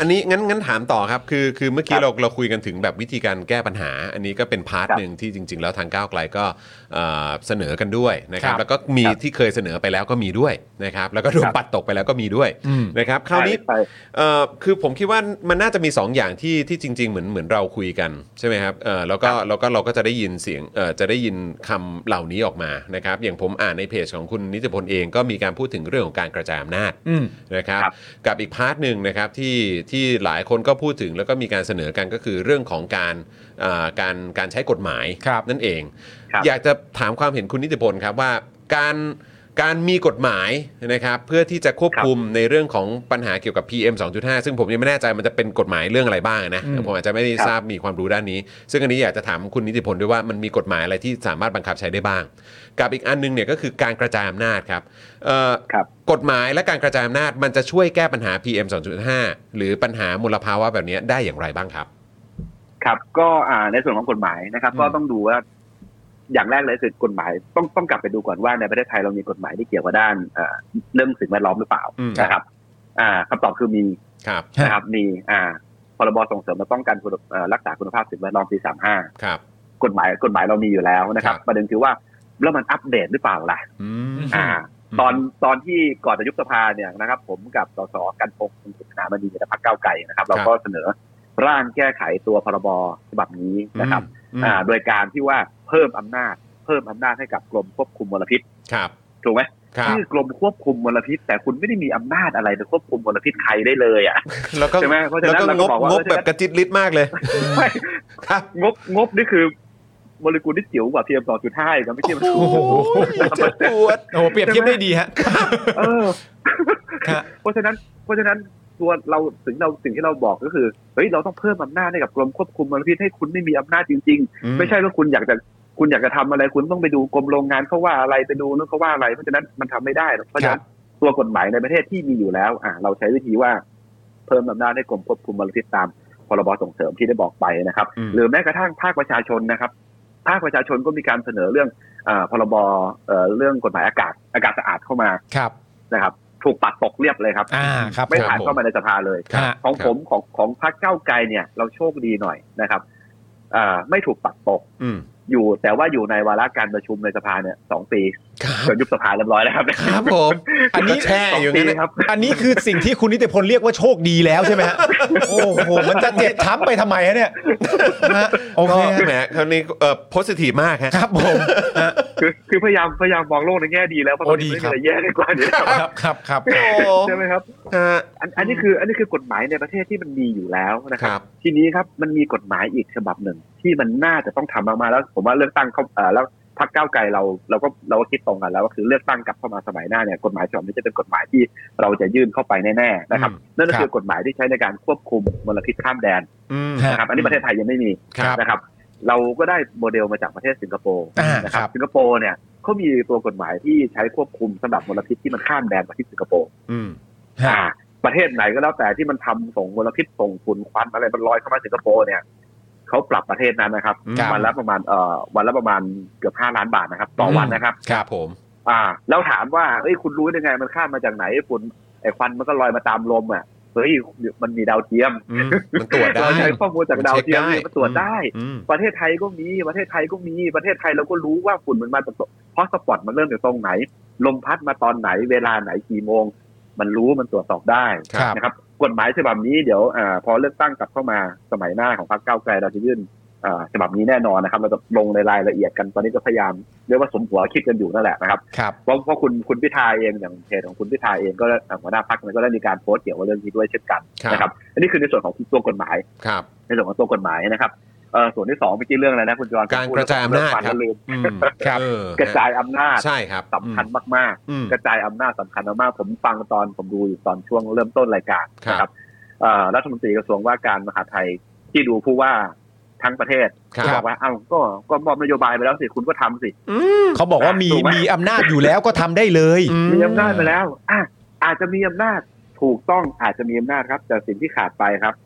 Speaker 1: อันนี้งั้นงั้นถามต่อครับคือคือเมื่อกี้
Speaker 4: ครับ
Speaker 1: เราเราคุยกันถึงแบบวิธีการแก้ปัญหา อันนี้ก็เป็นพาร์ท
Speaker 4: ครับ
Speaker 1: หนึ่งที่จริง ๆ แล้วทางก้าวไกลก็เอ่อเสนอกันด้วยนะครับ
Speaker 2: ครับ
Speaker 1: แล้วก็มี
Speaker 4: ครับ
Speaker 1: ที่เคยเสนอไปแล้วก็มีด้วยนะครับแล้วก็โดน
Speaker 4: ครับ
Speaker 1: ปัดตกไปแล้วก็มีด้วย
Speaker 2: อืม
Speaker 1: นะครับคราวนี้
Speaker 4: ไป
Speaker 1: เอ่อคือผมคิดว่ามันน่าจะมี 2 อย่างที่ที่จริง ๆ เหมือนเหมือนเราคุยกันใช่ไหมครับเอ่อแล้วก็แล้วก็เราก็จะได้ยินเสียงเอ่อจะได้ยินคำเหล่านี้ออกมานะครับ อย่างผมอ่านในเพจของคุณนิจพลเองก็มีการพูดถึงเรื่องของการกระจายอำนาจ
Speaker 2: อืม
Speaker 1: นะครับ
Speaker 4: ครับ
Speaker 1: กับอีกพาร์ทหนึ่งนะครับที่ที่หลายคนก็พูดถึงแล้วก็มีการเสนอกันก็คือเรื่องของการเอ่อการการใช้กฎหมาย
Speaker 2: ครับ
Speaker 1: นั่นเอง
Speaker 4: ครับ
Speaker 1: อยากจะถามความเห็นคุณนิติพลครับว่าการการมีกฎหมายนะครับเพื่อที่จะควบคุมในเรื่องของปัญหาเกี่ยวกับ PM 2.5 ซึ่งผมยังไม่แน่ใจมันจะเป็นกฎหมายเรื่องอะไรบ้างนะ
Speaker 2: อืม
Speaker 1: ผมอาจจะไม่ได้ทราบมีความรู้ด้านนี้ ซึ่งอันนี้อยากจะถามคุณนิติพลด้วยว่ามันมีกฎหมายอะไรที่สามารถบังคับใช้ได้บ้าง กับอีกอันหนึงเนี่ยก็คือการกระจายอำนาจครับเอ่อ
Speaker 4: ครับ
Speaker 1: กฎหมายและการกระจายอำนาจมันจะช่วยแก้ปัญหา PM 2.5 หรือปัญหามลภาวะแบบนี้ได้อย่างไรบ้างครับ
Speaker 4: ครับ ก็อ่าในส่วนของกฎหมายนะครับ
Speaker 1: อืม
Speaker 4: ก็ต้องดูว่า อย่างแรกเลยคือกฎหมายต้องต้องกลับไปดูก่อนว่าในประเทศไทยเรามีกฎหมายที่เกี่ยวกับด้านเอ่อเรื่องสิ่งแวดล้อมหรือเปล่า
Speaker 1: อืม
Speaker 4: นะครับ อ่าคำตอบคือมี
Speaker 1: ครับ
Speaker 4: นะครับมีอ่าพรบส่งเสริมและป้องกันคุณเอ่อรักษาคุณภาพสิ่งแวดล้อมปีสามห้า
Speaker 1: ครับ
Speaker 4: กฎหมายกฎหมายเรามีอยู่แล้วนะครับ
Speaker 1: ครับ
Speaker 4: ประเด็นคือว่าแล้วมันอัปเดตหรือเปล่าล่ะ
Speaker 1: อืม
Speaker 4: อ่า
Speaker 1: อืม
Speaker 4: ตอนตอนที่ก่อนจะยุบสภาเนี่ยนะครับ ผมกับสสกันพงศ์คุณสุนามณีในพรรคก้าวไกลนะครับ เราก็เสนอร่างแก้ไขตัวพรบฉบับนี้นะครับ
Speaker 1: อ่า
Speaker 4: อ่า โดยการที่ว่าเพิ่มอำนาจ เพิ่มอำนาจให้กับกรมควบคุมมลพิษ
Speaker 1: ครับ
Speaker 4: ถูกไหม
Speaker 1: ครับ
Speaker 4: ชื่อกรมควบคุมมลพิษ แต่คุณไม่ได้มีอำนาจอะไรไปควบคุมมลพิษใครได้เลยอ่ะ
Speaker 1: แล้วก็
Speaker 4: ใช่ไหมเพราะฉะ
Speaker 1: แล้ว
Speaker 4: นั้น
Speaker 1: ก็
Speaker 4: เรา
Speaker 1: ง
Speaker 4: ก็
Speaker 1: บ
Speaker 4: บอกว่าง ง
Speaker 1: บแบบกระจิตริดมากเลย
Speaker 4: ไม่
Speaker 1: ค รับ
Speaker 4: งบงบนี่คือโมเลกุลที่จิ๋วกว่า PM 2.5อีกนะไม่ใช่มัน
Speaker 1: โอ้โหเจ็บปวด
Speaker 2: โอ้โหเปรียบเทียบได้ดีฮะ
Speaker 4: เออ
Speaker 2: ครับ
Speaker 4: เพราะฉะนั้นเพราะฉะนั้นตัวเราสิ่งเราสิ่งที่เราบอกก็คือเฮ้ยเราต้องเพิ่มอำนาจให้กับกรมควบคุมมลพิษให้คุณไม่มีอำนาจจริง ๆ ไม่ใช่ว่าคุณอยากจะคุณอยากจะทำอะไร คุณต้องไปดูกรมโรงงานเขาว่าอะไรไปดูนู่นเขาว่าอะไร เพราะฉะนั้นมันทำไม่ได้หรอกเพราะฉะนั้นตัวกฎหมายในประเทศที่มีอยู่แล้ว อ่าเราใช้วิธีว่าเพิ่มอำนาจให้กรมควบคุมมลพิษตามพรบส่งเสริมที่ได้บอกไปนะครับ
Speaker 1: อืม
Speaker 4: หรือแม้กระทั่งภาคประชาชนนะครับ ภาคประชาชนก็มีการเสนอเรื่องอาพรบเอ่อเรื่องกฎหมายอากาศอากาศสะอาดเข้ามา
Speaker 2: ครับ
Speaker 4: นะครับ ถูกปัดตกเรียบเลยครับ
Speaker 2: อ่าครับ
Speaker 4: ไม่ผ่าน
Speaker 1: ผม
Speaker 4: เข้ามาในสภาเลย
Speaker 2: ฮะ
Speaker 4: ของผมของของพรรคก้าวไกลเนี่ย เราโชคดีหน่อยนะครับอ่าไม่ถูกปัดตก
Speaker 1: อืม
Speaker 4: อยู่แต่ว่าอยู่ในวาระการประชุมในสภาเนี่ยสองปี
Speaker 1: ครับ
Speaker 4: จนยุบสภาเรียบร้อยแล้วครับ
Speaker 1: ครับผม อันนี้แช่
Speaker 4: สอ
Speaker 1: อง ยู่
Speaker 4: ปี
Speaker 1: งั้นนะ
Speaker 4: นะครับ
Speaker 2: อันนี้คือสิ่งที่คุณนิติพลเรียกว่าโชคดีแล้วใช่ไหมฮะ โอ้โห มันจะเจ็บช้ำไปทำไมฮะเนี่ยนะฮะโอเค
Speaker 1: ก็
Speaker 2: ฮะ
Speaker 1: แหมคราวนี้เอ่อโพสิทีฟมากฮะ
Speaker 2: ครับผม
Speaker 4: คือคือพยายามพยายามมองโลกในแง่ดีแล้วเพราะ
Speaker 2: โอ้
Speaker 4: ตอนนี้
Speaker 2: ดี
Speaker 4: ไม่
Speaker 2: ค
Speaker 4: มี
Speaker 2: รับ
Speaker 4: อะไรแย่ได้กว่านี้แล้ว
Speaker 2: ครับครับครับ
Speaker 1: โอ้
Speaker 4: ใช่ไหมครับ
Speaker 1: ฮะ
Speaker 4: อันอันนี้คืออันนี้คือกฎหมายในประเทศที่มันมีอยู่แล้วนะค
Speaker 1: ครั
Speaker 4: รับ
Speaker 1: บ
Speaker 4: ทีนี้ครับมันมีกฎหมายอีกฉบับหนึ่ง ที่มันน่าจะต้องทำออกมาแล้ว ผมว่าเลือกตั้งเข้าเอ่อแล้วพรรคก้าวไกลเราเราก็เราก็คิดตรงกันแล้วว่าคือเลือกตั้งกลับเข้ามาสมัยหน้าเนี่ยกฎหมายฉบับนี้จะเป็นกฎหมายที่เราจะยื่นเข้าไปแน่ๆนะครับนั่นก็
Speaker 2: ครับ
Speaker 4: คือกฎหมายที่ใช้ในการควบคุมมลพิษข้ามแดน
Speaker 1: อืม
Speaker 2: ฮะ
Speaker 4: นะครับ อันนี้ประเทศไทยยังไม่มี
Speaker 2: ครับ
Speaker 4: นะครับ เราก็ได้โมเดลมาจากประเทศสิงคโปร์
Speaker 2: อ่า
Speaker 4: นะ
Speaker 2: ค
Speaker 4: ค
Speaker 2: รั
Speaker 4: รับ บสิงคโปร์เนี่ย เขามีตัวกฎหมายที่ใช้ควบคุมสำหรับมลพิษที่มันข้ามแดนมาที่สิงคโปร์
Speaker 1: อืม
Speaker 2: ฮะ
Speaker 4: อ่า ประเทศไหนก็แล้วแต่ที่มันทำส่งมลพิษส่งฝุ่นควันอะไรมันลอยเข้ามาสิงคโปร์เนี่ยเขาปรับประเทศนั้นนะครับ
Speaker 1: ครับ
Speaker 4: วันละประมาณเอ่อวันละประมาณเกือบห้าล้านบาทนะครับ ต่อวันนะครับ
Speaker 1: ครับผม
Speaker 4: อ่าแล้วถามว่าเอ้ยคุณรู้ได้ไงมันข้ามมาจากไหนไอ้ฝุ่นไอ้ควันมันก็ลอยมาตามลมอ่ะเฮ้ยมันมีดาวเทียม
Speaker 1: อืมมันตรวจได้
Speaker 4: เราใช้ข้อมูลจากดาวเทียม
Speaker 1: นช็ค
Speaker 4: เนี่ยมันตรวจได้
Speaker 1: อืม
Speaker 4: ประเทศไทยก็มีประเทศไทยก็มีประเทศไทยเราก็รู้ว่าฝุ่นมันมาจากเพราะสปอตมันเริ่มจากตรงไหน ลมพัดมาตอนไหนเวลาไหนกี่โมง มันรู้มันตรวจสอบได้
Speaker 2: ครับ
Speaker 4: นะครับ กฎหมายฉบับนี้เดี๋ยวอาพอเลือกตั้งกลับเข้ามาสมัยหน้าของพรรคก้าวไกลเราจะยื่นอ่าฉบับนี้แน่นอนนะครับ เราจะลงในรายละเอียดกันตอนนี้ก็พยายามเรียกว่าสมหัวคิดกันอยู่นั่นแหละนะครับ
Speaker 2: ครับ
Speaker 4: เพราะเพราะคุณคุณพิธาเองอย่างเพจของคุณพิธาเองก็หัวหน้าพักมันก็ได้มีการโพสต์เกี่ยวกับเรื่องนี้ด้วยเช่นกันนะครับอันนี้คือในส่วนของตัวกฎหมาย
Speaker 1: ครับ
Speaker 4: ในส่วนของตัวกฎหมายนะครับเอ่อส่วนที่สองเมื่อกี้เรื่องอะไรนะคุณจอห์น
Speaker 1: การกระจายอำนาจ
Speaker 4: เงความ
Speaker 1: ครับ
Speaker 4: ลืม
Speaker 1: อืม
Speaker 2: ครับ
Speaker 1: เออก
Speaker 4: ระจายอำนาจ
Speaker 1: ใช่ครับ
Speaker 4: สำคัญมาก
Speaker 1: อืม
Speaker 4: ๆ กระจายอำนาจสำคัญมากๆผมฟังตอนผมดูอยู่ตอนช่วงเริ่มต้นรายการ
Speaker 1: ครับ
Speaker 4: นะครับเอ่อรัฐมนตรีกระทรวงว่าการมหาดไทยที่ดูผู้ว่าทั้งประเทศ
Speaker 1: ค
Speaker 4: บ
Speaker 1: รั
Speaker 4: อบ กว่าเอ้าก็ก็มอบนโยบายไปแล้วสิคุณก็ทำสิ
Speaker 2: เขาบอกว่ามี
Speaker 4: ถูกไหม
Speaker 2: มีอำนาจอยู่แล้วก็ทำได้เลย
Speaker 4: มีอำนาจไปแล้วอ่ะอาจจะมีอำนาจถูกต้องอาจจะมีอำนาจครับ แต่สิ่งที่ขาดไปครับ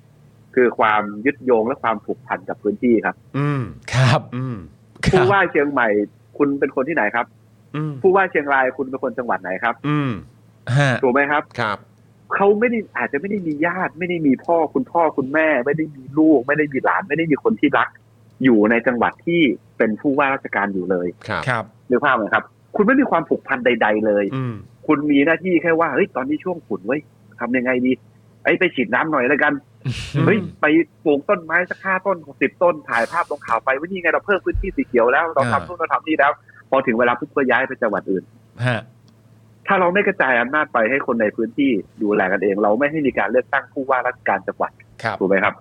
Speaker 4: คือความยึดโยงและความผูกพันกับพื้นที่ครับ
Speaker 1: อืม
Speaker 2: ครับ
Speaker 1: อืม
Speaker 2: ค
Speaker 4: ผู้
Speaker 2: รับ
Speaker 4: ว่าเชียงใหม่ คุณเป็นคนที่ไหนครับ
Speaker 1: อืม
Speaker 4: ผู้ว่าเชียงรายคุณเป็นคนจังหวัดไหนครับ
Speaker 1: อืม
Speaker 2: ฮะ
Speaker 4: ถูกไหมครับ
Speaker 1: ครับ
Speaker 4: เขาไม่ได้อาจจะไม่ได้มีญาติ ไม่ได้มีพ่อคุณพ่อคุณแม่ ไม่ได้มีลูก ไม่ได้มีหลาน ไม่ได้มีคนที่รัก อยู่ในจังหวัดที่เป็นผู้ว่าราชการอยู่เลย
Speaker 1: ครับ
Speaker 2: ครับ
Speaker 4: นึกภาพไหมครับ คุณไม่มีความผูกพันใด ๆ เลย
Speaker 1: อืม
Speaker 4: คุณมีหน้าที่แค่ว่าเฮ้ยตอนนี้ช่วงฝุ่นเว้ยทำยังไงดีไอ้ยไปฉีดน้ำหน่อยแล้วกันเฮ้ยไปปลูกต้นไม้สักห้าต้นสิบต้นถ่ายภาพลงข่าวไปว่านี่ไงเราเพิ่มพื้นที่สีเขียวแล้วเรา
Speaker 2: อ่า
Speaker 4: ทำนู่นเราทำนี่แล้ว พอถึงเวลาปุ๊บก็ย้ายไปจังหวัดอื่น
Speaker 2: ฮะ
Speaker 4: ถ้าเราไม่กระจายอำนาจไปให้คนในพื้นที่ดูแลกันเอง เราไม่ให้มีการเลือกตั้งผู้ว่าราชการจังหวัด
Speaker 2: ครับ
Speaker 4: ถูกไหมครับ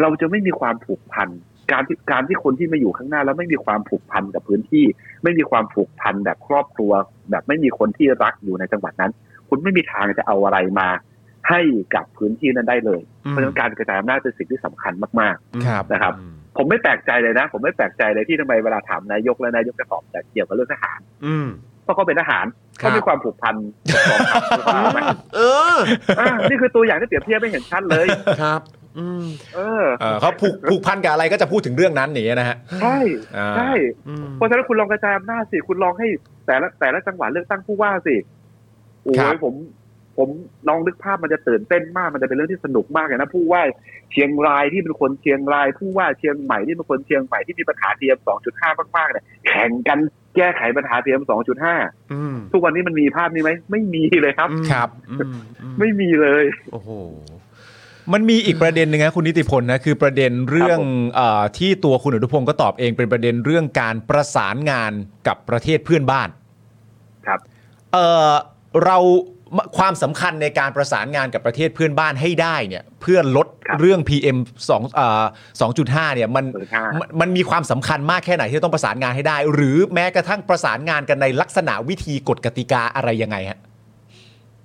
Speaker 4: เราจะไม่มีความผูกพันการที่การที่คนที่มาอยู่ข้างหน้า แล้วไม่มีความผูกพันกับพื้นที่ ไม่มีความผูกพันแบบครอบครัว แบบไม่มีคนที่รักอยู่ในจังหวัดนั้น คุณไม่มีทางจะเอาอะไรมา ให้กับพื้นที่นั้นได้เลยเพราะฉะนั้นการกระจายอำนาจเป็นสิ่งที่สำคัญมาก
Speaker 2: ครับ
Speaker 4: นะครับ ๆ ผมไม่แปลกใจเลยนะ ผมไม่แปลกใจเลยที่ทำไมเวลาถามนายกและนายกจะตอบแต่เกี่ยวกับเรื่องทหาร
Speaker 1: อืม
Speaker 4: เพราะเขาเป็นทหาร
Speaker 1: ครับ
Speaker 4: เขามีความผูกพันกับกองทัพหรือเปล่าไหม
Speaker 1: เออ
Speaker 4: อ่ะนี่คือตัวอย่างที่เปรียบเทียบไม่เห็นชัดเลย
Speaker 1: ครับ อืม
Speaker 4: เออ
Speaker 2: เอ่อเขาผูกผูกพันกับอะไรก็จะพูดถึงเรื่องนั้นอย่างเงี้ยนะฮะ
Speaker 4: ใช่
Speaker 2: อ่า
Speaker 4: ใช่
Speaker 1: อืม
Speaker 4: เพราะฉะนั้นคุณลองกระจายอำนาจสิ คุณลองให้แต่ละแต่ละจังหวัดเลือกตั้งผู้ว่าสิ โอ้
Speaker 1: ครับ
Speaker 4: ยผม ผมลองนึกภาพมันจะตื่นเต้นมาก มันจะเป็นเรื่องที่สนุกมากเลยนะผู้ว่าเชียงรายที่เป็นคนเชียงราย ผู้ว่าเชียงใหม่ที่เป็นคนเชียงใหม่ที่มีปัญหาเทียม2.5 มากๆเนี่ยแข่งกันแก้ไขปัญหาเทียม2.5
Speaker 1: อืม
Speaker 4: ทุกวันนี้มันมีภาพนี้ไหม ไม่มีเลยครับ
Speaker 2: ครับ
Speaker 1: อืมอืม
Speaker 4: ไม่มีเลย
Speaker 1: โอ้โห
Speaker 2: มันมีอีกประเด็นหนึ่งนะคุณนิติพลนะคือประเด็นเรื่องเออที่ตัวคุณอนุพงศ์ก็ตอบเองเป็นประเด็นเรื่องการประสานงานกับประเทศเพื่อนบ้าน
Speaker 4: ครับ
Speaker 2: เออเราความสำคัญในการประสานงานกับประเทศเพื่อนบ้านให้ได้เนี่ยเพื่อลด
Speaker 4: ครับ
Speaker 2: เรื่อง PM 2เอ่อ2.5เนี่ยมัน
Speaker 4: เออค่ะ
Speaker 2: มันมันมีความสำคัญมากแค่ไหนที่จะต้องประสานงานให้ได้ หรือแม้กระทั่งประสานงานกันในลักษณะวิธีกฎกติกาอะไรยังไงฮะ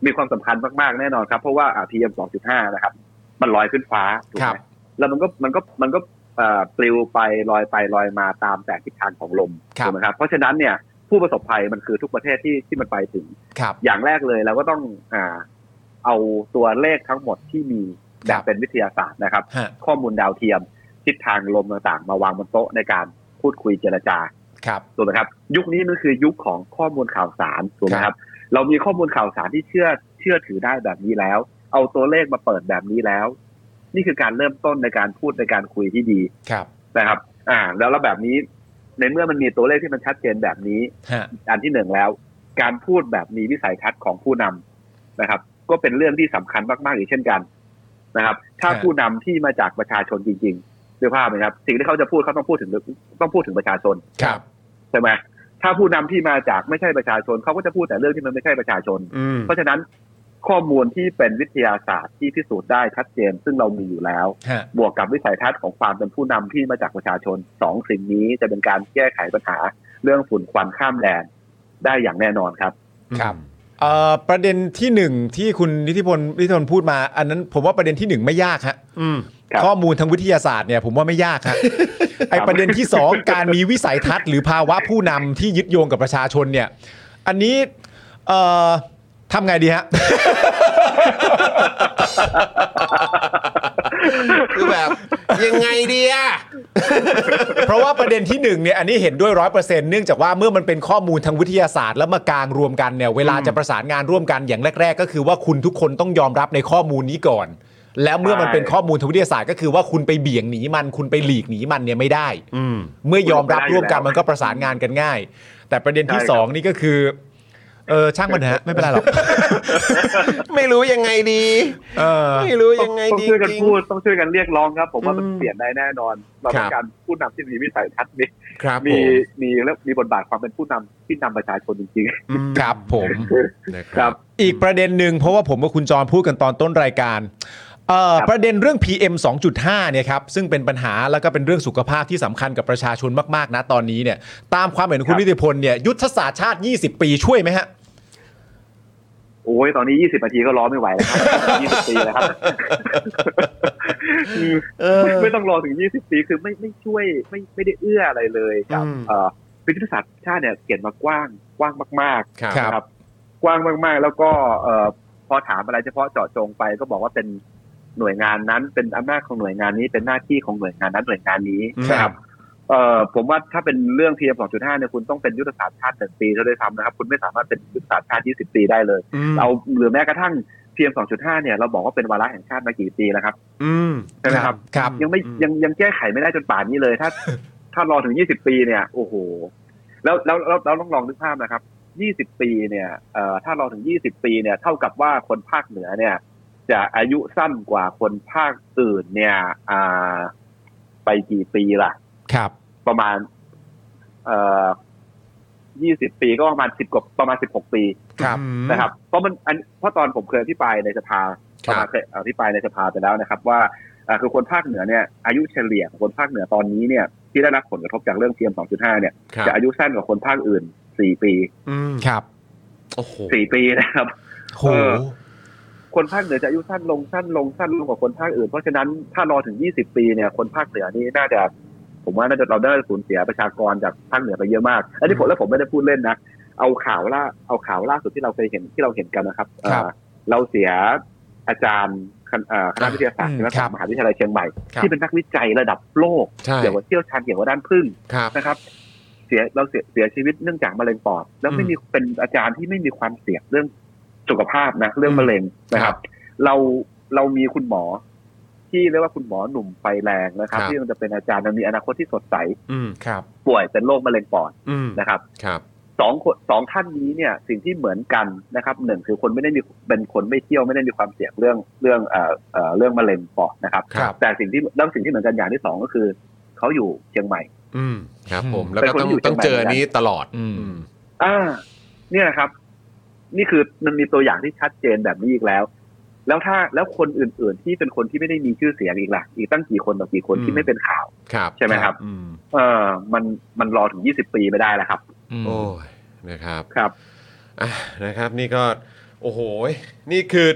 Speaker 4: มีความสำคัญมาก ๆ แน่นอนครับ เพราะว่าพีเอ็มสองจุดห้า PM 2.5 นะครับ มันลอยขึ้นฟ้าถูก
Speaker 2: ครั
Speaker 4: ไห
Speaker 2: บ
Speaker 4: มแล้วมันก็มันก็มันก็เอ่อปลิวไปลอยไปลอยมาตามแต่ทิศทางของลมถูกไหมครับ เพราะฉะนั้นเนี่ยผู้ประสบภัยมันคือทุกประเทศที่ที่มันไปถึง
Speaker 2: ครับ
Speaker 4: อย่างแรกเลยเราก็ต้องอ่าเอาตัวเลขทั้งหมดที่มีแบ
Speaker 2: ครับ
Speaker 4: บเป็นวิทยาศาสตร์นะครับ
Speaker 2: ฮะ
Speaker 4: ข้อมูลดาวเทียม ทิศทางลมต่างๆ มาวางบนโต๊ะในการพูดคุยเจรจา
Speaker 2: ครับ
Speaker 4: ถูกไหมครับยุคนี้มันคือยุคของข้อมูลข่าวสารถูกไหมครับ เรามีข้อมูลข่าวสารที่เชื่อเชื่อถือได้แบบนี้แล้ว เอาตัวเลขมาเปิดแบบนี้แล้ว นี่คือการเริ่มต้นในการพูดในการคุยที่ดี
Speaker 2: ครับ
Speaker 4: นะครับ อ่า แล้วแล้วแบบนี้ในเมื่อมันมีตัวเลขที่มันชัดเจนแบบนี้
Speaker 2: ฮะ
Speaker 4: อันที่หนึ่งแล้ว การพูดแบบมีวิสัยทัศน์ของผู้นำนะครับ ก็เป็นเรื่องที่สำคัญมากๆอีกเช่นกันนะครับ ถ้า
Speaker 2: ครับ
Speaker 4: ผู้นำที่มาจากประชาชนจริงๆด้วยภาพนะครับ สิ่งที่เขาจะพูดเขาต้องพูดถึงต้องพูดถึงประชาชน
Speaker 2: ครับ
Speaker 4: ใช่ไหมถ้าผู้นำที่มาจากไม่ใช่ประชาชนเขาก็จะพูดแต่เรื่องที่มันไม่ใช่ประชาชน
Speaker 1: อืม
Speaker 4: เพราะฉะนั้นข้อมูลที่เป็นวิทยาศาสตร์ที่พิสูจน์ได้ชัดเจน ซึ่งเรามีอยู่แล้ว
Speaker 2: ฮะ
Speaker 4: บวกกับวิสัยทัศน์ของความเป็นผู้นำที่มาจากประชาชนสองสิ่งนี้จะเป็นการแก้ไขปัญหาเรื่องฝุ่นควันข้ามแดนได้อย่างแน่นอนครับ
Speaker 2: ครับ เอ่อประเด็นที่หนึ่งที่คุณนิติพลนิติพลพูดมา อันนั้นผมว่าประเด็นที่หนึ่งไม่ยากฮะ
Speaker 1: อืม
Speaker 4: ครับ
Speaker 2: ข้อมูลทางวิทยาศาสตร์เนี่ยผมว่าไม่ยากครับ ไอ ประเด็นที่ 2 การมีวิสัยทัศน์หรือภาวะผู้นำที่ยึดโยงกับประชาชนเนี่ย อันนี้เอ่อทำไงดีฮะ
Speaker 1: คือแบบ ยังไงดีอะ
Speaker 2: เพราะว่าประเด็นที่หนึ่งเนี่ยอันนี้เห็นด้วยร้อยเปอร์เซ็นต์เนื่องจากว่าเมื่อมันเป็นข้อมูลทางวิทยาศาสตร์แล้วมากางรวมกันเนี่ยเวลาจะประสานงานร่วมกันอย่างแรก ๆ ก็คือว่าคุณทุกคนต้องยอมรับในข้อมูลนี้ก่อน แล้วเมื่อมันเป็นข้อมูลทางวิทยาศาสตร์ก็คือว่าคุณไปเบี่ยงหนีมันคุณไปหลีกหนีมันเนี่ยไม่ได้
Speaker 1: อืม
Speaker 2: เมื่อยอมรับร่วมกันมันก็ประสานงานกันง่าย แต่ประเด็นที่
Speaker 4: ใช่ครับ
Speaker 2: สองนี่ก็คือเออช่างมันเถอะฮะไม่เป็นไรหรอก
Speaker 1: ไม่รู้ยังไงดี
Speaker 2: เออ
Speaker 1: ไม่รู้ยังไง
Speaker 4: ต้อง
Speaker 1: ดี
Speaker 4: ช่วยกัน
Speaker 1: จริง
Speaker 4: พูดต้องช่วยกันเรียกร้องครับ ผมว่ามัน
Speaker 1: อืม
Speaker 4: เปลี่ยนได้แน่นอน เรา
Speaker 1: ค
Speaker 4: ต้อ
Speaker 1: รับ
Speaker 4: งการผู้นำที่มีวิสัยทัศน์มี
Speaker 1: ครับผ
Speaker 4: มี
Speaker 1: ม
Speaker 4: มีแล้วมีบทบาทความเป็นผู้นำที่นำประชาชนจริง
Speaker 1: อืม
Speaker 2: ครับผม
Speaker 1: นะค
Speaker 4: ครั
Speaker 1: รับ
Speaker 4: บ
Speaker 2: อีกประเด็นหนึ่งเพราะว่าผมกับคุณจรพูดกันตอนต้นรายการเอ่อ
Speaker 4: ครับ
Speaker 2: ประเด็นเรื่อง PM 2.5เนี่ยครับซึ่งเป็นปัญหาแล้วก็เป็นเรื่องสุขภาพที่สำคัญกับประชาชนมากๆนะตอนนี้เนี่ยตามความเห็นของคุณนิติพลเนี่ยยุทธศาสตร์ชาติ 20 ปีช่วยไหมฮะ
Speaker 4: ๆ โอ้ยตอนนี้ 20นาทีก็ร้อไม่ไหวแล้วครับ 20ปีแล้วครับ ไม่ไม่ต้องรอถึง 20 ปีคือไม่ไม่ช่วยไม่ไม่ได้เอื้ออะไรเลยกับ
Speaker 1: อืม
Speaker 4: เอ่อคือยุทธศาสตร์ชาติเนี่ยเขียนมากว้างกว้างมาก ๆ
Speaker 1: ครับ
Speaker 2: ครับ
Speaker 4: นะครับกว้างมากๆ แล้วก็เออพอถามอะไรเฉพาะเจาะจงไปก็บอกว่าเป็นหน่วยงานนั้น เป็นอำนาจของหน่วยงานนี้เป็นหน้าที่ของหน่วยงานนั้นหน่วยงานนี้
Speaker 1: ครับ
Speaker 4: นะเอ่อผมว่าถ้าเป็นเรื่อง PM 2.5เนี่ยคุณต้องเป็นยุทธศาสตร์ชาติหนึ่งปีเท่าได้ทำนะครับ คุณไม่สามารถเป็นยุทธศาสตร์ชาติ 20 ปีได้เลย
Speaker 1: อืม
Speaker 4: เราหรือแม้กระทั่ง PM 2.5เนี่ยเราบอกว่าเป็นวาระแห่งชาติมากี่ปีแล้วครับ
Speaker 1: อืม
Speaker 4: ใช่ไหมครับ
Speaker 2: ครับ
Speaker 4: ยังไม่
Speaker 1: อืม
Speaker 4: ยังยังแก้ไขไม่ได้จนป่านนี้เลย ถ้า ถ้ารอถึงยี่สิบปีเนี่ย โอ้โห แล้วแล้วแล้วแล้วต้องลองนึกภาพนะครับยี่สิบปีเนี่ยเอ่อถ้ารอถึงยี่สิบปีเนี่ย เท่ากับว่าคนภาคเหนือเนี่ย จะอายุสั้นกว่าคนภาคอื่นเนี่ยอ่าไปกี่ปีล่ะ
Speaker 2: ครับ
Speaker 4: ประมาณ เอ่อยี่สิบปีก็ประมาณสิบกว่าประมาณสิบหกปี
Speaker 2: ครับ
Speaker 1: อืม
Speaker 4: นะครับเพราะมันอันเพราะตอนผมเคยอภิปรายในสภา
Speaker 1: ครับ
Speaker 4: ประมาณเคยอภิปรายในสภาไปแล้วนะครับ ว่าเอ่อคือคนภาคเหนือเนี่ยอายุเฉลี่ยของคนภาคเหนือตอนนี้เนี่ยที่ได้รับผลกระทบจากเรื่องเพียม2.5 เนี่ย
Speaker 1: ครับ
Speaker 4: จะอายุสั้นกว่าคนภาคอื่น 4 ปี
Speaker 1: อืม
Speaker 2: ครับ
Speaker 1: โอ้โห
Speaker 4: 4 ปีนะครับ
Speaker 2: โห
Speaker 4: เออ คนภาคเหนือจะอายุสั้นลงสั้นลงสั้นลงกว่าคนภาคอื่น เพราะฉะนั้นถ้ารอถึง 20 ปีเนี่ยคนภาคเหนือนี่น่าจะ ผมว่าน่าจะเราได้สูญเสียประชากรจากภาคเหนือไปเยอะมาก อันนี้ผมแล้วผมไม่ได้พูดเล่นนะ เอาข่าวล่าเอาข่าวล่าสุดที่เราเคยเห็นที่เราเห็นกันนะครับเอ่อ
Speaker 2: ครับ
Speaker 4: เราเสียอาจารย์คณะเอ่อคณะวิทยาศาสตร์
Speaker 2: อืม
Speaker 4: ใช่ไหม
Speaker 2: ครับ
Speaker 4: มหาวิทยาลัยเชียงใหม่
Speaker 2: ครับ
Speaker 4: ที่เป็นนักวิจัยระดับโลก
Speaker 1: ใช่
Speaker 4: เกี่ยวกับเชี่ยวชาญเกี่ยวกับด้านพึ่ง
Speaker 1: ครับ
Speaker 4: นะครับ เสียเราเสียเสียชีวิตเนื่องจากมะเร็งปอด แล้วไม่
Speaker 1: อืม
Speaker 4: มีเป็นอาจารย์ที่ไม่มีความเสี่ยงเรื่องสุขภาพนะเรื่องมะเร็งนะค
Speaker 1: ครั
Speaker 4: รั
Speaker 1: บบ
Speaker 4: เราเรามีคุณหมอ ที่เรียกว่าคุณหมอหนุ่มไฟแรงนะครับ
Speaker 1: ครับ
Speaker 4: ที่มันจะเป็นอาจารย์มันมีอนาคตที่สดใส
Speaker 1: อืม
Speaker 2: ครับ
Speaker 4: ป่วยเป็นโรคมะเร็งปอด
Speaker 1: อืม
Speaker 4: นะครับ
Speaker 1: ครับ
Speaker 4: สองคนสองท่านนี้เนี่ย สิ่งที่เหมือนกันนะครับหนึ่งคือคนไม่ได้มีเป็นคนไม่เที่ยวไม่ได้มีความเสี่ยงเรื่องเรื่องเอ่อเอ่อเรื่องมะเร็งปอดนะครับ
Speaker 2: ครับ
Speaker 4: แต่สิ่งที่แล้วสิ่งที่เหมือนกันอย่างที่สองก็คือเขาอยู่เชียงใหม่
Speaker 1: อืมครับผม
Speaker 2: อืม
Speaker 1: แล้วก็ต้อง
Speaker 4: เป็นคนอยู่
Speaker 1: ต้องเจอ
Speaker 4: เชียงใหม่
Speaker 1: อันนี้ตลอด
Speaker 2: อืม
Speaker 1: อืม
Speaker 4: อ่าเนี่ยครับ นี่คือมันมีตัวอย่างที่ชัดเจนแบบนี้อีกแล้ว แล้วถ้าแล้วคนอื่น ๆ ที่เป็นคนที่ไม่ได้มีชื่อเสียงอีกล่ะอีกตั้งกี่คนต่อกี่คน
Speaker 1: อืม
Speaker 4: ที่ไม่เป็นข่าว
Speaker 1: ครับ
Speaker 4: ใช่ไหมครับ
Speaker 1: อืม
Speaker 4: เออมันมันรอถึงยี่สิบปีไม่ได้แล้วครับ
Speaker 2: อืม
Speaker 1: โอ้ยนะครับ
Speaker 4: ครับ
Speaker 1: อ่ะนะครับนี่ก็โอ้โหยนี่คือ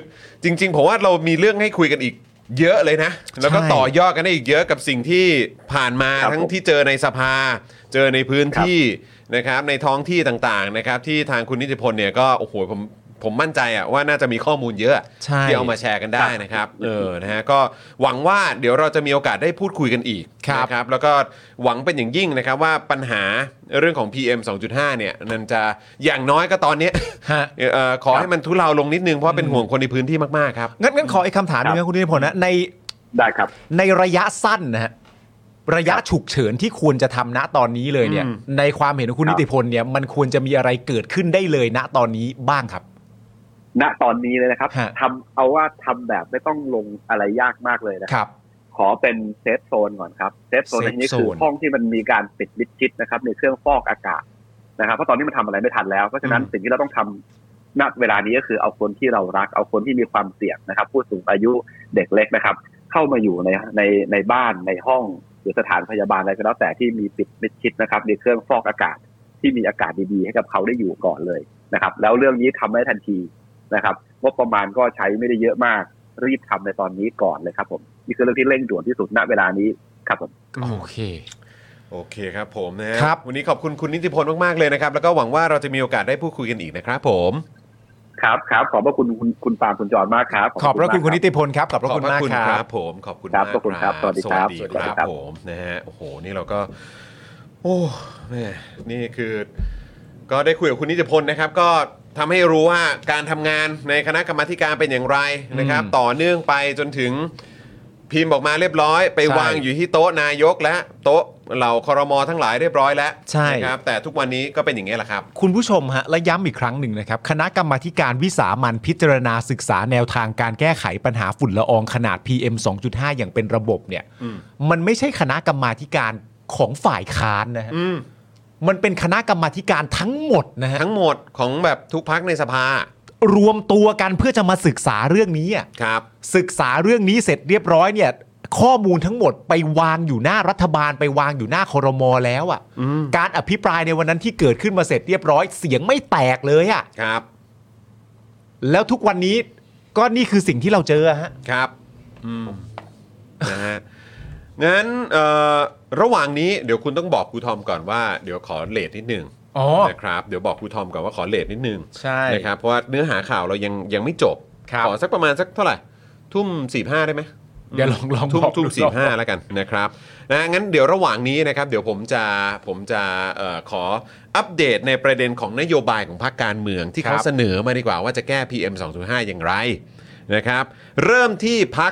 Speaker 1: จริง ๆ ผมว่าเรามีเรื่องให้คุยกันอีกเยอะเลยนะ แล้วก็ต่อยอดกันได้อีกเยอะกับสิ่งที่ผ่านมา
Speaker 4: ครับ
Speaker 1: ทั้ง
Speaker 4: ผม
Speaker 1: ที่เจอในสภา เจอในพื้นที่นะครับในท้องที่ต่างๆนะครับที่ทางคุณนิติพลเนี่ยก็โอ้โหผมผมมั่นใจอะว่าน่าจะมีข้อมูลเยอะ
Speaker 2: ใช่
Speaker 1: ที่เอามาแชร์กันได้
Speaker 4: ครับ
Speaker 1: นะครับ เออ นะฮะ ก็หวังว่าเดี๋ยวเราจะมีโอกาสได้พูดคุยกันอีก
Speaker 2: ครับ
Speaker 1: นะครับ แล้วก็หวังเป็นอย่างยิ่งนะครับว่าปัญหาเรื่องของ PM 2.5 เนี่ยมันจะอย่างน้อยก็ตอนเนี้ย
Speaker 2: ฮะ
Speaker 1: เอ่อขอให้มันทุเลาลงนิดนึง เพราะเป็นห่วงคนในพื้นที่มากๆครับ
Speaker 2: งั้นงั้นขออีกคำถามหนึง
Speaker 4: ครั
Speaker 2: นะ
Speaker 4: บ
Speaker 2: คุณนิติพลนะใน
Speaker 4: ได้ครับ
Speaker 2: ในระยะสั้นนะฮะระยะฉุกเฉินที่ควรจะทำณตอนนี้เลยเนี่ย
Speaker 1: อืม
Speaker 2: ในความเห็นของคุณ
Speaker 4: ครั
Speaker 2: นิ
Speaker 4: บ
Speaker 2: ติพลเนี่ยมันควรจะมีอะไรเกิดขึ้นได้เลยณตอนนี้บ้างครับ
Speaker 4: ณตอนนี้เลยนะครับ
Speaker 2: ฮะ
Speaker 4: ทำเอาว่าทำแบบไม่ต้องลงอะไรยากมากเลยนะครับ
Speaker 2: ครับ
Speaker 4: ขอเป็นเซฟโซนก่อนครับเซฟโซน
Speaker 2: Safe
Speaker 4: ในนี้คือ
Speaker 2: zone
Speaker 4: ห้องที่มันมีการปิดมิดชิดนะครับ ในเครื่องฟอกอากาศนะครับ เพราะตอนนี้มันทำอะไรไม่ทันแล้ว เพราะฉะนั้น
Speaker 1: อืม
Speaker 4: สิ่งที่เราต้องทำณเวลานี้ก็คือเอาคนที่เรารัก เอาคนที่มีความเสี่ยงนะครับ ผู้สูงอายุเด็กเล็กนะครับ เข้ามาอยู่ในในในบ้านในห้องหรือสถานพยาบาลอะไรก็แล้วแต่ที่มีปิดมิดชิดนะครับในเครื่องฟอกอากาศที่มีอากาศดีๆ ให้กับเขาได้อยู่ก่อนเลยนะครับ แล้วเรื่องนี้ทำได้ทันทีนะครับงบประมาณก็ใช้ไม่ได้เยอะมากรีบทำในตอนนี้ก่อนเลยครับผม นี่คือเรื่องที่เร่งด่วนที่สุดณเวลานี้ครับผม
Speaker 2: โอเค
Speaker 1: โอเคครับผมนะฮะ
Speaker 2: ครับ
Speaker 1: วันนี้ขอบคุณคุณนิติพลมาก ๆ เลยนะครับ แล้วก็หวังว่าเราจะมีโอกาสได้พูดคุยกันอีกนะครับผม
Speaker 4: ครับครับขอบพระคุณคุณคุณปาล์มคุณจอห์นมากครับ
Speaker 2: ขอบพระคุณคุณนิ
Speaker 4: ติ
Speaker 2: ติพลครับ ขอบพระคุณ
Speaker 1: พ
Speaker 2: มากค
Speaker 1: ค
Speaker 2: รั
Speaker 1: รับ บ ผม ขอบคุณ
Speaker 4: ครับ
Speaker 1: มาก
Speaker 4: ขอบคุณครับสวัสดีครับ
Speaker 1: สวัสดี
Speaker 4: สวัสดี
Speaker 1: ครับ
Speaker 4: ครับ
Speaker 1: ผมนะฮะโอ้โหนี่เราก็ โอ้แม่นี่คือ ก็ได้คุยกับคุณนิติพลนะครับ ก็ทำให้รู้ว่าการทำงานในคณะกรรมาธิการเป็นอย่างไรนะครับ
Speaker 2: อืม
Speaker 1: ต่อเนื่องไปจนถึงพิมพ์ออกมาเรียบร้อย ไป
Speaker 2: ใช่
Speaker 1: วางอยู่ที่โต๊ะนายกและโต๊ะเหล่าครมทั้งหลายเรียบร้อยแล้ว
Speaker 2: ใช่
Speaker 1: นะครับ แต่ทุกวันนี้ก็เป็นอย่างนี้ยแหละครับ
Speaker 2: คุณผู้ชมฮะและย้ำอีกครั้งหนึ่งนะครับ คณะกรรมาธิการวิสามันพิจารณาศึกษาแนวทางการแก้ไขปัญหาฝุ่นละอองขนาด PM 2.5 อย่างเป็นระบบเนี่ย
Speaker 1: อืม
Speaker 2: มันไม่ใช่คณะกรรมาธิการของฝ่ายค้านนะฮะ
Speaker 1: อืม
Speaker 2: มันเป็นคณะกรรมาธิการทั้งหมดนะฮะ
Speaker 1: ทั้งหมดของแบบทุกพักในสภาร
Speaker 2: วมตัวกันเพื่อจะมาศึกษาเรื่องนี้อะ
Speaker 1: ครับ
Speaker 2: ศึกษาเรื่องนี้เสร็จเรียบร้อยเนี่ยข้อมูลทั้งหมดไปวางอยู่หน้ารัฐบาลไปวางอยู่หน้าคอรมอแล้วอะ
Speaker 1: อืม
Speaker 2: การอภิปรายในวันนั้นที่เกิดขึ้นมาเสร็จเรียบร้อย เสียงไม่แตกเลยอะ
Speaker 1: ครับ
Speaker 2: แล้วทุกวันนี้ก็นี่คือสิ่งที่เราเจอฮะ
Speaker 1: ครับ อืม นะฮะ งั้นเอ่อระหว่างนี้เดี๋ยวคุณต้องบอกครูทอมก่อนว่าเดี๋ยวขอเลทนิดนึง
Speaker 2: อ๋อ
Speaker 1: นะครับ เดี๋ยวบอกครูทอมก่อนว่าขอเลทนิดนึง
Speaker 2: ใช่
Speaker 1: นะครับ เพราะว่าเนื้อหาข่าวเรายังยังไม่จบ
Speaker 2: ครับ
Speaker 1: ขอสักประมาณสักเท่าไหร่ ทุ่มสี่ห้าได้ไหม
Speaker 2: เดี๋ยวลองลอง
Speaker 1: ทุ่ม
Speaker 2: บอก
Speaker 1: ทุ่ม
Speaker 2: ดู
Speaker 1: สี่ห้าแล้วกันนะครับนะงั้นเดี๋ยวระหว่างนี้นะครับ เดี๋ยวผมจะผมจะเอ่อขออัปเดตในประเด็นของนโยบายของพรรคการเมืองที่เขาเสนอมาดีกว่าว่าจะแก้ PM 2.5 อย่างไรนะครับ เริ่มที่พรรค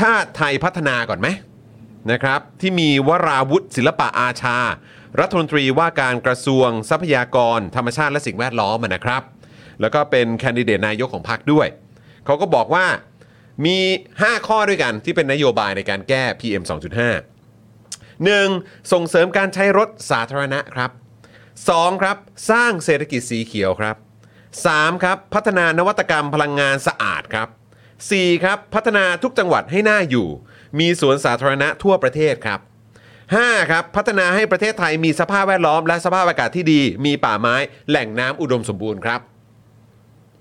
Speaker 1: ชาติไทยพัฒนาก่อนไหมนะครับ ที่มีวราวุฒิศิลปะอาชา รัฐมนตรีว่าการกระทรวงทรัพยากร ธรรมชาติและสิ่งแวดล้อมอะนะครับ แล้วก็เป็นแคนดิเดตนายกของพรรคด้วย เขาก็บอกว่ามี 5 ข้อด้วยกันที่เป็นนโยบายในการแก้ PM 2.5 1. ส่งเสริมการใช้รถสาธารณะครับ 2. ครับ สร้างเศรษฐกิจสีเขียวครับ 3. ครับ พัฒนานวัตกรรมพลังงานสะอาดครับ 4. ครับ พัฒนาทุกจังหวัดให้น่าอยู่ มีสวนสาธารณะทั่วประเทศครับ 5. ครับ พัฒนาให้ประเทศไทยมีสภาพแวดล้อม และสภาพอากาศที่ดี มีป่าไม้แหล่งน้ำอุดมสมบูรณ์ครับ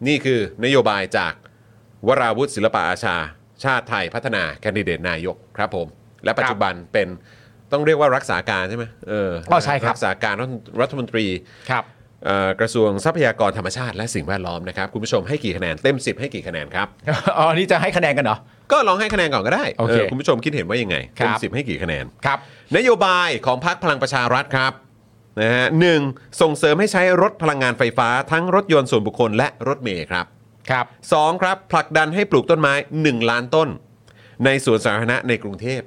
Speaker 1: นี่คือนโยบายจาก วราวุฒิศิลปะอาชา ชาติไทยพัฒนาแคนดิเดตนายกครับผม และปัจจุบันเป็นต้องเรียกว่ารักษาการใช่ไหมเออ
Speaker 2: อใช่ครับ
Speaker 1: รักษาการรัฐรัฐมนตรี
Speaker 2: ครับ
Speaker 1: เอ่อกระทรวงทรัพยากรธรรมชาติและสิ่งแวดล้อมนะครับ คุณผู้ชมให้กี่คะแนนเต็ม 10 ให้กี่คะแนนครับ
Speaker 2: อ๋อ นี่จะให้คะแนนกันเหรอ
Speaker 1: ก็ลองให้คะแนนก่อนก็ได้
Speaker 2: โอเค
Speaker 1: เออคุณผู้ชมคิดเห็นว่ายังไง
Speaker 2: ครั
Speaker 1: เต็
Speaker 2: บ
Speaker 1: ม10 ให้กี่คะแนน
Speaker 2: ครับ
Speaker 1: นโยบายของพรรคพลังประชารัฐครับนะฮะหนึ่งส่งเสริมให้ใช้รถพลังงานไฟฟ้าทั้งรถยนต์ส่วนบุคคลและรถเมล์ครับ
Speaker 2: ครับ
Speaker 1: 2ครับผลักดันให้ปลูกต้นไม้ 1 ล้านต้น ในสวนสาธารณะในกรุงเทพ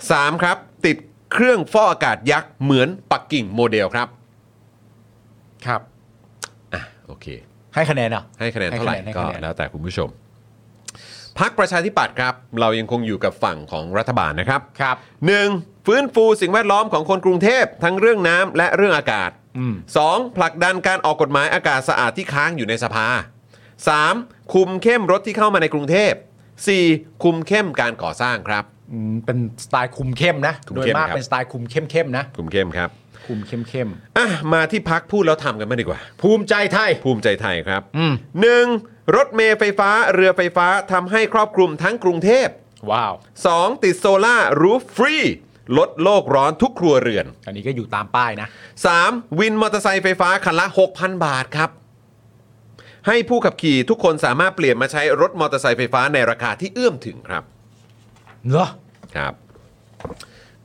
Speaker 1: 3. ครับ ติดเครื่องฟอกอากาศยักษ์เหมือนปักกิ่งโมเดลครับ
Speaker 2: ครับ
Speaker 1: อ่ะโอเค
Speaker 2: ให้คะแนนเหรอ
Speaker 1: ให้คะแนนเท่าไหร่
Speaker 2: ให้
Speaker 1: ก็
Speaker 2: คะแนน
Speaker 1: แล้วแต่คุณผู้ชมพักประชาธิปัตย์ครับ เรายังคงอยู่กับฝั่งของรัฐบาลนะครับ
Speaker 2: ครับ
Speaker 1: 1. ฟื้นฟูสิ่งแวดล้อมของคนกรุงเทพ ทั้งเรื่องน้ำและเรื่องอากาศ
Speaker 2: อืม
Speaker 1: 2. ผลักดันการออกกฎหมายอากาศสะอาดที่ค้างอยู่ในสภา 3. คุมเข้มรถที่เข้ามาในกรุงเทพ 4. คุมเข้มการก่อสร้างครับ
Speaker 2: อืม เป็นสไตล์คุมเข้มนะ
Speaker 1: คุม
Speaker 2: โดย
Speaker 1: เข้ม
Speaker 2: มาก
Speaker 1: ครับ
Speaker 2: เป็นสไตล์คุมเข้มเข้มๆนะ
Speaker 1: คุมเข้มครับ
Speaker 2: คุมเข้มเข้ม
Speaker 1: อ่ะมาที่พักพูดแล้วทำกันมางดีกว่า
Speaker 2: ๆภูมิใจไทย
Speaker 1: ภูมิใจไทยครับ
Speaker 2: อืม
Speaker 1: 1. รถเมล์ไฟฟ้าเรือไฟฟ้าทำให้ครอบคลุมทั้งกรุงเทพ
Speaker 2: ว้าว
Speaker 1: 2. ติดโซล่ารูฟฟรี ลดโลกร้อนทุกครัวเรือน
Speaker 2: อันนี้ก็อยู่ตามป้ายนะ
Speaker 1: 3. วินมอเตอร์ไซค์ไฟฟ้าคันละ 6,000 บาทครับ ให้ผู้ขับขี่ทุกคนสามารถเปลี่ยนมาใช้รถมอเตอร์ไซค์ไฟฟ้าในราคาที่เอื้อมถึงครับ
Speaker 2: เหรอ
Speaker 1: ครับ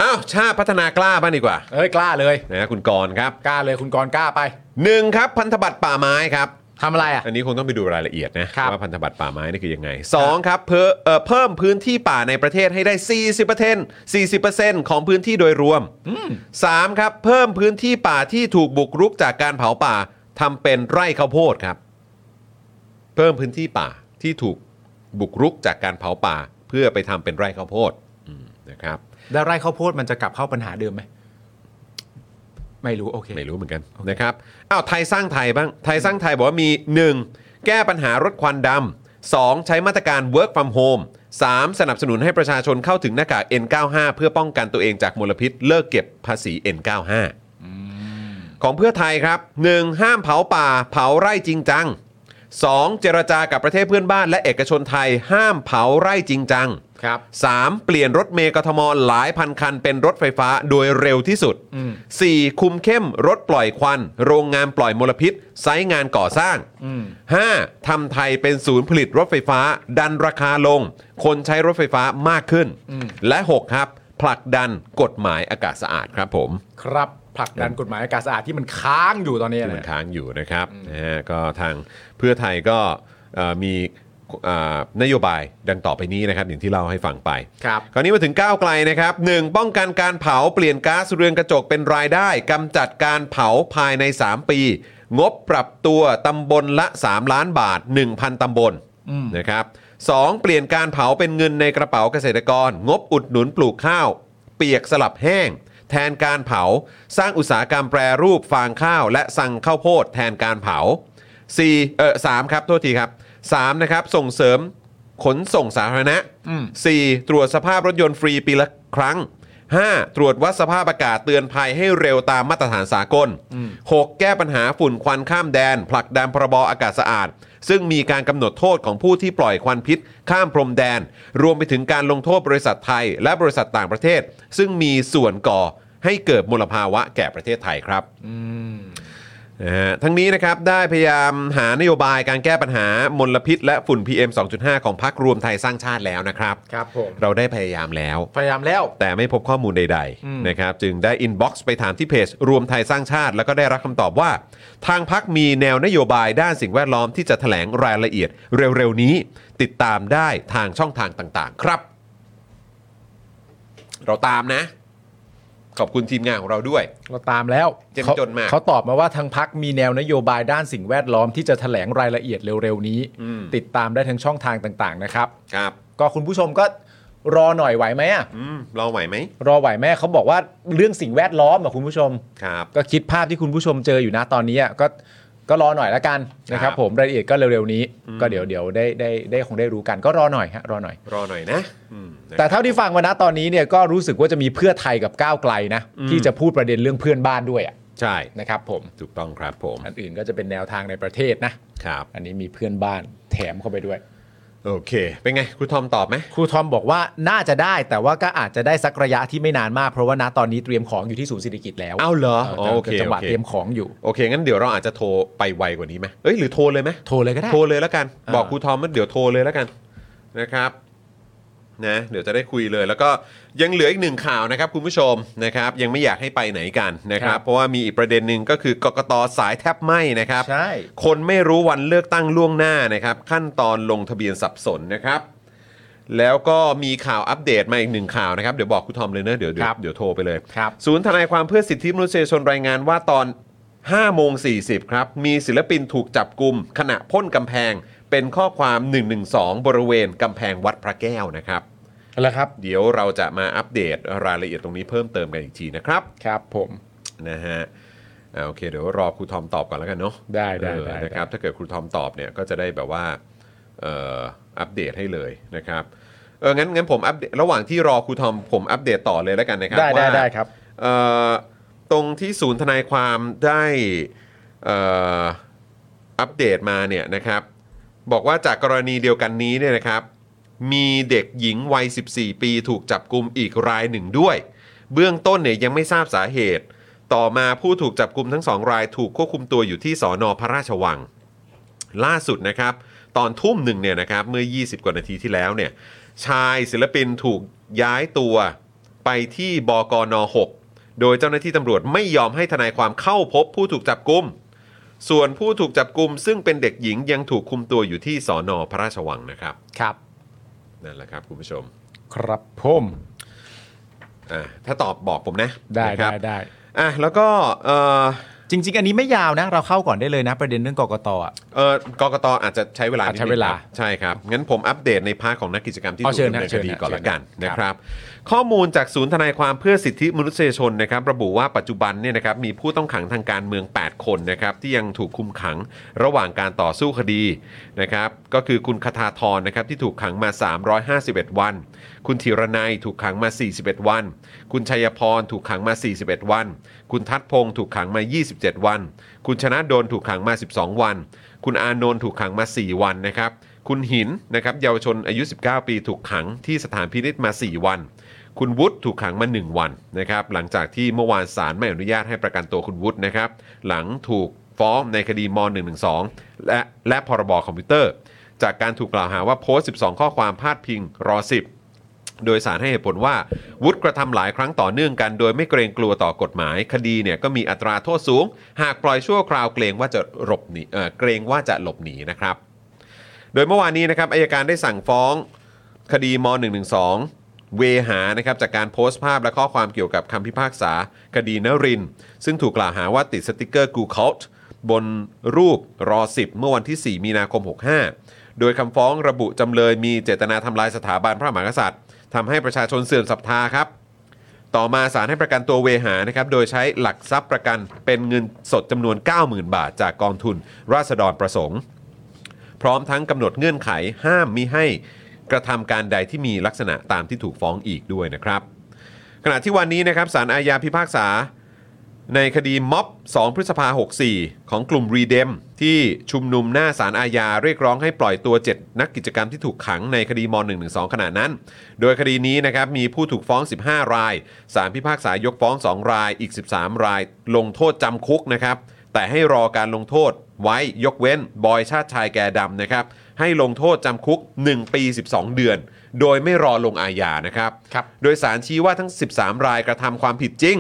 Speaker 1: อ้าวชาติพัฒนากล้าบ้างดีกว่า
Speaker 2: เอ้ย กล้าเลย
Speaker 1: นะคุณกรณ์ครับ
Speaker 2: กล้าเลยคุณกรณ์กล้าไป
Speaker 1: หนึ่งครับพันธบัตรป่าไม้ครับ
Speaker 2: ทำอะไรอ่ะ
Speaker 1: อันนี้คงต้องไปดูรายละเอียดนะครับ ว่าพันธบัตรป่าไม้นี่คือยังไงสองครับเพิ่มเอ่อเพิ่มพื้นที่ป่าในประเทศให้ได้ 40% 40%ของพื้นที่โดยรวมสามครับเพิ่มพื้นที่ป่าที่ถูกบุกรุกจากการเผาป่าทำเป็นไร่ข้าวโพดครับ เพิ่มพื้นที่ป่าที่ถูกบุกรุกจากการเผาป่า เพื่อไปทำเป็นไร่ข้าวโพดอืมนะครับ
Speaker 2: แล้วไร่ข้าวโพดมันจะกลับเข้าปัญหาเดิมไหม ไม่รู้ โอเค
Speaker 1: ไม่รู้เหมือนกันนะครับ อ้าวไทยสร้างไทยบ้าง ไทยสร้างไทยบอกว่ามี 1. แก้ปัญหารถควันดำ 2. ใช้มาตรการ work from home 3. สนับสนุนให้ประชาชนเข้าถึงหน้ากาก N95 เพื่อป้องกันตัวเองจากมลพิษ เลิกเก็บภาษี N95 ของเพื่อไทยครับ 1. ห้ามเผาป่า เผาไร่จริงจัง 2. เจรจากับประเทศเพื่อนบ้านและเอกชนไทย ห้ามเผาไร่จริงจัง
Speaker 2: ครับ
Speaker 1: 3. เปลี่ยนรถเมย์กทมหลายพันคันเป็นรถไฟฟ้าโดยเร็วที่สุด
Speaker 2: อืม
Speaker 1: 4. คุมเข้มรถปล่อยควัน โรงงานปล่อยมลพิษไซต์งานก่อสร้าง
Speaker 2: อืม
Speaker 1: 5. ทำไทยเป็นศูนย์ผลิตรถไฟฟ้า ดันราคาลง คนใช้รถไฟฟ้ามากขึ้น
Speaker 2: อืม
Speaker 1: และ 6 ครับ ผลักดันกฎหมายอากาศสะอาดครับผม
Speaker 2: ครับผลักดันกฎหมายอากาศสะอาดที่มันค้างอยู่ตอนนี้
Speaker 1: ที่
Speaker 2: นะ
Speaker 1: มันค้างอยู่นะครับนะฮะก็ทางเพื่อไทยก็เอ่อมีเอ่อนโยบายดังต่อไปนี้นะครับ อย่างที่เล่าให้ฟังไป
Speaker 2: ครับ
Speaker 1: คราวนี้มาถึงก้าวไกลนะครับ 1. ป้องกันการเผาเปลี่ยนก๊าซเรือนกระจกเป็นรายได้กำจัดการเผาภายใน 3 ปี งบปรับตัวตำบลละ 3 ล้านบาท 1,000ตำบล นะครับ 2. เปลี่ยนการเผาเป็นเงินในกระเป๋าเกษตรกร งบอุดหนุนปลูกข้าว เปียกสลับแห้ง แทนการเผา สร้างอุตสาหกรรมแปรรูปฟางข้าว และสั่งข้าวโพดแทนการเผา 4. เออ3ครับ โทษทีครับ 3 นะครับ ส่งเสริมขนส่งสาธารณะ
Speaker 2: อืม
Speaker 1: 4. ตรวจสภาพรถยนต์ฟรีปีละครั้ง 5. ตรวจวัดสภาพอากาศเตือนภัยให้เร็วตามมาตรฐานสากล 6. แก้ปัญหาฝุ่นควันข้ามแดน ผลักดันพรบอากาศสะอาด ซึ่งมีการกำหนดโทษของผู้ที่ปล่อยควันพิษ ข้ามพรมแดน รวมไปถึงการลงโทษบริษัทไทย และบริษัทต่างประเทศ ซึ่งมีส่วนก่อให้เกิดมลภาวะแก่ประเทศไทยครับ นะฮะทั้งนี้นะครับได้พยายามหานโยบายการแก้ปัญหามลพิษ และฝุ่น PM 2.5 ของพักรวมไทยสร้างชาติแล้วนะครับ
Speaker 2: ครับผม
Speaker 1: เราได้พยายามแล้ว
Speaker 2: พยายามแล้ว
Speaker 1: แต่ไม่พบข้อมูลใด
Speaker 2: อืม
Speaker 1: ๆนะครับจึงได้อินบ็อกซ์ไปถามที่เพจ รวมไทยสร้างชาติ แล้วก็ได้รับคำตอบว่า ทางพักมีแนวนโยบายด้านสิ่งแวดล้อมที่จะแถลงรายละเอียดเร็วๆนี้ ติดตามได้ทางช่องทางต่างๆ ครับ เราตามนะ ขอบคุณทีมงานของเราด้วย
Speaker 2: เราตามแล้ว
Speaker 1: เจ็บจนมาก
Speaker 2: เขเขาตอบมาว่าทางพักมีแนวนโยบายด้านสิ่งแวดล้อมที่จะแถลงรายละเอียดเร็วๆนี้ ติดตามได้ทั้งช่องทางต่างๆนะครับ
Speaker 1: ครับ
Speaker 2: ก็คุณผู้ชมก็รอหน่อยไหวไหมอะ
Speaker 1: อืมเราไหวไหม
Speaker 2: รอไหวไหมเขาบอกว่าเรื่องสิ่งแวดล้อมอะคุณผู้ชม
Speaker 1: ครับ
Speaker 2: ก็คิดภาพที่คุณผู้ชมเจออยู่นะตอนนี้อะก็ก็รอหน่อยละกันนะค
Speaker 1: ค
Speaker 2: รั
Speaker 1: รับ บ
Speaker 2: ผมรายละเอียดก็เร็วๆนี้ ก็เดี๋ยวเดี๋ยวได้ได้ได้คงได้รู้กันก็รอหน่อยฮะรอหน่อย
Speaker 1: รอหน่อยนะอืมนะ
Speaker 2: แต่เท่าที่ฟังมานะตอนนี้เนี่ยก็รู้สึกว่าจะมีเพื่อไทยกับก้าวไกลนะที่จะพูดประเด็นเรื่องเพื่อนบ้านด้วยอะ
Speaker 1: ใช่
Speaker 2: นะครับผม
Speaker 1: ถูกต้องครับผม
Speaker 2: อันอื่นก็จะเป็นแนวทางในประเทศนะ
Speaker 1: ครับ
Speaker 2: อันนี้มีเพื่อนบ้านแถมเข้าไปด้วย
Speaker 1: โอเค เป็นไงครูทอมตอบไหม
Speaker 2: ครูทอมบอกว่าน่าจะได้แต่ว่าก็อาจจะได้สักระยะที่ไม่นานมาก เพราะว่าณตอนนี้เตรียมของอยู่ที่ศูนย์เศรษฐกิจแล้ว
Speaker 1: เอาเหรอ
Speaker 2: เอ
Speaker 1: อ๋อ
Speaker 2: อ
Speaker 1: โอเค
Speaker 2: จังหวะ
Speaker 1: โอค
Speaker 2: เตรียมของอยู่
Speaker 1: โอเค งั้นเดี๋ยวเราอาจจะโทรไปไวกว่านี้ไหมเอ้ยหรือโทรเลยไหม
Speaker 2: โทรเลยก็ได้
Speaker 1: โทรเลยแล้วกัน
Speaker 2: อ่า
Speaker 1: บอกครูทอมว่าเดี๋ยวโทรเลยแล้วกันนะครับนะเดี๋ยวจะได้คุยเลยแล้วก็ยังเหลืออีกหนึ่งข่าวนะครับคุณผู้ชมนะครับ ยังไม่อยากให้ไปไหนกันนะครับ เพราะว่ามีอีกประเด็นหนึ่งก็คือกกตสายแทบไหมนะครับ
Speaker 2: ใช่
Speaker 1: คนไม่รู้วันเลือกตั้งล่วงหน้านะครับ ขั้นตอนลงทะเบียนสับสนนะครับ แล้วก็มีข่าวอัปเดตมาอีกหนึ่งข่าวนะครับ เดี๋ยวบอกคุณทอมเลยเนอะเดี๋ยวเดี๋ยว
Speaker 2: ครับ
Speaker 1: เดี๋ยวโทรไปเลย
Speaker 2: ครับ
Speaker 1: ศูนย์ทนายความเพื่อสิทธิมนุษยชนรายงานว่าตอน5โมง40 ครับ มีศิลปินถูกจับกลุ่มขณะพ่นกำแพงเป็นข้อความ 112 บริเวณกำแพงวัดพระแก้วนะครับ
Speaker 2: แล้วครับ
Speaker 1: เดี๋ยวเราจะมาอัปเดตรายละเอียดตรงนี้เพิ่มเติมกันอีกทีนะครับ
Speaker 2: ครับผม
Speaker 1: นะฮะอ่าโอเค เดี๋ยวรอครูทอมตอบก่อนแล้วกันเนาะ
Speaker 2: ได้ได้
Speaker 1: เออ
Speaker 2: ได้
Speaker 1: นะครับ ถ้าเกิดครูทอมตอบเนี่ยก็จะได้แบบว่าเอ่ออัปเดตให้เลยนะครับ เอองั้นงั้นผมอัปเดตระหว่างที่รอครูทอมผมอัปเดตต่อเลยแล้วกันนะครั
Speaker 2: ได้ได้
Speaker 1: ว่า
Speaker 2: ได้ครับ
Speaker 1: เอ่อตรงที่ศูนย์ทนายความได้เอ่ออัปเดตมาเนี่ยนะครับ บอกว่าจากกรณีเดียวกันนี้เนี่ยนะครับ มีเด็กหญิงวัย 14 ปีถูกจับกลุ่มอีกรายหนึ่งด้วย เบื้องต้นเนี่ยยังไม่ทราบสาเหตุ ต่อมาผู้ถูกจับกลุ่มทั้งสองรายถูกควบคุมตัวอยู่ที่สอนอพระราชวัง ล่าสุดนะครับ ตอนทุ่มหนึ่งเนี่ยนะครับเมื่อ 20 กว่านาทีที่แล้วเนี่ยชายศิลปินถูกย้ายตัวไปที่บกน 6 โดยเจ้าหน้าที่ตำรวจไม่ยอมให้ทนายความเข้าพบผู้ถูกจับกลุ่ม ส่วนผู้ถูกจับกลุ่มซึ่งเป็นเด็กหญิงยังถูกคุมตัวอยู่ที่สอนอพระราชวังนะครับ
Speaker 2: ครับ
Speaker 1: นั่นแหละครับคุณผู้ชม
Speaker 2: ครับผม
Speaker 1: อ่ะถ้าตอบบอกผมนะ
Speaker 2: ได้
Speaker 1: นะครั
Speaker 2: ได้
Speaker 1: บ
Speaker 2: ได้
Speaker 1: อ่ะแล้วก็เอ่อ
Speaker 2: จริง ๆ อันนี้ไม่ยาวนะ เราเข้าก่อนได้เลยนะ ประเด็นเรื่องกกตอ่ะ
Speaker 1: เอ่อกกตอาจจะใช้เวลา
Speaker 2: อาจใช้
Speaker 1: นิดนึง
Speaker 2: เวลา
Speaker 1: ครับใช่ครับ งั้นผมอัปเดตในภาคของนักกิจกรรมที่
Speaker 2: เอา
Speaker 1: ถูก
Speaker 2: เชิญ
Speaker 1: ดำเนิน
Speaker 2: ฮะเชิ
Speaker 1: ค
Speaker 2: ญ
Speaker 1: ดี
Speaker 2: ฮะ
Speaker 1: ก่อน
Speaker 2: เชิญ
Speaker 1: ละกัน
Speaker 2: ครับ
Speaker 1: นะครับ ข้อมูลจากศูนย์ทนายความเพื่อสิทธิมนุษยชนนะครับ ระบุว่าปัจจุบันเนี่ยนะครับมีผู้ต้องขังทางการเมือง 8 คนนะครับ ที่ยังถูกคุมขังระหว่างการต่อสู้คดีนะครับ ก็คือคุณคทาธรนะครับที่ถูกขังมา 351 วัน คุณธีรนัยถูกขังมา 41 วัน คุณชัยพรถูกขังมา 41 วัน คุณทัศพงศ์ถูกขังมา 27 วัน คุณชนะโดนถูกขังมา 12 วัน คุณอานนท์ถูกขังมา 4 วันนะครับ คุณหินนะครับเยาวชนอายุ 19 ปีถูกขังที่สถานพินิษมา 4 วัน คุณวุฒิถูกขังมา 1 วันนะครับหลังจากที่เมื่อวานศาลไม่อนุญาตให้ประกันตัวคุณวุฒินะครับหลังถูกฟ้องในคดีม .112 และและพรบคอมพิวเตอร์ จากการถูกกล่าวหาว่าโพสต์ 12 ข้อความพาดพิงรอ 10 โดยสารให้เหตุผลว่า วุฒิกระทำหลายครั้งต่อเนื่องกัน โดยไม่เกรงกลัวต่อกฎหมาย คดีเนี่ยก็มีอัตราโทษสูง หากปล่อยชั่วคราวเกรงว่าจะหลบหนีเอ่อเกรงว่าจะหลบหนีนะครับ โดยเมื่อวานนี้นะครับอายการได้สั่งฟ้องคดีม .112 เวหานะครับจากการโพสต์ภาพและข้อความเกี่ยวกับคำพิพากษา คดีนรินทร์ซึ่งถูกกล่าวหาว่าติดสติกเกอร์ Google บนรูปรอ 10 เมื่อวันที่ 4 มีนาคม 65 โดยคำฟ้องระบุจำเลยมีเจตนาทำลายสถาบันพระมหากษัตริย์ทำให้ประชาชนเสื่อมศรัทธาครับ ต่อมาศาลให้ประกันตัวเวหานะครับ โดยใช้หลักทรัพย์ประกันเป็นเงินสดจำนวน 90,000 บาท จากกองทุน ราษฎรประสงค์ พร้อมทั้งกำหนดเงื่อนไขห้ามมิให้กระทำการใดที่มีลักษณะตามที่ถูกฟ้องอีกด้วยนะครับ ขณะที่วันนี้นะครับศาลอาญาพิพากษา ในคดีม็อบ 2 พฤษภา 64 ของกลุ่มรีเดม ที่ชุมนุมหน้าศาลอาญาเรียกร้องให้ปล่อยตัว 7 นักกิจกรรมที่ถูกขังในคดีม .112 ขณะนั้น โดยคดีนี้นะครับมีผู้ถูกฟ้อง 15 รายศาลพิพากษายกฟ้อง 2 รายอีก 13 ราย ลงโทษจำคุกนะครับ แต่ให้รอการลงโทษไว้ยกเว้น บอยชาติชายแก่ดำนะครับ ให้ลงโทษจำคุก 1 ปี 12 เดือน โดยไม่รอลงอาญานะครับ
Speaker 2: ครับ
Speaker 1: โดยสารชี้ว่าทั้ง 13 รายกระทำความผิดจริง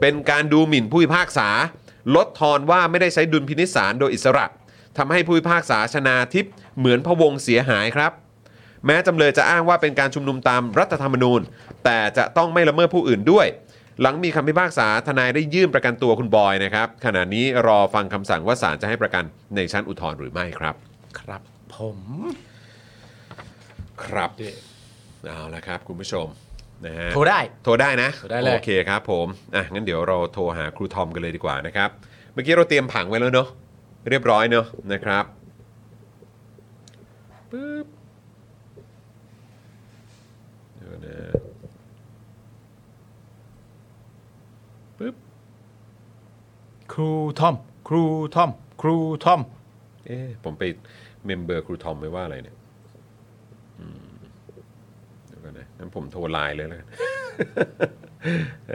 Speaker 1: เป็นการดูหมิ่นผู้พิพากษา ลดทอนว่าไม่ได้ใช้ดุลพินิษสารโดยอิสระทำให้ผู้พิพากษาชนาทิพย์เหมือนพะวงเสียหายครับ แม้จำเลยจะอ้างว่าเป็นการชุมนุมตามรัฐธรรมนูญ แต่จะต้องไม่ละเมิดผู้อื่นด้วย หลังมีคำพิพากษาทนายได้ยื่นประกันตัวคุณบอยนะครับ ขณะนี้รอฟังคำสั่งว่าศาลจะให้ประกันในชั้นอุทธรณ์หรือไม่ครับ
Speaker 2: ครับ ผม
Speaker 1: ครับเอาละครับคุณผู้ชมนะฮะ
Speaker 2: โทรได้
Speaker 1: โทรได้นะ
Speaker 2: โทรได้เลย
Speaker 1: โอเคครับผมอ่ะงั้นเดี๋ยวเราโทรหาครูทอมกันเลยดีกว่านะครับ เมื่อกี้เราเตรียมผังไว้แล้วเนอะเรียบร้อยเนอะนะครับปึ๊บเดี๋ยวนะปึ๊บ
Speaker 2: ครูทอม ครูทอม ครูทอม
Speaker 1: เอ๊ะผมไปเมมเบอร์ครูทอมไว้ว่าอะไรเนี่ยอืมเดี๋ยวกันนะงั้นผมโทรไลน์เลยแล้วกัน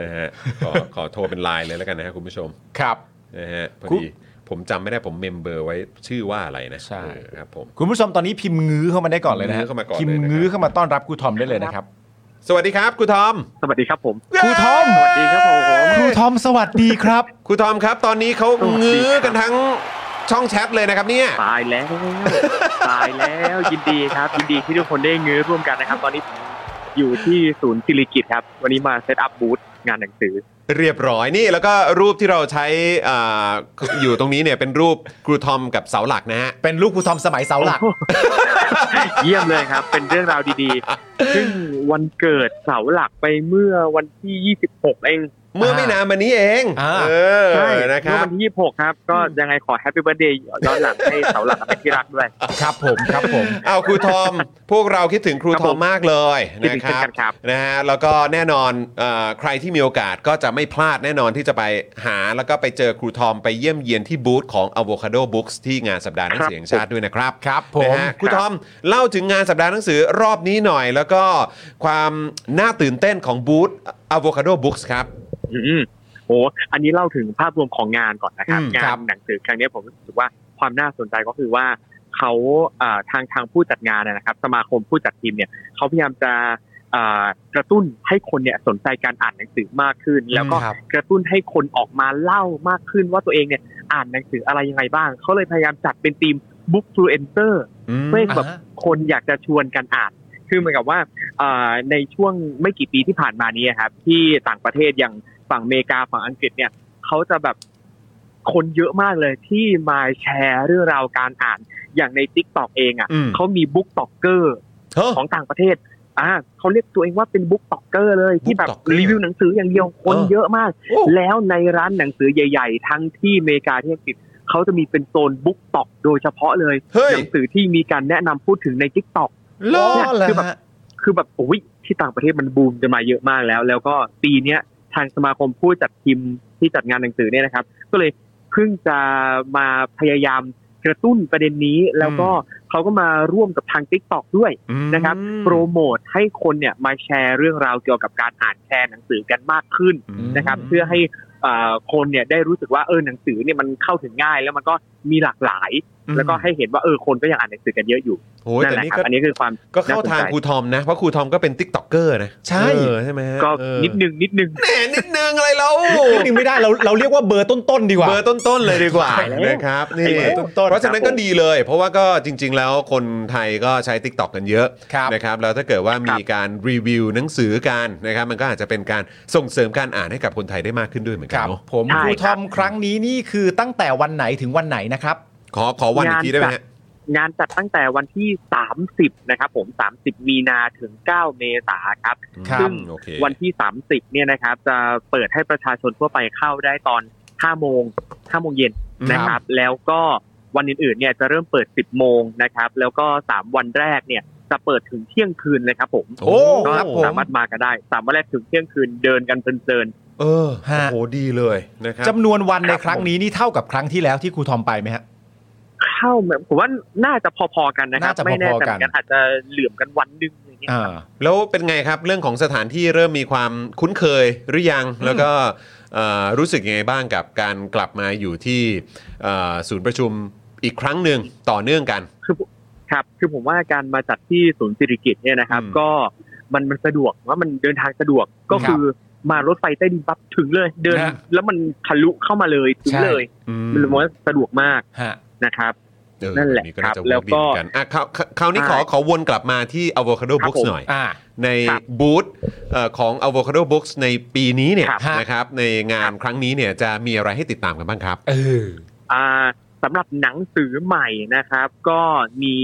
Speaker 1: นะฮะขอขอโทรเป็นไลน์เลยแล้วกันนะครับคุณผู้ชม
Speaker 2: ครับ
Speaker 1: นะฮะพอ
Speaker 2: คุ
Speaker 1: ดีผมจำไม่ได้ผมเมมเบอร์ไว้ชื่อว่าอะไรนะ
Speaker 2: ใช่
Speaker 1: เออครับผม
Speaker 2: คุณผู้ชมตอนนี้พิมพ์งื้อเข้ามาได้ก่อนเลยนะฮะ
Speaker 1: งื้อเข้ามาก่อนเลย
Speaker 2: พิมพ์
Speaker 1: นะครับ
Speaker 2: งื้อเข้ามาต้อนรับครูทอมได้เลยนะครับ
Speaker 1: สวัสดีครับครูทอม
Speaker 5: สวัสดีครับ ผม
Speaker 2: ครูทอม
Speaker 5: สวัสดีครับผม
Speaker 2: ครูทอมสวัสดีครับ
Speaker 1: ครูทอมครับ ตอนนี้เขา
Speaker 5: สวัสดีครับ
Speaker 1: งื้อกันทั้งช่องแชทเลยนะครับเนี่ย
Speaker 5: ตายแล้ว ตายแล้วยินดีครับ ยินดีที่ทุกคนได้เงื้อร่วมกันนะครับ ตอนนี้ผมอยู่ที่ศูนย์สิริกิตครับ วันนี้มาเซตอัพบูธงานหนังสือ
Speaker 1: เรียบร้อยนี่แล้วก็รูปที่เราใช้อ่าอยู่ตรงนี้เนี่ยเป็นรูปครูทอมกับเสาหลักนะฮะ
Speaker 2: เป็นลูกครูทอมสมัยเสาหลัก
Speaker 5: เยี่ยมเลยครับ เป็นเรื่องราวดีๆ ซึ่งวันเกิดเสาหลักไปเมื่อวันที่ 26 เอง
Speaker 1: เมื่อไม่นานมานี้เอง
Speaker 2: อ่า
Speaker 1: เออ
Speaker 5: ใช่
Speaker 1: นะค
Speaker 5: เมื่
Speaker 1: รั
Speaker 5: อบ วันที่ 26 ครับ ก็ยังไงขอแฮปปี้เบ t ร์ a เดย์ย้อนหลังให้เสาหลักเป็นที่รักด้วย
Speaker 2: ครับผมครับผม
Speaker 1: เอาครูทอม พวกเราคิดถึงครู
Speaker 5: ครับ
Speaker 1: ทอ
Speaker 5: ผม ม
Speaker 1: มากเลยนะค
Speaker 5: คิดถึงเช่
Speaker 1: รั
Speaker 5: น
Speaker 1: บ
Speaker 5: กันครับ
Speaker 1: นะฮะแล้วก็แน่นอนเอ่อใครที่มีโอกาสก็จะไม่พลาดแน่นอนที่จะไปหาแล้วก็ไปเจอครูทอมไปเยี่ยมเยียนที่บูธของ Avocado Books ที่งานสัปดาห์หนังสือแห่งชาติด้วยนะครับ
Speaker 2: ครับผม
Speaker 1: นะฮะครูทอมเล่าถึงงานสัปดาห์หนังสือรอบนี้หน่อย แล้วก็ความน่าตื่นเต้นของบูธ Avocado Books ครับ
Speaker 5: อืมโอ้อันนี้เล่าถึงภาพรวมของงานก่อนนะครับ
Speaker 1: อืม
Speaker 5: งา
Speaker 1: ครั
Speaker 5: น
Speaker 1: บ
Speaker 5: หนังสือครั้งนี้ผมรู้สึกว่าความน่าสนใจก็คือว่าเขาอ่าทางทางผู้จัดงานนะครับ สมาคมผู้จัดทีมเนี่ยเขาพยายามจะอ่ากระตุ้นให้คนเนี่ยสนใจการอ่านหนังสือมากขึ้น แล้วก็
Speaker 2: ครับ
Speaker 5: กระตุ้นให้คนออกมาเล่ามากขึ้นว่าตัวเองเนี่ยอ่านหนังสืออะไรยังไงบ้างเขาเลยพยายามจัดเป็นทีม book influencer
Speaker 1: อืม
Speaker 5: เพื่อให้แบบ
Speaker 2: อ่าฮะ
Speaker 5: คนอยากจะชวนกันอ่าน คือเหมือนกับว่าอ่าในช่วงไม่กี่ปีที่ผ่านมานี้ครับ ที่ต่างประเทศอย่างฝั่งอเมริกาฝั่งอังกฤษเนี่ยเขาจะแบบคนเยอะมากเลยที่มาแชร์เรื่องราวการอ่านอย่างใน t ิ k t o k เอง
Speaker 1: อืม
Speaker 5: อะ่ะเขามีบุ๊กต็อกเกอร์
Speaker 1: เฮ้อ
Speaker 5: ของต่างประเทศอ่าเขาเรียกตัวเองว่าเป็นบุ๊กต็อกเกอร์เลยที่แบบ
Speaker 1: BookToker
Speaker 5: รีวิวหนังสืออย่างเดียวคน
Speaker 1: เออ
Speaker 5: เยอะมาก
Speaker 1: โอ้
Speaker 5: แล้วในร้านหนังสือใหญ่ ๆ ทั้งที่อเมริกาที่อังกฤษเขาจะมีเป็นโซนบุ๊กต็อกโดยเฉพาะเลย
Speaker 1: เฮ้ย
Speaker 5: หนังสือที่มีการแนะนำพูดถึงใน t ิ k t o k
Speaker 2: ล้อ
Speaker 5: เนี่ย
Speaker 2: เหรอ
Speaker 5: คือแบบ
Speaker 2: ฮะ
Speaker 5: คือแบบโอ้ยที่ต่างประเทศมันบูมกันมาเยอะมากแล้ว แล้วก็ปีเนี้ยทางสมาคมผู้จัดทีมที่จัดงานหนังสือเนี่ยนะครับ ก็เลยเพิ่งจะมาพยายาม กระตุ้นประเด็นนี้ แล้วก็เขาก็มาร่วมกับทาง t ิ k t o k ด้วย นะครับ โปรโมทให้คนเนี่ยมาแชร์เรื่องราวเกี่ยวกับการอ่านแชร์หนังสือกันมากขึ้นนะครับ เพื่อให้เอ่อคนเนี่ยได้รู้สึกว่าเออหนังสือเนี่ยมันเข้าถึงง่าย แล้วมันก็มีหลากหลาย แล้วก็ให้เห็นว่าเออคนก็ยังอ่านหนังสือกันเยอะอยู่
Speaker 1: โอ้ย
Speaker 5: นั่น
Speaker 1: แต่
Speaker 5: แหละ
Speaker 1: นี่
Speaker 5: ครั
Speaker 1: ก็
Speaker 5: บอันนี้คือความ
Speaker 1: ก็เข้าทางครู
Speaker 5: น่สนใจ
Speaker 1: ทอมนะ เพราะครูทอมก็เป็นติ๊กต็อกเกอร์นะ
Speaker 2: ใช่
Speaker 1: เออใช่ไหมฮะ
Speaker 5: ก็
Speaker 1: เออ
Speaker 5: นิดนึงนิดนึง
Speaker 1: แหมนิดนึงอะไรเรา
Speaker 2: นิดนึงไม่ได้เราเราเรียกว่าเบอร์ต้นๆดีกว่า
Speaker 1: เบอร์ต้นๆเลยดีกว่า
Speaker 5: ขายแล้ว
Speaker 1: นะครับนี่
Speaker 2: เบอร์ต้น
Speaker 1: เพราะฉะนั้นก็ดีเลย เพราะว่าก็จริง ๆ แล้วคนไทยก็ใช้ Tik t o อกกันเยอะ
Speaker 2: ครับ
Speaker 1: นะครับแล้วถ้าเกิดว่ามีการรีวิวหนังสือกันนะครับมันก็อาจจะเป็นการส่งเสริมการอ่านให้กับคนไทยได้มากขึ้นด้วยเหมือน
Speaker 2: ค
Speaker 1: กัน
Speaker 2: รับ
Speaker 1: เนาะ
Speaker 2: ผม
Speaker 5: ใช่
Speaker 2: ครูทอม
Speaker 5: ครับ
Speaker 2: ครั้งนี้นี่คือตั้งแต่วันไหนถึงวันไหนนะครับ
Speaker 1: ขอขอวันอีกทีได้ไหมฮะ
Speaker 5: งานจัดตั้งแต่วันที่ 30 นะครับผม 30 มีนาถึง 9 เมษาครับ
Speaker 2: ครับ
Speaker 1: อืมโอเค
Speaker 5: วันที่ 30 เนี่ยนะครับ จะเปิดให้ประชาชนทั่วไปเข้าได้ตอน 5 โมง 5 โมงเย็นนะครับ แล้วก็วันอื่นๆ เนี่ยจะเริ่มเปิด 10 โมงนะครับ แล้วก็ 3 วันแรกเนี่ยจะเปิดถึงเที่ยงคืนเลยครับผม
Speaker 2: โอ้
Speaker 5: ก็
Speaker 2: ครับผม
Speaker 5: สามารถมากันได้ สามวันแรกถึงเที่ยงคืนเดินกันเพลิน
Speaker 1: เออโอ้โหดีเลยนะครับ
Speaker 2: จำนวนวันในครั้งนี้นี่เท่ากับครั้งที่แล้วที่ครูทอมไปไหมฮะ
Speaker 5: ๆ เข้าแบบผมว่าน่าจะพอๆกันนะครับ
Speaker 2: น่าจะ
Speaker 5: ไม่แน่ใจ
Speaker 2: พอๆกัน
Speaker 5: เหมือนกันอาจจะเหลื่อมกันวันหนึงอย่างเงี้ย
Speaker 2: อ่า
Speaker 1: แล้วเป็นไงครับเรื่องของสถานที่เริ่มมีความคุ้นเคยหรือยัง แล้วก็เอ่อรู้สึกยังไงบ้างกับการกลับมาอยู่ที่เอ่อศูนย์ประชุมอีกครั้งหนึ่งต่อเนื่องกัน
Speaker 5: คือครับคือผมว่าการมาจัดที่ศูนย์สิริกิตเนี่ยนะครับ
Speaker 1: อืม
Speaker 5: ก็มันมันสะดวกว่ามันเดินทางสะดวกก็
Speaker 2: ครับ
Speaker 5: คือมารถไฟใต้ดินปั๊บถึงเลย เดิน
Speaker 2: นะ
Speaker 5: แล้วมันทะลุเข้ามาเลยถึง
Speaker 2: ใช่
Speaker 5: เลย
Speaker 1: อืม
Speaker 5: มันว่าสะดวกมาก
Speaker 2: ฮะ
Speaker 5: นะครับ
Speaker 1: เออ
Speaker 5: นั่นแหละ
Speaker 1: อัก็าจ
Speaker 5: ครับ
Speaker 1: เวิ
Speaker 5: แล้
Speaker 1: ร์
Speaker 5: ว
Speaker 1: ดี
Speaker 5: ก็
Speaker 1: เหมือนนอ่ะคราวคราวคราวนี้ขอ
Speaker 5: ใช่
Speaker 1: ขอวนกลับมาที่ Avocado
Speaker 5: ครับ
Speaker 1: Books
Speaker 5: ผม
Speaker 1: หน่อย
Speaker 2: อ่า
Speaker 1: ใน
Speaker 5: ครับ
Speaker 1: บูธเอ่อของ Avocado Books ในปีนี้เนี่ย
Speaker 5: ครับ
Speaker 1: นะครับในงานครั้งนี้เนี่ยจะมีอะไรให้ติดตามกันบ้างครับ
Speaker 2: เออ
Speaker 5: อ่าสำหรับหนังสือใหม่นะครับ ก็มี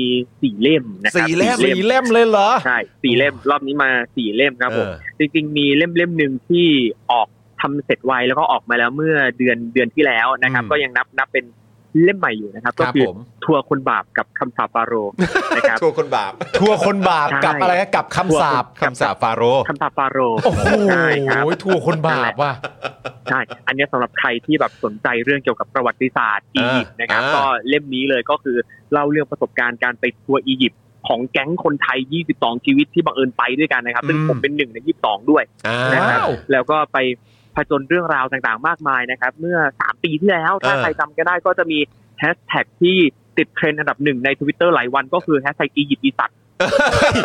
Speaker 5: สี่เล่มนะครับ
Speaker 1: สี่เล่ม
Speaker 2: สี่เล่มเลยเหรอ
Speaker 5: ใช่สี่เล่มรอบนี้มาสี่เล่มครับผม
Speaker 1: เออ
Speaker 5: จริงๆมีเล่มเล่มหนึ่งที่ออกทำเสร็จไวแล้วก็ออกมาแล้วเมื่อเดือนเดือนที่แล้วนะครับ
Speaker 1: อืม
Speaker 5: ก็ยังนับนับเป็นเล่มใหม่อยู่นะครับ
Speaker 1: ค
Speaker 5: ก็
Speaker 1: รับ
Speaker 5: คือ
Speaker 1: ผม
Speaker 5: ทัวร์คนบาปกับคำสาปฟาโรห์นะครับ
Speaker 1: ทัวร์คนบาป
Speaker 2: ทัวร์คนบาป
Speaker 5: ใช่
Speaker 2: กับอะไรนะกับคำสาป
Speaker 1: คำสาปฟาโรห์
Speaker 5: คำสาปฟาโรห์
Speaker 2: โอ้โห
Speaker 5: ใช่ครับ
Speaker 2: ทัวร์คนบาปว่ะ
Speaker 5: ใช่อันเนี้ยสำหรับใครที่แบบสนใจเรื่องเกี่ยวกับประวัติศาสตร์อียิปต์นะครับ ก็เล่มนี้เลยก็คือเล่าเรื่องประสบการณ์การไปทัวร์อียิปต์ของแก๊งคนไทย 22 ชีวิตที่บังเอิญไปด้วยกันนะครับซึ่งผมเป็นหนึ่งใน 22 ด้วย
Speaker 1: อ่า
Speaker 5: นะครับแล้วก็ไปผจญเรื่องราวต่างๆ มากมายนะครับ เมื่อ 3 ปีที่แล้ว ถ้า
Speaker 1: เออ
Speaker 5: ใครจำก็ได้ก็จะมีแฮชแท็กที่ติดเทรนด์อันดับหนึ่งในทวิตเตอร์หลายวันก็คือแฮชแท็กอียิปต์อีสัตว์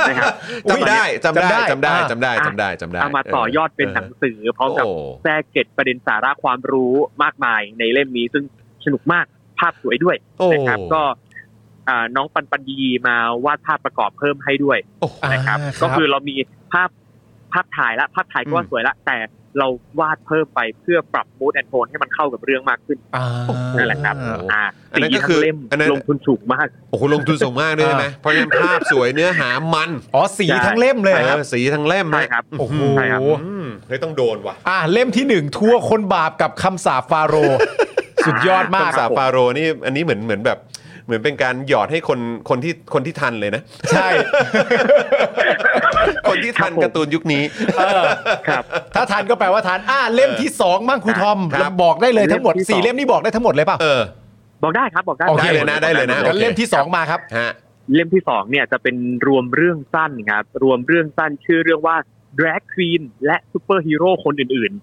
Speaker 5: นะครับ
Speaker 1: จำได้จำได้จำ
Speaker 2: จำได้
Speaker 1: ได้จำได้
Speaker 5: อ่ะ
Speaker 1: จำได้จำได้
Speaker 5: เอามาต่อยอดเป็นหนังสือพร้อมกับ
Speaker 1: โอ้
Speaker 5: แทรกเกร็ดประเด็นสาระความรู้มากมายในเล่มนี้ ซึ่งสนุกมากภาพสวยด้วย
Speaker 1: โอ้
Speaker 5: นะครับ ก็อ่าน้องปันปันยีมาวาดภาพประกอบเพิ่มให้ด้วย
Speaker 1: โอ้โห
Speaker 5: นะครับ
Speaker 2: อ่า
Speaker 5: ก็คือเรามีภาพภาพถ่ายละภาพถ่ายก็
Speaker 1: อืม
Speaker 5: สวยละแต่เราวาดเพิ่มไปเพื่อปรับมูดแอนโทนให้มันเข้ากับเรื่องมากขึ้น
Speaker 2: อ่า
Speaker 5: นั่นแหละครับ อ่า
Speaker 1: อันนั้น
Speaker 5: สี
Speaker 1: ก็
Speaker 5: ทั้
Speaker 1: คือง
Speaker 5: เล่ม
Speaker 1: อันนั้น
Speaker 5: ลงทุนสูงมาก
Speaker 1: โอ้โหลงทุนสูงมากด้วยใช่ไหมเพราะฉะนั้นภาพสวยเนื้อหามัน
Speaker 2: อ๋อสีทั้งเล่มเลยครับ
Speaker 1: ออสีทั้งเล่ม
Speaker 5: ใช่ครับ
Speaker 2: โอ้โห
Speaker 5: ใช่ครับ
Speaker 1: อืมเฮ้ยต้องโดนว่ะ
Speaker 2: อ่าเล่มที่หนึ่งทั่วคนบาปกับคำสาปฟาโรห์สุดยอดมาก
Speaker 1: คำสาปฟาโรห์นี่อันนี้เหมือนเหมือนแบบ เหมือนเป็นการหยอดให้คนคนที่คนที่ทันเลยนะ
Speaker 2: ใช่
Speaker 1: คนที่ทัน
Speaker 5: ค
Speaker 1: กา
Speaker 5: รับผม
Speaker 1: ร์ตูนยุคนี้
Speaker 2: เออ
Speaker 5: ครับ
Speaker 2: ถ้าทันก็แปลว่าทันอ่าเล่มที่สองมั่งครูทอม
Speaker 1: ครับ
Speaker 2: บอกได้เลยทั้งหมด
Speaker 5: เล่มที่สอง
Speaker 2: สี่เล่มนี่บอกได้ทั้งหมดเลยเปล่ะ
Speaker 1: เออ
Speaker 5: บอกได้ครับบอกได้
Speaker 2: โอเค
Speaker 1: ได้เลยนะได้เลยนะ
Speaker 2: งั้นเล่มที่สองมาครับ
Speaker 1: ฮะ
Speaker 5: เล่มที่สองเนี่ยจะเป็นรวมเรื่องสั้นครับรวมเรื่องสั้นชื่อเรื่องว่า drag queen และซูเปอร์ฮีโร่คนอื่น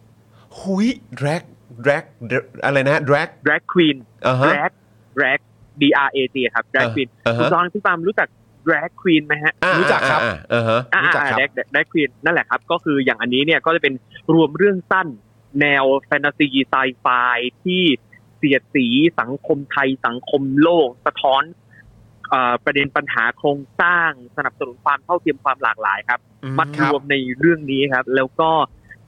Speaker 1: หุยแดรกแดรกอะไรนะแดรก
Speaker 5: ๆ drag queen
Speaker 1: อ่าฮะ
Speaker 5: drag drag d r a g ครับ drag
Speaker 1: อ่า
Speaker 5: queen
Speaker 1: อ่าฮะ
Speaker 5: คุณจองพี่ปามรู้จัก drag queen ไหมฮะ
Speaker 1: อ่า
Speaker 2: รู้จักครับ
Speaker 1: อ่าอ่าอ่าฮะ
Speaker 5: อ่า
Speaker 2: รู้จักครับ
Speaker 5: แดกแดกควีนนั่นแหละครับ ก็คืออย่างอันนี้เนี่ยก็จะเป็นรวมเรื่องสั้น แนวแฟนตาซีไซไฟที่เสียดสีสังคมไทยสังคมโลก สะท้อนเอ่อประเด็นปัญหาโครงสร้างสนับสนุนความเท่าเทียมความหลากหลายครับ มัดรวมในเรื่องนี้ครับ แล้วก็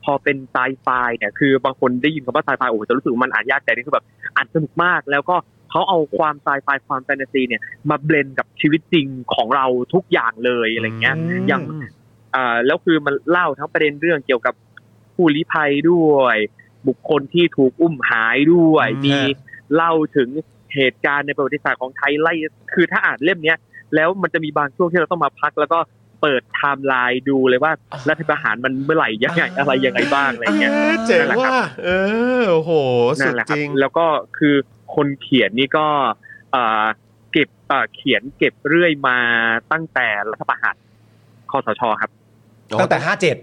Speaker 5: พอเป็นไซไฟเนี่ยคือบางคนได้ยินคำว่าไซไฟโอ้โหจะรู้สึกว่ามันอ่านยากแต่นี่คือแบบอ่านสนุกมาก แล้วก็เขาเอาความไซไฟความแฟนตาซีเนี่ยมาเบลนกับชีวิตจริงของเราทุกอย่างเลยอะไรเงี้ย
Speaker 2: อืม
Speaker 5: อย่าง อ่าแล้วคือมันเล่าทั้งประเด็นเรื่องเกี่ยวกับผู้ลี้ภัยด้วย บุคคลที่ถูกอุ้มหายด้วย
Speaker 1: อืม
Speaker 5: มีเล่าถึงเหตุการณ์ในประวัติศาสตร์ของไทยไล่คือถ้าอ่านเล่มเนี้ย แล้วมันจะมีบางช่วงที่เราต้องมาพัก แล้วก็เปิดไทม์ไลน์ดูเลยว่ารัฐประหารมันเมื่อไหร่ยังไงอะไรยังไงบ้างอะไรเงี้ย
Speaker 1: เออเจ๋ง
Speaker 5: นั่นแหละครับ
Speaker 1: ว่ะเออโอ้โห สุ
Speaker 5: นั่
Speaker 1: ด
Speaker 5: นแหละค
Speaker 1: จ
Speaker 5: รับ
Speaker 1: ริง
Speaker 5: แล้วก็คือคนเขียนนี่ก็ เอ่อเก็บเอ่อเขียนเก็บเรื่อยมาตั้งแต่รัฐประหารคอสชครับ
Speaker 2: ตั้งแต่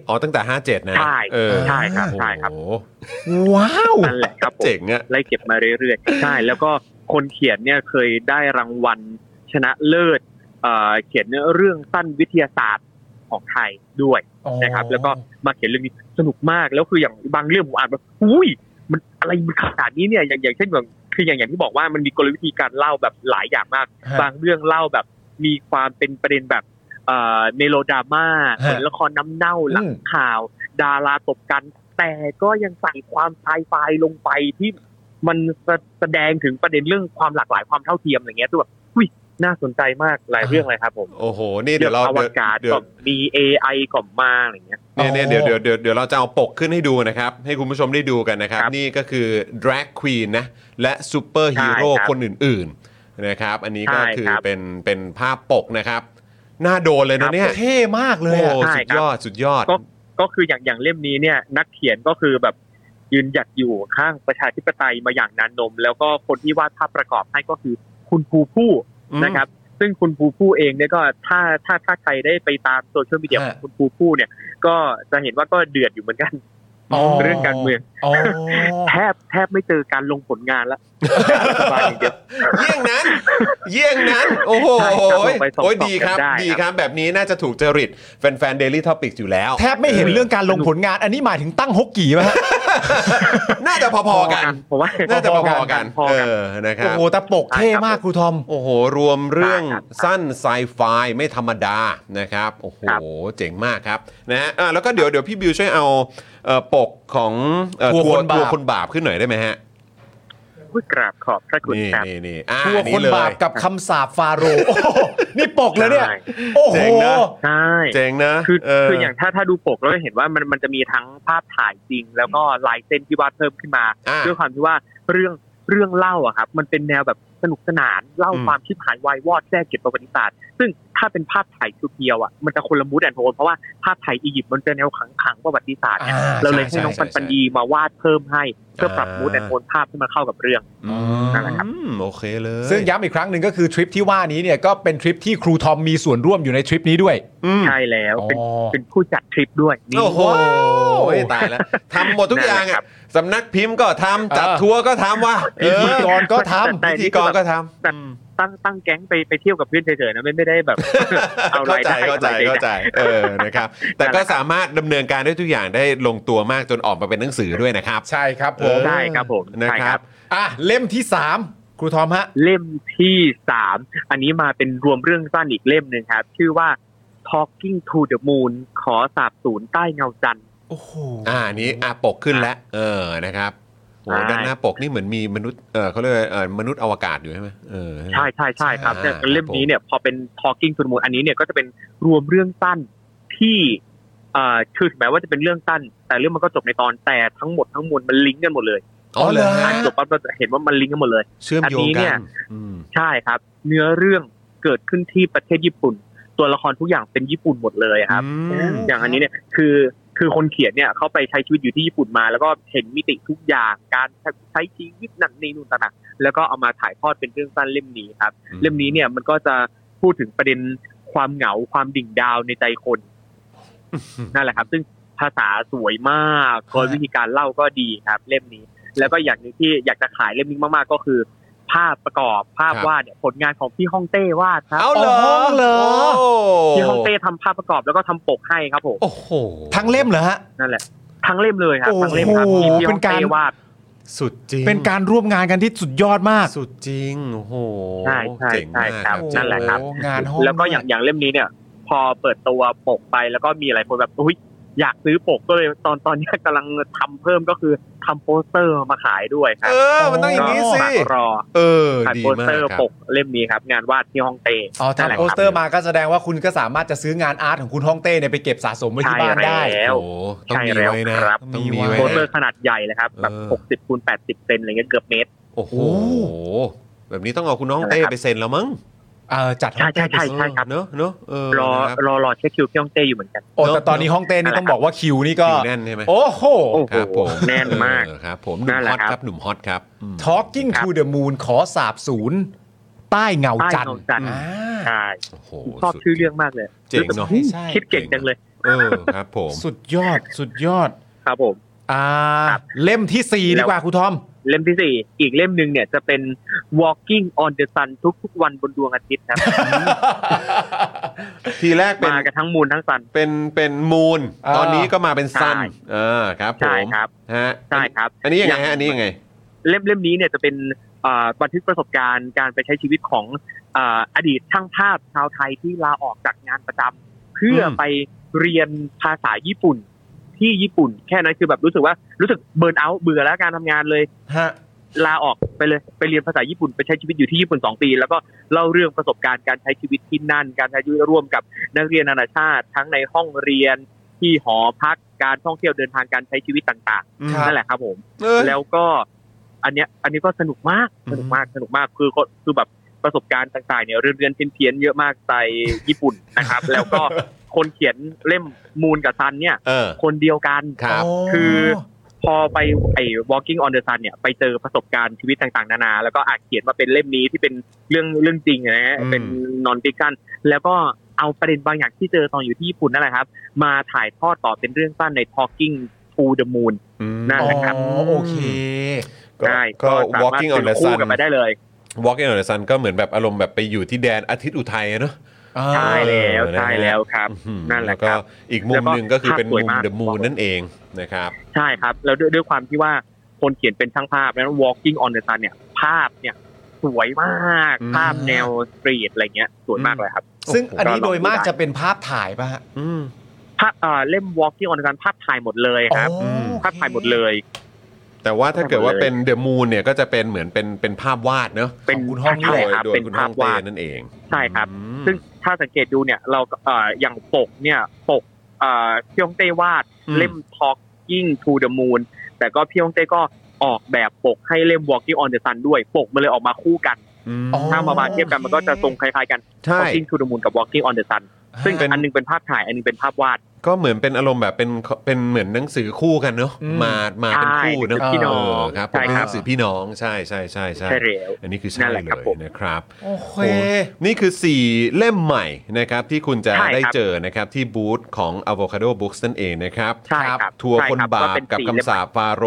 Speaker 1: อ๋อตั้งแต่ 57 นะ
Speaker 5: ใช่
Speaker 1: เออ
Speaker 5: ใช่ครับใช่ครับ
Speaker 1: โอ้โห
Speaker 2: 57 ว้าว
Speaker 5: นั่นแหละครับผม
Speaker 1: เจ๋งอะ
Speaker 5: ไล่เก็บมาเรื่อยๆ ใช่ แล้วก็คนเขียนเนี่ยเคยได้รางวัลชนะเลิศเอ่อเขียนเรื่องสั้นวิทยาศาสตร์ของไทยด้วยนะครับ แล้วก็มาเขียนเรื่องนี้สนุกมาก แล้วคืออย่างบางเรื่องผมอ่านแบบอุ้ยมันอะไรมันขนาดนี้เนี่ย อย่างอย่างเช่นแบบคืออย่างอย่างที่บอกว่ามันมีกลวิธีการเล่าแบบหลายอย่างมาก
Speaker 2: ฮะ
Speaker 5: บางเรื่องเล่าแบบมีความเป็นประเด็นแบบเอ่อเมโลดราม่าเหมือนละครน้ำเน่าหลัง
Speaker 2: อืม
Speaker 5: ข่าว ดาราตบกัน แต่ก็ยังใส่ความไซไฟลงไปที่ มันแสแสดงถึงประเด็นเรื่องความหลากหลายความเท่าเทียมอะไรเงี้ยคือแบบอุ้ยน่าสนใจมาก หลายเรื่องเลยครับผม
Speaker 1: โอ้โห นี่เดี๋ยวเรา
Speaker 5: อว
Speaker 1: เดี๋ยว
Speaker 5: กาศ
Speaker 1: เดี๋ย
Speaker 5: ก็
Speaker 1: ว
Speaker 5: มี AI ก็มาอะไรเงี้ย
Speaker 1: เนี่ยเนี่ยเดี๋ยวเดี๋ยวเดี๋ยวเดี๋ยวเราจะเอาปกขึ้นให้ดูนะครับ ให้คุณผู้ชมได้ดูกันนะครับ
Speaker 5: ครับ
Speaker 1: นี่ก็คือ drag queen นะ และซูเปอร์ฮีโร่
Speaker 5: ใช่ครับ
Speaker 1: คนอื่นๆนะครับ อันนี้ก็
Speaker 5: ใช่
Speaker 1: คือ
Speaker 5: ครับ
Speaker 1: เป็นเป็นภาพปกนะครับ น่าโดนเลย
Speaker 5: ครั
Speaker 1: นะ
Speaker 5: บ
Speaker 1: เนี่ย
Speaker 2: เท่มากเลย
Speaker 1: โอ้
Speaker 2: อะ
Speaker 5: ใช่
Speaker 1: สุด
Speaker 5: ครับ
Speaker 1: ยอดสุดยอด
Speaker 5: ก็ก็คืออย่างอย่างเล่มนี้เนี่ยนักเขียนก็คือแบบยืนหยัดอยู่ข้างประชาธิปไตยมาอย่างนานนม แล้วก็คนที่วาดภาพประกอบให้ก็คือคุณภูผู้
Speaker 1: อืม
Speaker 5: นะครับ ซึ่งคุณภูผู้เองเนี่ยก็ถ้าถ้าถ้าใครได้ไปตามโซเชียลมีเดีย
Speaker 2: ฮะ
Speaker 5: ของคุณภูผู้เนี่ย ก็จะเห็นว่าก็เดือดอยู่เหมือนกันเรื่องการเมือง
Speaker 2: อ๋อ
Speaker 5: แทบแทบไม่เจอการลงผลงานละสบายอย่างเดียว
Speaker 1: เยี่ยงนั้น เยี่ยงนั้นโอ้โห
Speaker 5: ใช่ครับลงไปส่อง
Speaker 1: โอ้ย
Speaker 5: ส่อง
Speaker 1: ดีครับ
Speaker 5: กันได้
Speaker 1: ดีครับแบบนี้น่าจะถูกจริตแฟนๆ Daily Topics อยู่แล้ว
Speaker 2: แทบไม่เห็นเรื่องการลงผลงาน อันนี้หมายถึงตั้งฮกกี่ไหมฮะ
Speaker 1: น่าจะพอๆกัน
Speaker 5: ผมว่า
Speaker 1: น่าจะพ
Speaker 2: พ
Speaker 1: อ
Speaker 2: อ
Speaker 1: ๆ
Speaker 2: ๆกั
Speaker 1: กัน
Speaker 2: น
Speaker 1: เออนะครั
Speaker 2: โอ้
Speaker 1: บ
Speaker 2: โหแต่ปกเท่มากครูทอม
Speaker 1: โอ้โห รวมเรื่อง
Speaker 5: ใช่ครับ
Speaker 1: สั้นไซไฟไม่ธรรมดานะครับ โอ้โห
Speaker 5: ครับ
Speaker 1: เจ๋งมากครับนะฮะอ่ะแล้วก็เดี๋ยวเดี๋ยวพี่บิวช่วยเอาเอ่อปกของเอ่อ
Speaker 2: ทัวร์
Speaker 1: ทัว
Speaker 2: ค
Speaker 1: ร์
Speaker 2: นบาป
Speaker 1: ทัวร์คนบาปขึ้นหน่อยได้ไหมฮะ
Speaker 5: ู้กราบขอบพระคุณ
Speaker 1: นี่
Speaker 5: ครับ
Speaker 1: นี่นี่อ่ะ
Speaker 2: ทัวร์
Speaker 1: อันนี้
Speaker 2: คน
Speaker 1: เลย
Speaker 2: บาปกับคำสาปฟาโรห์โอ้โหนี่ปกเลยเนี่ย
Speaker 5: ใช่
Speaker 2: โอ้โห
Speaker 1: เจ๋งนะ
Speaker 5: ใช่
Speaker 1: เจ๋งนะ
Speaker 5: คือ
Speaker 1: เ
Speaker 5: คืออย่างถ้าถ้าดูปกแล้วจะเห็นว่ามันมันจะมีทั้งภาพถ่ายจริง แล้วก็ลายเส้นที่วาดเพิ่มขึ้นมา
Speaker 1: อ่ะ
Speaker 5: ด้วยความที่ว่าเรื่องเรื่องเล่าอะครับ มันเป็นแนวแบบสนุกสนานเล่า
Speaker 1: อืม
Speaker 5: ความชิบหายวายวอดแทรกเก็บประวัติศาสตร์ซึ่งถ้าเป็นภาพถ่ายชุดเดียวอะมันจะคนละมูดแอนโทนเพราะว่าภาพถ่ายอียิปต์มันจะแนวขังขังๆประวัติศาสตร์
Speaker 2: อ่า
Speaker 5: เราเลยให้
Speaker 2: ช่
Speaker 5: น้อง
Speaker 2: ช่
Speaker 5: ปันปัน
Speaker 2: ใช่
Speaker 5: ดีมาวาดเพิ่มให้ เพื่อปรับ
Speaker 1: อ่า
Speaker 5: มูดแอนโทนภาพให้มันเข้ากับเรื่อง
Speaker 1: อื
Speaker 5: นั่นแหละครับ
Speaker 1: มโอเคเลย
Speaker 2: ซึ่งย้ำอีกครั้งหนึ่งก็คือทริปที่ว่านี้เนี่ยก็เป็นทริปที่ครูทอมมีส่วนร่วมอยู่ในทริปนี้ด้วย
Speaker 1: อืม
Speaker 5: ใช่แล้วเป็น
Speaker 2: อ๋อ
Speaker 5: เป็นผู้จัดทริปด้วยนี่
Speaker 1: โอ้โหตายแล้วทำหมดทุกอย่าง
Speaker 5: นั่นแหละครั
Speaker 1: อ่ะ
Speaker 5: บ
Speaker 1: สำนักพิมพ์ก็ทำจัด
Speaker 2: เออ
Speaker 1: ทัวร์ก็ทำว่ะเอ
Speaker 2: พิธี
Speaker 1: อก
Speaker 2: รก็ท
Speaker 5: แต่
Speaker 1: พิ
Speaker 5: นี่
Speaker 1: ธีกรก็ทำ
Speaker 5: แบบตั้งตั้งแก๊งไปไปเที่ยวกับเพื่อนเฉยๆนะไม่ไม่ได้แบบ
Speaker 1: เข้าร
Speaker 5: เอาาย
Speaker 1: ใจ
Speaker 5: ได้
Speaker 1: เข้าใจ
Speaker 5: อะไร
Speaker 1: เข้าใจ
Speaker 5: ใด
Speaker 1: เออนะครับ แต่ก็สามารถดำเนินการได้ทุกอย่างได้ลงตัวมากจนออกมาเป็นหนังสือด้วยนะครับ
Speaker 2: ำใช่ครับผ
Speaker 1: เอ
Speaker 2: ม
Speaker 1: อ
Speaker 5: ใช่ครับผม
Speaker 1: นะ
Speaker 5: ใช่
Speaker 1: ค
Speaker 5: ค
Speaker 1: รั
Speaker 5: รับ บ
Speaker 2: อ่ะเล่มที่สามครูทอมฮะ
Speaker 5: เล่มที่สามอันนี้มาเป็นรวมเรื่องสั้นอีกเล่มหนึ่งครับ ชื่อว่า Talking to the Moon ขอสาบสูญใต้เงาจันทร์
Speaker 2: โอ้โห
Speaker 1: อ่าอันนี้อ่ะปกขึ้นแล้ว เออนะครับโอ้
Speaker 5: ใช่
Speaker 1: ด้านหน้าปกนี่เหมือนมีมนุษย์เออเขาเรียกว่าเออมนุษย์อวกาศอยู่ใช่ไหมเออ
Speaker 5: ใช่ใช่ใช่ครับ
Speaker 1: อ่า
Speaker 5: เนี่ย
Speaker 1: ครับ
Speaker 5: เล่มนี้เนี่ยพอเป็น Talking to the Moon อันนี้เนี่ยก็จะเป็นรวมเรื่องสั้นที่เอ่อคือถึงแม้ว่าจะเป็นเรื่องสั้น แต่เรื่องมันก็จบในตอนแต่ทั้งหมดทั้งมวลมันลิงก์กันหมดเลย
Speaker 1: อ๋อเหรอฮะ
Speaker 5: นจบปั๊บเราจะเห็นว่ามันลิงก์กันหมดเลย
Speaker 1: เชื่อมโยง
Speaker 5: อันนี้เนี่
Speaker 1: กั
Speaker 5: ย
Speaker 1: นอืม
Speaker 5: ใช่ครับ เนื้อเรื่องเกิดขึ้นที่ประเทศญี่ปุ่น ตัวละครทุกอย่างเป็นญี่ปุ่นหมดเลยครับ
Speaker 1: อืม
Speaker 5: อย่างอันนี้เนี่ยคือคือคนเขียนเนี่ยเขาไปใช้ชีวิตอยู่ที่ญี่ปุ่นมา แล้วก็เห็นมิติทุกอย่างการใช้ชีวิตหนักในนู่นต่างๆแล้วก็เอามาถ่ายทอดเป็นเรื่องสั้นเล่มนี้ครับ เล่มนี้เนี่ยมันก็จะพูดถึงประเด็นความเหงาความดิ่งดาวในใจคนนั่นแหละครับ ซึ่งภาษาสวยมากกลวิธีการเล่าก็ดีครับ เล่มนี้ แล้วก็อย่างหนึงที่อยากจะขายเล่มนี้มากๆก็คือ ภาพประกอบภาพ
Speaker 1: ครับ
Speaker 5: วาดเนี่ยผลงานของพี่ฮ่องเต้วาดครับ
Speaker 1: เอาเหรอ
Speaker 2: เอาห้องเหรอ
Speaker 1: โอ้
Speaker 5: พี่ฮ่องเต้ทำภาพประกอบแล้วก็ทำปกให้ครับผม
Speaker 1: โอ้โห
Speaker 2: ทั้งเล่มเหรอฮะ
Speaker 5: นั่นแหละ ทั้งเล่มเลยครับ
Speaker 2: โอ้โห
Speaker 5: ทั้งเล่มครับมีพี่
Speaker 2: เป็
Speaker 5: ฮ่อน ง
Speaker 2: การ
Speaker 5: เต้วาด
Speaker 1: สุดจริง
Speaker 2: เป็นการร่วมงานกันที่สุดยอดมาก
Speaker 1: สุดจริงโอ้โห
Speaker 5: ใช่ใช่
Speaker 1: เจ๋งมาก
Speaker 5: ใช่ครับ
Speaker 1: เจ๋ง
Speaker 5: นั่นแหละครับ
Speaker 2: โอ้โงานห้อง
Speaker 5: แล้วก็อย่างอย่างเล่มนี้เนี่ย พอเปิดตัวปกไปแล้วก็มีหลายคนแบบอุ้ยอยากซื้อปกก็เลยตอนตอนเนี้ยกำลังทำเพิ่มก็คือทำโปสเตอร์มาขายด้วยครั
Speaker 1: เอบอ มันต้องอย่างนี้สิ
Speaker 5: ฝากรอ
Speaker 1: เออ
Speaker 5: ขาย
Speaker 1: ดี
Speaker 5: โปส
Speaker 1: มาก
Speaker 5: เตอร์
Speaker 1: ครับ
Speaker 5: ปกเล่มนี้ครับ งานวาดที่ฮ่องเต้
Speaker 2: อ๋อถ้า
Speaker 5: นั่นแหละ
Speaker 2: โป
Speaker 5: ค
Speaker 2: ส
Speaker 5: รับ
Speaker 2: เตอร์มาก็แสดงว่าคุณก็สามารถจะซื้องานอาร์ตของคุณฮ่องเต้เนี่ยไปเก็บสะสมไว้ที่บ้านได้
Speaker 5: ใช่แล้ว
Speaker 1: โอ้โหต้อง
Speaker 5: ใช่
Speaker 1: มี
Speaker 5: แล้ว
Speaker 1: ไว้นะครับ ต้องมีไว้
Speaker 5: โปสเตอร์
Speaker 1: นะ
Speaker 5: ขนาดใหญ่เลยครับ แบบ
Speaker 1: เออ
Speaker 5: หกสิบคูณแปดสิบเซนอะไรเงี้ยเกือบเมตร
Speaker 1: โอ้โห
Speaker 2: โอ้โห
Speaker 1: แบบนี้ต้องเอาคุณน้องเต้ไปเซ็นแล้วมั้ง
Speaker 2: เออจัดห้องเต้
Speaker 5: ใช่ใช่ ครับ
Speaker 1: เนอะเนอะเออ
Speaker 5: รอ
Speaker 1: นะครับ
Speaker 5: รอรอเช็คคิวที่ฮ่องเต้อยู่เหมือนกัน
Speaker 2: โอ้แต่ตอนนี้ห้องเต้นี่ต้องบอกว่าคิวนี่ก็
Speaker 1: ผิวแน่นใช่ไหม
Speaker 2: โอ้โห
Speaker 5: โอ้โห
Speaker 1: ครับผม
Speaker 5: แน่นมาก
Speaker 1: เออครับผมหนุ่
Speaker 5: นั่
Speaker 1: ม
Speaker 5: น
Speaker 1: ฮ
Speaker 5: แหละ
Speaker 1: อต
Speaker 5: ครับ
Speaker 1: ครับหนุ่มฮอตครับอืม
Speaker 2: Talking
Speaker 5: ครับ
Speaker 2: to the Moon ขอสาบศูนย์ ใต้เงา
Speaker 5: ใต้
Speaker 2: จันท
Speaker 5: เงา
Speaker 2: ร์
Speaker 5: จันทร์
Speaker 2: อ่า
Speaker 5: ใช่
Speaker 1: โอ้โห
Speaker 5: ชอบ
Speaker 1: สุด
Speaker 5: ชื่อเรื่องมากเลย
Speaker 1: เจ๋ง
Speaker 5: รู้สึก
Speaker 1: เนาะ
Speaker 2: ใช่
Speaker 5: คิดเก่งจังเลย
Speaker 1: เออครับผม
Speaker 2: สุดยอดสุดยอด
Speaker 5: ครับผม
Speaker 2: อ่า
Speaker 5: ครับ
Speaker 2: เล่มที่ 4
Speaker 5: แล้
Speaker 2: ดี
Speaker 5: ว
Speaker 2: กว่าครูทอม
Speaker 5: เล่มที่สี่อีกเล่มหนึ่งเนี่ยจะเป็น walking on the sun ทุกๆวันบนดวงอาทิตย์ครับ
Speaker 1: ทีแรกเป็น
Speaker 5: มากันทั้งมูลทั้งซัน
Speaker 1: เป็นเป็นมูน
Speaker 2: อ่า
Speaker 1: ตอนนี้ก็มาเป็นซัน
Speaker 5: ใช่
Speaker 1: เออครับผ
Speaker 5: ใช่
Speaker 1: ม
Speaker 5: ครับ
Speaker 1: ฮะ
Speaker 5: ใช่ครับ
Speaker 1: อันนี้ยังไง
Speaker 5: อ
Speaker 1: ฮะ
Speaker 5: ย่าง
Speaker 1: อันนี้ยังไง
Speaker 5: เล่มเล่มนี้เนี่ยจะเป็นอ่าบันทึกประสบการณ์การไปใช้ชีวิตของอาอดีตช่างภาพชาวไทยที่ลาออกจากงานประจำเพื่ออ
Speaker 2: ม
Speaker 5: ไปเรียนภาษาญี่ปุ่น ที่ญี่ปุ่น แค่นั้นคือแบบรู้สึกว่ารู้สึกเบิร์นเอาท์เบื่อแล้วการทำงานเลย
Speaker 2: ฮะ
Speaker 5: ลาออกไปเลยไปเรียนภาษาญี่ปุ่นไปใช้ชีวิตอยู่ที่ญี่ปุ่น 2 ปี แล้วก็เล่าเรื่องประสบการณ์การใช้ชีวิตที่นั่น การใช้ชีวิตร่วมกับนักเรียนนานาชาติ ทั้งในห้องเรียนที่หอพักการท่องเที่ยวเดินทางการใช้ชีวิตต่าง
Speaker 2: ครับ
Speaker 5: ๆนั่นแหละครับผม
Speaker 1: เออ
Speaker 5: แล้วก็ อันเนี้ยอันนี้ก็สนุกมากสนุกมากสนุกมากคือก็คือแบบประสบการณ์ต่างๆเนี่ยเรียนเรียนเพี้ยนๆเยอะมากในญี่ปุ่นนะครับ แล้วก็คนเขียนเล่มมูนกับซันเนี่ย
Speaker 1: เออ
Speaker 5: คนเดียวกัน
Speaker 1: ครับ
Speaker 5: คือ พอไปไอ้ Walking on the Sun เนี่ยไปเจอประสบการณ์ชีวิตต่างๆ นานา แล้วก็อาจเขียนมาเป็นเล่มนี้ที่เป็นเรื่องเรื่องจริงนะฮะ
Speaker 2: อืม
Speaker 5: เป็นนอนฟิกชันแล้วก็เอาประเด็นบางอย่างที่เจอตอนอยู่ที่ญี่ปุ่นนั่นแหละครับ มาถ่ายทอดต่อเป็นเรื่องสั้นใน Talking to the Moon
Speaker 1: อืม
Speaker 5: นั่นแหละครับ
Speaker 2: อ๋อโอเค
Speaker 1: ก็
Speaker 5: ได้
Speaker 1: ก็
Speaker 5: สามารถ
Speaker 1: walking on
Speaker 5: ซื้
Speaker 1: the
Speaker 5: อคู่
Speaker 1: sun
Speaker 5: กันไปได้เลย
Speaker 1: walking on the sun ก็เหมือนแบบอารมณ์แบบไปอยู่ที่แดนอาทิตย์อุทัยอะเนอะ
Speaker 5: ใช่แล้ว
Speaker 1: เออนะฮะ
Speaker 5: ใช่แล้วครับ
Speaker 1: อื้อหือ
Speaker 5: นั่นแหละครับ
Speaker 1: วก็อีกมุมหนึ่งก็คือเป็นมุ
Speaker 5: แล้ว
Speaker 1: ม
Speaker 5: ก็ภาพสวย
Speaker 1: the
Speaker 5: มาก
Speaker 1: moon นั่นเองนะครับ
Speaker 5: ใช่ครับ แล้วด้วยด้วยความที่ว่าคนเขียนเป็นช่างภาพแล้ว Walking on the Sun เนี่ยภาพเนี่ยสวยมาก
Speaker 1: อืม
Speaker 5: ภาพแนวสตรีทอะไรเงี้ยสวยมากเลยครับ
Speaker 2: ซึ่งอันนี้
Speaker 5: ก็ลอง
Speaker 2: โดยมาก
Speaker 5: ดูได้
Speaker 2: จะเป็นภาพถ่ายป่ะฮะ
Speaker 1: อืม
Speaker 5: ภาพอ่าเล่ม Walking on the Sun ภาพถ่ายหมดเลยครับ
Speaker 2: อ๋อ
Speaker 1: ม
Speaker 2: โอเค
Speaker 5: ภาพถ่ายหมดเลย
Speaker 1: แต่ว่าถ้าเกิดว่าเป็น the moon เนี่ยก็จะเป็นเหมือนเป็นเป็นภาพวาดเนอะ
Speaker 5: เป็น
Speaker 2: ของคุณห้องนี่
Speaker 5: ใช่
Speaker 1: โด
Speaker 2: แหละ
Speaker 1: ย
Speaker 5: ครับ
Speaker 1: โดย
Speaker 5: เป็น
Speaker 1: คุณห้อง
Speaker 5: ภา
Speaker 1: เต้
Speaker 5: พวาด
Speaker 1: นั่นเอง
Speaker 5: ใช่ครับ
Speaker 1: อืม
Speaker 5: ซึ่งถ้าสังเกตดูเนี่ยเราก็เอ่ออย่างปกเนี่ยปกเอ่อพี่ฮงเต้วาด
Speaker 1: อืม
Speaker 5: เล่ม Talking to the Moon แต่ก็พี่ฮงเต้ก็ออกแบบปกให้เล่ม Walking on the Sun ด้วยปกมันเลยออกมาคู่กัน
Speaker 1: อืม
Speaker 2: อ๋อ
Speaker 5: ถ้ามาบาดเทียบกันมันก็จะทรงคล้ายๆกัน
Speaker 1: ใช่
Speaker 5: Talking to the Moon กับ Walking on the Sun ซึ่ง
Speaker 1: เป็น
Speaker 5: อันหนึงเป็นภาพถ่ายอันหนึงเป็นภาพวาด
Speaker 1: ก็เหมือนเป็นอารมณ์แบบเป็นเป็นเหมือนหนังสือคู่กันเนอะ
Speaker 2: อืม
Speaker 1: มามาเป็น
Speaker 5: ใช่
Speaker 1: คู่เนอะ
Speaker 5: หนังสือพี่น้อง
Speaker 1: เครับผม
Speaker 5: ใช่ครับ
Speaker 1: หนังสือพี่น้องใช่ใช่ใช่ใช่
Speaker 5: ใช่แล้ว
Speaker 1: อันนี้คือ
Speaker 5: นั่
Speaker 1: ใช่
Speaker 5: น
Speaker 1: เล
Speaker 5: แห
Speaker 1: ย
Speaker 5: ละครับผม
Speaker 1: นะครับ
Speaker 2: โอเค
Speaker 1: โอ้โหนี่คือ 4 เล่มใหม่นะครับที่คุณจะ
Speaker 5: ใช่ครับ
Speaker 1: ได้เจอนะครับที่บูธของ Avocado Books นั่นเก็เป็นสี่เล่มใหม่นะครับ
Speaker 5: ใช่ครับ
Speaker 1: ทัวร์
Speaker 5: ใช่
Speaker 1: คนบา
Speaker 5: ก็
Speaker 1: ป
Speaker 5: เป็น
Speaker 1: กับ
Speaker 5: สี่เล่ม
Speaker 1: คำสาปฟาโร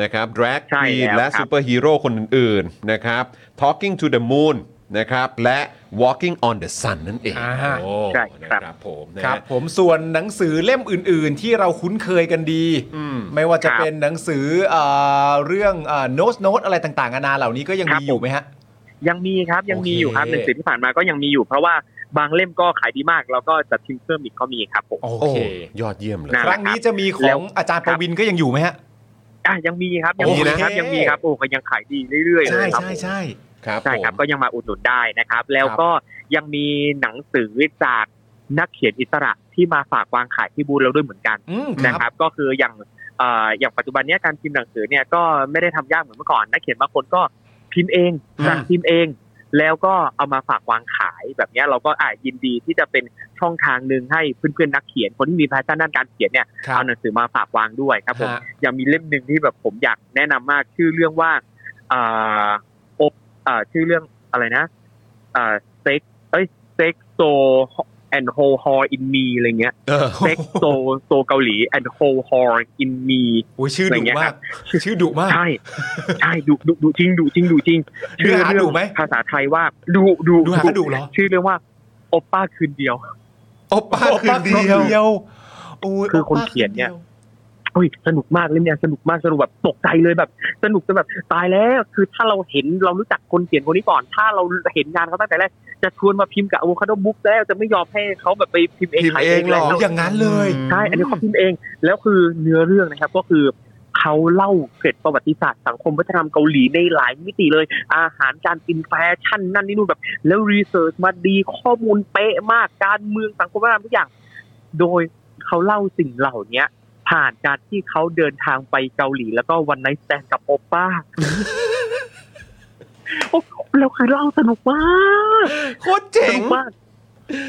Speaker 1: นะครับแดรก
Speaker 5: ใช่
Speaker 1: คีน
Speaker 5: แล้ว
Speaker 1: และ
Speaker 5: ครับ
Speaker 1: ซูเปอร์ฮีโร่คนอื่นๆนะครับ Talking to the Moon นะครับและ Walking on the Sun นั่นเอง
Speaker 2: อ่า
Speaker 1: โอ้
Speaker 5: ใช่
Speaker 1: นะครับ ครับผมนะ
Speaker 2: ค
Speaker 1: ฮะ
Speaker 2: รับผมส่วนหนังสือเล่มอื่น ๆ ที่เราคุ้นเคยกันดี
Speaker 1: อืม
Speaker 2: ไม่ว่าจะ
Speaker 5: ครับ
Speaker 2: เป็นหนังสือเอ่อเรื่องโน้ตโน้ตอะไรต่างๆนานาเหล่านี้ก็ยัง
Speaker 5: ครับ
Speaker 2: มีอยู่ไหมฮะ
Speaker 5: ยังมีครับยังมีอยู่ครับ
Speaker 2: โอเค
Speaker 5: หนังสือที่ผ่านมาก็ยังมีอยู่ เพราะว่าบางเล่มก็ขายดีมาก แล้วก็จัดพิมพ์เพิ่มอีกก็มีครับผม
Speaker 2: โอ
Speaker 1: โอ้
Speaker 2: เค
Speaker 1: ยอดเยี่ยมเลย
Speaker 5: นะ
Speaker 2: ครั้งนี้จะมีข
Speaker 5: แล้
Speaker 2: อ
Speaker 5: ว
Speaker 2: งอาจารย์
Speaker 5: ค
Speaker 2: ป
Speaker 5: รับ
Speaker 2: วินก็ยังอยู่ไหมฮะ
Speaker 5: อ่ะยังมีครับยังมี
Speaker 1: โอเค
Speaker 5: นะครับยังมีครับโอ้ก็ยังขายดีเรื่อยๆเล
Speaker 2: ใช่
Speaker 5: ยครับ
Speaker 2: ใช่ใช่
Speaker 1: ครับ
Speaker 5: ใช่
Speaker 1: ผม
Speaker 5: ครับก็ยังมาอุดหนุนได้นะครับ แล้วก็ยังมีหนังสือจากนักเขียนอิสระที่มาฝากวางขายที่บูธเราด้วยเหมือนกัน
Speaker 2: อืม
Speaker 5: นะค
Speaker 2: ครับ
Speaker 5: รับ ก็คืออย่างเอ่ออย่างปัจจุบันเนี้ยการพิมพ์หนังสือเนี่ยก็ไม่ได้ทำยากเหมือนเมื่อก่อนนักเขียนบางคนก็พิมพ์เองจัดพิมพ์เอง แล้วก็เอามาฝากวางขายแบบเนี้ยเราก็อ่ะยินดีที่จะเป็นช่องทางหนึ่งให้เพื่อนๆนักเขียนคนที่มีแพชชั่นด้านการเขียนเนี่ย
Speaker 2: ครั
Speaker 5: เอา
Speaker 2: บ
Speaker 5: หนังสือมาฝากวางด้วยครับผม
Speaker 2: ฮะ
Speaker 5: ยังมีเล่มหนึ่งที่แบบผมอยากแนะนำมากชื่อเรื่องว่าอ่าอบอ่าชื่อเรื่องอะไรนะอ่าเซ็กเอ้ยเซ็กโซแอนโฮฮอร์อินมีอะไรเงี้ย
Speaker 1: เออ
Speaker 5: เซ็กโซโซเกาหลีแอนโฮฮอร์อินมี
Speaker 2: โอ้ยชื่อ
Speaker 5: อะไร
Speaker 2: ดุ
Speaker 5: เงี้ย
Speaker 2: มา
Speaker 5: ครั
Speaker 2: ก
Speaker 5: บ
Speaker 2: ชื่อดุมาก
Speaker 5: ใช่ ใช่ดูดูดูจริงดูจริงดูจริง
Speaker 2: เนื้อหาดุไหม
Speaker 5: ภาษาไทยว่าดูดู
Speaker 2: ดูหาดุเหรอ
Speaker 5: ชื่อเรื่องว่าโอปป้าคืนเดียว
Speaker 1: โอป้าคืนเดี
Speaker 2: โ
Speaker 1: ยว
Speaker 2: ยวโอ้ย
Speaker 5: คือคน
Speaker 2: โป้า
Speaker 5: เขียนเนี่ย
Speaker 2: ดีว
Speaker 5: เฮ้ยสนุกมากเลยเนี่ยสนุกมากสนุกแบบตกใจเลยแบบ สนุกจนแบบตายแล้วคือถ้าเราเห็นเรารู้จักคนเขียนคนนี้ก่อน ถ้าเราเห็นงานเขาตั้งแต่แรกจะชวนมาพิมพ์กับ Avocado Book แล้วจะไม่ยอมให้เขาแบบไปพิมพ์เอง
Speaker 1: พิมพ์
Speaker 5: ขาย
Speaker 1: เอ
Speaker 5: เอง ง
Speaker 1: หร
Speaker 5: แล้
Speaker 1: อ
Speaker 5: ว
Speaker 2: อย่างนั้นเลย
Speaker 5: ใช่อันนี้เขาพิมพ์เอง แล้วคือเนื้อเรื่องนะครับก็คือเขาเล่าเกร็ดประวัติศาสตร์สังคมวัฒนธรรมเกาหลีในหลายมิติเลย อาหารการกินแฟชั่นนั่นนี่นู่นแบบ แล้วรีเสิร์ชมาดีข้อมูลเป๊ะมากการเมืองสังคมวัฒนธรรมทุกอย่าง โดยเขาเล่าสิ่งเหล่าเนี้ย ผ่านการที่เขาเดินทางไปเกาหลี แล้วก็วันไนท์แตนกับโอป้า โอ้แล้วคือเล่าสนุกมาก
Speaker 2: โคตร
Speaker 5: ส
Speaker 2: เจ๋ง
Speaker 5: นุกมาก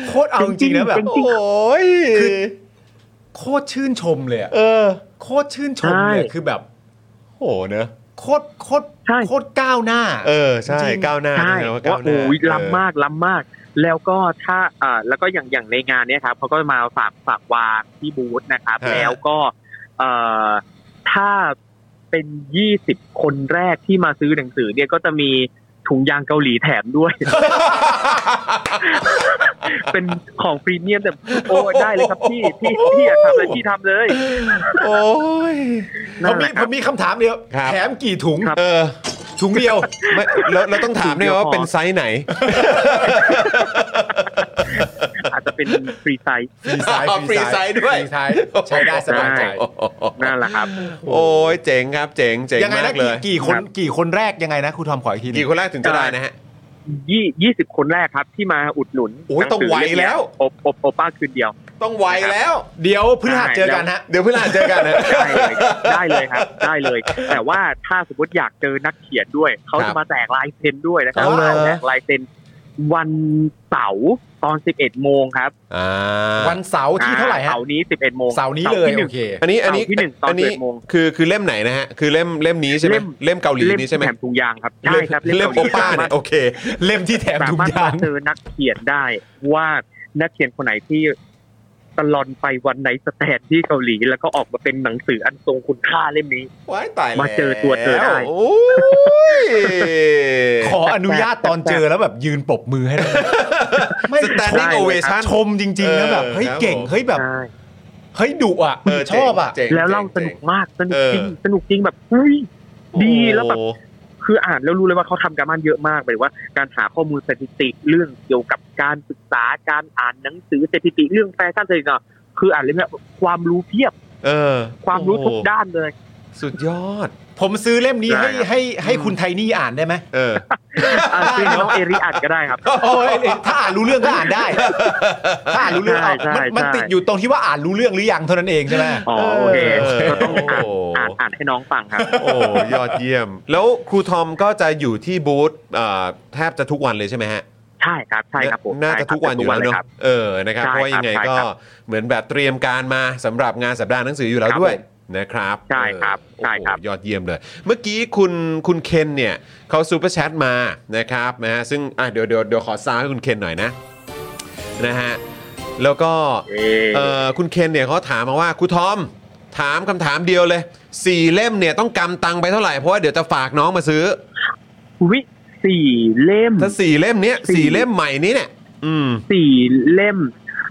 Speaker 2: โคตรเอาจริงๆนะแบบ
Speaker 5: จริง
Speaker 1: โอ้ย
Speaker 2: โคตรชื่นชมเลยอะ
Speaker 1: เออ
Speaker 2: โคตรชื่นชมเลย
Speaker 5: ใช่
Speaker 2: คือแบบ
Speaker 1: โหเนอะ
Speaker 2: โคตรโคตร
Speaker 5: ใช่
Speaker 2: โคตรก้าวหน้า
Speaker 1: เออ ใช่
Speaker 2: จริง
Speaker 1: ก้าวหน้า
Speaker 5: ใช่
Speaker 1: นะว่า
Speaker 5: ว่า
Speaker 1: ก้าวหน้า
Speaker 5: โอ้ย
Speaker 1: เออ
Speaker 5: ล้ำมากล้ำมาก แล้วก็ถ้าอ่าแล้วก็อย่างอย่างในงานเนี้ยครับเขาก็มาฝากฝากวางที่บูธนะครับ
Speaker 1: ฮะ
Speaker 5: แล้วก็เอ่อถ้าเป็นยี่สิบคนแรกที่มาซื้อหนังสือเนี่ยก็จะมีถุงยางเกาหลีแถม ด้วย เป็นของพรีเมียมแต่โอ้ได้เลยครับพี่พี่พี่อยากทำอะไรพี่ทำเลย
Speaker 1: โอ้ย
Speaker 2: ผมมีผมมีคำถามเดียว
Speaker 1: ครับ
Speaker 2: แถมกี่ถุง
Speaker 1: เออ
Speaker 2: ถุงเดียว
Speaker 1: ไม่เราเราต้องถามด้วยว่าเป็นไซส์ไหน
Speaker 5: อาจจะเป็นฟรีไซส์
Speaker 2: ฟรีไซส์
Speaker 1: อ๋อฟรีไซส์ด้วย
Speaker 2: ฟรีไซส์ใช้ได้สบายใจ
Speaker 5: นั่นแหละครับ
Speaker 1: โอ้ยเจ๋งครับ เจ๋งเจ๋ง
Speaker 2: ยังไง
Speaker 1: มา
Speaker 2: นะ
Speaker 1: กเลย
Speaker 2: กี่กี่คน
Speaker 5: ครับ
Speaker 2: กี่คนแรกยังไงนะครูทอมขออีกทีหนึ
Speaker 1: กี่
Speaker 2: ง
Speaker 1: คนแรกถึงจะได้นะฮะ
Speaker 5: ยี่ยี่สิบคนแรกครับที่มาอุดหนุน
Speaker 1: โอ้ยต้องไวแล้ว
Speaker 5: โอปโอป้าคืนเดียว
Speaker 1: ต้องไวแล้ว
Speaker 2: เดี๋ยวพฤหัสเจอกันฮะ
Speaker 1: เดี๋ยวเพื่อนอาจเจอกันนะ
Speaker 5: ได้เลยได้เลยครับ ได้เลย แต่ว่าถ้าสมมติอยากเจอนักเขียนด้วย เขา
Speaker 1: ครั
Speaker 5: จะ
Speaker 1: บ
Speaker 5: มาแจกลายเซ็นด้วยนะครับ
Speaker 1: เอาเหรอ
Speaker 5: แจกลายเซ็นวันเสาร์ตอน 11 โมงครับ
Speaker 1: อ่า
Speaker 2: วันเสาร์ที่เท่าไหร่ฮะ
Speaker 5: เสาร์นี้ 11 โมง
Speaker 2: เสาร์นี้เลย
Speaker 5: ที่ห
Speaker 2: โอ
Speaker 5: นึ่ง
Speaker 2: เค
Speaker 1: อันนี้อันนี้
Speaker 5: เสาร์ที่หนึ่งตอน
Speaker 1: อันนี้
Speaker 5: สิบเอ็ดโมง
Speaker 1: คือคือเล่มไหนนะฮะ คือเล่มเล่มนี้ใช่ไหม
Speaker 5: เล่ม
Speaker 1: เล่มเกาหลีนี้ใช่ไหม
Speaker 5: แถมถุงยางครับใช่ครับ
Speaker 1: เล่มโอ
Speaker 5: เกหลี
Speaker 1: ป้าเนี่ยโอเค
Speaker 2: เล่มที่แถม
Speaker 5: สา
Speaker 2: ทุก
Speaker 5: มารถ
Speaker 2: อ
Speaker 5: มา
Speaker 2: ย่าง
Speaker 5: เจอนักเขียนได้ว่านักเขียนคนไหนที่ตลอนไปวันไหนสแตนที่เกาหลี แล้วก็ออกมาเป็นหนังสืออันทรงคุณค่าเล่มนี้
Speaker 1: ว้ายตายแล้ว
Speaker 5: มาเจอตัวเจอได้
Speaker 1: โอ้ย
Speaker 2: ขออนุญาตตอนเจอแล้วแบบยืนปรบมือให้ได้ไหม
Speaker 1: สแตนดิ้งโอเวชั่น
Speaker 2: ชมจริงๆนะแบบเฮ้ย
Speaker 1: เออครับ
Speaker 2: เก่ง
Speaker 1: ผม
Speaker 2: เฮ้ยแบบ
Speaker 5: ใช่
Speaker 2: เฮ้ยดุอ่ะชอบอ่ะ
Speaker 5: แล้วเล่าสนุกมากสนุกจริง
Speaker 1: เออ
Speaker 5: สนุกจริงแบบเฮ้ยดีแล้วแบบ คืออ่านแล้วรู้เลยว่าเขาทำการบ้านเยอะมากหมายถึงว่าการหาข้อมูลสถิติเรื่องเกี่ยวกับการศึกษาการอ่านหนังสือสถิติเรื่องแฟชั่นอะไรเนาะคืออ่านเรื่องเนี้ยความรู้เพียบ
Speaker 1: เออ
Speaker 5: ความรู้ทุกด้านเลย
Speaker 1: สุดยอด
Speaker 2: ผมซื้อเล่มนี้ให้
Speaker 5: ได้ครับ
Speaker 2: ให้ให้คุณไทนี่อ่านได้ไหม
Speaker 1: เออ
Speaker 5: อ่านซื้อให้น้องเอริอ่านก็ได้ครับ
Speaker 2: โอ้ยถ้าอ่านรู้เรื่องก็อ่านได้ ถ้าอ่านรู้เรื่องเอา
Speaker 5: ใช่ใช่
Speaker 2: มันมัน
Speaker 5: ใช่
Speaker 2: ติดอยู่ตรงที่ว่าอ่านรู้เรื่องหรือยังเท่านั้นเองใช่ไหม
Speaker 5: อ๋อโอเค
Speaker 1: เออ
Speaker 5: ก็ต้องอ่านอ่านอ่านให้น้องฟังครับ
Speaker 1: โอ้ยอดเยี่ยม แล้วครูทอมก็จะอยู่ที่บูธเอ่อแทบจะทุกวันเลยใช่ไหมฮะ
Speaker 5: ใช่ครับใช่ครับผม
Speaker 1: น่า
Speaker 5: ใช่
Speaker 1: จะ
Speaker 5: ครับ
Speaker 1: ทุกวันอยู่แล้ว
Speaker 5: ทุ
Speaker 1: เนอะ
Speaker 5: กครับ
Speaker 1: เออนะครับ
Speaker 5: ใช่
Speaker 1: เพราะ
Speaker 5: ครับ
Speaker 1: ว่ายังไง
Speaker 5: ใช่
Speaker 1: ก็
Speaker 5: ครับ
Speaker 1: เหมือนแบบเตรียมการมาสำหรับงานสัปดาห์หนังสืออยู่แล้วด้วยนะครับ
Speaker 5: ใช่ครับ
Speaker 1: เออ
Speaker 5: ใช่ครับ
Speaker 1: โอ้โหยอดเยี่ยมเลย เมื่อกี้คุณคุณเคนเนี่ยเขาซูเปอร์แชทมานะครับนะฮะซึ่งอ่ะเดี๋ยวเดี๋ยวเดี๋ยวขอซาวให้คุณเคนหน่อยนะนะฮะแล้วก็
Speaker 5: เอ่
Speaker 1: เอ่อคุณเคนเนี่ยเขาถามมาว่าครูทอมถามคำถามเดียวเลยสี่เล่มเนี่ยต้องกำตังไปเท่าไหร่เพราะว่าเดี๋ยวจะฝากน้องมาซื้อ
Speaker 5: วิสี่เล่ม
Speaker 1: ถ้าสี่เล่มเนี้ยสี่เล่มใหม่นี้เนี่ยอืม
Speaker 5: สี่เล่ม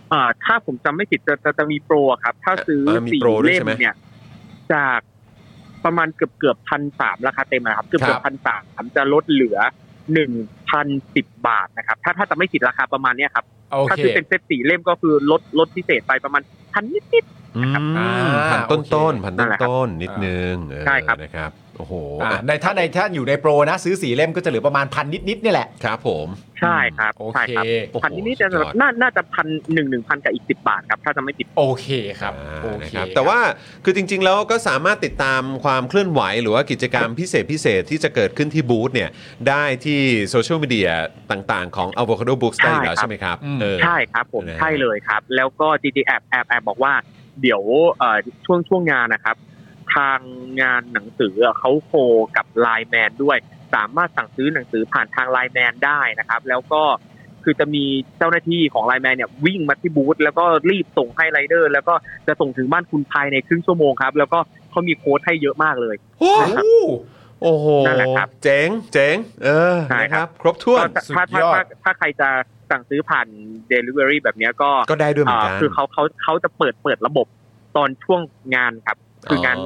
Speaker 5: เอ่อถ้าผมจำไม่ผิดจะจะจะมีโปรอะครับ ถ้าซื้อ
Speaker 1: เออมี
Speaker 5: สี่
Speaker 1: โปรด้วย
Speaker 5: เล่
Speaker 1: ใช่
Speaker 5: ม
Speaker 1: ไหม
Speaker 5: เนี่ย จากประมาณเกือบเกือบพันสามราคาเต็มนะครับ เกือบ
Speaker 1: ครั
Speaker 5: เกื
Speaker 1: บ
Speaker 5: อบพันสามจะลดเหลือหนึ่งพันสิบบาทนะครับ ถ้าถ้าจะไม่ผิดราคาประมาณเนี้ยครับ
Speaker 2: โอ
Speaker 5: ถ้า
Speaker 2: เค
Speaker 5: ซื้อเป็นเซตสี่เล่มก็คือลดลดพิเศษไปประมาณพันนิดนิด
Speaker 1: อืม
Speaker 2: อ่า
Speaker 1: พันต้น
Speaker 2: โอ
Speaker 1: ต้น
Speaker 2: เค
Speaker 1: พัน
Speaker 5: นั่
Speaker 1: ต้น
Speaker 5: นแหละครับ
Speaker 1: ต้นนิดนึงเออ
Speaker 5: ใช่ครับ
Speaker 1: นะครับโอ้โห
Speaker 2: อ่ะ
Speaker 1: อ่ะ
Speaker 2: ในถ้าในถ้าอยู่ในโปรนะ ซื้อสี่เล่มก็จะเหลือประมาณพันนิดๆเนี่ยแหละ
Speaker 1: ครับผม
Speaker 5: ใช่ครับ
Speaker 2: โอ
Speaker 5: ใช่
Speaker 2: เค
Speaker 5: ครับ
Speaker 1: โอ้โห
Speaker 5: พันนิดนิด
Speaker 1: สุ
Speaker 5: จะ
Speaker 1: ยอ
Speaker 5: น่าน่าจะพันหนึ่งหนึ่งพันกับอีกสิบบาทครับ ถ้าจะไม่ผิด
Speaker 2: โอเคครับ
Speaker 1: อ่า
Speaker 2: โอเค
Speaker 1: นะครับแต่ว่าคือจริง ๆ แล้วก็สามารถติดตามความเคลื่อนไหว หรือว่ากิจกรรมพิเศษพิเศษที่จะเกิดขึ้นที่บูธเนี่ย ได้ที่โซเชียลมีเดียต่างๆ ของ Avocado Books ได้อยู่แล้ว
Speaker 5: ใช่ครับ
Speaker 1: ใช่ไหมครับเออ
Speaker 5: ใช่ครับผม
Speaker 1: นะฮะ
Speaker 5: ใช่เลยครับ แล้วก็ g t แอบแอบแอบบอกว่าเดี๋ยวเอ่อช่วงช่วงงานนะครับ ทางงานหนังสืออ่ะเขาโคกับไลน์แมนด้วย สามารถสั่งซื้อหนังสือผ่านทางไลน์แมนได้นะครับ แล้วก็คือจะมีเจ้าหน้าที่ของไลน์แมนเนี่ยวิ่งมาที่บูธแล้วก็รีบส่งให้ไรเดอร์ แล้วก็จะส่งถึงบ้านคุณภายในครึ่งชั่วโมงครับ แล้วก็เขามีโค้ดให้เยอะมากเลย
Speaker 1: โอ้
Speaker 5: นะครับ
Speaker 1: โอ้โห
Speaker 5: นั่นแหละครับ
Speaker 1: เจ๋งเจ๋งเออ
Speaker 5: ใช่
Speaker 1: นะค
Speaker 5: ครั
Speaker 1: รับ
Speaker 5: บ
Speaker 1: ครบถ้วน
Speaker 5: ก็ถ้าถ้าถ้าถ้าใครจะสั่งซื้อผ่าน Delivery แบบเนี้ยก็
Speaker 1: ก็ได้ด้วยเหมือน
Speaker 5: อ่า
Speaker 1: กัน
Speaker 5: คือเขาเขาเขาจะเปิดเปิดระบบตอนช่วงงานครับ คืองาน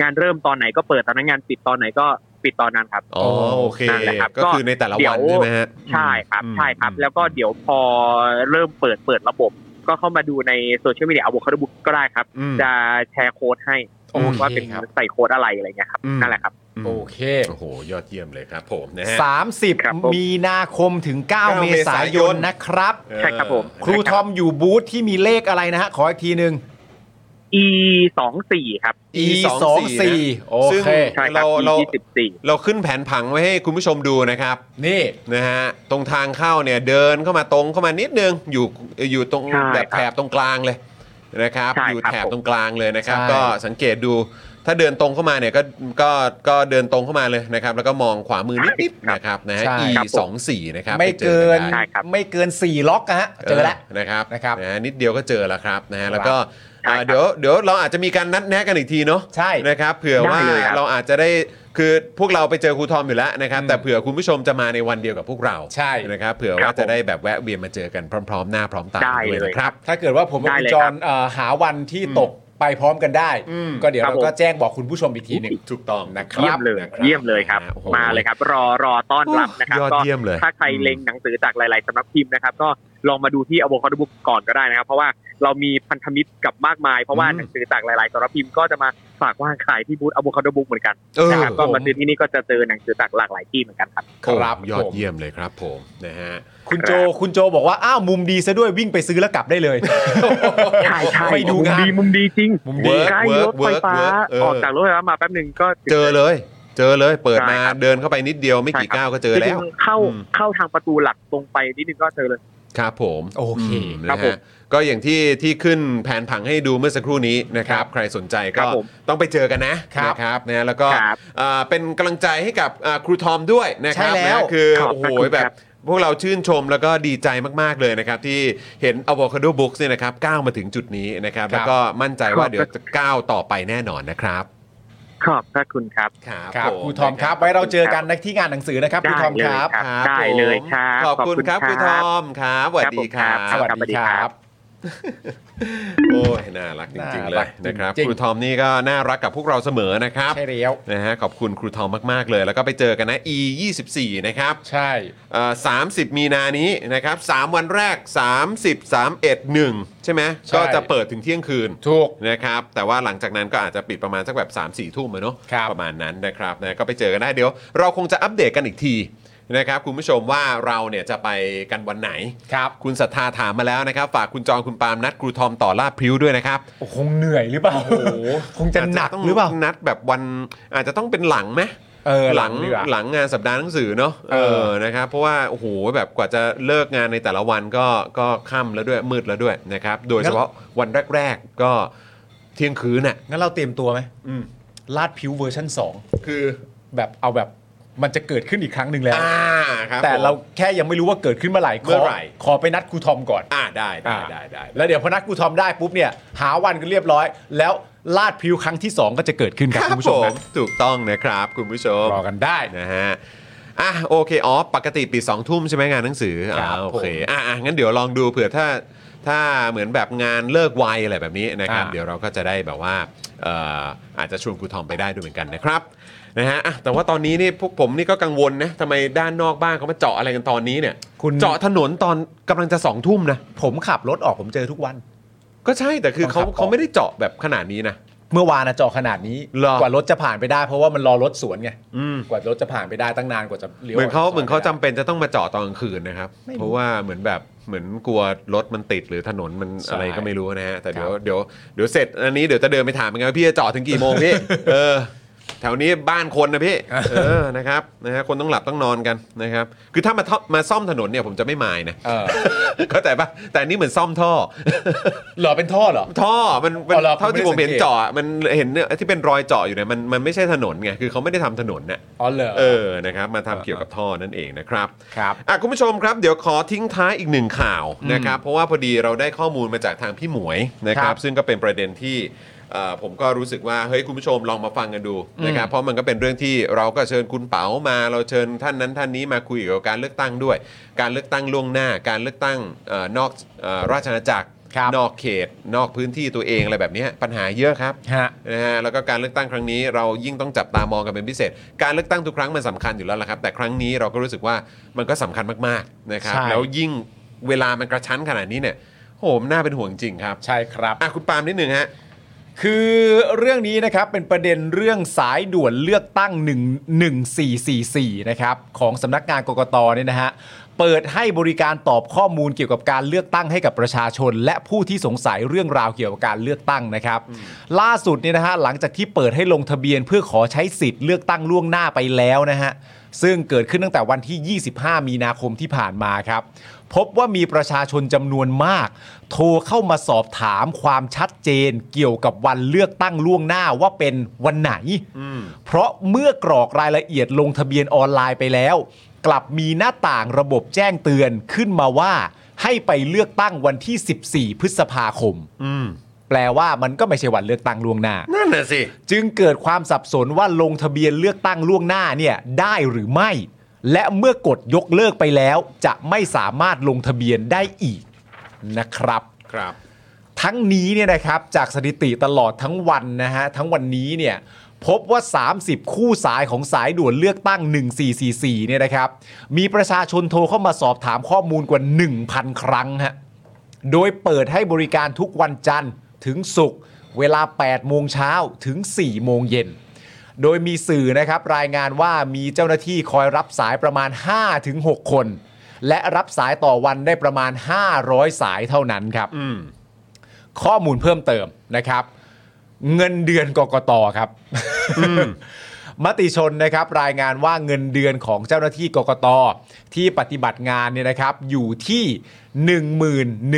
Speaker 5: งานเริ่มตอนไหนก็เปิดตอนนั้นงานปิดตอนไหนก็ปิดตอนนั้นครับ
Speaker 1: อ๋อโอเค
Speaker 5: นั่นแหละครับ
Speaker 1: ก็คือในแต่ละ
Speaker 5: เดี๋
Speaker 1: วั
Speaker 5: ย
Speaker 1: น
Speaker 5: ว
Speaker 1: ใช่ไหมฮะ
Speaker 5: ใช่ครับ
Speaker 1: อืม
Speaker 5: ใช่ครับ
Speaker 1: อืม
Speaker 5: แล้วก็เดี๋ยวพอเริ่มเปิดเปิดระบบ ก็เข้ามาดูในโซเชียลมีเดียเอาบุคลบุกก็ได้ครับ
Speaker 1: อืม
Speaker 5: จะแชร์โค้ดให้
Speaker 2: โอ
Speaker 5: ว่า
Speaker 2: เค
Speaker 5: เป็น
Speaker 2: ครับ
Speaker 5: ใส่โค้ดอะไรอะไรเงี้ยครับ
Speaker 1: อืม
Speaker 5: นั่นแหละครับ
Speaker 1: อืม
Speaker 2: โอเค
Speaker 1: โอ้โห ยอดเยี่ยมเลยครับผมนะฮะ
Speaker 2: สามสิบ
Speaker 5: ครับผม
Speaker 2: มีนาคมถึง 9
Speaker 1: เก้า
Speaker 2: เมษายน
Speaker 1: เมษายน
Speaker 2: นะครับ
Speaker 5: ใช่ครับผม
Speaker 2: ครูทอมอยู่บูธที่มีเลขอะไรนะฮะ ขออีกทีหนึ่ง
Speaker 5: e สองสี่ครับ
Speaker 1: E
Speaker 2: สองสี่
Speaker 1: โอ
Speaker 2: โอ
Speaker 1: ซึ่ง
Speaker 2: เค
Speaker 5: ใช่ครับ
Speaker 1: เรา
Speaker 5: e
Speaker 1: เรา
Speaker 5: ยี่สิบสี่
Speaker 1: เราขึ้นแผนผังไว้ให้คุณผู้ชมดูนะครับ
Speaker 2: นี่
Speaker 1: นะฮะตรงทางเข้าเนี่ยเดินเข้ามาตรงเข้ามานิดนึงอยู่อยู่ตรง
Speaker 5: ใช่ครับ
Speaker 1: แบบแถบตรงกลางเลยนะครับ
Speaker 5: ใช่
Speaker 1: อยู่
Speaker 5: ครับ
Speaker 1: แถบตรงกลางเลยนะครับ
Speaker 2: ใช่
Speaker 1: ก็สังเกตดู ถ้าเดินตรงเข้ามาเนี่ยก็ก็ก็เดินตรงเข้ามาเลยนะครับ แล้วก็มองขวามือนิดๆนะครับนะฮะ
Speaker 2: ใช่
Speaker 1: e
Speaker 2: ครับผม
Speaker 1: สองสี่นะครับ
Speaker 2: ไม่
Speaker 1: ปจ
Speaker 2: เกิ
Speaker 1: อน ได้
Speaker 5: ใช่ครับ
Speaker 2: ไม่เกิน 4 ล็อกนะฮะเจอแล้ว
Speaker 1: นะครับ
Speaker 2: นะครับ
Speaker 1: นะฮะนิดเดียวก็เจอแล้วครับนะฮะ
Speaker 2: ครับ
Speaker 1: แล้วก็อ่า
Speaker 5: ใช่ครับ
Speaker 1: เดี๋ยวเดี๋ยวเราอาจจะมีการนัดแนะกันอีกทีเนาะ
Speaker 2: ใช่
Speaker 1: นะครับเผื่อว่า
Speaker 5: ได้เลยครับ
Speaker 1: เราอาจจะได้คือพวกเราไปเจอครูทอมอยู่แล้วนะครับ
Speaker 2: อืม
Speaker 1: แต่เผื่อคุณผู้ชมจะมาในวันเดียวกับพวกเรา
Speaker 2: ใช่
Speaker 1: นะครับเผื่อว่าจะได้แบบแวะเวียนมาเจอกันพร้อม ๆ หน้าพร้อมตา
Speaker 5: ได้
Speaker 1: ด้ว
Speaker 5: เลย ย
Speaker 1: นะครับ
Speaker 2: ถ้าเกิดว่าผมกับ
Speaker 5: ได้
Speaker 2: คุณ
Speaker 5: เลย
Speaker 2: จ
Speaker 5: ค
Speaker 2: อ
Speaker 5: รั
Speaker 2: น
Speaker 5: บ
Speaker 2: เอ่อหาวันที่ตกไปพร้อมกันได้
Speaker 1: อืม
Speaker 2: ก็เดี๋ยว
Speaker 5: ครับ
Speaker 2: เราก็
Speaker 5: ผม
Speaker 2: แจ้งบอกคุณผู้ชมอีกทีหนึง
Speaker 1: ถูกต้องนะครั
Speaker 5: เยี่ยมเลย
Speaker 1: นะครับ
Speaker 5: เยี่ยมเลยครับ
Speaker 1: นะฮะโอ้โห
Speaker 5: มาเลยครับ รอรอต้อนรับนะครับ
Speaker 1: โอ้ยอด
Speaker 5: ก็
Speaker 1: เยี่ยมเลย
Speaker 5: ถ้าใคร
Speaker 1: อืม
Speaker 5: เล็งหนังสือจากหลาย ๆสำนักพิมพ์นะครับ ก็ลองมาดูที่ avocado book ก่อนก็ได้นะครับ เพราะว่าเรามีพันธมิตรกับมากมาย เพราะว่าหนังสือจากหลาย ๆสำนักพิมพ์ก็จะมาฝากวางขายที่บูธ avocado book เหมือนกัน
Speaker 1: เออ
Speaker 5: นะครับก็มาซื้อที่นี่ก็จะเจอหนังสือจากหลากหลายที่เหมือนกันครับ
Speaker 2: ครับ
Speaker 1: ยอ
Speaker 2: ผ
Speaker 1: ด
Speaker 2: ม
Speaker 1: เยี่ยมเลยครับผมนะฮะ
Speaker 2: คุณโจคุณโจบอกว่า อ้าวมุมดีซะด้วยวิ่งไปซื้อแล้วกลับได้เลย
Speaker 5: ใช่ใช่
Speaker 2: ไปดู
Speaker 5: มุม
Speaker 2: งาน
Speaker 5: ดีมุมดีจริง
Speaker 2: มุมดี
Speaker 5: ใกล้
Speaker 1: work
Speaker 5: รถไฟฟ้า
Speaker 1: work work เออ
Speaker 5: ออกจากรถไฟฟ้ามาแป๊บหนึ่งก็ถึง
Speaker 1: เจอเลย เจอเลยเปิดมา
Speaker 5: ใช่ครับ
Speaker 1: เดินเข้าไปนิดเดียวไม่กี่ก้าวก็เจอ
Speaker 5: จริ
Speaker 1: แล้
Speaker 5: ง
Speaker 1: ว
Speaker 5: ๆเข้า
Speaker 1: อืม
Speaker 5: เข้าทางประตูหลักตรงไปนิดนึงก็เจอเลย
Speaker 1: ครับผม
Speaker 2: โอเค
Speaker 1: ม
Speaker 5: ครับ
Speaker 1: นะ
Speaker 5: ผ
Speaker 1: ฮะ
Speaker 5: ม
Speaker 1: ก็อย่างที่ที่ขึ้นแผนผังให้ดูเมื่อสักครู่นี้นะครับ ใครสนใจ
Speaker 5: ค
Speaker 1: ก็
Speaker 5: รับผม
Speaker 1: ต้องไปเจอกันนะครับ นะครับนะแล้วก็
Speaker 5: ครับ
Speaker 1: เอ่อเป็นกำลังใจให้กับอ่าครูทอมด้วยนะครับ
Speaker 2: ใช่แล้ว
Speaker 1: นะคือ
Speaker 5: ขอบ
Speaker 1: โอ้
Speaker 5: พ
Speaker 1: โห
Speaker 5: ระคุณ
Speaker 1: แบบ
Speaker 5: ครับ
Speaker 1: พวกเราชื่นชมแล้วก็ดีใจมาก ๆ เลยนะครับ ที่เห็น Avocado Books เนี่ยนะครับก้าวมาถึงจุดนี้นะครับ แล้วก็มั่นใจว่าเดี๋ยวจะก้าวต่อไปแน่นอนนะครับ
Speaker 5: ขอบพระคุณครับ
Speaker 2: ครับ
Speaker 1: ผม
Speaker 2: ครูทอมครับ ไว้เราเจอกันนะที่งานหนังสือนะครับครูทอมค
Speaker 5: ได้เลย
Speaker 2: รับ
Speaker 5: ครับ ได้เลยครับ
Speaker 1: ขอบคุณครับ
Speaker 5: ขอบ
Speaker 1: คุ
Speaker 5: คุณ ณ
Speaker 1: ท
Speaker 5: ครับ
Speaker 1: อมครับสวัสดีครับ
Speaker 5: ครับ สวัสดีครับ
Speaker 1: โอ้ยน่ารักจริงๆเล
Speaker 2: น่ารั
Speaker 1: ย
Speaker 2: ก
Speaker 1: นะครับ
Speaker 2: จริง
Speaker 1: ค
Speaker 2: ๆ
Speaker 1: รูทอมนี่ก็น่ารักกับพวกเราเสมอนะครับ
Speaker 2: ใช่แล้ว
Speaker 1: นะฮะขอบคุณครูทอมมากๆเลย แล้วก็ไปเจอกันนะ e 2 4นะครับ
Speaker 2: ใช่
Speaker 1: เอ่อ30 มีนานี้นะครับ 3 วันแรก 30 31 1 ใช่ไหม
Speaker 2: ใช่
Speaker 1: ก็จะเปิดถึงเที่ยงคืน
Speaker 2: ถูก
Speaker 1: นะครับแต่ว่าหลังจากนั้นก็อาจจะปิดประมาณสักแบบ3ามสี่ทุ่มอะเนาะ
Speaker 2: ครับ
Speaker 1: ประมาณนั้นนะครับนะก็ไปเจอกันได้เดี๋ยว เราคงจะอัปเดตกันอีกทีนะครับคุณผู้ชมว่าเราเนี่ยจะไปกันวันไหน
Speaker 2: ครับ
Speaker 1: คุณศรัทธาถามมาแล้วนะครับ ฝากคุณจองคุณปาล์มนัดครูทอมต่อลาดพริ้วด้วยนะครับ
Speaker 2: โอ้คงเหนื่อยหรือเปล่าคงจะหนัก
Speaker 1: าจต้ง
Speaker 2: หรือเปล่า
Speaker 1: นัดแบบวันอาจจะต้องเป็นหลังไหม
Speaker 2: เออ
Speaker 1: ห
Speaker 2: ห
Speaker 1: ลั
Speaker 2: ลัง
Speaker 1: ง
Speaker 2: ดีกว่า
Speaker 1: หลังงานสัปดาห์หนังสือเนาะ
Speaker 2: เออ
Speaker 1: นะครับเพราะว่าโอ้โหแบบกว่าจะเลิกงานในแต่ละวันก็ก็ค่ำแล้วด้วยมืดแล้วด้วยนะครับโดยเฉพาะวันแรก ๆ ก็เที่ยงคืนน่ะ
Speaker 2: งั้นเราเตรียมตัวไหมลาดผิวเวอร์ชั่น
Speaker 1: คือ
Speaker 2: 2 แบบเอาแบบมันจะเกิดขึ้นอีกครั้งหนึ่งแล้ว
Speaker 1: อ่าครับ
Speaker 2: แต่
Speaker 1: ผม
Speaker 2: เราแค่ยังไม่รู้ว่าเกิดขึ้นเมื่อไหร่ข
Speaker 1: เมื่อไหร่
Speaker 2: ขอไปนัดครูทอมก่อน
Speaker 1: อ่าได้ได้
Speaker 2: อ่า
Speaker 1: ได้ได้
Speaker 2: แล้วเดี๋ยวพอนัดครูทอมได้ปุ๊บเนี่ยหาวันกันเรียบร้อย แล้วลาดผิวครั้งที่สองก็จะเกิดขึ้นค
Speaker 1: ครับ รับ
Speaker 2: คุณผู้ช
Speaker 1: ผม มถูกต้องนะครับ คุณผู้ชม
Speaker 2: นะรอกันได้
Speaker 1: นะฮะอ่ะโอเคอ๋อปกติปิดสองทุ่มใช่ไหมงานหนังสือ
Speaker 2: ครั
Speaker 1: อ่า
Speaker 2: บ
Speaker 1: โอเคอ่ะอ่ะงั้นเดี๋ยวลองดูเผื่อถ้าถ้าเหมือนแบบงานเลิกไวอะไรแบบนี้นะครับ
Speaker 2: อ่า
Speaker 1: เดี๋ยวเราก็จะได้แบบว่าเอ่ออาจจะชวนครูทอมไปได้ด้วยเหมือนกันนะครับนะฮะอ่ะแต่ว่าตอนนี้นี่พวกผมนี่ก็กังวลนะทำไมด้านนอกบ้านเขามาเจาะอะไรกันตอนนี้เนี่ย
Speaker 2: คุณ
Speaker 1: เจาะถนนตอนกำลังจะสองทุ่มนะ
Speaker 2: ผมขับรถออกผมเจอทุกวัน
Speaker 1: ก็ใช่แต่คือเขา
Speaker 2: ต้องขับออก
Speaker 1: เขาไม่ได้เจาะแบบขนาดนี้นะ
Speaker 2: เมื่อวานนะจอขนาดนี้
Speaker 1: เหรอ
Speaker 2: กว่ารถจะผ่านไปได้ เพราะว่ามันรอรถสวนไง
Speaker 1: อืม
Speaker 2: กว่ารถจะผ่านไปได้ตั้งนานกว่าจะเลี้ยว
Speaker 1: เหมือนเขา
Speaker 2: กว่จะ
Speaker 1: เหมือนเขาจำ
Speaker 2: ไปได้
Speaker 1: เป็นจะต้องมาจอดตอนกลางคืนนะครับ
Speaker 2: ไม่รู้
Speaker 1: เพราะว่าเหมือนแบบเหมือนกลัวรถมันติดหรือถนนมัน
Speaker 2: ใช่
Speaker 1: อะไรก็ไม่รู้นะฮะแต่เดี๋ยว
Speaker 2: ครับ
Speaker 1: เดี๋ยวเดี๋ยวเสร็จอันนี้เดี๋ยวจะเดินไปถามกันว่าพี่จะจอดถึงกี่โมง พี่ เออ แถวนี้บ้านคนนะพี่ เออนะครับนะฮะคนต้องหลับต้องนอนกันนะครับ คือถ้ามาท่อมาซ่อมถนนเนี่ยผมจะไม่มายนะ
Speaker 2: เออ
Speaker 1: เข้าใจปะแต่อันนี่เหมือนซ่อมท่อ
Speaker 2: เหรอเป็นท่อเหรอ
Speaker 1: ท่อมันมัน
Speaker 2: อ๋อเหรอ
Speaker 1: เท่าที่ผมเห็น
Speaker 2: ผมไม่ได้สังเกต
Speaker 1: เจาะมันเห็นเนี่ยที่เป็นรอยเจาะอยู่เนี่ยมันมันไม่ใช่ถนนไงคือเขาไม่ได้ทำถนนเนี่ย
Speaker 2: อ๋อเหรอ
Speaker 1: เออ นะครับ มาทำเกี่ยวกับท่อนั่นเองนะครับ
Speaker 2: ครับ
Speaker 1: อ่ะคุณผู้ชมครับ เดี๋ยวขอทิ้งท้ายอีกหนึ่งข่าวนะครับ เพราะว่าพอดีเราได้ข้อมูลมาจากทางพี่หมวยนะครับ ซึ่งก็เป็นประเด็นที่เอ่อผมก็รู้สึกว่า เฮ้ย คุณผู้ชมลองมาฟังกันดูนะครับ เพราะมันก็เป็นเรื่องที่เราก็เชิญคุณเป๋ามา เราเชิญท่านนั้นท่านนี้มาคุยเกี่ยวกับการเลือกตั้งด้วย การเลือกตั้งล่วงหน้า การเลือกตั้งเอ่อนอกเอ่อราชอาณาจักร
Speaker 2: ครับ
Speaker 1: นอกเขต นอกพื้นที่ตัวเองอะไรแบบเนี้ยปัญหาเยอะครับ
Speaker 2: ฮะ
Speaker 1: นะฮะแล้วก็การเลือกตั้งครั้งนี้เรายิ่งต้องจับตามองกันเป็นพิเศษ การเลือกตั้งทุกครั้งมันสำคัญอยู่แล้วละครับ แต่ครั้งนี้เราก็รู้สึกว่ามันก็สำคัญมากๆนะครับ
Speaker 2: ใช่
Speaker 1: แล้วยิ่งเวลามันกระชั้นขนาดนี้เนี่ยโหมนน่าเป็นห่วงจริงครับ
Speaker 2: ใช่ครับ
Speaker 1: อ่ะคุณปาล์มนิดหนึ่งฮะ
Speaker 2: คือเรื่องนี้นะครับเป็นประเด็นเรื่องสายด่วนเลือกตั้ง 1 1444 นะครับของสำนักงานกกตเนี่ยนะฮะ เปิดให้บริการตอบข้อมูลเกี่ยวกับการเลือกตั้งให้กับประชาชน และผู้ที่สงสัยเรื่องราวเกี่ยวกับการเลือกตั้งนะครับ ล่าสุดเนี่ยนะฮะหลังจากที่เปิดให้ลงทะเบียนเพื่อขอใช้สิทธิ์เลือกตั้งล่วงหน้าไปแล้วนะฮะ ซึ่งเกิดขึ้นตั้งแต่วันที่ 25 มีนาคมที่ผ่านมาครับ พบว่ามีประชาชนจำนวนมาก โทรเข้ามาสอบถามความชัดเจน เกี่ยวกับวันเลือกตั้งล่วงหน้าว่าเป็นวันไหน เพราะเมื่อกรอกรายละเอียดลงทะเบียนออนไลน์ไปแล้ว กลับมีหน้าต่างระบบแจ้งเตือนขึ้นมาว่า ให้ไปเลือกตั้งวันที่ 14 พฤษภาคม แปลว่ามันก็ไม่ใช่วันเลือกตั้งล่วงหน้า
Speaker 1: นั่นน่ะสิ
Speaker 2: จึงเกิดความสับสนว่าลงทะเบียนเลือกตั้งล่วงหน้าเนี่ยได้หรือไม่ และเมื่อกดยกเลิกไปแล้ว จะไม่สามารถลงทะเบียนได้อีกนะครับ
Speaker 1: ครับ
Speaker 2: ทั้งนี้เนี่ยนะครับจากสถิติตลอดทั้งวันนะฮะทั้งวันนี้เนี่ยพบว่า 30 คู่สายของสายด่วนเลือกตั้ง 1444เนี่ยนะครับมีประชาชนโทรเข้ามาสอบถามข้อมูลกว่า 1,000 ครั้งฮะโดยเปิดให้บริการทุกวันจันทร์ถึงศุกร์เวลา 8 โมงเช้าถึง 4 โมงเย็น โดยมีสื่อนะครับรายงานว่ามีเจ้าหน้าที่คอยรับสายประมาณ 5-6 คน และรับสายต่อวันได้ประมาณ 500 สายเท่านั้นครับ ข้อมูลเพิ่มเติมนะครับ เงินเดือนกกตครับ มติชนนะครับรายงานว่าเงินเดือนของเจ้าหน้าที่กกตที่ปฏิบัติงานเนี่ยนะครับอยู่ที่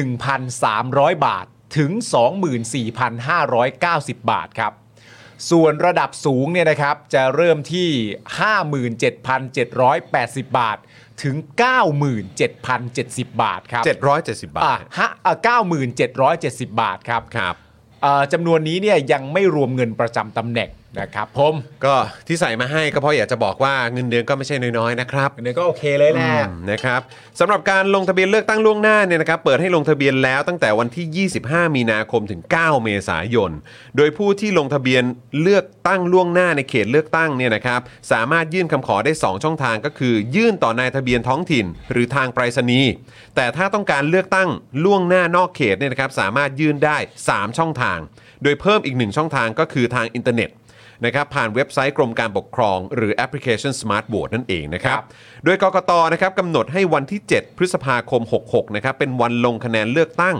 Speaker 2: 11,300 บาทถึง 24,590 บาทครับ ส่วนระดับสูงเนี่ยนะครับจะเริ่มที่ 57,780 บาทถึง 97,070 บาทครับ
Speaker 1: 770 บาท
Speaker 2: อ่ะฮะเก้าหมื่นเจ็ดร้อยเจ็ดสิบบาทครับ
Speaker 1: ครับ
Speaker 2: เอ่อจำนวนนี้เนี่ยยังไม่รวมเงินประจำตำแหน่งนะครับผม
Speaker 1: ก็ที่ใส่มาให้ก็เพราะอยากจะบอกว่าเงินเดือนก็ไม่ใช่น้อยๆนะครับ
Speaker 2: เงินเดือนก็โอเคเลยแหละ
Speaker 1: อืมนะครับสำหรับการลงทะเบียนเลือกตั้งล่วงหน้าเนี่ยนะครับเปิดให้ลงทะเบียนแล้วตั้งแต่วันที่ 25 มีนาคมถึง 9 เมษายน โดยผู้ที่ลงทะเบียนเลือกตั้งล่วงหน้าในเขตเลือกตั้งเนี่ยนะครับสามารถยื่นคำขอได้ 2 ช่องทางก็คือ ยื่นต่อนายทะเบียนท้องถิ่น หรือทางไปรษณีย์แต่ถ้าต้องการเลือกตั้งล่วงหน้านอกเขตเนี่ยนะครับสามารถยื่นได้ 3 ช่องทาง โดยเพิ่มอีกหนึ่งช่องทางก็คือทางอินเทอร์เน็ต นะครับผ่านเว็บไซต์กรมการปกครอง หรือแอปพลิเคชัน Smart v o t e นั่นเองนะครับ โดยกกตนะครับกำหนดให้วันที่ 7 พฤษภาคม 66 นะครับ เป็นวันลงคะแนนเลือกตั้ง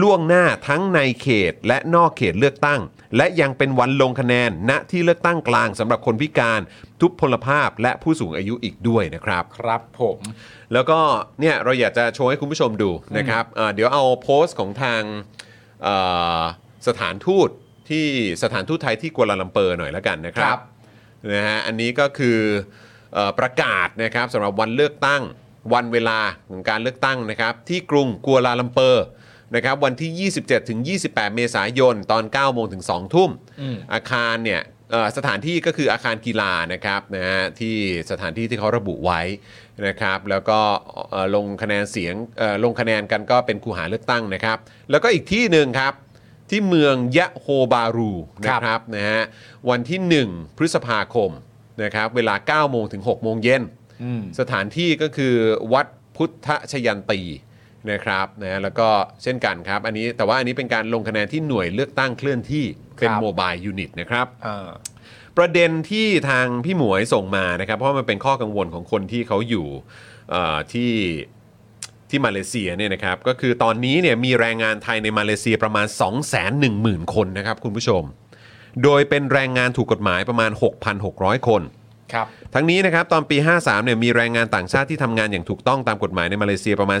Speaker 1: ล่วงหน้าทั้งในเขตและนอกเขตเลือกตั้ง และยังเป็นวันลงคะแนนณที่เลือกตั้งกลางสำหรับคนพิการ ทุพพลภาพและผู้สูงอายุอีกด้วยนะครับ
Speaker 2: ครับผม
Speaker 1: แล้วก็เนี่ยเราอยากจะโชว์ให้คุณผู้ชมดูนะครับเอ่อเดี๋ยวเอาโพสต์ของทางเอ่อสถานทูตที่สถานทูตไทยที่กัวลาลัมเปอร์หน่อยละกันนะครั
Speaker 2: ครับ บ
Speaker 1: นะฮะอันนี้ก็คือเออประกาศนะครับสำหรับวันเลือกตั้ง วันเวลาของการเลือกตั้งนะครับที่กรุงกัวลาลัมเปอร์นะครับวันที่ 27 ถึง 28 เมษายน ตอน9โมงถึง2ทุ่ม อาคารเนี่ยเอ่อสถานที่ก็คืออาคารกีฬานะครับนะฮะที่สถานที่ที่เขาระบุไว้นะครับ แล้วก็เอ่อลงคะแนนเสียงเอ่อลงคะแนนกันก็เป็นคูหาเลือกตั้งนะครับ แล้วก็อีกที่หนึ่งครับ ที่เมืองยะโฮบารูนะครับนะฮะวันที่ 1 พฤษภาคมนะครับเวลา 9 โมงถึง 6 โมงเย็น
Speaker 2: อืม
Speaker 1: สถานที่ก็คือวัดพุทธชยันตีนะครับนะแล้วก็เช่นกันครับ อันนี้แต่ว่าอันนี้เป็นการลงคะแนนที่หน่วยเลือกตั้งเคลื่อนที่เป็น
Speaker 2: ครับ
Speaker 1: โมบายยูนิตนะครับ
Speaker 2: เออ
Speaker 1: ประเด็นที่ทางพี่หมวยส่งมานะครับ เพราะมันเป็นข้อกังวลของคนที่เขาอยู่เอ่อที่ที่มาเลเซียเนี่ยนะครับ ก็คือตอนนี้เนี่ยมีแรงงานไทยในมาเลเซียประมาณ 210,000 คนนะครับคุณผู้ชม โดยเป็นแรงงานถูกกฎหมายประมาณ 6,600 คน
Speaker 2: ครับ
Speaker 1: ทั้งนี้นะครับตอนปี 53เนี่ยมีแรงงานต่างชาติที่ทำงานอย่างถูกต้องตามกฎหมายในมาเลเซียประมาณ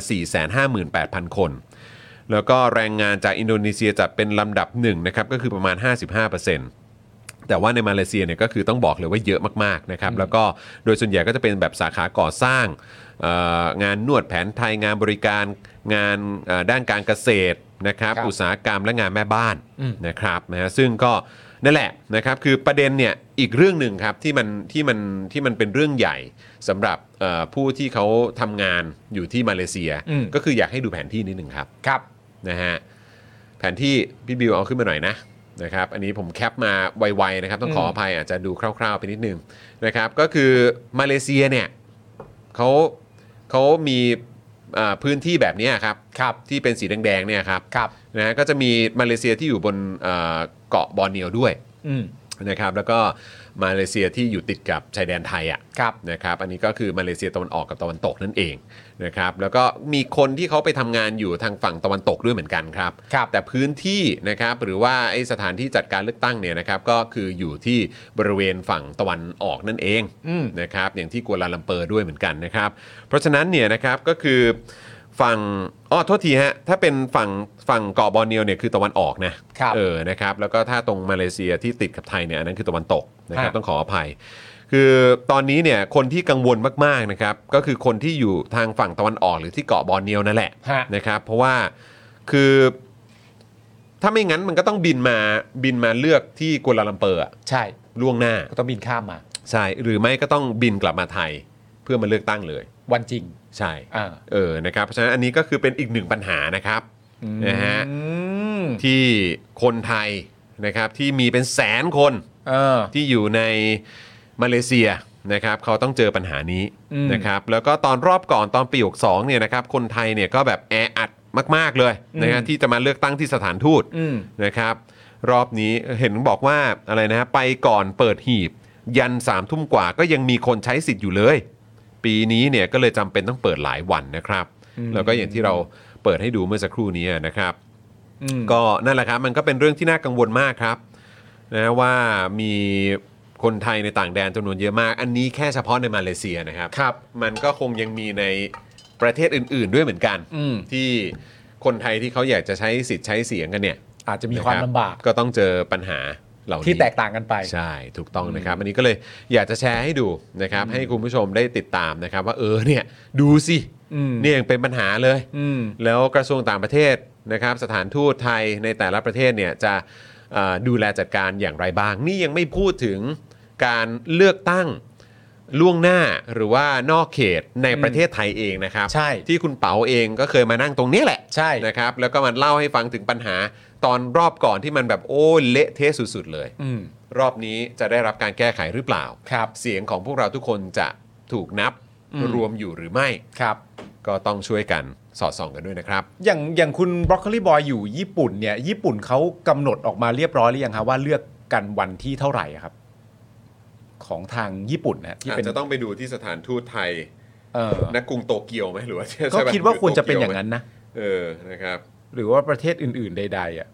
Speaker 1: 458,000 คน แล้วก็แรงงานจากอินโดนีเซียจัดเป็นลำดับหนึ่งนะครับก็คือประมาณ 55%แต่ว่าในมาเลเซียเนี่ยก็คือต้องบอกเลยว่าเยอะมากๆนะครับแล้วก็โดยส่วนใหญ่ก็จะเป็นแบบสาขาก่อสร้างเอ่องานนวดแผนไทยงานบริการงานเอ่อด้านการเกษตรนะครับ
Speaker 2: ครับ
Speaker 1: อุตสาหกรรมและงานแม่บ้านนะครับนะฮะซึ่งก็นั่นแหละนะครับคือประเด็นเนี่ยอีกเรื่องหนึ่งครับที่มันที่มันที่มันเป็นเรื่องใหญ่สำหรับเอ่อผู้ที่เขาทำงานอยู่ที่มาเลเซีย
Speaker 2: อืม
Speaker 1: ก็คืออยากให้ดูแผนที่นิดหนึ่งครับ
Speaker 2: ครับ
Speaker 1: นะฮะแผนที่พี่บิวเอาขึ้นมาหน่อยนะนะครับอันนี้ผมแคปมาไวๆนะครับต้องขออภัยอาจจะดูคร่าวๆไปนิดนึงนะครับก็คือมาเลเซียเนี่ยเขาเขามีเอ่อพื้นที่แบบเนี้ยครับ
Speaker 2: ครับ
Speaker 1: ที่เป็นสีแดงๆเนี่ยครับ
Speaker 2: ครับ
Speaker 1: นะฮะก็จะมีมาเลเซียที่อยู่บนเอ่อเกาะบอร์เนียวด้วย
Speaker 2: อืม
Speaker 1: นะครับแล้วก็ มาเลเซียที่อยู่ติดกับชายแดนไทยอ่ะ
Speaker 2: ครับ
Speaker 1: นะครับอันนี้ก็คือมาเลเซียตะวันออกกับตะวันตกนั่นเองนะครับแล้วก็มีคนที่เขาไปทำงานอยู่ทางฝั่งตะวันตกด้วยเหมือนกันครับ
Speaker 2: ครับ
Speaker 1: แต่พื้นที่นะครับหรือว่าไอสถานที่จัดการเลือกตั้งเนี่ยนะครับก็คืออยู่ที่บริเวณฝั่งตะวันออกนั่นเอง
Speaker 2: อืม
Speaker 1: นะครับอย่างที่กัวลาลัมเปอร์ด้วยเหมือนกันนะครับ เพราะฉะนั้นเนี่ยนะครับก็คือฝั่งอ้อโทษทีฮะถ้าเป็นฝั่งฝั่งเกาะบอร์เนียวเนี่ยคือตะวันออกนะครับ เออนะครับแล้วก็ถ้าตรงมาเลเซียที่ติดกับไทยเนี่ยอันนั้นคือตะวันตกนะครับ
Speaker 2: ฮะ
Speaker 1: ต้องขออภัย คือตอนนี้เนี่ยคนที่กังวลมากๆนะครับก็คือคนที่อยู่ทางฝั่งตะวันออกหรือที่เกาะบอร์เนียวนั่นแหละ
Speaker 2: ฮะ
Speaker 1: นะครับเพราะว่าคือถ้าไม่งั้นมันก็ต้องบินมาบินมาเลือกที่กัวลาลัมเปอร์อะ
Speaker 2: ใช่
Speaker 1: ล่วงหน้า
Speaker 2: ก็ต้องบินข้ามมา
Speaker 1: ใช่หรือไม่ก็ต้องบินกลับมาไทยเพื่อมาเลือกตั้งเลย
Speaker 2: วันจริง
Speaker 1: ใช่
Speaker 2: อ่า
Speaker 1: เออนะครับเพราะฉะนั้นอันนี้ก็คือเป็นอีกหนึ่งปัญหานะครับ นะฮะ
Speaker 2: อืม
Speaker 1: ที่คนไทยนะครับที่มีเป็นแสนคน
Speaker 2: เออ
Speaker 1: ที่อยู่ในมาเลเซียนะครับเขาต้องเจอปัญหานี้
Speaker 2: อืม
Speaker 1: นะครับแล้วก็ตอนรอบก่อนตอนปี62เนี่ยนะครับคนไทยเนี่ยก็แบบแออัดมาก ๆ เลยนะฮะ
Speaker 2: อืม
Speaker 1: ที่จะมาเลือกตั้งที่สถานทูต
Speaker 2: อืม
Speaker 1: นะครับรอบนี้เห็นบอกว่าอะไรนะฮะไปก่อนเปิดหีบ ยันสามทุ่มกว่าก็ยังมีคนใช้สิทธิ์อยู่เลย ปีนี้เนี่ยก็เลยจำเป็นต้องเปิดหลายวันนะครับ แล้วก็อย่างที่เราเปิดให้ดูเมื่อสักครู่นี้นะครับ
Speaker 2: อืม
Speaker 1: ก็นั่นแหละครับมันก็เป็นเรื่องที่น่ากังวลมากครับนะว่ามีคนไทยในต่างแดนจำนวนเยอะมาก อันนี้แค่เฉพาะในมาเลเซียนะครับ
Speaker 2: ครับ
Speaker 1: มันก็คงยังมีในประเทศอื่น ๆ ด้วยเหมือนกัน
Speaker 2: อืม
Speaker 1: ที่คนไทยที่เขาอยากจะใช้สิทธิ์ใช้เสียงกันเนี่ย
Speaker 2: อาจจะมีความ
Speaker 1: นะรับ
Speaker 2: ลำบาก
Speaker 1: ก็ต้องเจอปัญหาเหล่านี้
Speaker 2: ที่แตกต่างกันไป
Speaker 1: ใช่ถูกต้องนะครับ อันนี้ก็เลยอยากจะแชร์ให้ดูนะครับ ให้คุณผู้ชมได้ติดตามนะครับ ว่าเออเนี่ยดูสิ
Speaker 2: อืม
Speaker 1: เนี่ยยังเป็นปัญหาเลย
Speaker 2: อืม
Speaker 1: แล้วกระทรวงต่างประเทศนะครับ สถานทูตไทยในแต่ละประเทศเนี่ยจะเอ่อดูแลจัดการอย่างไรบ้าง นี่ยังไม่พูดถึงการเลือกตั้งล่วงหน้าหรือว่านอกเขตในประเทศไทยเองนะครับ
Speaker 2: ใช่
Speaker 1: ที่คุณเป๋าเองก็เคยมานั่งตรงนี้แหละ
Speaker 2: ใช่
Speaker 1: นะครับ แล้วก็มันเล่าให้ฟังถึงปัญหาตอนรอบก่อนที่มันแบบโอ้ยเละเทะสุดๆเลย
Speaker 2: อืม
Speaker 1: รอบนี้จะได้รับการแก้ไขหรือเปล่า
Speaker 2: ครับ
Speaker 1: เสียงของพวกเราทุกคนจะถูกนับ
Speaker 2: อืม
Speaker 1: รวมอยู่หรือไม่
Speaker 2: ครับ
Speaker 1: ก็ต้องช่วยกันสอดส่องกันด้วยนะครับ
Speaker 2: อย่างอย่างคุณบรอกโคลีบอยอยู่ญี่ปุ่นเนี่ยญี่ปุ่นเขากำหนดออกมาเรียบร้อยหรือยังฮะว่าเลือกกันวันที่เท่าไหร่อะครับ ของทางญี่ปุ่นนะฮะที่
Speaker 1: อาจ
Speaker 2: เป็น
Speaker 1: จะต้องไปดูที่สถานทูตไทย
Speaker 2: เออ
Speaker 1: นักกรุงโตเกียวไหมหรือว่า
Speaker 2: ก็
Speaker 1: ใช่ป
Speaker 2: คิดว่า
Speaker 1: ห
Speaker 2: ควรจะเป็น
Speaker 1: โต
Speaker 2: อ
Speaker 1: กีว
Speaker 2: ย่าง
Speaker 1: ไหม
Speaker 2: นั้นนะ
Speaker 1: เออนะครับ
Speaker 2: หรือว่าประเทศอื่น ๆ ใด ๆ อ่ะ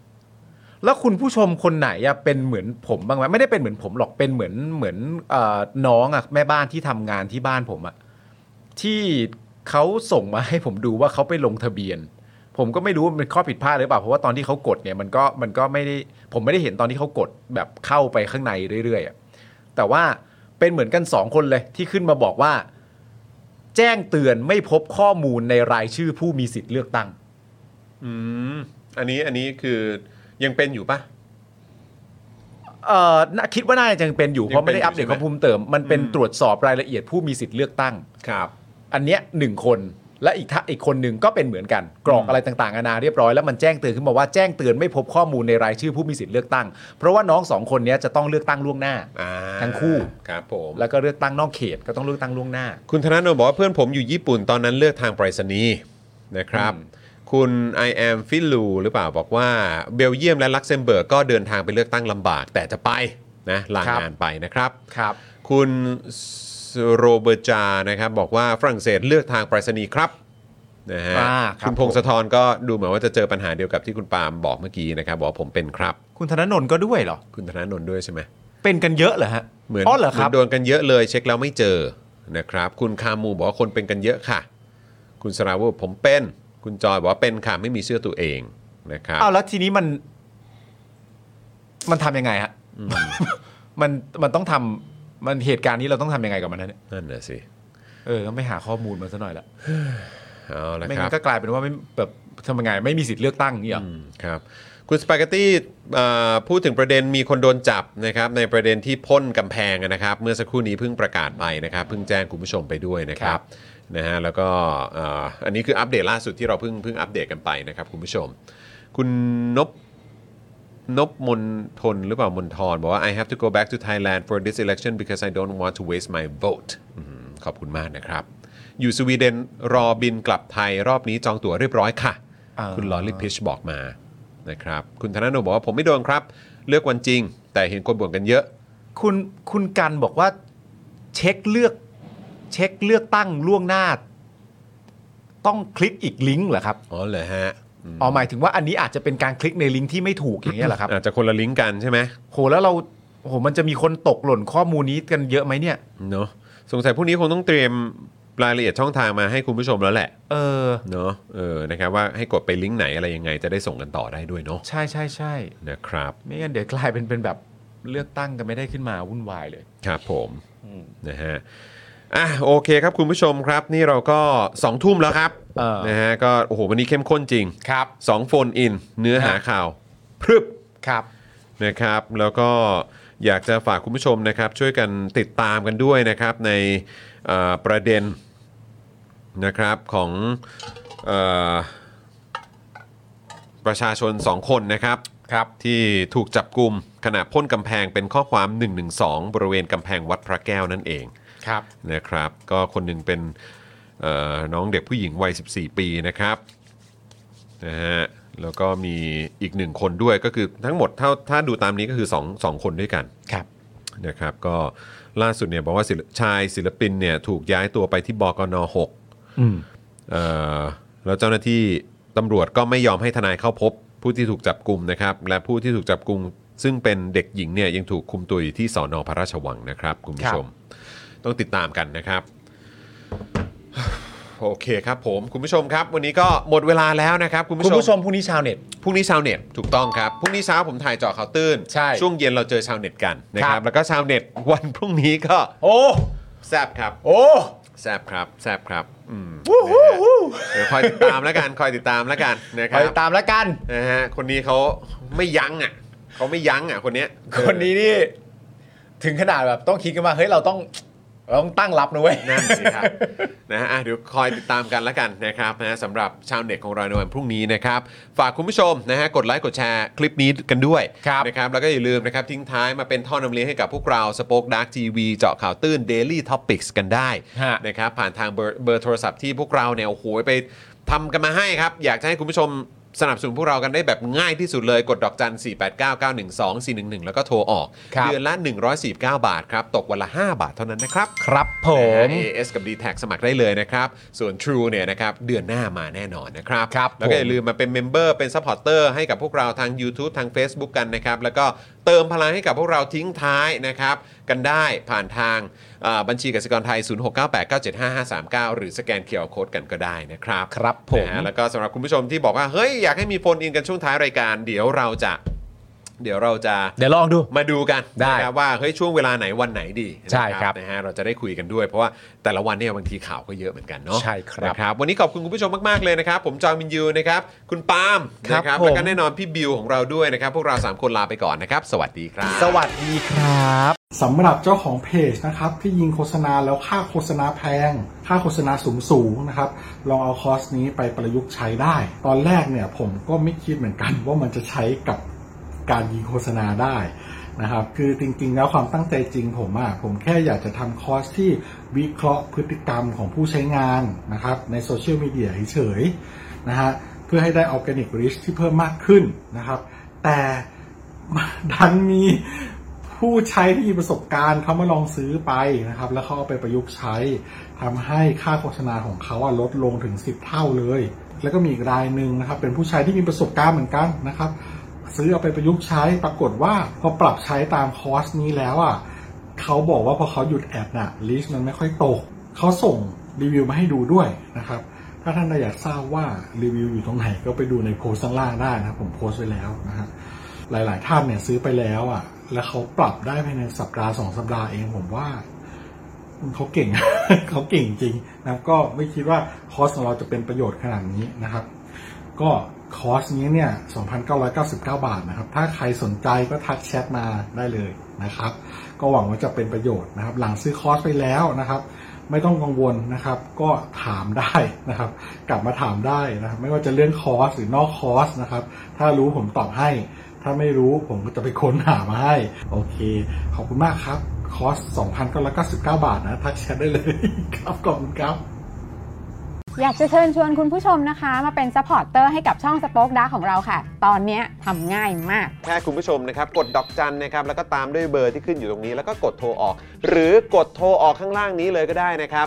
Speaker 2: แล้วคุณผู้ชมคนไหนอะเป็นเหมือนผมบ้างไหมไม่ได้เป็นเหมือนผมหรอกเป็นเหมือนเหมือนเอ่อน้องอะแม่บ้านที่ทำงานที่บ้านผมอะที่เขาส่งมาให้ผมดูว่าเขาไปลงทะเบียน ผมก็ไม่รู้ว่ามันเป็นข้อผิดพลาดหรือเปล่าเพราะว่าตอนที่เขากดเนี่ยมันก็มันก็ไม่ได้ผมไม่ได้เห็นตอนที่เขากดแบบเข้าไปข้างในเรื่อยๆอะแต่ว่าเป็นเหมือนกันสองคนเลยที่ขึ้นมาบอกว่า แจ้งเตือนไม่พบข้อมูลในรายชื่อผู้มีสิทธิ์เลือกตั้ง
Speaker 1: อืมอันนี้อันนี้คือยังเป็นอยู่ปะ
Speaker 2: เออน่าคิดว่าน่าจะยังเป็นอยู่เพราะไม่ได้อัปเดตข้อมูลเติม มันเป็น
Speaker 1: อืม
Speaker 2: ตรวจสอบรายละเอียดผู้มีสิทธิ์เลือกตั้ง
Speaker 1: ครับ
Speaker 2: อันเนี้ยหนึ่งคนและอีกท่าอีกคนหนึ่งก็เป็นเหมือนกัน กรอกอะไรต่างๆนานาเรียบร้อยแล้วมันแจ้งเตือนขึ้นมาว่าแจ้งเตือนไม่พบข้อมูลในรายชื่อผู้มีสิทธิ์เลือกตั้ง เพราะว่าน้องสองคนเนี้ยจะต้องเลือกตั้งล่วงหน้า
Speaker 1: อ่า
Speaker 2: ทั้งคู่
Speaker 1: ครับผม
Speaker 2: แล้วก็เลือกตั้งนอกเขตก็ต้องเลือกตั้งล่วงหน้า
Speaker 1: คุณธนาโนบอกว่าเพื่อนผมอยู่ญี่ปุ่นตอนนั้นเลือกทางไปรษณีย์นะครับ
Speaker 2: อืม
Speaker 1: คุณ I am ฟิลูหรือเปล่าบอกว่าเบลเยียมและลักเซมเบิร์กก็เดินทางไปเลือกตั้งลำบาก แต่จะไปนะลางานไปนะครับ
Speaker 2: ครับ
Speaker 1: คุณโรเบอร์จานะครับบอกว่าฝรั่งเศสเลือกทางไปรษณีย์ครับนะฮะ
Speaker 2: อ่าครับ
Speaker 1: คุณพงศธรก็ดูเหมือนว่าจะเจอปัญหาเดียวกับที่คุณปาล์มบอกเมื่อกี้นะครับบอกว่าผมเป็นครับ
Speaker 2: คุณธนนนท์ก็ด้วยเหรอ
Speaker 1: คุณธนาโนนด้วยใช่ไหม
Speaker 2: เป็นกันเยอะเหรอฮะ
Speaker 1: เหมือน
Speaker 2: อ๋อเหรอครับ
Speaker 1: มืนโดนกันเยอะเลยเช็คแล้วไม่เจอนะครับ คุณคามูบอกว่าคนเป็นกันเยอะค่ะ คุณสราวุธผมเป็น คุณจอยบอกว่าเป็นค่ะไม่มีเชื่อตัวเองนะครับ
Speaker 2: อ้าวแล้วทีนี้มัน มันทำยังไงฮะ มันมันต้องทำมันเหตุการณ์นี้เราต้องทำยังไงกับมันนะเนี่ย
Speaker 1: นั่นน่ะสิ
Speaker 2: เออก็ไม่หาข้อมูลมาซะหน่อยละ
Speaker 1: เอาละ
Speaker 2: ไม่
Speaker 1: ครั
Speaker 2: งั้
Speaker 1: บ
Speaker 2: นก็กลายเป็นว่าไม่แบบทำยังไงไม่มีสิทธิ์เลือกตั้งอย่างนี่หรอ
Speaker 1: อืมครับคุณสปาเกตตี้อ่าพูดถึงประเด็นมีคนโดนจับนะครับในประเด็นที่พ่นกำแพงนะครับ เมื่อสักครู่นี้เพิ่งประกาศไปนะครับเพิ่งแจ้งคุณผู้ชมไปด้วยนะครั
Speaker 2: ครับ บ
Speaker 1: นะฮะแล้วก็อ่าอันนี้คืออัปเดตล่าสุดที่เราเพิ่งเพิ่งอัปเดตกันไปนะครับคุณผู้ชม คุณนบนบมนทนหรือเปล่ามนทนบอกว่า I have to go back to Thailand for this election because I don't want to waste my vote อืมขอบคุณมากนะครับ อยู่สวีเดนรอบินกลับไทยรอบนี้จองตั๋วเรียบร้อยค่ะ
Speaker 2: อ่า
Speaker 1: คุณลอลิพิชบอกมานะครับ คุณธนาโนบอกว่าผมไม่โดนครับ เลือกวันจริง แต่เห็นคนบ่นกันเยอะ
Speaker 2: คุณคุณกันบอกว่าเช็คเลือก เช็คเลือกตั้งล่วงหน้า ต้องคลิกอีกลิงก์เหรอครับ
Speaker 1: อ๋อเหรอฮะ
Speaker 2: อ๋อหมายถึงว่าอันนี้อาจจะเป็นการคลิกในลิงก์ที่ไม่ถูกอย่างเงี้ยเหรอครับ
Speaker 1: อาจจะคนละลิงก์กันใช่ไหม
Speaker 2: โหแล้วเราโหมันจะมีคนตกหล่นข้อมูลนี้กันเยอะไหมเนี่ย
Speaker 1: เนาะสงสัยพวกนี้คงต้องเตรียมรายละเอียดช่องทางมาให้คุณผู้ชมแล้วแหละ
Speaker 2: เออ
Speaker 1: เนาะเออนะครับว่าให้กดไปลิงก์ไหนอะไรยังไงจะได้ส่งกันต่อได้ด้วยเนาะ
Speaker 2: ใช่ใช่ใช่
Speaker 1: นะครับ
Speaker 2: ไม่งั้นเดี๋ยวกลายเป็นเป็นแบบเลือกตั้งกันไม่ได้ขึ้นมาวุ่นวายเลย
Speaker 1: ครับผมนะฮะอ่ะโอเคครับคุณผู้ชมครับ นี่เราก็2องทุ่มแล้วครับ
Speaker 2: เออ
Speaker 1: นะฮะก็โอ้โหวันนี้เข้มข้นจริง
Speaker 2: ครับ
Speaker 1: สองโฟนอินเนื้อหา
Speaker 2: ครับ
Speaker 1: ข่าว พรึบ
Speaker 2: ครับ
Speaker 1: นะครับแล้วก็อยากจะฝากคุณผู้ชมนะครับช่วยกันติดตามกันด้วยนะครับในเอ่อประเด็นนะครับของเออประชาชน 2 คนนะครับ
Speaker 2: ครับ
Speaker 1: ที่ถูกจับกลุ่มขณะพ่นกำแพงเป็นข้อความ 112 บริเวณกำแพงวัดพระแก้วนั่นเอง
Speaker 2: ครับ
Speaker 1: นะครับก็คนหนึ่งเป็นเอ่อน้องเด็กผู้หญิงวัย 14 ปีนะครับนะฮะแล้วก็มีอีกหนึ่งคนด้วยก็คือทั้งหมดถ้าถ้าดูตามนี้ก็คือ2งคนด้วยกัน
Speaker 2: ครับ
Speaker 1: นะครับก็ล่าสุดเนี่ยบอกว่าศิลชายศิลปินเนี่ยถูกย้ายตัวไปที่บกน
Speaker 2: อืม
Speaker 1: 6เอ่อแล้วเจ้าหน้าที่ตำรวจก็ไม่ยอมให้ทนายเข้าพบ ผู้ที่ถูกจับกลุ่มนะครับและผู้ที่ถูกจับกลุ่มซึ่งเป็นเด็กหญิงเนี่ยยังถูกคุมตัวอยู่ที่สอนอพระราชวังนะครับคุณผู้ชม ต้องติดตามกันนะครับ โอเคครับผมคุณผู้ชมครับ วันนี้ก็หมดเวลาแล้วนะครับ คุณผู้
Speaker 2: คุณ
Speaker 1: ชม
Speaker 2: ผู้ชมพรุ่งนี้ชาวเน็ต
Speaker 1: พรุ่งนี้ชาวเน็ตถูกต้องครับพรุ่งนี้เช้าผมถ่ายเจาะข่าวตื้น
Speaker 2: ใช่
Speaker 1: ช่วงเย็นเราเจอชาวเน็ตกันนะค
Speaker 2: ครั
Speaker 1: รับ
Speaker 2: บ
Speaker 1: แล้วก็ชาวเน็ตวันพรุ่งนี้ก็
Speaker 2: โอ้
Speaker 1: แซบครับ
Speaker 2: โอ้
Speaker 1: แซบครับแซบครับอืม
Speaker 2: วู้ฮู้ฮู้
Speaker 1: เดี๋ยวคอยติดตามแล้วกันคอยติดตามแล้วกันนะค
Speaker 2: ไป
Speaker 1: รับ
Speaker 2: ตามแล้วกัน
Speaker 1: นะฮะคนนี้เขาไม่ยั้งอ่ะเขาไม่ยั้งอ่ะคนเนี้ย
Speaker 2: คนนี้นี่ ถึงขนาดแบบต้องคิดกันมาเฮ้ยเราต้องเราต้องตั้งรับนะเว้ย
Speaker 1: นั่นสิครับ นะฮะอ่ะเดี๋ยวคอยติดตามกันแล้วกันนะครับนะฮะสำหรับชาวเน็ตของเราในวันพรุ่งนี้นะครับ ฝากคุณผู้ชมนะฮะกดไลค์กดแชร์คลิปนี้กันด้วย
Speaker 2: ครับ
Speaker 1: นะครับแล้วก็อย่าลืมนะครับ ทิ้งท้ายมาเป็นท่อนำเลี้ยงให้กับพวกเราสป็อคดักทีวีเจาะข่าวตื้น Daily Topics กันได้
Speaker 2: ฮะ
Speaker 1: นะครับผ่านทางเบอร์เบอร์โทรศัพท์ที่พวกเราเนี่ยโอ้โหไปทำกันมาให้ครับ อยากจะให้คุณผู้ชมสนับสนุนพวกเรากันได้แบบง่ายที่สุดเลยกดดอกจัน 4 8 9 9 1 2 4 1 1 แล้วก็โทรออก
Speaker 2: ครับ
Speaker 1: เดือนละ149 บาทครับตกวันละ 5 บาทเท่านั้นนะครับ
Speaker 2: ครับผม
Speaker 1: นะฮะ AS กับ d t แทสมัครได้เลยนะครับ ส่วน True เนี่ยนะครับเดือนหน้ามาแน่นอนนะครับ
Speaker 2: ครับ
Speaker 1: แล้วก็
Speaker 2: ผม
Speaker 1: อย่าลืมมาเป็นเมมเบอร์เป็นซัพพอร์เตอร์ให้กับพวกเราทาง YouTube ทาง Facebook กันนะครับ แล้วก็เติมพลังให้กับพวกเราทิ้งท้ายนะครับ กันได้ผ่านทางเอ่อบัญชีกสิกรไทย 0698975539 หรือสแกนเคอร์โคดกันก็ได้นะครับ
Speaker 2: ครับผม
Speaker 1: นะฮะแล้วก็สำหรับคุณผู้ชมที่บอกว่า เฮ้ย อยากให้มีโฟนอินกันช่วงท้ายรายการ เดี๋ยวเราจะ เดี๋ยวเราจะ
Speaker 2: เดี๋ยวลองดู
Speaker 1: มาดูกัน
Speaker 2: ได้
Speaker 1: นะครับว่าเฮ้ยช่วงเวลาไหนวันไหนดี
Speaker 2: ใช่ครับ
Speaker 1: นะฮะเราจะได้คุยกันด้วยเพราะว่าแต่ละวันเนี่ยบางทีข่าวก็เยอะเหมือนกันเนาะ
Speaker 2: ใช่ครับ
Speaker 1: นะวันนี้ขอบคุณคุณผู้ชมมาก ๆ เลยนะครับ ผมจอมินยูนะครับคุณปาล์ม
Speaker 2: ครับ
Speaker 1: นะครับ
Speaker 2: ผม
Speaker 1: แล้วก็แน่นอนพี่บิวของเราด้วยนะครับ พวกเราสามคนลาไปก่อนนะครับ สวัสดีครับ
Speaker 2: สวัสดีครับ
Speaker 6: สำหรับเจ้าของเพจนะครับที่ยิงโฆษณาแล้วค่าโฆษณาแพง ค่าโฆษณาสูงสูงๆนะครับ ลองเอาคอร์สนี้ไปประยุกต์ใช้ได้ ตอนแรกเนี่ยผมก็ไม่คิดเหมือนกัน ว่ามันจะใช้กับการยิงโฆษณาได้นะครับ คือจริงๆแล้วความตั้งใจจริงผมอะผมแค่อยากจะทำคอร์สที่วิเคราะห์พฤติกรรมของผู้ใช้งานนะครับ ในโซเชียลมีเดียเฉยๆนะฮะเพื่อให้ได้ออร์แกนิกริชที่เพิ่มมากขึ้นนะครับ แต่ดันมี ผู้ใช้ที่มีประสบการณ์เขามาลองซื้อไปนะครับ แล้วเขาเอาไปประยุกต์ใช้ทำให้ค่าโฆษณาของเขาอะลดลงถึง 10 เท่าเลย แล้วก็มีอีกรายหนึ่งนะครับ เป็นผู้ใช้ที่มีประสบการณ์เหมือนกันนะครับ ซื้อเอาไปประยุกต์ใช้ปรากฏว่าพอปรับใช้ตามคอร์สนี้แล้วอ่ะเขาบอกว่าพอเขาหยุดแอดน่ะลิสต์มันไม่ค่อยตกเขาส่งรีวิวมาให้ดูด้วยนะครับ ถ้าท่านอยากทราบว่ารีวิวอยู่ตรงไหนก็ไปดูในโพสต์ข้างล่างได้นะครับผมโพสต์ไว้แล้วนะครับ หลาย ๆ ท่านเนี่ยซื้อไปแล้วอ่ะ แล้วเขาปรับได้ภายในสัปดาห์สองสัปดาห์เองผมว่าเขาเก่ง เขาเก่งจริงนะครับก็ไม่คิดว่าคอร์สของเราจะเป็นประโยชน์ขนาดนี้นะครับ ก็คอร์สนี้เนี่ย 2,999 บาทนะครับ ถ้าใครสนใจก็ทักแชทมาได้เลยนะครับ ก็หวังว่าจะเป็นประโยชน์นะครับ หลังซื้อคอร์สไปแล้วนะครับ ไม่ต้องกังวลนะครับ ก็ถามได้นะครับ กลับมาถามได้นะครับ ไม่ว่าจะเรื่องคอร์สหรือนอกคอร์สนะครับ ถ้ารู้ผมตอบให้ ถ้าไม่รู้ผมก็จะไปค้นหามาให้ โอเค ขอบคุณมากครับ คอร์ส 2,999 บาทนะ ทักแชทได้เลย ครับ ขอบคุณครับ
Speaker 7: อยากจะเชิญชวนคุณผู้ชมนะคะ มาเป็นซัพพอร์ตเตอร์ให้กับช่องสป็อคดาของเราค่ะ ตอนเนี้ยทำง่ายมาก
Speaker 1: แค่คุณผู้ชมนะครับ กดดอกจันนะครับ แล้วก็ตามด้วยเบอร์ที่ขึ้นอยู่ตรงนี้ แล้วก็กดโทรออก หรือกดโทรออกข้างล่างนี้เลยก็ได้นะครับ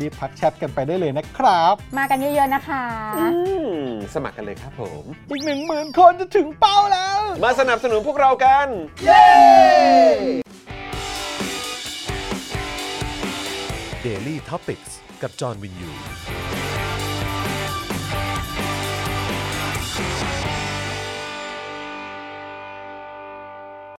Speaker 6: รีบทักแชทกันไปได้เลยนะครับ
Speaker 7: มากันเยอะๆนะคะ
Speaker 1: อืมสมัครกันเลยครับผม
Speaker 6: อีก 1 0,000 คนจะถึงเป้าแล้ว
Speaker 1: มาสนับสนุนพวกเรากัน
Speaker 8: Daily t o p i c กกับจอห์นวินยู